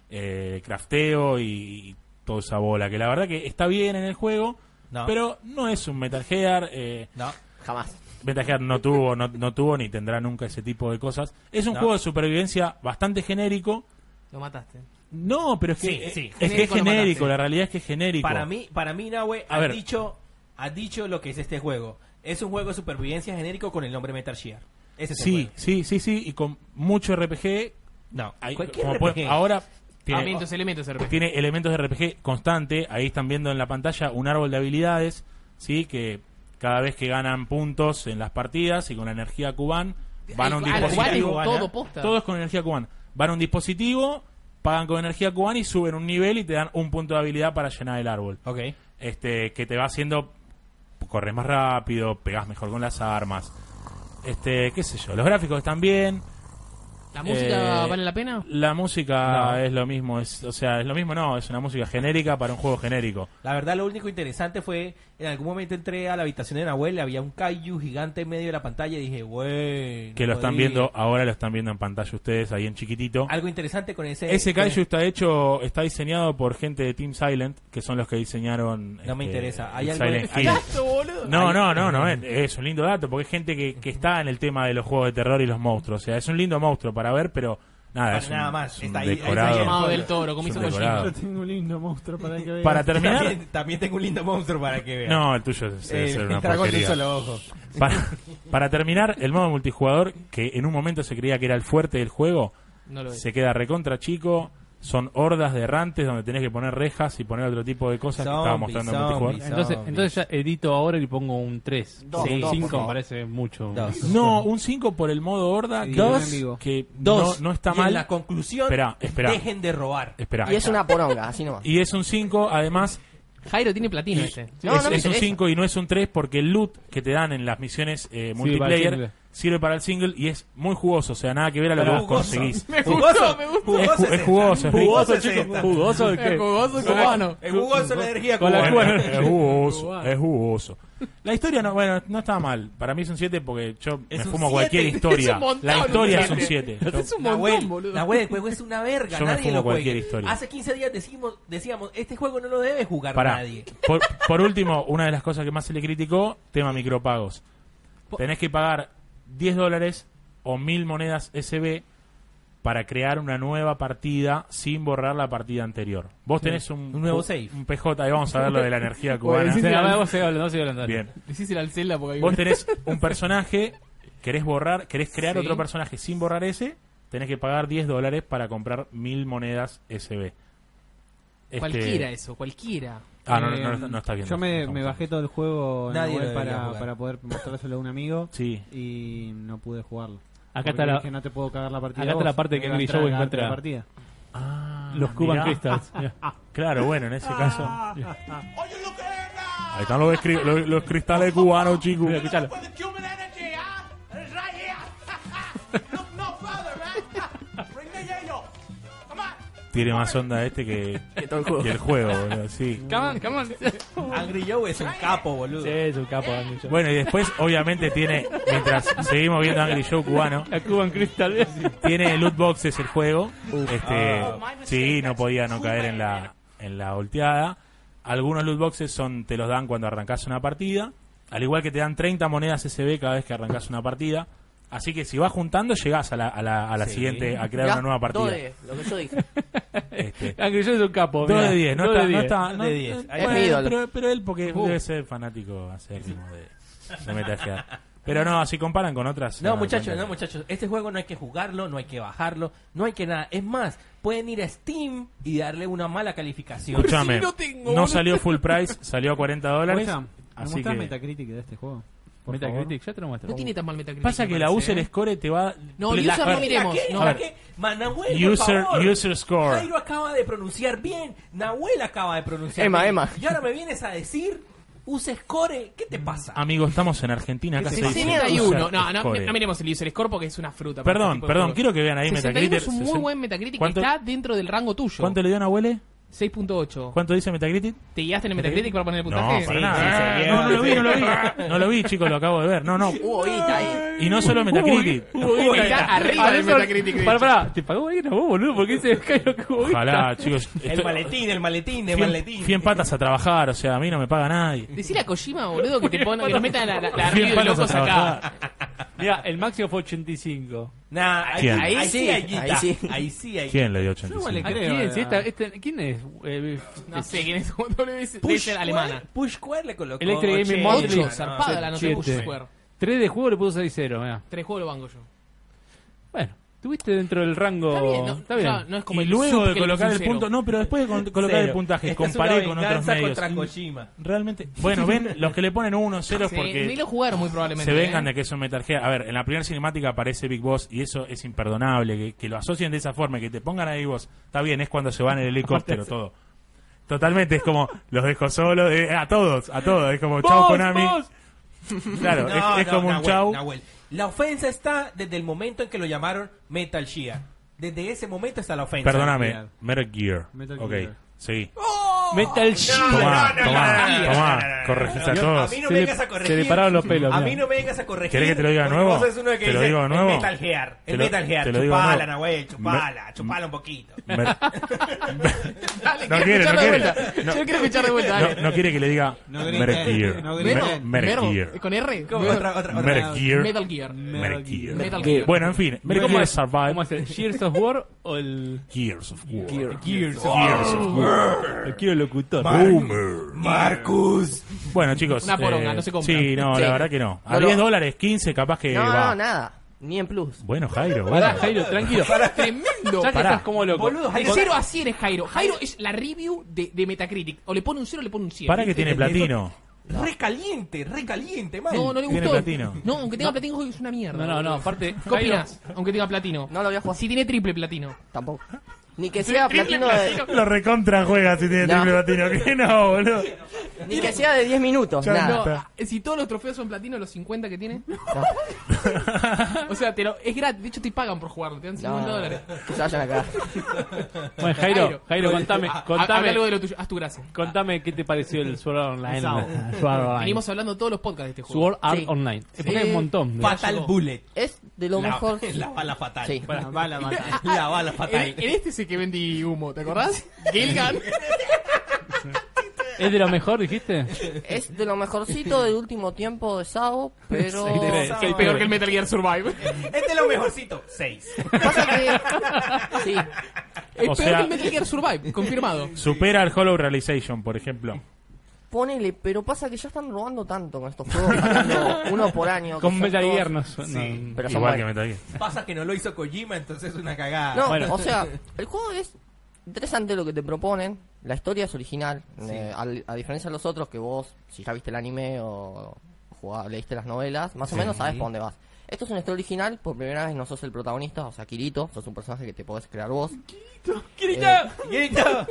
S1: eh, crafteo y, y toda esa bola, que la verdad que está bien en el juego,
S2: Ah.
S5: No.
S1: pero no es un Metal Gear, eh,
S5: No.
S6: Jamás.
S1: Metal Gear no tuvo, no, no tuvo ni tendrá nunca ese tipo de cosas. Es un
S5: No.
S1: juego de supervivencia bastante genérico,
S4: Lo mataste.
S1: No, pero es que,
S5: Sí,
S1: eh,
S5: sí.
S1: es, que es
S4: Genérico lo mataste.
S1: genérico, la realidad es que es genérico.
S5: Para mí, para mí Nahue
S1: A
S5: ha
S1: ver.
S5: dicho, ha dicho lo que es este juego. Es un juego de supervivencia genérico con el nombre Metal Gear. Ese es el
S1: Sí,
S5: juego.
S1: sí, sí, sí, y con mucho RPG.
S5: No.
S1: ahí-
S5: cualquier
S1: como
S5: RPG.
S1: pueden- ahora
S4: Ah,
S1: tiene,
S4: elementos, elementos, hermano.
S1: tiene elementos de RPG constante. Ahí están viendo en la pantalla un árbol de habilidades, sí, que cada vez que ganan puntos en las partidas y con la energía cubán van a un
S4: Ay, al
S1: dispositivo.
S4: Guardian, todo posta.
S1: Todos con energía cubana. Van a un dispositivo, pagan con energía cubana y suben un nivel y te dan un punto de habilidad para llenar el árbol.
S5: Ok.
S1: este que te va haciendo corres más rápido, pegás mejor con las armas. Este, qué sé yo, los gráficos están bien,
S4: ¿La música
S1: Eh,
S4: vale la pena?
S1: la música
S5: No.
S1: es lo mismo, es, o sea, es lo mismo, no, es una música genérica para un juego genérico.
S5: La verdad, lo único interesante fue, en algún momento entré a la habitación de Nahuel, y había un kaiju gigante en medio de la pantalla y dije, güey. no
S1: Que lo están
S5: podía".
S1: viendo, ahora lo están viendo en pantalla ustedes, ahí en chiquitito.
S5: Algo interesante con ese...
S1: Ese
S5: con-
S1: kaiju está hecho, está diseñado por gente de Team Silent, que son los que diseñaron. este,
S5: No me interesa. Hay
S1: el
S5: algo
S1: Silent
S5: de-
S1: Hill.
S4: boludo!
S1: No, no, no, no, es, es un lindo dato, porque es gente que, que está en el tema de los juegos de terror y los monstruos. O sea, es un lindo monstruo para ver, pero nada,
S5: Para
S1: es
S5: nada
S1: un,
S5: más,
S1: es un
S5: está ahí- ahí está
S1: decorado.
S5: llamado.
S4: del toro, como
S1: Es
S4: hizo
S1: un
S4: Kojima.
S1: decorado.
S9: Yo tengo un lindo monstruo para que veas.
S1: Para terminar...
S5: También, también tengo un lindo monstruo para que vean.
S1: No, el tuyo es,
S5: Eh,
S1: es una
S5: el dragón de un
S1: porquería.
S5: solo ojo.
S1: Para, para terminar, el modo multijugador, que en un momento se creía que era el fuerte del juego,
S4: No lo es.
S1: se queda recontra chico. Son hordas de errantes donde tenés que poner rejas y poner otro tipo de cosas que estaba
S5: Zombie,
S1: mostrando
S5: zombie.
S1: en multijugador.
S2: Entonces,
S5: Zombies.
S2: entonces ya edito ahora y pongo un 3.
S11: Dos,
S2: un
S11: dos,
S2: 5
S11: por
S2: me
S11: favor.
S2: parece mucho.
S5: Dos.
S1: No, un 5 por el modo horda. que-
S3: Dos.
S1: Que
S5: Dos.
S1: No, no está
S5: Y en
S1: mal.
S5: la conclusión,
S1: Esperá, esperá.
S5: dejen de robar.
S1: Esperá.
S6: Y es una poronga, así nomás.
S1: Y es un 5, además,
S4: Jairo tiene platino este. ese.
S6: No,
S1: es,
S6: no me
S1: es un
S6: interesa.
S1: 5 y no es un 3 porque el loot que te dan en las misiones eh, multiplayer
S2: single.
S1: sirve para el single y es muy jugoso, o sea, nada que ver a lo que vos conseguís.
S5: Me jugoso, me gusta.
S1: Es, ju- es jugoso, es rico.
S5: Jugoso es esta.
S2: ¿Jugoso de qué?
S4: jugoso cubano.
S5: Es jugoso la energía
S2: Con la
S5: cubana.
S2: cubana.
S1: Bueno, es jugoso, es jugoso. La historia no, bueno, no está mal. Para mí es un 7 porque yo
S5: Es
S1: me
S5: un
S1: fumo
S5: siete.
S1: cualquier
S5: Es un
S1: historia.
S4: montón,
S1: La historia
S4: un
S1: es un 7.
S4: Es un montón,
S5: Nahuel,
S4: boludo.
S5: Nahuel, el juego es una verga,
S1: Yo me
S5: nadie
S1: fumo
S5: lo juega.
S1: cualquier historia.
S5: Hace 15 días decimos, decíamos, este juego no lo debe jugar
S1: Pará.
S5: nadie.
S1: Por, por último, una de las cosas que más se le criticó, tema micropagos. Tenés que pagar 10 dólares o 1000 monedas SB para crear una nueva partida sin borrar la partida anterior. Vos tenés un,
S5: Un nuevo
S1: un-
S5: save.
S1: Un PJ, ahí vamos a ver lo de la energía cubana.
S2: O sea, vamos, sigue hablando, sigue hablando.
S1: Bien.
S4: Difícil al Zelda porque hay
S1: Vos tenés un personaje, querés borrar, querés crear
S4: Sí.
S1: otro personaje sin borrar ese, tenés que pagar 10 dólares para comprar 1000 monedas SB. Este-
S4: Cualquiera eso, cualquiera.
S1: Ah, no, no, no,
S3: Eh,
S1: no, no estás viendo.
S3: Yo me,
S1: No,
S3: me
S1: no, no.
S3: bajé todo el juego
S5: Nadie
S3: Nahuel,
S5: lo debería
S3: para,
S5: jugar.
S3: para poder mostrárselo a un amigo
S1: Sí.
S3: y no pude jugarlo.
S2: Acá
S3: Porque
S2: está la,
S3: dije, no te puedo cagar la partida.
S2: acá está
S3: vos,
S2: la parte
S3: me
S2: que
S3: voy a
S2: Angry
S3: entrar
S2: Joe
S3: a cagarte
S2: encuentra-
S3: la partida.
S2: los Cuban
S1: mirá.
S2: Crystals. Mirá.
S1: Claro, bueno, en ese caso. Ahí están los, escri- los- los cristales cubanos, chicos.
S2: Mira, escuchalo.
S1: Tiene más onda este que, que el juego, boludo, sí.
S4: Come on, come on.
S5: Angry Joe es un capo, boludo.
S2: Sí, es un capo. Angry Joe.
S1: Bueno, y después, obviamente, tiene. Mientras seguimos viendo Angry Show cubano,
S2: La Cuban Crystal.
S1: tiene loot boxes el juego. Este, sí, no podía no caer en la, en la volteada. Algunos loot boxes son, te los dan cuando arrancas una partida. Al igual que te dan 30 monedas SB cada vez que arrancas una partida. Así que si vas juntando, llegás a la, a la, a la
S5: Sí.
S1: siguiente, a crear
S6: Mirá,
S1: una nueva
S6: todo
S1: partida.
S6: de lo que yo dije.
S1: Este,
S2: Angry Joe es un capo.
S1: Dos
S2: mirá.
S1: de 10, no,
S2: Dos
S1: está,
S2: de
S1: no está. no-
S2: 10.
S5: De 10.
S1: eh,
S6: Ahí
S1: bueno,
S6: es mi ídolo.
S1: pero, pero él, porque
S4: Uh.
S1: debe ser fanático acérrimo de, de Metal Gear. Pero no, si comparan con otras.
S5: No,
S1: se
S5: muchachos,
S1: dan
S5: no,
S1: cuenta
S5: muchachos. Este juego no hay que jugarlo, no hay que bajarlo, no hay que nada. Es más, pueden ir a Steam y darle una mala calificación.
S1: que- Escuchame,
S4: Sí, lo tengo,
S1: no
S4: boludo.
S1: salió full price, salió a 40 dólares.
S3: Oigan, ¿Me
S1: Así
S3: mostrás
S1: Ah, que-
S3: Metacritic de este juego? Por
S2: Metacritic, ya te lo muestro.
S4: No tiene tan mal Metacritic.
S1: Pasa
S4: me
S1: que la
S4: parece,
S1: user
S4: ¿eh?
S1: score te va.
S4: No,
S1: la-
S4: user
S1: a
S4: no
S1: ver,
S4: miremos,
S5: ¿A qué?
S4: no.
S5: ¿A qué? Ma, Nahuel, por
S1: User-
S5: favor.
S1: user score.
S5: Jairo acaba de pronunciar bien. Nahuel acaba de pronunciar
S6: Emma,
S5: bien.
S6: Emma.
S5: Y ahora me vienes a decir, use score. ¿Qué te pasa?
S1: Amigo, estamos en Argentina, acá se dice
S4: 61.
S1: user
S4: No, no,
S1: score.
S4: no miremos el user score porque es una fruta. para este
S1: Perdón,
S4: tipo de
S1: perdón,
S4: juegos.
S1: quiero que vean ahí
S4: 61
S1: Metacritic.
S4: es un muy
S1: sesen-
S4: buen Metacritic.
S1: ¿Cuánto-
S4: Está dentro del rango tuyo.
S1: ¿Cuánto le dio Nahuel?
S4: 6.8.
S1: ¿Cuánto dice Metacritic?
S4: ¿Te guiaste en el Metacritic para poner el
S1: No,
S4: puntaje?
S1: para
S4: Sí,
S1: nada.
S4: sí, sí.
S1: no, no lo vi, no lo vi. No lo vi, chicos, lo acabo de ver. No, no.
S6: Hubo guita ahí.
S1: Y no solo Metacritic.
S4: Está arriba del Metacritic. de
S2: Pará,
S4: hecho.
S2: pará. ¿Te pagó alguien a vos, boludo? ¿Por qué se cae lo que vos
S1: Ojalá, chicos.
S5: El
S1: estoy-
S5: maletín, el maletín, el
S1: cien-
S5: maletín.
S1: cien patas a trabajar, o sea, a mí no me paga nadie.
S4: Decile a Kojima, boludo, que te ponga, que nos metan la, la, la
S1: Cien
S4: review de
S1: palos a
S4: locos acá.
S1: trabajar.
S2: Mira, el máximo fue 85.
S5: Nah, ahí,
S1: ¿Quién?
S5: ahí sí, hay guita.
S6: ahí sí.
S5: Ahí sí hay
S1: Ah, ¿Quién le dio
S3: Yo igual
S1: 85?
S3: le
S2: ¿A
S3: creo.
S2: quién?
S3: eh,
S2: Si esta- este- ¿Quién es? Eh,
S4: No sé quién es WS, debe
S5: Push
S4: ser
S5: Square-
S4: alemana.
S5: Push Square le colocó.
S2: Electric Gaming
S5: ocho,
S2: Monthly.
S5: ocho,
S2: no,
S4: 8,
S2: no,
S4: zarpada la noche de Push
S2: siete.
S4: Square.
S2: 3 de juego le puso 6-0, mirá.
S4: Tres juegos lo banco yo.
S2: Bueno, estuviste dentro del rango.
S4: Está bien, no, ya, no es como
S1: Y
S4: el
S1: luego
S4: sub
S1: de
S4: que le
S1: colocar el
S4: puse cero.
S1: punto, no, pero después de con- colocar
S5: cero.
S1: el puntaje,
S5: Esta es
S1: comparé
S5: una
S1: con otros
S5: venganza
S1: medios.
S5: contra Kojima.
S1: Realmente, bueno, ven, los que le ponen uno cero es
S4: Sí, Ni
S1: porque
S4: lo jugaron muy probablemente.
S1: se vengan
S4: ¿eh?
S1: de que son Metal Gear. A ver, en la primera cinemática aparece Big Boss y eso es imperdonable, que, que lo asocien de esa forma, y que te pongan a Big Boss. Está bien, es cuando se va en el helicóptero todo. Totalmente, es como, los dejo solos, eh, a todos, a todos, es como, chau Konami. Claro,
S5: No,
S1: es, es
S5: no,
S1: como un
S5: Nahuel,
S1: chau.
S5: Nahuel. La ofensa está desde el momento en que lo llamaron Metal Gear. Desde ese momento está la ofensa.
S1: Perdóname,
S3: Gear.
S1: Metal Gear.
S3: Metal
S1: ok,
S3: Gear.
S1: sí.
S2: Metal Gear.
S1: Tomá,
S5: ¡Oh! no, no,
S1: tomá,
S5: no, no,
S1: tomá,
S5: no, no, no,
S1: corregiste a
S5: no,
S1: todos.
S5: A mí no
S2: Se
S5: me
S2: le-
S5: vengas a corregir.
S2: se le pararon los pelos,
S5: A
S2: mirá.
S5: mí no me vengas a corregir.
S1: ¿Querés que te lo diga de
S5: porque
S1: nuevo?
S5: Vos sos uno que
S1: ¿Te lo
S5: dice,
S1: digo de
S5: "El
S1: nuevo?"
S5: Metal Gear.
S1: Te
S5: El
S1: lo-
S5: Metal Gear.
S1: te lo digo de
S5: Chupala,
S1: nuevo.
S5: Nahuel. Chupala, chupala un poquito.
S1: Mer-
S4: Dale,
S1: No
S4: quiero
S1: quiere,
S4: escuchar
S1: no quiere.
S4: de vuelta. Yo quiero escuchar de vuelta.
S1: no,
S4: Dale.
S1: no quiere que le diga
S3: No
S1: Metal
S3: griten,
S1: Gear.
S3: no
S1: Me-
S3: griten.
S4: Verbo,
S1: Metal
S4: verbo,
S1: Gear.
S4: ¿Con R?
S5: ¿Cómo? Otra, otra, otra.
S1: Metal Gear.
S4: Metal Gear.
S1: Metal Gear.
S4: Metal Gear.
S1: Bueno, en fin, Metal Gear
S2: ¿Cómo
S1: Survive.
S2: es el Gears of War o el.
S1: Gears of War.
S2: Gears
S1: Gears of War.
S2: Lo quiero locutor.
S1: Boomer.
S5: Marcus.
S1: Bueno, chicos.
S4: Una poronga, no se compra.
S1: Sí, no,
S6: Sí.
S1: la verdad que no. A
S6: No lo-
S1: 10 dólares, 15, capaz que
S6: No,
S1: va.
S6: no, nada. Ni en plus.
S2: Bueno, Jairo,
S1: Pará,
S2: bueno.
S1: Jairo, tranquilo. Ya
S4: Tremendo.
S1: que
S2: pará.
S1: estás como loco.
S5: Boludo,
S4: De
S5: Jairo-
S4: 0 a 100 es Jairo. Jairo es la review de, de Metacritic. O le pone un 0 o le pone un 100.
S2: Para que tiene platino.
S5: Recaliente, recaliente, man.
S4: No, no le
S2: Tiene
S4: gustó.
S2: platino.
S4: No, aunque tenga platino es una mierda.
S1: No, no, no, aparte.
S4: ¿Qué
S1: Jairo-
S4: opinas? Aunque tenga platino.
S6: No lo voy a jugar.
S4: Si tiene triple platino.
S6: Tampoco. Ni que sea
S4: Triple
S6: platino de,
S4: platino.
S2: Lo recontra juega si tiene
S6: No.
S2: triple platino. Que no, boludo.
S6: ni que sea de 10 minutos.
S2: Ya
S6: Nada.
S4: No,
S2: Está.
S4: ah, si todos los trofeos son platino, los 50 que tiene. o sea, te lo- es gratis. De hecho, te pagan por jugarlo. Te dan 50
S6: No,
S4: dólares.
S6: que se vayan acá.
S1: Bueno, Jairo,
S4: Jairo.
S1: Jairo, contame,
S4: Ha- Habla algo
S1: contame,
S4: de lo tuyo. Haz tu gracia.
S1: contame qué te pareció el Sword Art Online. Sword Art Online.
S4: Venimos hablando todos los podcasts de este juego.
S1: Sword Art
S6: Sí.
S1: Online. Es porque hay un montón. de-
S5: Fatal Bullet.
S6: Es de lo
S5: la,
S6: mejor.
S5: la bala fatal.
S6: Sí.
S3: La bala mata.
S5: La bala
S4: En,
S5: fatal.
S4: en este sé que vendí humo, ¿te acordás? Gilgan.
S1: ¿Es de lo mejor, dijiste?
S6: Es de lo mejorcito del último tiempo de Sao, pero.
S1: Excelente.
S4: es peor que el Metal Gear Survive.
S5: Este es lo mejorcito. 6.
S6: Pasa que. Sí.
S4: Es peor
S2: O sea-
S4: que el Metal Gear Survive, confirmado.
S2: Supera al Hollow Realization, por ejemplo.
S6: Ponele, pero pasa que ya están robando tanto con estos juegos, sacando uno por año. que
S1: Con
S6: son
S1: Metal
S6: todos-
S1: Gear no son- no.
S6: Pero son
S2: Igual que
S6: buenos.
S2: Metal Gear.
S5: Pasa que no lo hizo Kojima, entonces es una cagada.
S6: No,
S1: Bueno.
S6: o sea, el juego es interesante lo que te proponen. La historia es original. eh, al- a diferencia de los otros, que vos, si ya viste el anime o jugá- leíste las novelas, más o menos sabes por dónde vas. Esto es una historia original, por primera vez no sos el protagonista, o sea, Kirito, sos un personaje que te podés crear vos. ¡Kirito!
S5: Grito.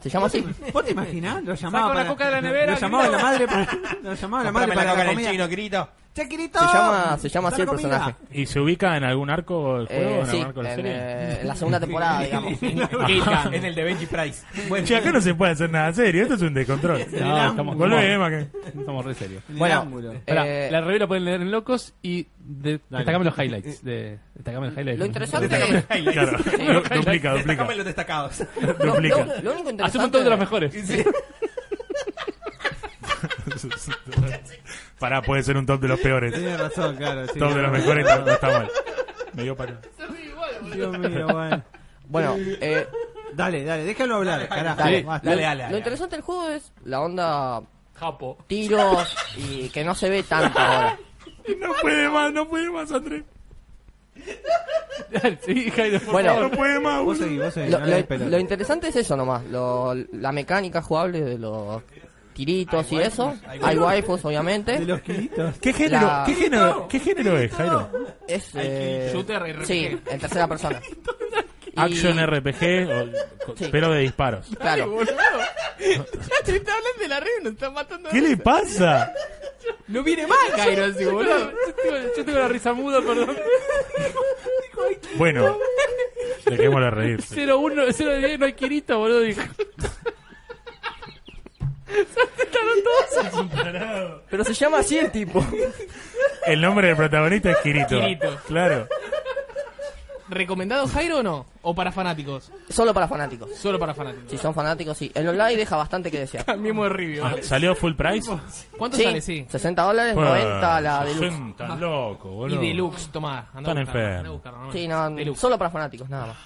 S6: Se llama así.
S3: ¿Vos te imaginás? Lo llamaba para...
S1: de la nevera.
S3: lo llamaba la madre para... Lo llamaba la madre
S5: Comprame la
S3: para
S5: coca
S3: la
S5: en el
S3: comida.
S5: chino, grito.
S3: ¡Chaquirito!
S6: Se llama, se llama así
S3: Dame
S6: el
S3: comida.
S6: personaje.
S2: ¿Y se ubica en algún arco el juego?
S6: Eh,
S2: ¿En
S6: sí,
S2: algún arco de la
S6: en,
S2: serie?
S6: eh, en la segunda temporada, digamos.
S2: Ajá.
S5: En el de Benji Price.
S2: Che, acá no se puede hacer nada serio. Esto es un descontrol.
S1: No, estamos,
S2: Volvé,
S1: estamos,
S2: Emma, que-
S1: estamos re serios.
S3: En el
S6: Bueno,
S3: ángulo.
S1: Pará,
S6: Eh,
S1: la review la pueden leer en Locos y de, destacame los highlights. De, destacame los highlights.
S6: Lo interesante es...
S2: Claro. Du- Duplica, duplica.
S5: Destacame los destacados.
S6: Lo, lo-
S2: Duplica.
S6: lo único interesante...
S1: Hace un montón de las mejores.
S2: Pará, puede ser un top de los peores.
S3: Tiene razón, claro. sí.
S2: Top de los mejores no, no está mal. Me dio para.
S3: Dios mío, bueno.
S6: Bueno, eh,
S3: Dale, dale, déjalo hablar, carajo.
S6: Dale,
S3: basta.
S5: Dale, dale.
S6: Lo interesante del juego es la onda
S1: Japo.
S6: tiros y que no se ve tanto ahora.
S2: No puede más, no puede más, Andrés.
S1: sí, Jairo, por
S6: Bueno.
S2: No
S1: favor.
S2: puede más,
S3: Vos
S2: boludo.
S3: seguís, vos seguís.
S6: Lo,
S3: no
S6: lo-
S3: le des pelota.
S6: lo interesante es eso nomás, lo- la mecánica jugable de los tiritos y eso. Hay waifus,
S3: De
S6: obviamente.
S3: los kilitos.
S2: ¿Qué género,
S6: La-
S2: qué género, qué género es, Jairo?
S6: Es, eh,
S4: Shooter RPG.
S6: sí, en tercera persona. Y-
S2: Action RPG, o-
S6: Sí.
S2: pero de disparos.
S6: Claro.
S4: te está hablando de la red, nos está matando.
S2: ¿Qué le pasa?
S4: No viene mal, Jairo, así, boludo.
S1: Yo tengo, yo tengo la risa muda, perdón.
S2: Bueno, dejémosle reír.
S1: 0 1 0 de 10, no hay Kirito, boludo. dijo.
S6: Pero se llama así el tipo.
S2: El nombre del protagonista es Kirito.
S4: Kirito.
S2: Claro.
S4: ¿Recomendado Jairo o no? ¿O para fanáticos?
S6: Solo para fanáticos.
S4: Solo para fanáticos.
S6: Si son fanáticos, sí. El online deja bastante que desear.
S4: El mismo de review.
S2: Ah,
S4: dale.
S2: ¿Salió full price?
S4: ¿Cuánto
S6: Sí,
S4: sale? Sí.
S6: 60 dólares, 90 la deluxe.
S2: Son tan loco,
S4: Y
S2: boludo.
S4: deluxe, tomá. Andá a
S2: Están
S4: buscarlo, andá a
S2: enfermos.
S4: buscarlo, nomás.
S6: Sí, no,
S4: Deluxe.
S6: solo para fanáticos, nada más.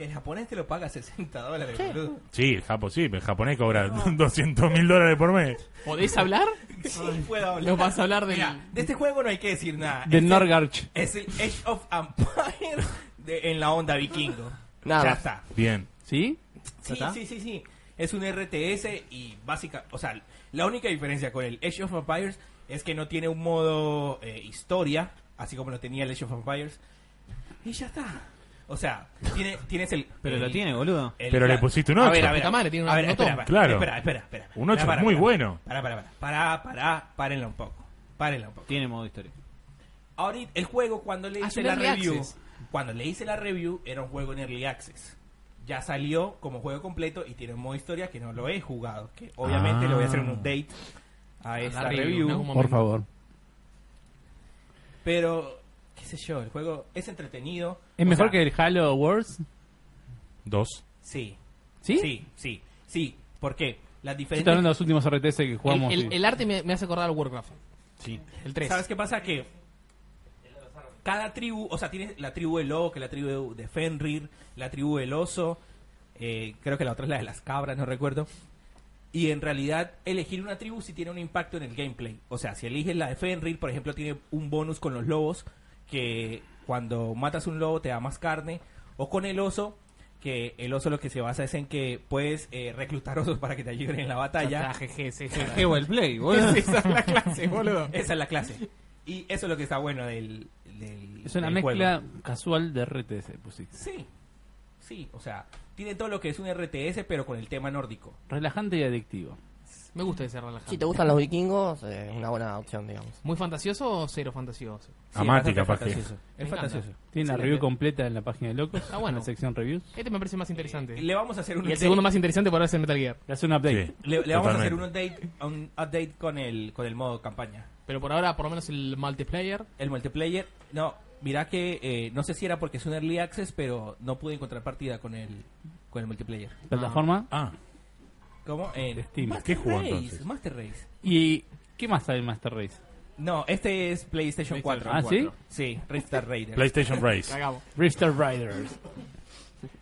S5: El japonés te lo paga 60 dólares, boludo.
S2: Sí, el japo sí, pero el japonés cobra 200 mil dólares por mes.
S4: ¿Podés hablar?
S5: Sí, puedo hablar.
S4: ¿Nos vas a hablar del...?
S5: Mira, de este juego no hay que decir nada.
S1: De
S5: es,
S1: Norgarch.
S5: es el Age of Empire de- en la onda vikingo.
S6: Nada
S5: ya
S6: más.
S5: está.
S2: Bien.
S1: ¿Sí?
S5: Sí,
S3: está?
S5: sí, sí, sí. Es un RTS y básica, o sea, la única diferencia con el Age of Empires es que no tiene un modo eh, historia, así como lo tenía el Age of Empires. Y ya está. O sea, tiene, tienes el...
S3: Pero
S5: el-
S3: lo tiene, boludo.
S5: el-
S2: Pero le pusiste un 8.
S5: A ver, a ver.
S4: Puta madre, tiene un
S5: a ver,
S4: botón.
S5: espera, espera,
S2: Claro.
S5: espera, espera, espera.
S2: Un ocho
S5: Pará,
S2: es
S5: pará,
S2: muy
S5: pará.
S2: bueno.
S5: Pará, pará, pará. Pará, pará, párenla un poco. Párenla un poco.
S3: Tiene modo historia.
S5: Ahorita, el juego cuando le
S4: Ah,
S5: hice
S4: es un
S5: la
S4: early
S5: review,
S4: access.
S5: cuando le hice la review era un juego en early access. Ya salió como juego completo y tiene un modo historia que no lo he jugado, que obviamente
S2: Ah.
S5: le voy a hacer un update a
S4: La
S5: esta
S4: review,
S5: review,
S4: en algún
S1: Por
S4: momento.
S1: favor.
S5: pero qué sé yo, el juego es entretenido.
S1: ¿Es
S5: o
S1: mejor
S5: sea,
S1: que el Halo Wars?
S2: Dos.
S5: sí,
S1: ¿Sí?
S5: sí, sí, sí, ¿por qué? Las
S1: Yo estoy hablando de los últimos
S5: diferencias
S1: RTS que jugamos.
S4: El, el- el arte me, me hace acordar al Warcraft.
S3: Sí.
S4: El 3.
S5: ¿Sabes qué pasa que cada tribu, o sea, tienes la tribu del que la tribu de Fenrir, la tribu del oso, eh, creo que la otra es la de las cabras, no recuerdo. Y en realidad elegir una tribu sí tiene un impacto en el gameplay. O sea, si eliges la de Fenrir, por ejemplo, tiene un bonus con los lobos que cuando matas un lobo te da más carne, o con el oso, que el oso lo que se basa es en que puedes eh, reclutar osos para que te ayuden en la batalla.
S4: jeje,
S12: Qué el play, boludo.
S5: Esa es la clase,
S12: boludo.
S5: Esa es la clase. Y eso es lo que está bueno del. del-
S1: Es una
S5: del
S1: mezcla
S5: juego.
S1: casual de RTS, pusiste.
S5: Sí, sí, o sea, tiene todo lo que es un RTS, pero con el tema nórdico.
S1: Relajante y adictivo.
S4: Me gusta ese relajante.
S6: Si te gustan los vikingos, es una buena opción, digamos.
S4: ¿Muy fantasioso o cero fantasioso?
S5: Sí,
S2: Amati,
S5: es
S2: capaz
S5: bastante
S2: que.
S5: fantasioso.
S4: Me
S5: Es
S4: encanta.
S5: fantasioso.
S1: Tiene la
S4: Excelente.
S1: review completa en la página de Locos.
S4: Ah, bueno.
S1: En la sección reviews.
S4: Este me parece más interesante.
S5: Le vamos a hacer un
S4: y el
S5: update-
S4: segundo más interesante por ahora es el Metal Gear.
S1: Le hace un update.
S2: Sí,
S5: le, le vamos a hacer un
S2: totalmente.
S5: update, un update con el con el modo campaña.
S4: Pero por ahora, por lo menos el multiplayer.
S5: El multiplayer, no, mirá que eh, no sé si era porque es un early access, pero no pude encontrar partida con el con el multiplayer.
S1: Plataforma.
S2: Ah,
S5: ¿Cómo? En
S1: Steam.
S5: Master
S2: ¿Qué jugó
S5: Race,
S2: entonces?
S5: Master Race.
S1: ¿Y qué más sabe el Master Race?
S5: No, este es PlayStation 4.
S1: ¿Ah, sí?
S5: Sí, Restart Raider.
S2: PlayStation Race.
S4: Cagamos.
S1: Restart Riders.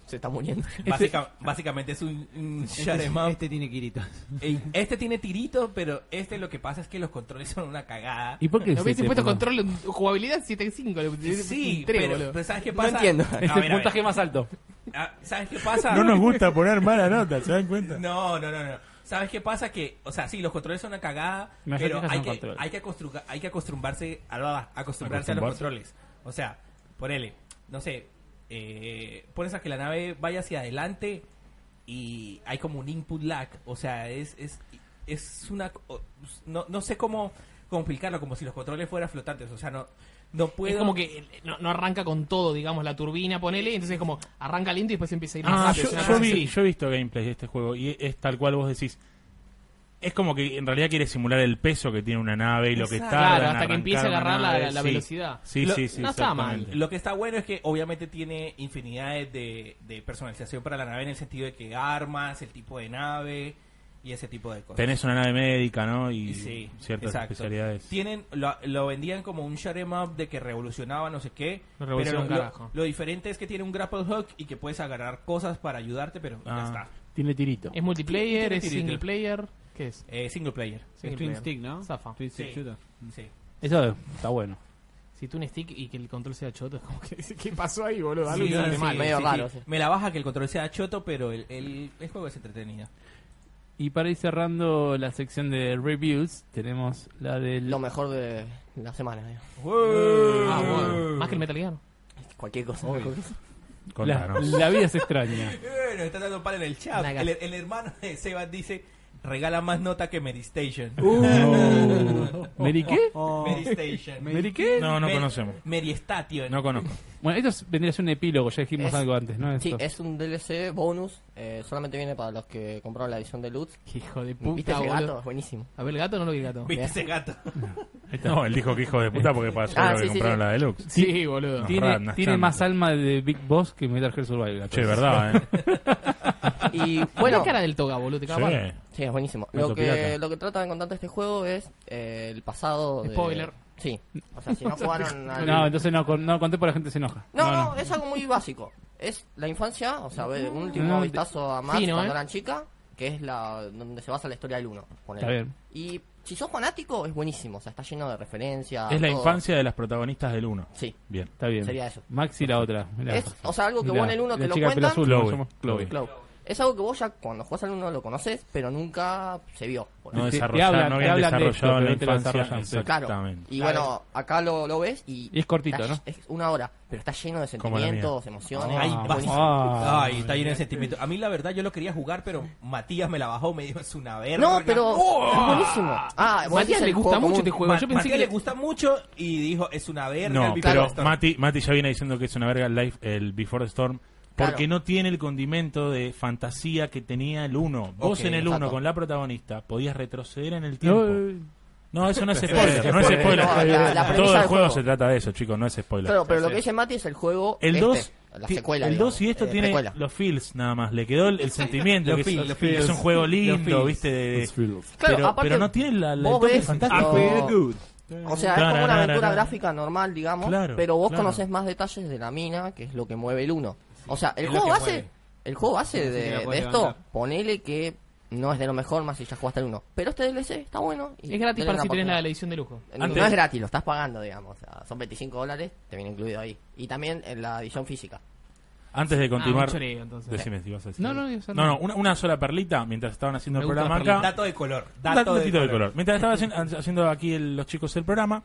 S6: Se está muriendo.
S5: Básica- básicamente es un, un shut 'em up.
S3: Este tiene Kirito.
S5: Ey, Este tiene tirito, pero este lo que pasa es que los controles son una cagada.
S1: ¿Y por qué
S4: Le hubiese
S1: este,
S4: puesto
S1: boludo?
S4: control en jugabilidad 7.5. le pusiste
S5: Sí,
S4: un tres,
S5: pero,
S4: boludo.
S5: pero ¿sabes qué
S6: No
S5: pasa?
S6: entiendo.
S5: A
S1: Este
S5: ver, a ver.
S1: puntaje más alto.
S5: Ah, ¿Sabes qué pasa?
S2: No nos gusta poner mala nota, ¿se dan cuenta?
S5: No, no, no, no. ¿Sabes qué pasa? Que, o sea, sí, los controles son una cagada,
S1: Me
S5: pero
S1: acercas a
S5: hay
S1: un
S5: que,
S1: control.
S5: hay que, acostruga- hay que acostumbrarse, a, la- acostumbrarse a los controles. O sea, ponele, no sé, eh, pones a que la nave vaya hacia adelante y hay como un input lag. O sea, es, es, es una... o- No, no sé cómo complicarlo, como si los controles fueran flotantes. O sea, no, no puedo...
S4: Es como que eh, no, no arranca con todo, digamos, la turbina, ponele, y entonces es como arranca lento y después empieza a ir más
S2: Ah,
S4: rápido.
S2: yo,
S4: es una
S2: yo
S4: cosa
S2: vi-
S4: así.
S2: yo he visto gameplay de este juego y es tal cual vos decís. Es como que en realidad quiere simular el peso que tiene una nave y lo que
S5: Exacto.
S2: tarda
S4: Claro,
S2: en
S4: hasta que empiece a
S2: arrancar una
S4: agarrar la-
S2: nave,
S4: la
S2: sí.
S4: velocidad.
S2: Sí,
S5: Lo-
S2: sí, sí.
S4: no está mal.
S2: exactamente.
S5: Lo que está bueno es que obviamente tiene infinidades de, de personalización para la nave en el sentido de que armas, el tipo de nave y ese tipo de cosas.
S2: Tenés una nave médica, ¿no? Y
S5: Sí,
S2: ciertas
S5: exacto.
S2: especialidades.
S5: Tienen, lo, lo vendían como un shoot'em up de que revolucionaba no sé qué.
S4: Lo revolucionó
S5: pero
S4: un
S5: lo,
S4: carajo.
S5: lo diferente es que tiene un grapple hook y que puedes agarrar cosas para ayudarte, pero ya
S2: Ah.
S5: está.
S1: Tiene tirito.
S4: Es multiplayer,
S5: Tiene
S4: es
S5: tirito.
S4: single player. ¿Qué es?
S5: Eh, single player.
S4: Single
S3: Es Twin
S4: player.
S3: Stick, ¿no?
S4: Zafa.
S3: Twin Stick
S5: Sí.
S3: Shooter.
S5: Sí.
S1: Eso está bueno.
S4: Si tú un stick y que el control sea choto, es como que ¿qué pasó ahí, boludo? Algo
S5: Sí,
S4: hiciste
S5: sí,
S4: mal.
S6: medio
S5: sí,
S6: raro,
S5: sí.
S6: sí.
S5: Me la baja que el control sea choto, pero el, el, el juego es entretenido.
S1: Y para ir cerrando la sección de reviews, tenemos la del...
S6: Lo mejor de la semana, digamos.
S4: Ah, bueno. Más que el Metal Gear.
S6: Cualquier cosa.
S1: la,
S2: Contanos.
S1: la vida es extraña.
S5: Bueno, está dando palo en el chat.
S4: Naga.
S5: El, el hermano de Sebas dice, regala más nota que Medistation.
S4: Uh.
S1: ¿Meri qué?
S2: Oh,
S5: Medistation.
S1: ¿Meri qué?
S2: No, no
S5: Mer-
S2: conocemos.
S5: Meristatio.
S2: No conozco.
S1: Bueno, esto es- vendría a ser un epílogo, ya dijimos
S6: Es-
S1: algo antes, ¿no?
S6: Sí,
S1: Esto.
S6: es un DLC bonus. eh, solamente viene para los que compraron la edición de Lutz.
S4: Hijo de
S6: ¿Viste
S4: puta,
S6: ese gato?
S4: boludo.
S6: Es buenísimo.
S4: A ver, el gato no lo vi el gato.
S5: ¿Viste ese gato?
S2: No, él dijo que hijo de puta porque pasó
S6: Ah,
S2: lo
S6: sí,
S2: que
S6: sí,
S2: compraron
S6: sí.
S2: la deluxe.
S4: Sí, boludo.
S2: No.
S1: Tiene,
S2: Ratnas,
S1: tiene
S2: chantas.
S1: más alma de Big Boss que Metal Gear Survival. gato.
S2: Che, verdad, ¿eh?
S6: Y
S4: Bueno,
S6: bueno,
S4: cara del toga, boludo, te cago mal.
S2: Sí.
S6: sí, es buenísimo.
S2: Gato
S6: Lo
S2: pirata.
S6: que, lo que trata de contarte este juego es eh, el pasado. de-
S4: Spoiler.
S6: Sí. O sea, si no jugaron al-
S1: No, entonces no, con- no conté por la gente se enoja.
S6: No, no, es algo muy básico. Es la infancia, o sea, ve un último
S1: No,
S6: vistazo a Max
S4: fino,
S6: cuando
S4: ¿eh?
S6: eran chica, que es la donde se basa la historia del uno. ponele.
S1: Está bien.
S6: Y si sos fanático, es buenísimo, o sea, está lleno de referencias.
S2: Es la
S6: todo.
S2: infancia de las protagonistas del 1.
S6: Sí.
S2: Bien.
S1: Está bien.
S6: Sería eso.
S1: Max y la otra. la-
S6: Es, o sea, algo que
S1: la-
S6: vos en el uno
S1: la
S6: te lo
S1: chica de pelo
S6: cuentan.
S1: azul,
S2: Chloe.
S1: ¿cómo se llama? Chloe.
S6: Claro. Es algo que vos ya cuando jugás al uno lo conoces, pero nunca se vio. por
S2: No
S1: Te- te
S2: desarrollado,
S1: hablan-
S2: no
S1: te
S2: bien
S1: hablan de
S2: desarrollado
S1: esto,
S2: en la
S1: pero no te lo
S2: infancia.
S1: desarrollan, sí.
S6: Claro.
S2: Exactamente.
S6: Y bueno, acá lo, lo ves y.
S1: Y es cortito,
S6: está-
S1: ¿no?
S6: Es una hora, pero está lleno de
S2: Como la mía.
S6: sentimientos, emociones.
S5: Ay,
S6: es
S5: vas-
S6: buenísimo.
S1: Ah.
S5: Ay, está lleno de sentimiento. A mí la verdad yo lo quería jugar, pero Matías me la bajó, me dijo, es una verga.
S6: No, pero. Es buenísimo. Ah,
S4: A
S6: vos decís
S4: Matías le
S6: el
S4: gusta
S6: juego
S4: mucho
S6: común.
S4: este juego. Yo
S5: Yo
S4: pensé que
S5: le
S4: le
S5: gusta mucho y dijo, es una verga.
S2: No,
S5: el Before
S2: pero
S5: the Storm".
S2: Mati, Mati ya viene diciendo que es una verga el, live, el Before the Storm. Porque
S6: Claro.
S2: no tiene el condimento de fantasía que tenía el 1. Vos
S5: Ok,
S2: en el
S6: exacto.
S2: 1 con la protagonista podías retroceder en el tiempo.
S1: No, eh,
S2: No, eso no es spoiler. no es
S6: spoiler.
S2: spoiler.
S6: No, la- la premisa
S2: Todo el
S6: del
S2: juego
S6: juego.
S2: se trata de eso, chicos. No es spoiler.
S6: Claro, pero lo que dice Mati es el juego.
S2: El
S6: este,
S2: 2
S6: la secuela.
S2: el 2 y esto
S6: digamos, eh,
S2: tiene
S6: precuela.
S2: los feels nada más. Le quedó el, el sentimiento.
S5: Los
S2: que es-
S5: feels, los
S2: que es,
S5: feels.
S2: un juego lindo,
S5: feels.
S2: ¿viste? de- de-
S6: Claro,
S2: pero,
S6: aparte,
S2: pero no tiene la, la- el
S6: vos
S2: toque
S6: ves
S2: fantástico.
S6: lo-
S3: Good.
S6: O sea,
S2: Claro,
S6: es como
S2: claro,
S6: una aventura
S2: claro.
S6: gráfica normal, digamos.
S2: Claro,
S6: pero vos
S2: claro.
S6: conocés más detalles de la mina, que es lo que mueve el uno. O sea, el
S5: es lo
S6: juego
S5: que
S6: base.
S5: mueve.
S6: El juego base
S3: Así que la
S6: de,
S3: podés
S6: de esto,
S3: levantar.
S6: ponele que no es de lo mejor, más si ya jugaste el 1. Pero este DLC está bueno. y
S4: Es gratis
S6: denle una
S4: para si tenés la,
S6: oportunidad.
S4: la edición de lujo.
S6: No,
S1: Antes-
S6: No es gratis, lo estás pagando, digamos. O sea, son 25 dólares, te viene incluido ahí. Y también en la edición física.
S1: Antes de continuar,
S4: Ah, me choreo, entonces.
S1: decime si vas a decir.
S4: No,
S1: algo.
S4: no, eso
S1: no,
S4: no.
S1: no, una, una sola perlita mientras estaban haciendo
S4: Me
S1: el
S4: gustan las
S1: programa
S4: perlitas.
S1: acá.
S5: Dato de color.
S1: Un
S5: Dato de
S1: datito
S5: color.
S1: de color. Mientras estaban haciendo, haciendo aquí el- los chicos el programa,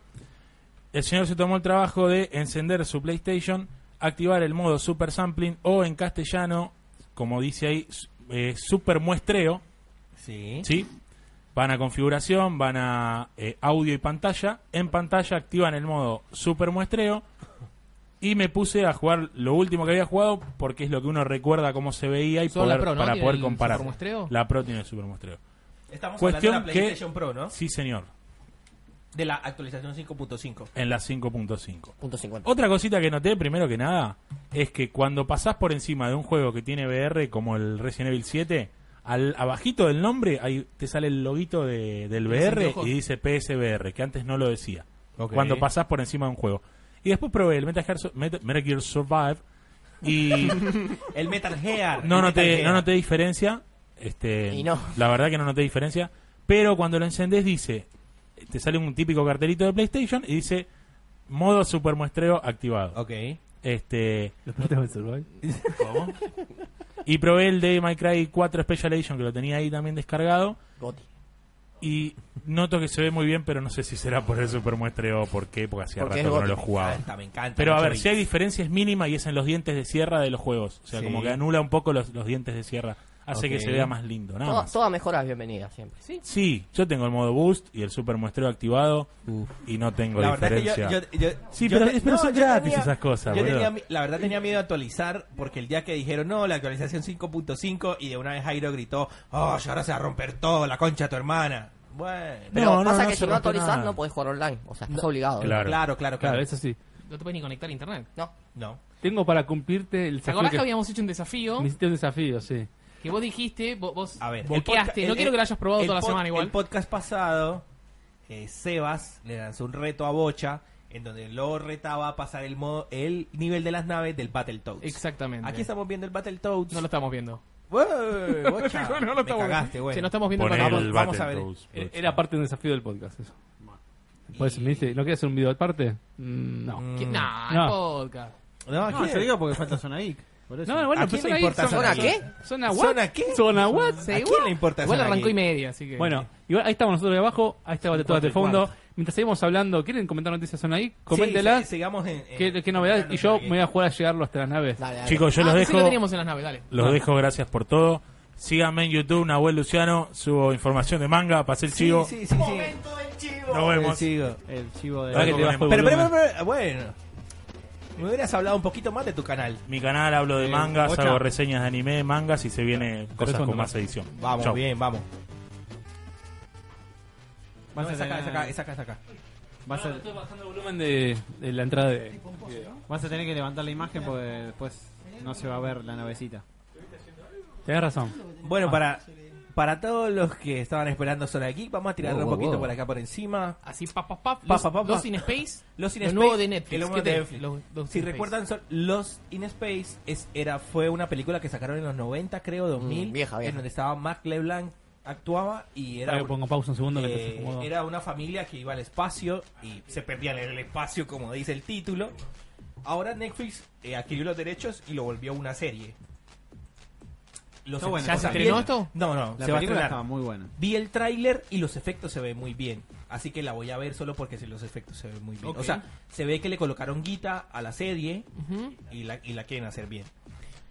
S1: el señor se tomó el trabajo de encender su PlayStation, activar el modo Super Sampling o en castellano, como dice ahí, s- eh, Super Muestreo.
S5: Sí.
S1: ¿sí? Van a configuración, van a eh, audio y pantalla. En pantalla activan el modo super muestreo. Y me puse a jugar lo último que había jugado porque es lo que uno recuerda cómo se veía y
S4: Solo
S1: poder-
S4: la Pro, ¿no?
S1: para
S4: ¿Tiene
S1: poder
S4: el
S1: comparar.
S4: supermuestreo?
S1: La Pro tiene el super muestreo.
S5: Estamos
S1: Cuestión
S5: hablando de
S1: que-
S5: la PlayStation Pro, ¿no?
S1: Sí, señor.
S5: De la actualización 5.5.
S1: En la 5.5.
S6: Punto 50.
S1: Otra cosita que noté, primero que nada, es que cuando pasás por encima de un juego que tiene VR, como el Resident Evil 7, al abajito del nombre ahí te sale el loguito de- del VR
S5: anteojos.
S1: y dice PSVR, que antes no lo decía. Cuando pasás por encima de un juego. Y después probé el Metal Gear, Sur- Met- Metal Gear Survive y
S5: El Metal Gear.
S1: no
S5: el Metal
S1: noté,
S5: Gear.
S1: no noté diferencia. Este,
S6: Y no.
S1: La verdad que no noté diferencia. Pero cuando lo encendés dice, te sale un típico cartelito de PlayStation y dice modo super muestreo activado.
S5: Ok.
S1: Este,
S13: ¿Los platos del Survive?
S1: y probé el de My Cry 4 Special Edition que lo tenía ahí también descargado
S6: Goti.
S1: y noto que se ve muy bien, pero no sé si será por el super muestreo o por qué, porque hacía
S6: Porque
S1: rato
S6: es
S1: que no lo
S6: Gothic.
S1: jugaba.
S5: Me encanta, Ah, me encanta.
S1: Pero a
S5: mucho
S1: ver,
S5: beat.
S1: si hay diferencia es mínima y es en los dientes de sierra de los juegos. O sea,
S5: Sí.
S1: como que anula un poco los, los dientes de sierra. Hace
S5: Ok. Oh.
S1: que se vea más lindo, nada
S6: Toda,
S1: más.
S6: toda mejora es bienvenida siempre.
S1: Sí, yo tengo el modo boost y el super muestreo activado
S5: Uf.
S1: y no tengo
S5: La verdad es que
S1: diferencia.
S5: yo, yo- yo-
S1: Sí,
S5: yo
S1: pero-
S5: te-
S1: pero son
S5: yo
S1: gratis esas cosas,
S5: yo
S1: boludo.
S5: tenía mi- La verdad tenía miedo a actualizar porque el día que dijeron, no, la actualización 5.5 y de una vez Jairo gritó, oh, y ahora se va a romper todo, la concha de tu hermana. Bueno,
S6: Pero
S1: no,
S6: pasa
S1: no
S6: que
S1: se
S6: si no
S1: rompe
S6: actualizás
S1: nada.
S6: no podés jugar online. O sea, estás obligado.
S1: Claro.
S5: claro,
S13: Claro,
S5: claro, claro.
S13: eso sí.
S4: No te puedes ni conectar a internet.
S6: No.
S5: No.
S13: Tengo para cumplirte el
S4: ¿Te
S13: desafío.
S4: acordás que
S13: Que...
S4: habíamos hecho un desafío
S13: Me hiciste un desafío, sí.
S4: que vos dijiste, vos, vos
S5: A ver, el
S4: bloqueaste?
S5: podca-
S4: no
S5: el-
S4: quiero que lo hayas probado
S5: el
S4: toda la
S5: pod-
S4: semana igual.
S5: El podcast pasado, eh, Sebas le lanzó un reto a Bocha en donde lo retaba a pasar el, modo, el nivel de las naves del Battletoads.
S4: Exactamente.
S5: Aquí estamos viendo el Battletoads.
S4: No lo estamos viendo.
S5: Ué, Bocha,
S4: No lo
S5: me
S4: estamos-
S5: cagaste, bueno.
S4: Si no estamos viendo
S1: Poné
S4: para
S1: el
S5: vamos- vamos a ver.
S1: Battletoads,
S13: Era-
S1: boludo.
S13: Era parte de un desafío del podcast, eso. Por eso me dijiste, ¿no quieres hacer un video aparte? Mm, no.
S4: ¿Qué? Nah,
S13: No.
S4: el podcast.
S3: No,
S5: ¿quién?
S3: yo digo porque falta Sonaik. Por eso.
S13: No, bueno,
S5: ¿A quién
S13: pero
S5: le importa
S13: son
S5: Zona
S13: ahí,
S6: qué?
S13: ¿Son a what?
S5: ¿Zona qué?
S13: ¿Son a what?
S5: ¿A quién le importa
S4: Igual
S5: Zona
S4: arrancó
S5: Gay?
S4: y media, así que. Ah,
S13: Bueno, igual ahí estamos nosotros de abajo, ahí está todas de
S5: cuatro y
S13: fondo.
S5: cuarto.
S13: Mientras seguimos hablando, ¿quieren comentar noticias son ahí?
S5: Sí,
S13: Coméntelas.
S5: sí, sigamos en, en-
S13: ¿Qué, qué novedades? Y yo me voy a jugar a llegarlo hasta las naves.
S6: Dale, dale.
S1: Chicos, yo
S4: Ah,
S1: los
S4: pensé que lo
S1: dejo.
S4: teníamos en las naves, dale.
S1: Los dejo, gracias por todo. Síganme en YouTube, Nahuel Luciano. Subo información de manga, pasé el chivo.
S5: Sí, sí, sí, sí.
S1: Nos
S3: El
S1: vemos.
S3: chivo, el chivo de...
S1: Ahora que te bajo el
S5: Pero, pero,
S1: volumen.
S5: pero, pero, bueno. Me hubieras hablado un poquito más de tu canal.
S1: Mi canal hablo de
S3: Eh,
S1: mangas,
S3: Bocha.
S1: hago reseñas de anime, mangas y se viene cosas
S13: son
S1: con
S13: nomás.
S1: más edición.
S5: Vamos,
S1: Chau.
S5: bien, vamos.
S3: Vas
S5: No,
S3: a
S5: es acá,
S3: tener-
S5: es acá, es acá, es acá.
S14: Ah,
S3: vas a-
S13: Estoy bajando el volumen de, de la entrada de...
S3: Vas a tener que levantar la imagen porque después no se va a ver la navecita.
S13: Tenés razón.
S5: Bueno, para, para todos los que estaban esperando Zona Geek, vamos a tirarle
S13: Wow,
S5: un
S13: wow,
S5: poquito
S13: wow.
S5: por acá por encima.
S4: Así, pap, pap, pap.
S5: Pa,
S4: Los,
S5: pa, pa, pa.
S4: Los in Space.
S5: Los in
S4: Lo
S5: Space,
S4: nuevo de Netflix,
S5: el nuevo
S4: ¿qué
S5: de
S4: te-
S5: Netflix.
S4: los- los
S5: si
S4: in
S5: recuerdan, son- Los in Space es, era, fue una película que sacaron en los 90, creo, 2000.
S6: Mm, vieja, vieja.
S5: En donde estaba Mark LeBlanc, actuaba y era...
S13: Ahora que pongo pausa un segundo.
S5: Eh,
S13: mientras se acomoda.
S5: era una familia que iba al espacio y se perdían en el espacio, como dice el título. Ahora Netflix eh, adquirió los derechos y lo volvió una serie. Los
S3: Está bueno,
S5: efectos
S3: ¿ya se
S5: también-
S4: estrenó esto?
S5: No, no,
S3: La
S5: se va
S3: película
S5: a estrenar.
S3: estaba muy buena.
S5: Vi el tráiler y los efectos se ven muy bien. Así que la voy a ver solo porque si los efectos se ven muy bien. O
S4: Ok.
S5: sea, se ve que le colocaron guita a la serie
S4: Ujú.
S5: y la, y la quieren hacer bien.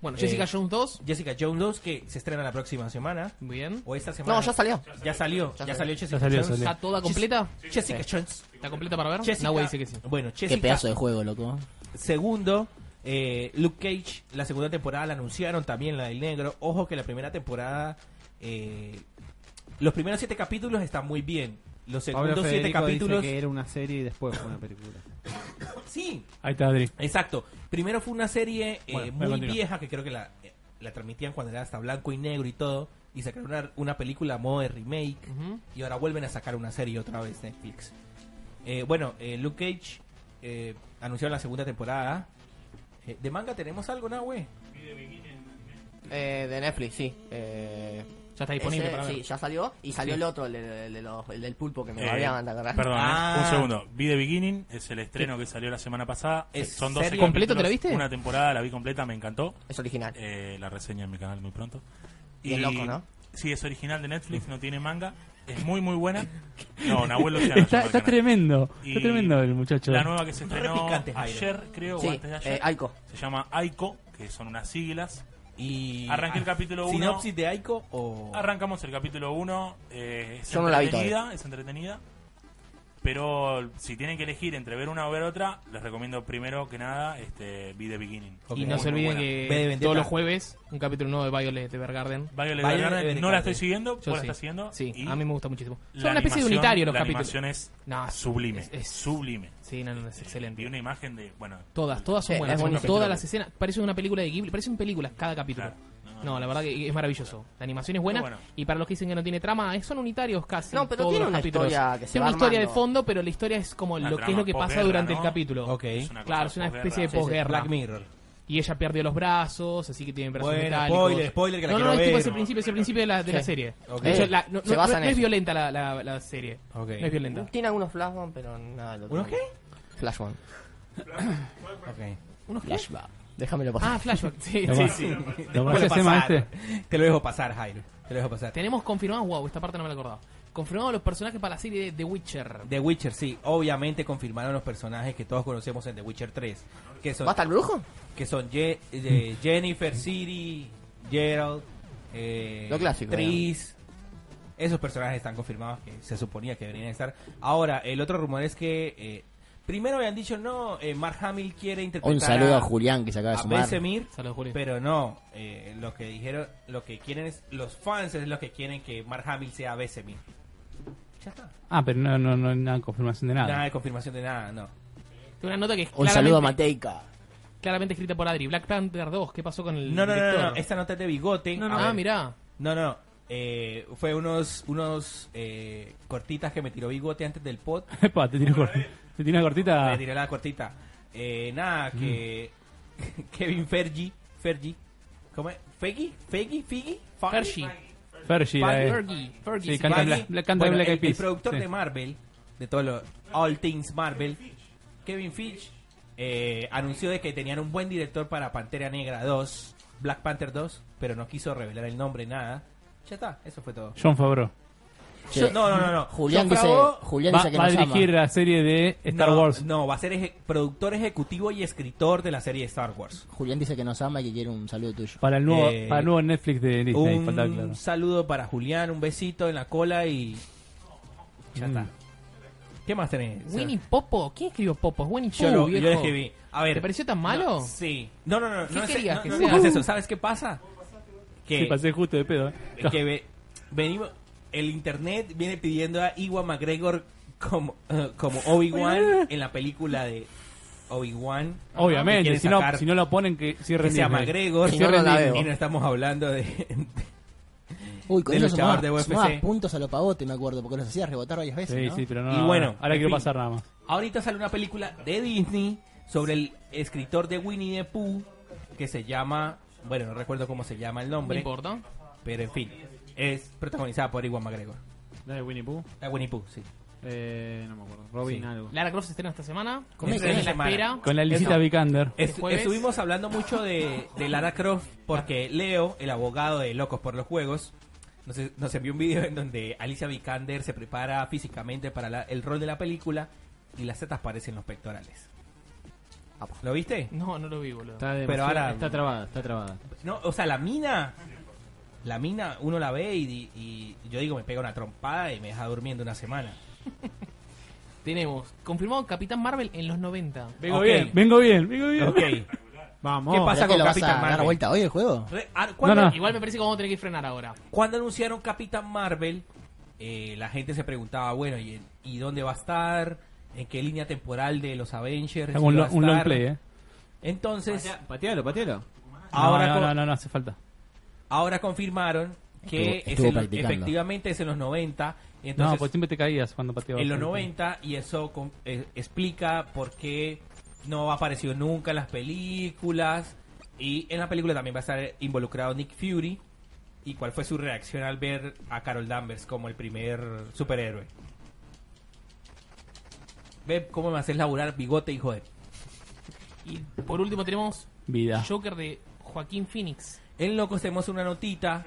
S4: Bueno,
S5: Eh,
S4: Jessica Jones 2.
S5: Jessica Jones 2, que se estrena la próxima semana.
S4: Muy bien.
S5: O esta semana.
S6: No, ya salió.
S5: Ya salió, ya
S6: Ya
S5: salió Jessica
S13: salió,
S5: Jones.
S13: salió.
S4: ¿Está toda completa?
S5: Jessica Jones.
S4: ¿Está completa para ver?
S5: Jessica-
S4: Nahue dice que sí.
S5: Bueno,
S2: Qué
S5: Jessica,
S2: pedazo de juego, loco.
S5: segundo, eh, Luke Cage, la segunda temporada la anunciaron también, la del negro. Ojo que la primera temporada, eh, los primeros siete capítulos están muy bien. Los
S3: Pablo
S5: segundos siete
S3: Federico dice
S5: capítulos...
S3: que era una serie y después fue una película.
S5: Sí,
S13: Ahí está Adri.
S5: exacto. Primero fue una serie eh,
S13: Bueno, voy a
S5: muy
S13: continuar.
S5: vieja que creo que la, eh, la transmitían cuando era hasta blanco y negro y todo. Y sacaron una, una película a modo de remake.
S4: Ujú.
S5: Y ahora vuelven a sacar una serie otra vez Netflix. Eh, bueno, eh, Luke Cage eh, anunciaron la segunda temporada. Eh, ¿De manga tenemos algo, Nahue?
S6: Eh, de Netflix, sí. Eh,
S4: Ya está disponible
S6: Ese,
S4: para ver.
S6: sí, ya salió. Y salió el otro, el, de- el de los- el del pulpo que me babeaban, ¿te acordás?
S7: Perdón, ¿eh?
S5: Ah.
S7: un segundo. Vi The Beginning, es el estreno que salió la semana pasada.
S5: ¿Es
S7: Son 12
S5: serio?
S4: ¿Completo
S7: capítulos,
S4: te lo viste?
S7: Una temporada, la vi completa, me encantó.
S6: Es original.
S7: Eh, la reseña en mi canal muy pronto.
S6: Y es loco, ¿no?
S7: Sí, es original de Netflix, no tiene manga. Es muy, muy buena. No, Nahuel Luciano.
S14: Está,
S7: se
S14: está
S7: llama el canal.
S14: tremendo. Está
S7: Y
S14: tremendo el muchacho.
S7: La nueva que se estrenó
S5: picante,
S7: ayer, creo,
S6: sí,
S7: o antes de ayer.
S6: eh, Aiko.
S7: se llama Aiko, que son unas siglas.
S5: Y
S7: Arranqué el capítulo uno.
S5: ¿Sinopsis de Aiko o.?
S7: Arrancamos el capítulo 1. es
S6: Yo no la vi
S7: entretenida, es entretenida. Pero si tienen que elegir entre ver una o ver otra, les recomiendo primero que nada este, Be the Beginning.
S5: Ok.
S4: Y no
S5: Muy
S4: se olviden
S7: buena.
S5: Ve de
S4: que
S5: Vendetta.
S4: todos los jueves un capítulo nuevo de Violet Evergarden.
S7: Violet
S5: Violet
S7: Evergarden,
S5: Evergarden.
S7: no la estoy siguiendo, vos
S4: Yo
S7: la
S4: sí.
S7: estás siguiendo.
S4: Sí,
S7: y
S4: a mí me gusta muchísimo.
S7: la
S4: Son una especie de
S7: animación-
S4: unitario los
S7: la
S4: capítulos.
S7: animación es
S4: No, es-
S7: sublime,
S4: es-
S7: sublime.
S4: Sí, no, no, es
S7: Y
S4: excelente.
S7: una imagen de, bueno,
S4: Todas, todas son
S6: Sí,
S4: buenas.
S6: es buenísimo.
S4: todas las escenas. Parece una película de Ghibli. Parecen películas cada capítulo.
S7: claro,
S4: No, la verdad que es maravilloso. La animación es buena.
S7: Pero bueno.
S4: Y para los que dicen que no tiene trama, eh, son unitarios casi.
S6: No, pero
S4: todos
S6: tiene
S4: los
S6: una
S4: capítulos.
S6: historia que se
S4: Tiene
S6: va
S4: una historia de
S6: armando.
S4: fondo, pero la historia es como
S7: Una
S4: lo que es
S7: trama
S4: lo que pasa
S7: posguerra,
S4: durante el
S7: ¿no?
S4: capítulo.
S5: Ok.
S7: es una
S4: Claro,
S7: cosa
S4: es una
S7: posguerra.
S4: especie de
S6: Sí, sí.
S4: posguerra.
S5: Black Mirror.
S4: y ella perdió los brazos, así que tiene brazos
S5: Bueno,
S4: metálicos.
S5: spoiler, spoiler, que la
S4: no, no,
S5: quiero
S4: es tipo
S5: ver.
S4: ese principio, ese principio de la, de la
S6: Sí.
S4: serie.
S5: Ok.
S4: De hecho, la- no,
S6: Se
S4: no-
S6: basa
S4: no
S6: en
S4: es
S6: eso.
S4: violenta la, la, la serie.
S5: Ok.
S4: No es violenta.
S6: Tiene algunos flashbacks, pero nada. del otro
S5: ¿Unos qué?
S6: mundo. Flashbacks.
S5: Ok.
S6: Flashback. Déjamelo pasar.
S4: Ah, flashback. Sí,
S14: Lo
S4: sí,
S14: más-
S4: sí.
S14: Lo más
S5: Bueno,
S14: que hacemos
S5: pasar.
S14: este.
S5: Te lo dejo pasar, Jairo. Te lo dejo pasar.
S4: Tenemos confirmados, wow, esta parte no me la acordaba. Confirmados los personajes para la serie de The Witcher.
S5: The Witcher, sí. Obviamente confirmaron los personajes que todos conocemos en The Witcher 3. Que
S4: Ah.
S5: son,
S6: ¿Va hasta el brujo?
S5: que son Ye- eh, Jennifer, Siri, Gerald, eh,
S6: Lo clásico,
S5: Triss. Esos personajes están confirmados que se suponía que deberían estar. Ahora, el otro rumor es que... eh, primero habían dicho, no, eh, Mark Hamill quiere interpretar
S2: Un saludo
S5: a,
S2: a Julián que se acaba de
S5: a
S2: sumar.
S5: Vesemir,
S4: Saludos, Julio.
S5: Pero no, eh, lo que dijeron, lo que quieren es, los fans es lo que quieren que Mark Hamill sea Vesemir. Ya está.
S14: Ah, pero no, no, no hay nada de confirmación
S4: Ah.
S14: de
S5: Nada
S14: nada.
S5: de confirmación de nada, no.
S4: Tengo una nota que es
S2: Un saludo a
S4: claramente-
S2: Mateica.
S4: claramente escrita por Adri. Black Panther 2, ¿qué pasó con el
S5: No, no, no,
S4: director?
S5: no, no, esta nota es de bigote.
S4: No, no,
S5: A
S4: ah,
S5: ver.
S4: mirá.
S5: No, no, no. Eh, fue unos unos eh, cortitas que me tiró bigote antes del pod.
S14: Epa, te tiene cortita. Te tiene cortita.
S4: Ah.
S5: Me tiró la cortita. Eh,
S4: Mm.
S5: nada, que Kevin Fergie, Fergie, ¿cómo es? ¿Fergie? ¿Fergie? ¿Fergie?
S4: Fergie.
S14: Fergie, la de-
S4: Fergie. Fergie.
S14: Sí, canta
S5: Fergie.
S14: Bla- Bla- canta
S5: Bueno,
S14: Black
S5: el,
S14: Eyed
S5: el
S14: Peas.
S5: productor
S14: Sí.
S5: de Marvel, de todos los All Things Marvel, Kevin Feige, eh, anunció de que tenían un buen director para Pantera Negra 2, Black Panther 2, pero no quiso revelar el nombre, nada. Ya está, eso fue todo.
S14: John Favreau.
S5: Yo- no, no, no, no.
S2: Julián
S5: Yo
S2: dice,
S5: grabo-
S2: Julián
S14: Va,
S2: dice que
S14: va a
S2: nos ama.
S14: dirigir la serie de Star
S5: no,
S14: Wars.
S5: No, va a ser eje- productor ejecutivo y escritor de la serie de Star Wars.
S2: Julián dice que nos ama y que quiere un saludo tuyo.
S14: Para el nuevo,
S5: Eh,
S14: para el nuevo Netflix de Disney.
S5: un
S14: faltaba claro.
S5: saludo para Julián, un besito en la cola y. Ya
S14: Mm.
S5: está. ¿Qué más tenés?
S4: Winnie Popo. ¿Quién escribió Popo? Es Winnie
S5: yo
S4: Pooh,
S5: lo, yo
S4: viejo.
S5: lo escribí. A ver.
S4: ¿Te pareció tan malo?
S5: No, sí. No, no, no.
S4: ¿Qué
S5: No, es,
S4: querías
S5: no,
S4: que
S5: no
S4: sea?
S5: digas eso. ¿Sabes qué pasa? Que,
S14: Sí, pasé justo de pedo. eh.
S5: que ve- venimos. El internet viene pidiendo a Iwan McGregor como, eh, como Obi-Wan en la película de Obi-Wan. Que
S14: Obviamente,
S5: quieren
S14: si no,
S5: sacar
S14: si no lo ponen, que cierren
S5: que sea
S14: Disney.
S5: McGregor
S14: Que
S5: y
S6: no
S14: cierren
S6: la
S14: Disney.
S6: veo.
S5: no estamos hablando de,
S2: Uy, con
S5: de
S2: eso
S5: luchador
S2: sumaba-
S5: de UFC.
S2: sumaba puntos a los pavotes, me acuerdo, porque los hacías rebotar varias veces,
S14: Sí,
S2: ¿no?
S14: sí, pero no.
S5: Y
S14: ahora-
S5: bueno,
S14: ahora
S5: en
S14: quiero
S5: fin.
S14: pasar nada más.
S5: Ahorita sale una película de Disney sobre el escritor de Winnie the Pooh que se llama, bueno, no recuerdo cómo se llama el
S4: No
S5: nombre,
S4: importa.
S5: pero en fin, es protagonizada por Iwan McGregor.
S3: ¿La de Winnie Pooh?
S5: La Winnie Pooh, sí.
S3: Eh, no me acuerdo. Robin algo.
S4: Lara Croft se estrena esta semana.
S5: ¿Cómo
S4: Estrena
S5: es?
S4: en la
S5: Semana.
S4: espera.
S14: Con la lisita
S5: Eso.
S14: Vikander.
S5: Estu-
S4: Este jueves-
S5: estuvimos hablando mucho de, de Lara Croft porque Leo, el abogado de Locos por los Juegos, nos, nos envió un video en donde Alicia Vikander se prepara físicamente para la- el rol de la película y las setas parecen los pectorales. ¿Lo viste?
S4: No, no lo vi, boludo.
S3: Está demasiado-
S5: Pero ahora-
S3: Está trabada, está trabada.
S5: No, o sea, la mina. La mina, uno la ve y, di- y yo digo, me pega una trompada y me deja durmiendo una semana.
S4: Tenemos confirmado Capitán Marvel en los 90.
S14: Vengo
S5: Ok.
S14: bien, vengo bien, vengo bien.
S5: Ok.
S3: Vamos.
S5: ¿Qué
S2: ¿Para
S5: pasa
S2: qué
S5: con
S2: lo vas a
S5: Capitán
S2: dar
S5: Marvel?
S2: vuelta hoy el juego?
S5: Re- ar- Cuando,
S14: No, no.
S4: Igual me parece que vamos a tener que frenar ahora.
S5: cuando anunciaron Capitán Marvel, eh, la gente se preguntaba, bueno, ¿y, y dónde va a estar? ¿En qué línea temporal de los Avengers?
S14: Un,
S5: va
S14: lo-
S5: a
S14: un long
S5: estar?
S14: play, eh.
S5: Entonces,
S3: Patea- Patealo, patealo.
S5: ahora,
S14: no,
S5: con-
S14: no, no, no, no hace falta.
S5: ahora confirmaron que
S2: Estuvo-
S5: es
S2: estuvo
S5: en los-
S2: practicando.
S5: efectivamente es en los 90. y entonces,
S14: no, pues siempre te caías cuando pateabas.
S5: en los 90 y eso con- eh, explica por qué no apareció nunca en las películas y en la película también va a estar involucrado Nick Fury y cuál fue su reacción al ver a Carol Danvers como el primer superhéroe. Ve cómo me haces laburar bigote, hijo de.
S4: Y por último tenemos
S1: Vida.
S4: Joker de Joaquín Phoenix.
S5: En Locos tenemos una notita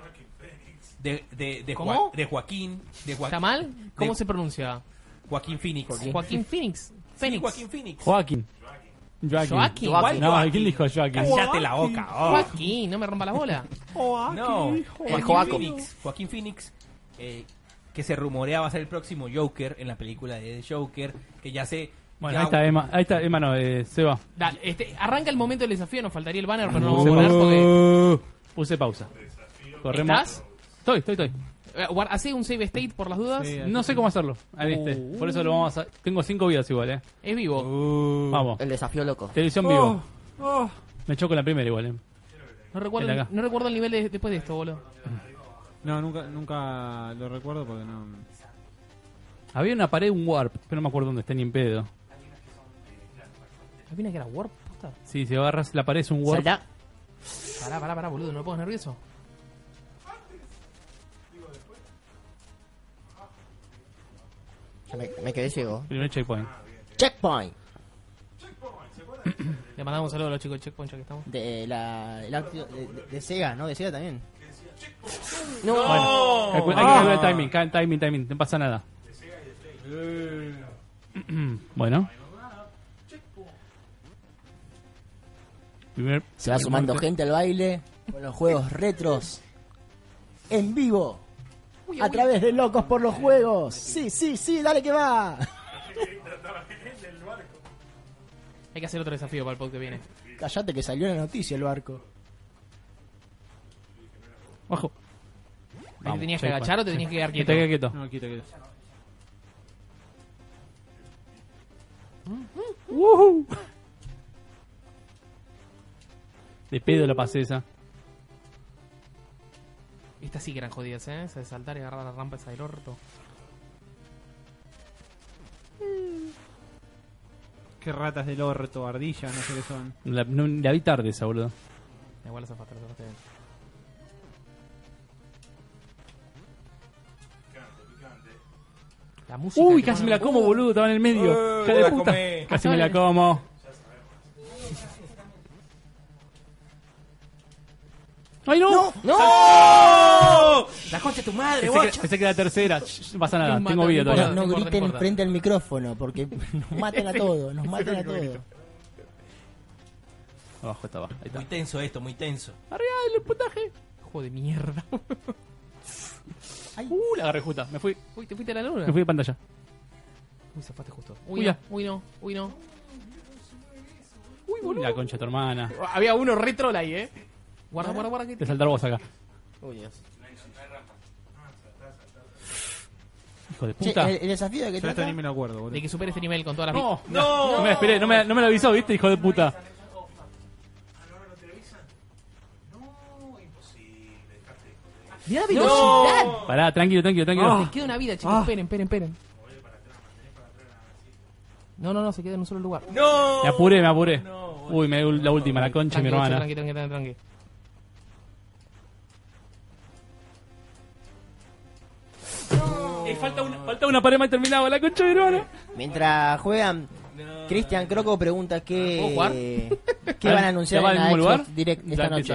S5: de, de, de,
S4: ¿Cómo?
S5: Joa- de Joaquín. De Joa-
S4: ¿Está mal? ¿Cómo
S5: de-
S4: se pronuncia?
S5: Joaquín Phoenix.
S4: Joaquín Phoenix. Phoenix.
S5: Joaquín Phoenix.
S1: Joaquín. Joaquín.
S4: Joaquín.
S1: Joaquín. No, ¿quién dijo Joaquín?
S5: Cállate la boca. oh.
S4: Joaquín, no me rompa la bola.
S5: No, Ah, Joaquín
S6: Joaco.
S5: Phoenix, Joaquín Phoenix, eh, que se rumoreaba ser el próximo Joker en la película de The Joker, que ya se...
S1: Bueno,
S5: ya-
S1: ahí está Emma. Ahí está Emma, no, eh, Seba.
S4: Dale, este, arranca el momento del desafío, nos faltaría el banner, pero no lo vamos a poner porque...
S1: Uh, Puse pausa. Corremos.
S4: ¿Estás?
S1: Estoy, estoy, estoy.
S4: Eh, guarda, Hacé un save state por las dudas.
S1: No sé cómo hacerlo. Ahí viste.
S5: Uh.
S1: Por eso lo vamos a. Tengo cinco vidas igual, eh.
S4: Es vivo.
S1: Vamos.
S6: El desafío loco.
S1: Televisión vivo. Me choco en la primera igual, eh.
S4: No recuerdo,
S1: Ven acá.
S4: no recuerdo el nivel de- después de esto, boludo.
S3: No, nunca, nunca lo recuerdo porque no.
S1: Había una pared, un warp, pero no me acuerdo dónde está ni en pedo.
S4: ¿Había una que era warp? posta?
S1: Sí, si agarras la pared es un warp.
S6: Saltá.
S4: Pará, pará, pará, boludo, no me pongas nervioso.
S6: Ya Me, me quedé ciego.
S1: Primer checkpoint.
S2: Checkpoint.
S4: Le mandamos un saludo a los chicos de Checkpoint ya que estamos.
S2: De la. el audio de, de- de Sega, ¿no? De Sega también.
S6: No.
S1: Hay cu- hay que calcular el timing, ca- timing, timing, no pasa nada. bueno. Primer-
S2: Se va sumando gente al baile con los juegos retros en vivo a través de Locos por los Juegos. Sí, sí, sí, dale que va.
S4: Hay que hacer otro desafío para el podcast que viene.
S2: Callate que salió en la noticia el barco.
S1: Ojo.
S4: Ahí ¿Te tenías que
S1: checkpoint. Este
S4: agachar o te tenías que quedar
S1: Que
S4: quieto?
S1: te quede quieto.
S3: No, quita, quita.
S1: De pedo la pasé esa.
S4: Estas sí que eran jodidas, ¿eh? Esa de saltar y agarrar la rampa esa del orto.
S3: Qué ratas del orto, ardilla, no sé qué son.
S1: La, no- la vi tarde esa, boludo.
S4: Me igual esa falta, no te ven. La música.
S1: Uy,
S4: que
S1: casi me la
S4: ponen-
S1: como, boludo. Estaba en el medio. Hija de
S5: la
S1: puta.
S5: comé.
S1: Casi me la como. ¡Ay, no!
S5: La concha de tu madre,
S1: Pensé, que,
S5: guacho.
S1: pensé que era la tercera. Shh, No pasa nada,
S4: Mata,
S1: tengo vida
S4: no
S1: todavía.
S4: importa.
S2: No
S4: importa,
S2: griten
S4: importa.
S2: frente al micrófono porque nos matan a todos, nos matan a todos.
S1: Abajo está abajo. Ahí está.
S5: Muy tenso esto, muy tenso.
S1: Arriba del puntaje.
S4: Hijo de mierda.
S1: Uh, la agarré justa. Me fui.
S4: Uy, te fuiste a la luna.
S1: Me fui de pantalla.
S4: Uy, zafaste justo.
S1: Uy,
S4: Uy, no,
S1: ya.
S4: uy, no, uy, no.
S1: Uy, La concha de tu hermana.
S4: Había uno re troll ahí, ¿eh? Guarda, guarda, guarda. Que
S1: Te saltar vos acá.
S6: Uy, Dios.
S1: Hijo de
S2: Che,
S1: puta.
S2: el, el desafío de que
S3: Yo esto
S2: trata,
S3: ni me lo acuerdo, boludo.
S4: De que supere este nivel con todas las...
S1: No, no, no me la esperé, no me, no me lo avisó, viste, hijo de puta.
S4: ¡Mirá la velocidad!
S1: Pará, tranquilo, tranquilo, tranquilo.
S4: Se queda una vida, chicos. Esperen, esperen, esperen. No, no, no, se queda en un solo lugar.
S1: Me apuré, me apuré. Uy, me dio la última, la concha de mi
S4: Tranqui,
S1: hermana.
S4: tranqui, tranqui, tranqui, tranqui.
S1: Eh, falta, una, falta una pared más y terminaba, la concha de mi hermana.
S2: mientras juegan, Cristian Croco pregunta
S4: ¿Puedo jugar?
S2: qué, qué van a anunciar
S1: ¿Ya va
S2: en
S1: al
S2: la
S1: mismo
S2: Xbox
S1: lugar?
S2: Direct esta
S1: Dale,
S2: noche.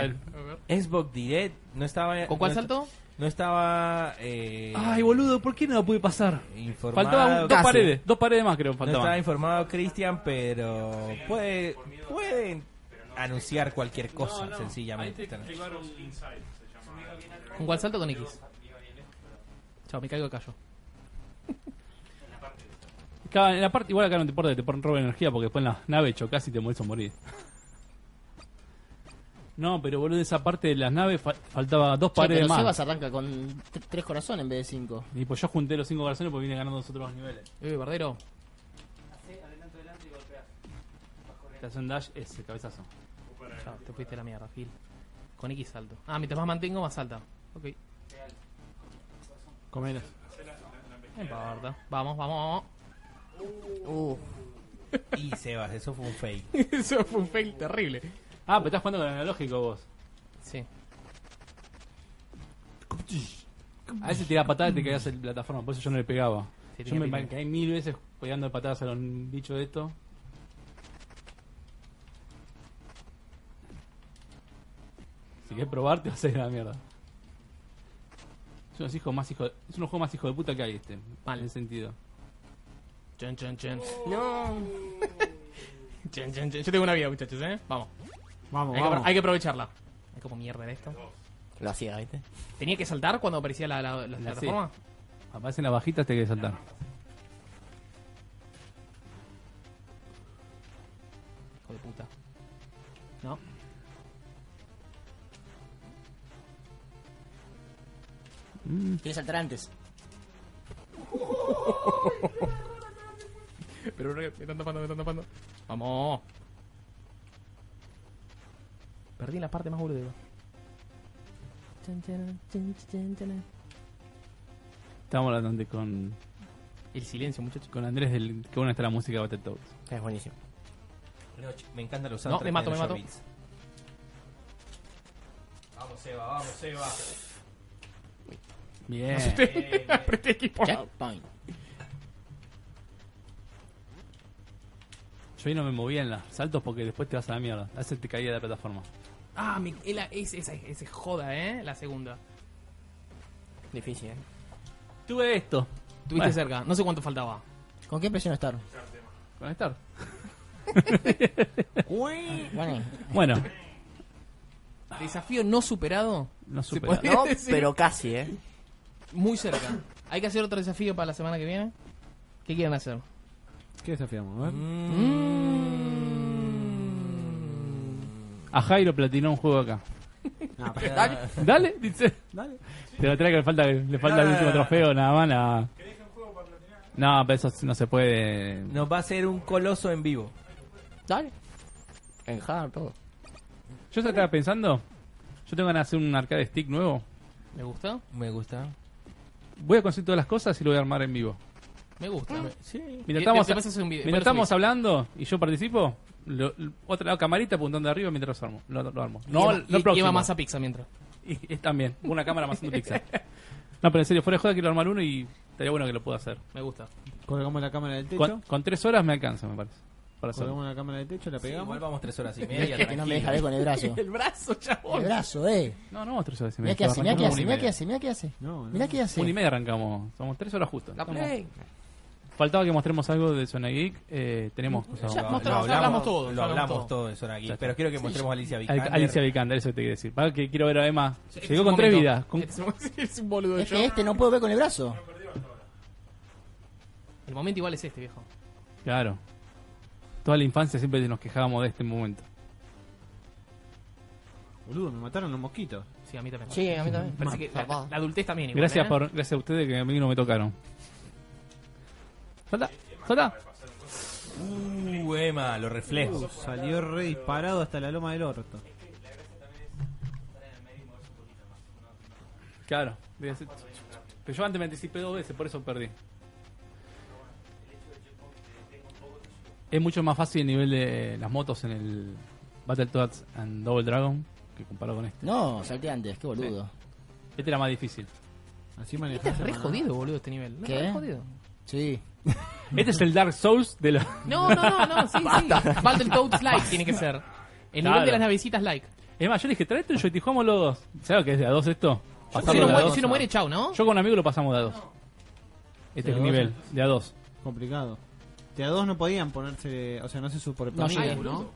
S1: Isabel.
S5: Xbox Direct no estaba...
S4: ¿Con cuál
S5: no-
S4: salto?
S5: No estaba... eh,
S1: Ay, boludo, ¿por qué no la pude pasar?
S5: Informado.
S1: Faltaba un- dos
S5: Casi.
S1: paredes, dos paredes más creo,
S5: No estaba
S1: faltaban.
S5: informado Cristian, pero puede, pueden anunciar cualquier cosa, sencillamente.
S4: ¿Con cuál salto? Con X. Chao, me caigo de callo.
S1: Acá, en la parte, igual acá no te importa que te ponen robo de energía porque después en la nave chocas y te mueres a morir. No, pero boludo, esa parte de las naves fa- faltaba dos
S2: Che,
S1: paredes
S2: pero Sebas
S1: más.
S2: arranca con t- tres corazones en vez de cinco.
S1: Y pues yo junté los cinco corazones porque vine ganando los otros dos niveles.
S4: Uy, Bardero.
S1: Te hace un dash ese cabezazo.
S4: Chao, te fuiste a la mierda, Gil. Con X salto. Ah, mientras más mantengo, más salta. Ok.
S3: Comelas.
S4: No importa. Vamos, vamos,
S6: Uh,
S5: Y Sebas, eso fue un fake.
S4: vamos. Eso fue un fail terrible.
S1: Ah, pero estás jugando con el analógico vos.
S4: Sí.
S1: A veces tiraba patadas y te caías en la plataforma, por eso yo no le pegaba.
S4: Sí,
S1: yo
S4: tenía
S1: me
S4: pinta.
S1: me caí mil veces pegando patadas a los bichos de esto. Si querés probar, te vas a ir a la mierda. Es unos hijos más hijo de- es uno juego más hijo de puta que hay este,
S4: Mal.
S1: en ese sentido.
S4: Chan, chan, chan.
S6: No.
S4: Chan, chan, chan. Yo tengo una vida, muchachos, ¿eh? Vamos.
S3: Vamos,
S4: hay, que,
S3: vamos.
S4: apro- hay que aprovecharla. Es como mierda era esto.
S6: Lo hacía, ¿viste?
S4: ¿Tenía que saltar cuando aparecía la, la, la
S1: La- sí.
S4: plataforma?
S1: Aparecen las bajitas, te querés saltar.
S4: Hijo de puta. ¿No?
S2: Quiere saltar antes.
S4: Pero me están tapando, me están tapando. Vamos. Perdí en la parte más boluda.
S1: Estábamos hablando antes con,
S4: El silencio, muchachos.
S1: con Andrés del que buena está la música de Battletoads.
S6: Es buenísimo.
S5: Me encanta los
S4: No, me mato, me mato.
S5: Vamos, Seba, vamos, Seba. Eh,
S1: Bien.
S4: Apreté equipo.
S2: Checkpoint.
S1: Yo ahí no me movía en los saltos porque después te vas a la mierda. A veces te caía de la plataforma.
S4: Ah, me, ela- es, esa esa es joda, ¿eh? La segunda.
S6: Difícil, ¿eh?
S1: Tuve esto.
S4: Tuviste
S1: Bueno.
S4: cerca. No sé cuánto faltaba.
S2: ¿Con qué presión estar?
S1: Conectar.
S2: Bueno,
S1: Bueno,
S4: Desafío no superado.
S1: no
S4: Se
S1: supera.
S4: puede-
S6: No,
S4: Sí.
S6: pero casi, ¿eh?
S4: Muy cerca. Hay que hacer otro desafío para la semana que viene. ¿Qué quieren hacer?
S3: ¿Qué desafiamos? A ver.
S1: Mm. A Jairo platinó un juego acá.
S5: eh,
S3: Ah, pará.
S6: Dale.
S1: Dale, dice.
S3: Dale.
S1: Te lo trae que le falta, le falta el último trofeo, nada más. Nada. No, pero eso no se puede.
S5: Nos va a ser un coloso en vivo.
S6: Dale. En hard, todo.
S1: Yo se estaba pensando. Yo tengo ganas de hacer un arcade stick nuevo.
S4: ¿Me gusta?
S5: Me gusta.
S1: Voy a conseguir todas las cosas y lo voy a armar en vivo.
S4: Me gusta.
S1: Mientras
S4: Te- te-
S1: estamos,
S4: te pasas un
S1: mientras
S4: video- vos lo
S1: estamos hablando y yo participo, lo- lo- otra camarita apuntando arriba mientras armo, lo, lo armo. No,
S4: Lleva-
S1: lo
S4: lle-
S1: próximo.
S4: Lleva más a pizza mientras.
S1: Y- y también, una cámara más un pizza. No, pero en serio, fuera de joda quiero armar uno y estaría bueno que lo pueda hacer.
S4: Me gusta.
S3: Colgamos la cámara del techo.
S1: Con, con tres horas me alcanza, me parece. Para hacerlo.
S3: Colgamos la cámara del techo, la
S5: Sí,
S3: pegamos.
S5: igual vamos tres horas y media.
S2: que no me dejaré
S5: tranquilo.
S2: con el brazo.
S4: El brazo,
S2: El
S4: chabón.
S2: brazo, eh.
S1: No, no, tres horas y media.
S2: Mirá qué hace, mirá
S1: Arrancamos
S2: qué hace,
S1: una y
S2: mirá
S1: media.
S2: qué hace, mirá qué hace.
S3: No, no.
S2: Mirá qué hace.
S1: Una y media arrancamos. Somos tres horas justo.
S6: La
S1: Estamos-
S6: play.
S1: Faltaba que mostremos algo de Zona Geek. Eh, tenemos cosas.
S4: Ya
S5: Lo-
S4: mostramos,
S5: lo
S4: ya hablamos todo,
S5: Lo
S4: ya hablamos
S5: hablamos
S4: todo.
S5: todo de Zona Geek,
S1: Ya está.
S5: Pero quiero que mostremos a Alicia
S1: Al-
S5: Vikander.
S1: Alicia Vikander, eso te quiero decir. Para que quiero ver a Emma.
S4: Es
S1: Llegó
S4: un
S1: con tres
S4: momento.
S1: vidas. Con-
S4: Es un- Es un boludo
S2: Es
S4: yo.
S2: que este no puedo ver con el brazo.
S4: El momento igual es este, viejo.
S1: Claro. Toda la infancia siempre nos quejábamos de este momento.
S3: Boludo, me mataron los mosquitos.
S4: Sí, a mí también.
S6: Sí, a mí también.
S4: Parece que la,
S6: Zarpado.
S4: la adultez también. Igual,
S1: Gracias,
S4: ¿eh?
S1: por, gracias a ustedes que a mí no me tocaron. Salta, salta.
S5: Uh, Emma, los
S3: Uh,
S5: reflejos.
S3: Salió re disparado hasta la loma del orto.
S1: Claro. voy a hacer- Pero yo antes me anticipé dos veces, por eso perdí. Es mucho más fácil el nivel de las motos en el Battletoads and Double Dragon que comparado con este.
S2: No, salté antes, qué boludo.
S1: Este era más difícil.
S3: Así
S4: Este es
S3: manejás.
S4: re
S3: hermano.
S4: jodido, boludo, este nivel. No,
S2: ¿Qué?
S4: re jodido.
S2: Sí.
S1: Este es el Dark Souls de los...
S4: No, no, no, no, sí, sí. Battletoads like tiene que ser. El nivel
S1: Claro.
S4: de las navecitas like.
S1: Es más, yo le dije, trae esto y yo te jugamos los dos. ¿Sabes que es de a dos esto? Pasarlo
S4: Si no,
S1: de a
S4: muere,
S1: dos.
S4: si no muere, chau, ¿no?
S1: Yo con un amigo lo pasamos de a dos. Este
S3: ¿De
S1: es
S3: a
S1: el
S3: dos?
S1: nivel, de a dos.
S3: Complicado. Te a dos no podían ponerse, o sea, no se
S2: No
S3: superponían.
S2: llega.
S4: Ay, ¿no?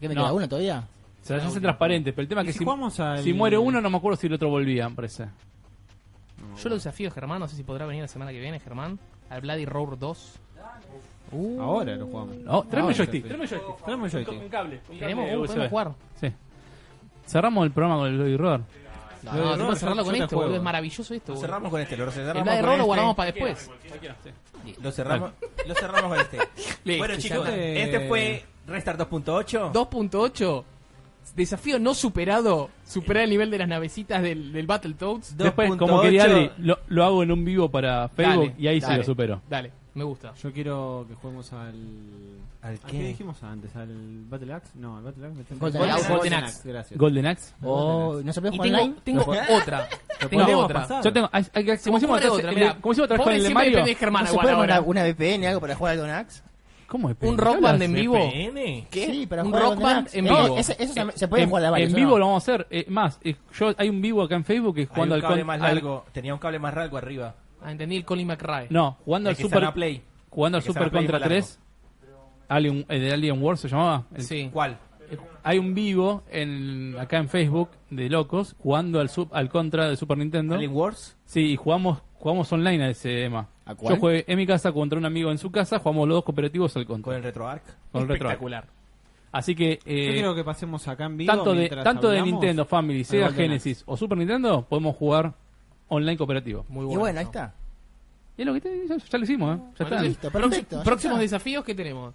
S2: ¿Qué me
S1: No.
S2: queda uno todavía?
S1: Se las hacen transparentes, pero el tema es
S3: ¿Y
S1: Ah, que
S3: si
S1: si,
S3: jugamos al-
S1: si muere uno, no me acuerdo si el otro volvía, me parece.
S4: Yo lo desafío, Germán. No sé si podrá venir la semana que viene, Germán. Al Bloody Roar 2. Uh,
S3: Ahora lo jugamos.
S1: No, tráeme
S3: ahora
S1: el joystick,
S3: sí.
S1: tráeme el joystick.
S3: Tráeme el joystick.
S1: cable.
S4: tenemos, uh, podemos jugar.
S1: Sí. Cerramos el programa con el Bloody Roar.
S4: No,
S3: Bloody
S4: no, tenemos
S3: Roar,
S4: que cerrarlo
S3: yo
S4: con
S3: te
S4: esto,
S3: juego.
S4: boludo. Es maravilloso esto,
S5: Lo
S4: boludo.
S5: cerramos con este. Lo
S4: El
S5: cerramos
S4: Bloody Roar lo
S5: con
S4: guardamos
S5: este.
S4: para después.
S5: Lo cerramos, lo cerramos con este. bueno,
S4: Listo,
S5: chicos,
S4: ya está.
S5: este fue Restart 2.8.
S4: 2.8. Desafío no superado. Superar el nivel de las navecitas del, del Battletoads.
S1: Después, como
S5: 2.8.
S1: quería Adri, lo, lo hago en un vivo para Facebook
S4: Dale,
S1: y ahí se
S4: dale.
S1: lo supero.
S4: Dale. Me gusta.
S3: Yo quiero que juguemos al.
S5: ¿Al
S3: ¿A
S5: qué?
S3: qué dijimos antes? ¿Al Battle Axe? No, al Battle Axe. me tengo-
S2: Golden Axe.
S4: Golden Axe.
S3: Gracias.
S1: Golden Axe.
S2: O Oh, no se puede
S4: Y
S2: jugar
S4: tengo,
S2: online.
S4: tengo otra. Tengo
S3: podemos
S4: otra.
S3: pasar.
S1: Yo tengo. hay- hay que- como hicimos
S4: ocurre
S1: atrás,
S4: otra,
S1: el
S4: mirá.
S1: de- como hicimos atrás con
S4: Ponen
S1: el de
S4: siempre
S1: Mario.
S4: de
S2: ¿No
S4: Germán
S2: se
S4: igual
S2: puede
S4: ahora.
S2: mandar una VPN algo para jugar al Golden Axe?
S1: ¿Cómo es?
S4: Un rock band en vivo.
S5: VPN.
S2: ¿Qué? Sí, para
S4: Un
S2: jugar al
S4: rock
S2: Golden
S4: band
S2: Axe.
S4: en
S2: No,
S4: vivo.
S2: ese- eso se- se puede
S1: en,
S2: jugar a varios.
S1: en
S2: ¿no?
S1: vivo lo vamos a hacer. Eh, más, eh, yo, hay un vivo acá en Facebook que es
S5: Hay
S1: jugando
S5: un
S1: al
S5: cable
S1: Col-
S5: más
S1: al-
S5: largo. Tenía un cable más largo arriba.
S4: Ah, entendí el Colin McRae.
S1: no, jugando
S5: El
S1: al
S5: que está en la
S1: Super,
S5: Play.
S1: jugando al
S5: el que
S1: Super
S5: está en la
S1: Contra
S5: Play es
S1: 3. Alien, el de Alien War se llamaba. El- eh,
S4: Sí.
S5: ¿Cuál?
S1: Hay un vivo en, acá en Facebook de locos jugando al, sub, al Contra de Super Nintendo.
S5: Alien Wars.
S1: Sí, y jugamos, jugamos online a ese tema.
S2: ¿A cuál?
S1: Yo jugué en mi casa contra un amigo en su casa, jugamos los dos cooperativos al
S5: Con
S1: contra.
S5: el RetroArch.
S1: Con el retro.
S4: Espectacular.
S1: Así que,
S3: Yo
S1: eh,
S3: quiero que pasemos acá en vivo.
S1: tanto, de,
S3: mientras
S1: tanto de
S3: hablamos.
S1: Nintendo, Family,
S3: Al
S1: Sega
S3: Golden
S1: Genesis o Super Nintendo, podemos jugar online cooperativo.
S4: Muy
S2: Y
S4: bueno.
S2: bueno, ahí está.
S1: Y es lo que te, ya, ya lo hicimos, ¿eh? Ya está.
S2: listo,
S4: Próxi-
S2: perfecto, ya
S4: próximos
S2: está.
S4: desafíos que tenemos.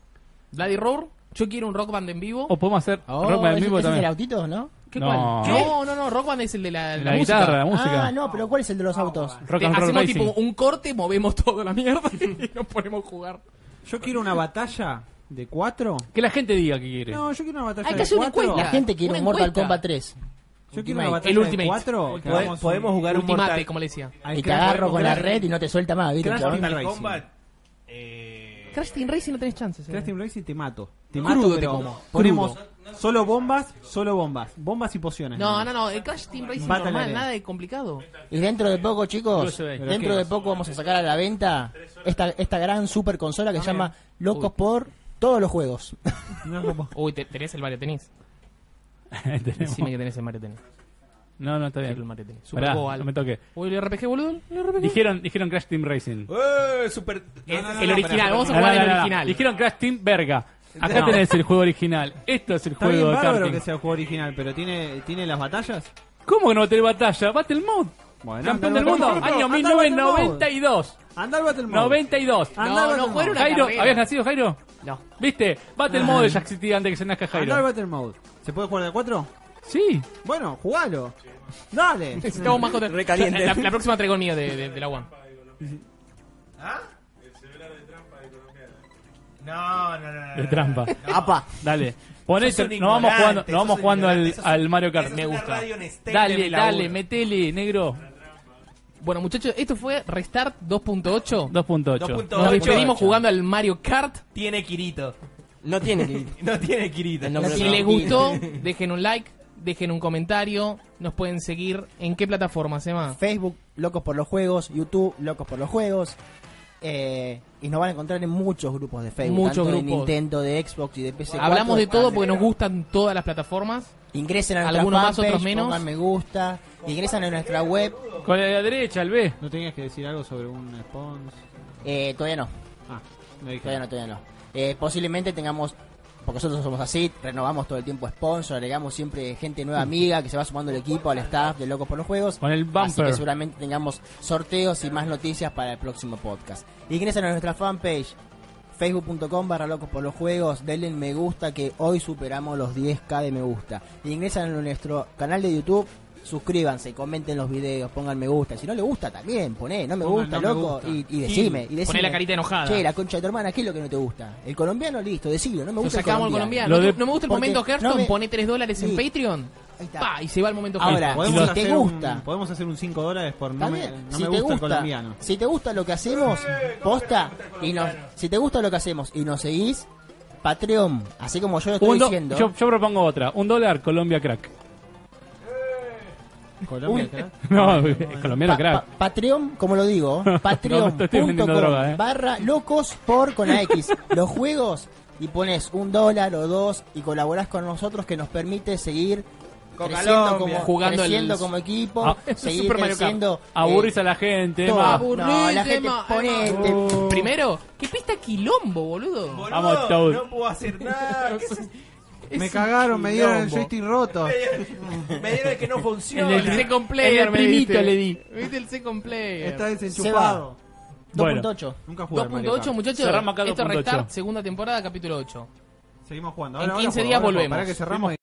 S4: Bloody Roar. Yo quiero un rock band en vivo.
S1: O podemos hacer
S2: Oh,
S1: rock band en
S2: ¿ese-
S1: vivo
S2: ese es el
S1: también.
S2: autito, no?
S4: ¿Qué
S1: No.
S4: cuál?
S1: ¿Qué?
S4: No, no, no. Rock band es el de la,
S1: La,
S4: la música.
S1: guitarra, la música.
S2: Ah, no, pero ¿cuál es el de los autos?
S1: Rock
S4: Te-
S1: and Roll
S4: hacemos
S1: Racing.
S4: tipo un corte, movemos toda la mierda y nos ponemos a jugar.
S3: Yo quiero una batalla de cuatro.
S1: Que la gente diga que quiere.
S3: No, yo quiero una batalla
S4: Hay que
S3: de
S4: hacer una
S3: cuatro.
S2: La
S4: encuesta.
S2: gente quiere
S4: Una
S2: un Mortal
S4: encuesta.
S2: Kombat
S3: Yo
S2: 3.
S3: quiero una
S4: Ultimate.
S3: batalla
S4: El Ultimate.
S3: de cuatro. que
S5: Pode-
S3: hagamos
S5: podemos
S3: un-
S5: jugar un
S4: Ultimate,
S5: Mortal
S4: como le decía.
S3: al
S2: Y te
S3: Crash-
S2: agarro
S3: podemos
S2: con la
S3: jugar-
S2: red y no te suelta más, ¿viste?
S3: Crash
S2: chabón?
S3: Team
S5: Mortal
S3: Racing.
S5: Combat. Eh,
S4: Crash Team Racing no tenés chances. eh.
S3: Crash Team Racing te mato. Te
S4: Crudo
S3: mato,
S4: te
S3: pero
S4: como.
S3: ponemos solo bombas, solo bombas. Bombas y pociones.
S4: No,
S3: nada
S4: no, no. El Crash Team Racing
S3: Battle
S4: normal,
S3: Arena.
S4: nada de complicado.
S2: Y dentro de poco, chicos,
S1: Pero
S2: dentro
S3: qué
S2: de poco vamos a sacar a la venta esta, esta gran super consola que se llama Locos por todos los juegos.
S3: No es como-
S4: Uy, te- tenés el Mario Tennis.
S1: Tenemos-
S4: Decime que tenés el Mario Tennis.
S1: no, no, está
S4: Quiero el
S1: bien.
S4: Mario Tennis. Super
S1: Pará,
S4: Bowl.
S1: no me toque.
S4: Uy, el RPG, boludo. El RPG.
S1: Dijeron, dijeron Crash Team Racing.
S5: eh, super. No,
S4: Es
S5: no, no,
S4: el
S5: no,
S4: original,
S5: pará,
S4: vamos a
S1: No, no,
S4: jugar el
S1: no, no.
S4: original.
S1: Dijeron Crash Team verga. Acá
S4: No.
S1: tenés el juego original. Esto es el
S3: Está bien
S1: juego de
S3: bárbaro
S1: karting.
S3: que sea el juego original, pero ¿tiene, ¿tiene las batallas?
S1: ¿Cómo que no va a tener batalla? Battle Mode.
S3: Bueno,
S1: Campeón
S3: anda
S1: del
S3: al
S1: mundo.
S3: Battle Mode.
S1: Año
S3: Anda al Battle Mode.
S1: 1992.
S3: Anda al Battle Mode.
S1: 92.
S3: Anda al
S4: No, no,
S3: Battle
S4: fueron
S3: Mode.
S4: a-
S1: Jairo,
S4: carrera.
S1: ¿habías nacido Jairo?
S4: No.
S1: ¿Viste? Battle Mode ya existía antes que se nazca
S3: Anda al
S1: Jairo.
S3: Battle Mode. ¿Se puede jugar de a cuatro?
S1: Sí.
S3: Bueno, jugalo. Dale.
S4: Necesitamos más contenido. La, la próxima traigo mío de, de, de la One.
S5: No, no, no. no,
S1: De
S5: no,
S1: trampa.
S2: ¡Apa!
S1: Dale.
S5: Sos un
S1: Ponete, nos vamos
S5: ignorante,
S1: jugando, nos
S5: sos
S1: vamos
S5: un
S1: jugando al,
S5: ignorante, sos
S1: al Mario
S5: Eso es
S1: Kart. Me
S5: una
S1: gusta.
S5: radio en state de
S1: Dale,
S5: mi
S1: dale,
S5: laburo.
S1: metele, negro.
S4: Bueno, muchachos, esto fue Restart 2.8.
S1: 2.8.
S4: Nos
S5: 2.8.
S4: despedimos jugando al Mario Kart.
S5: Tiene Kirito.
S15: No tiene que
S5: No tiene Kirito.
S2: nombre
S4: Si
S2: no.
S4: les gustó, dejen un like, dejen un comentario. Nos pueden seguir en qué plataforma, Sema.
S2: Facebook, Locos por los Juegos, YouTube, Locos por los Juegos. eh, y nos van a encontrar en muchos grupos de Facebook.
S4: Muchos
S2: tanto
S4: grupos.
S2: de Nintendo, de Xbox y de PC.
S4: Hablamos de todo porque nos gustan todas las plataformas.
S2: Ingresen a nuestra
S4: Algunos más,
S2: fanpage,
S4: otros menos.
S2: pongan me gusta. Ingresan a nuestra web.
S1: Con la derecha, el B.
S3: ¿No tenías que decir algo sobre un sponsor?
S2: Eh, todavía no.
S3: Ah, no dije.
S2: Todavía no, todavía no. Eh, posiblemente tengamos, porque nosotros somos así, renovamos todo el tiempo sponsor, agregamos siempre gente nueva amiga que se va sumando al equipo, al staff de Locos por los Juegos.
S5: Ah,
S1: Con el
S2: Así
S1: bumper.
S2: que seguramente tengamos sorteos y más noticias para el próximo podcast. Ingresen a nuestra fanpage facebook.com barra locos por los juegos, denle me gusta que hoy superamos los 10k de me gusta. Ingresan a nuestro canal de YouTube, suscríbanse, comenten los videos, pongan me gusta. Si no le gusta también, poné, no me
S3: Pongan no
S2: gusta,
S3: me
S2: loco,
S3: gusta.
S2: Y, y decime, y decime.
S4: Poné la carita enojada.
S2: Che, la concha de tu hermana, ¿qué es lo que no te gusta? El colombiano, listo, decilo, no me
S4: Lo
S2: gusta.
S4: sacamos al colombiano.
S1: Lo de-
S4: No, no me gusta el
S2: porque
S4: momento Hearthstone,
S2: no me-
S4: pone 3 dólares en
S2: Sí.
S4: Patreon.
S2: Ahí está.
S4: Pa, y se va el momento
S2: Ahora,
S4: Hearthstone.
S2: si
S3: ¿Podemos,
S2: te
S3: hacer
S2: gusta.
S3: Un, podemos hacer un 5 dólares por
S2: Está
S3: no me,
S2: bien,
S3: no
S2: si
S3: me
S2: te
S3: gusta, el colombiano.
S2: Si te gusta lo que hacemos, posta, y nos, si te gusta lo que hacemos y nos seguís, Patreon, así como yo lo estoy
S1: Un do-
S2: diciendo,
S1: yo, yo propongo otra. Un dólar, Colombia crack.
S3: Colombia, ¿verdad?
S1: No, es colombiano
S2: pa-
S1: crack.
S2: pa- Patreon, como lo digo, patreon.com
S1: No, estoy vendiendo droga, eh.
S2: barra locos por con la X, los juegos, y pones un dólar o dos y colaborás con nosotros que nos permite seguir
S5: Con
S2: creciendo,
S5: Colombia.
S2: como,
S4: Jugando el-
S2: creciendo como equipo,
S1: Ah,
S2: seguir
S4: Super Mario Kart.
S2: creciendo. eh,
S1: Aburrís a la gente,
S2: todo.
S1: ma.
S4: Aburrís,
S2: No, la gente
S4: Emma,
S2: pone- este
S4: Emma.
S2: te-
S4: Primero, qué pista quilombo, boludo.
S5: Boludo,
S1: Vamos, Toad.
S5: No puedo hacer nada. ¿Qué se-
S3: Me cagaron, me dieron el joystick roto.
S5: Me dieron el que no
S4: En
S5: funciona.
S4: el second player,
S1: el
S4: me
S1: primito
S4: diste.
S1: le di.
S4: Me diste el second player.
S3: Está desenchufado.
S2: 2.8.
S3: Nunca jugué. al Mario
S4: 2.8,
S3: Kart.
S4: muchachos.
S1: Cerramos acá
S4: Esto es
S1: 2.8.
S4: Restart, segunda temporada, capítulo 8.
S3: Seguimos jugando.
S4: En
S3: Ahora, ahora
S4: 15
S3: juego,
S4: días
S3: ahora juego.
S4: volvemos.
S3: Para que cerramos.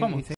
S16: Vamos.
S1: dice,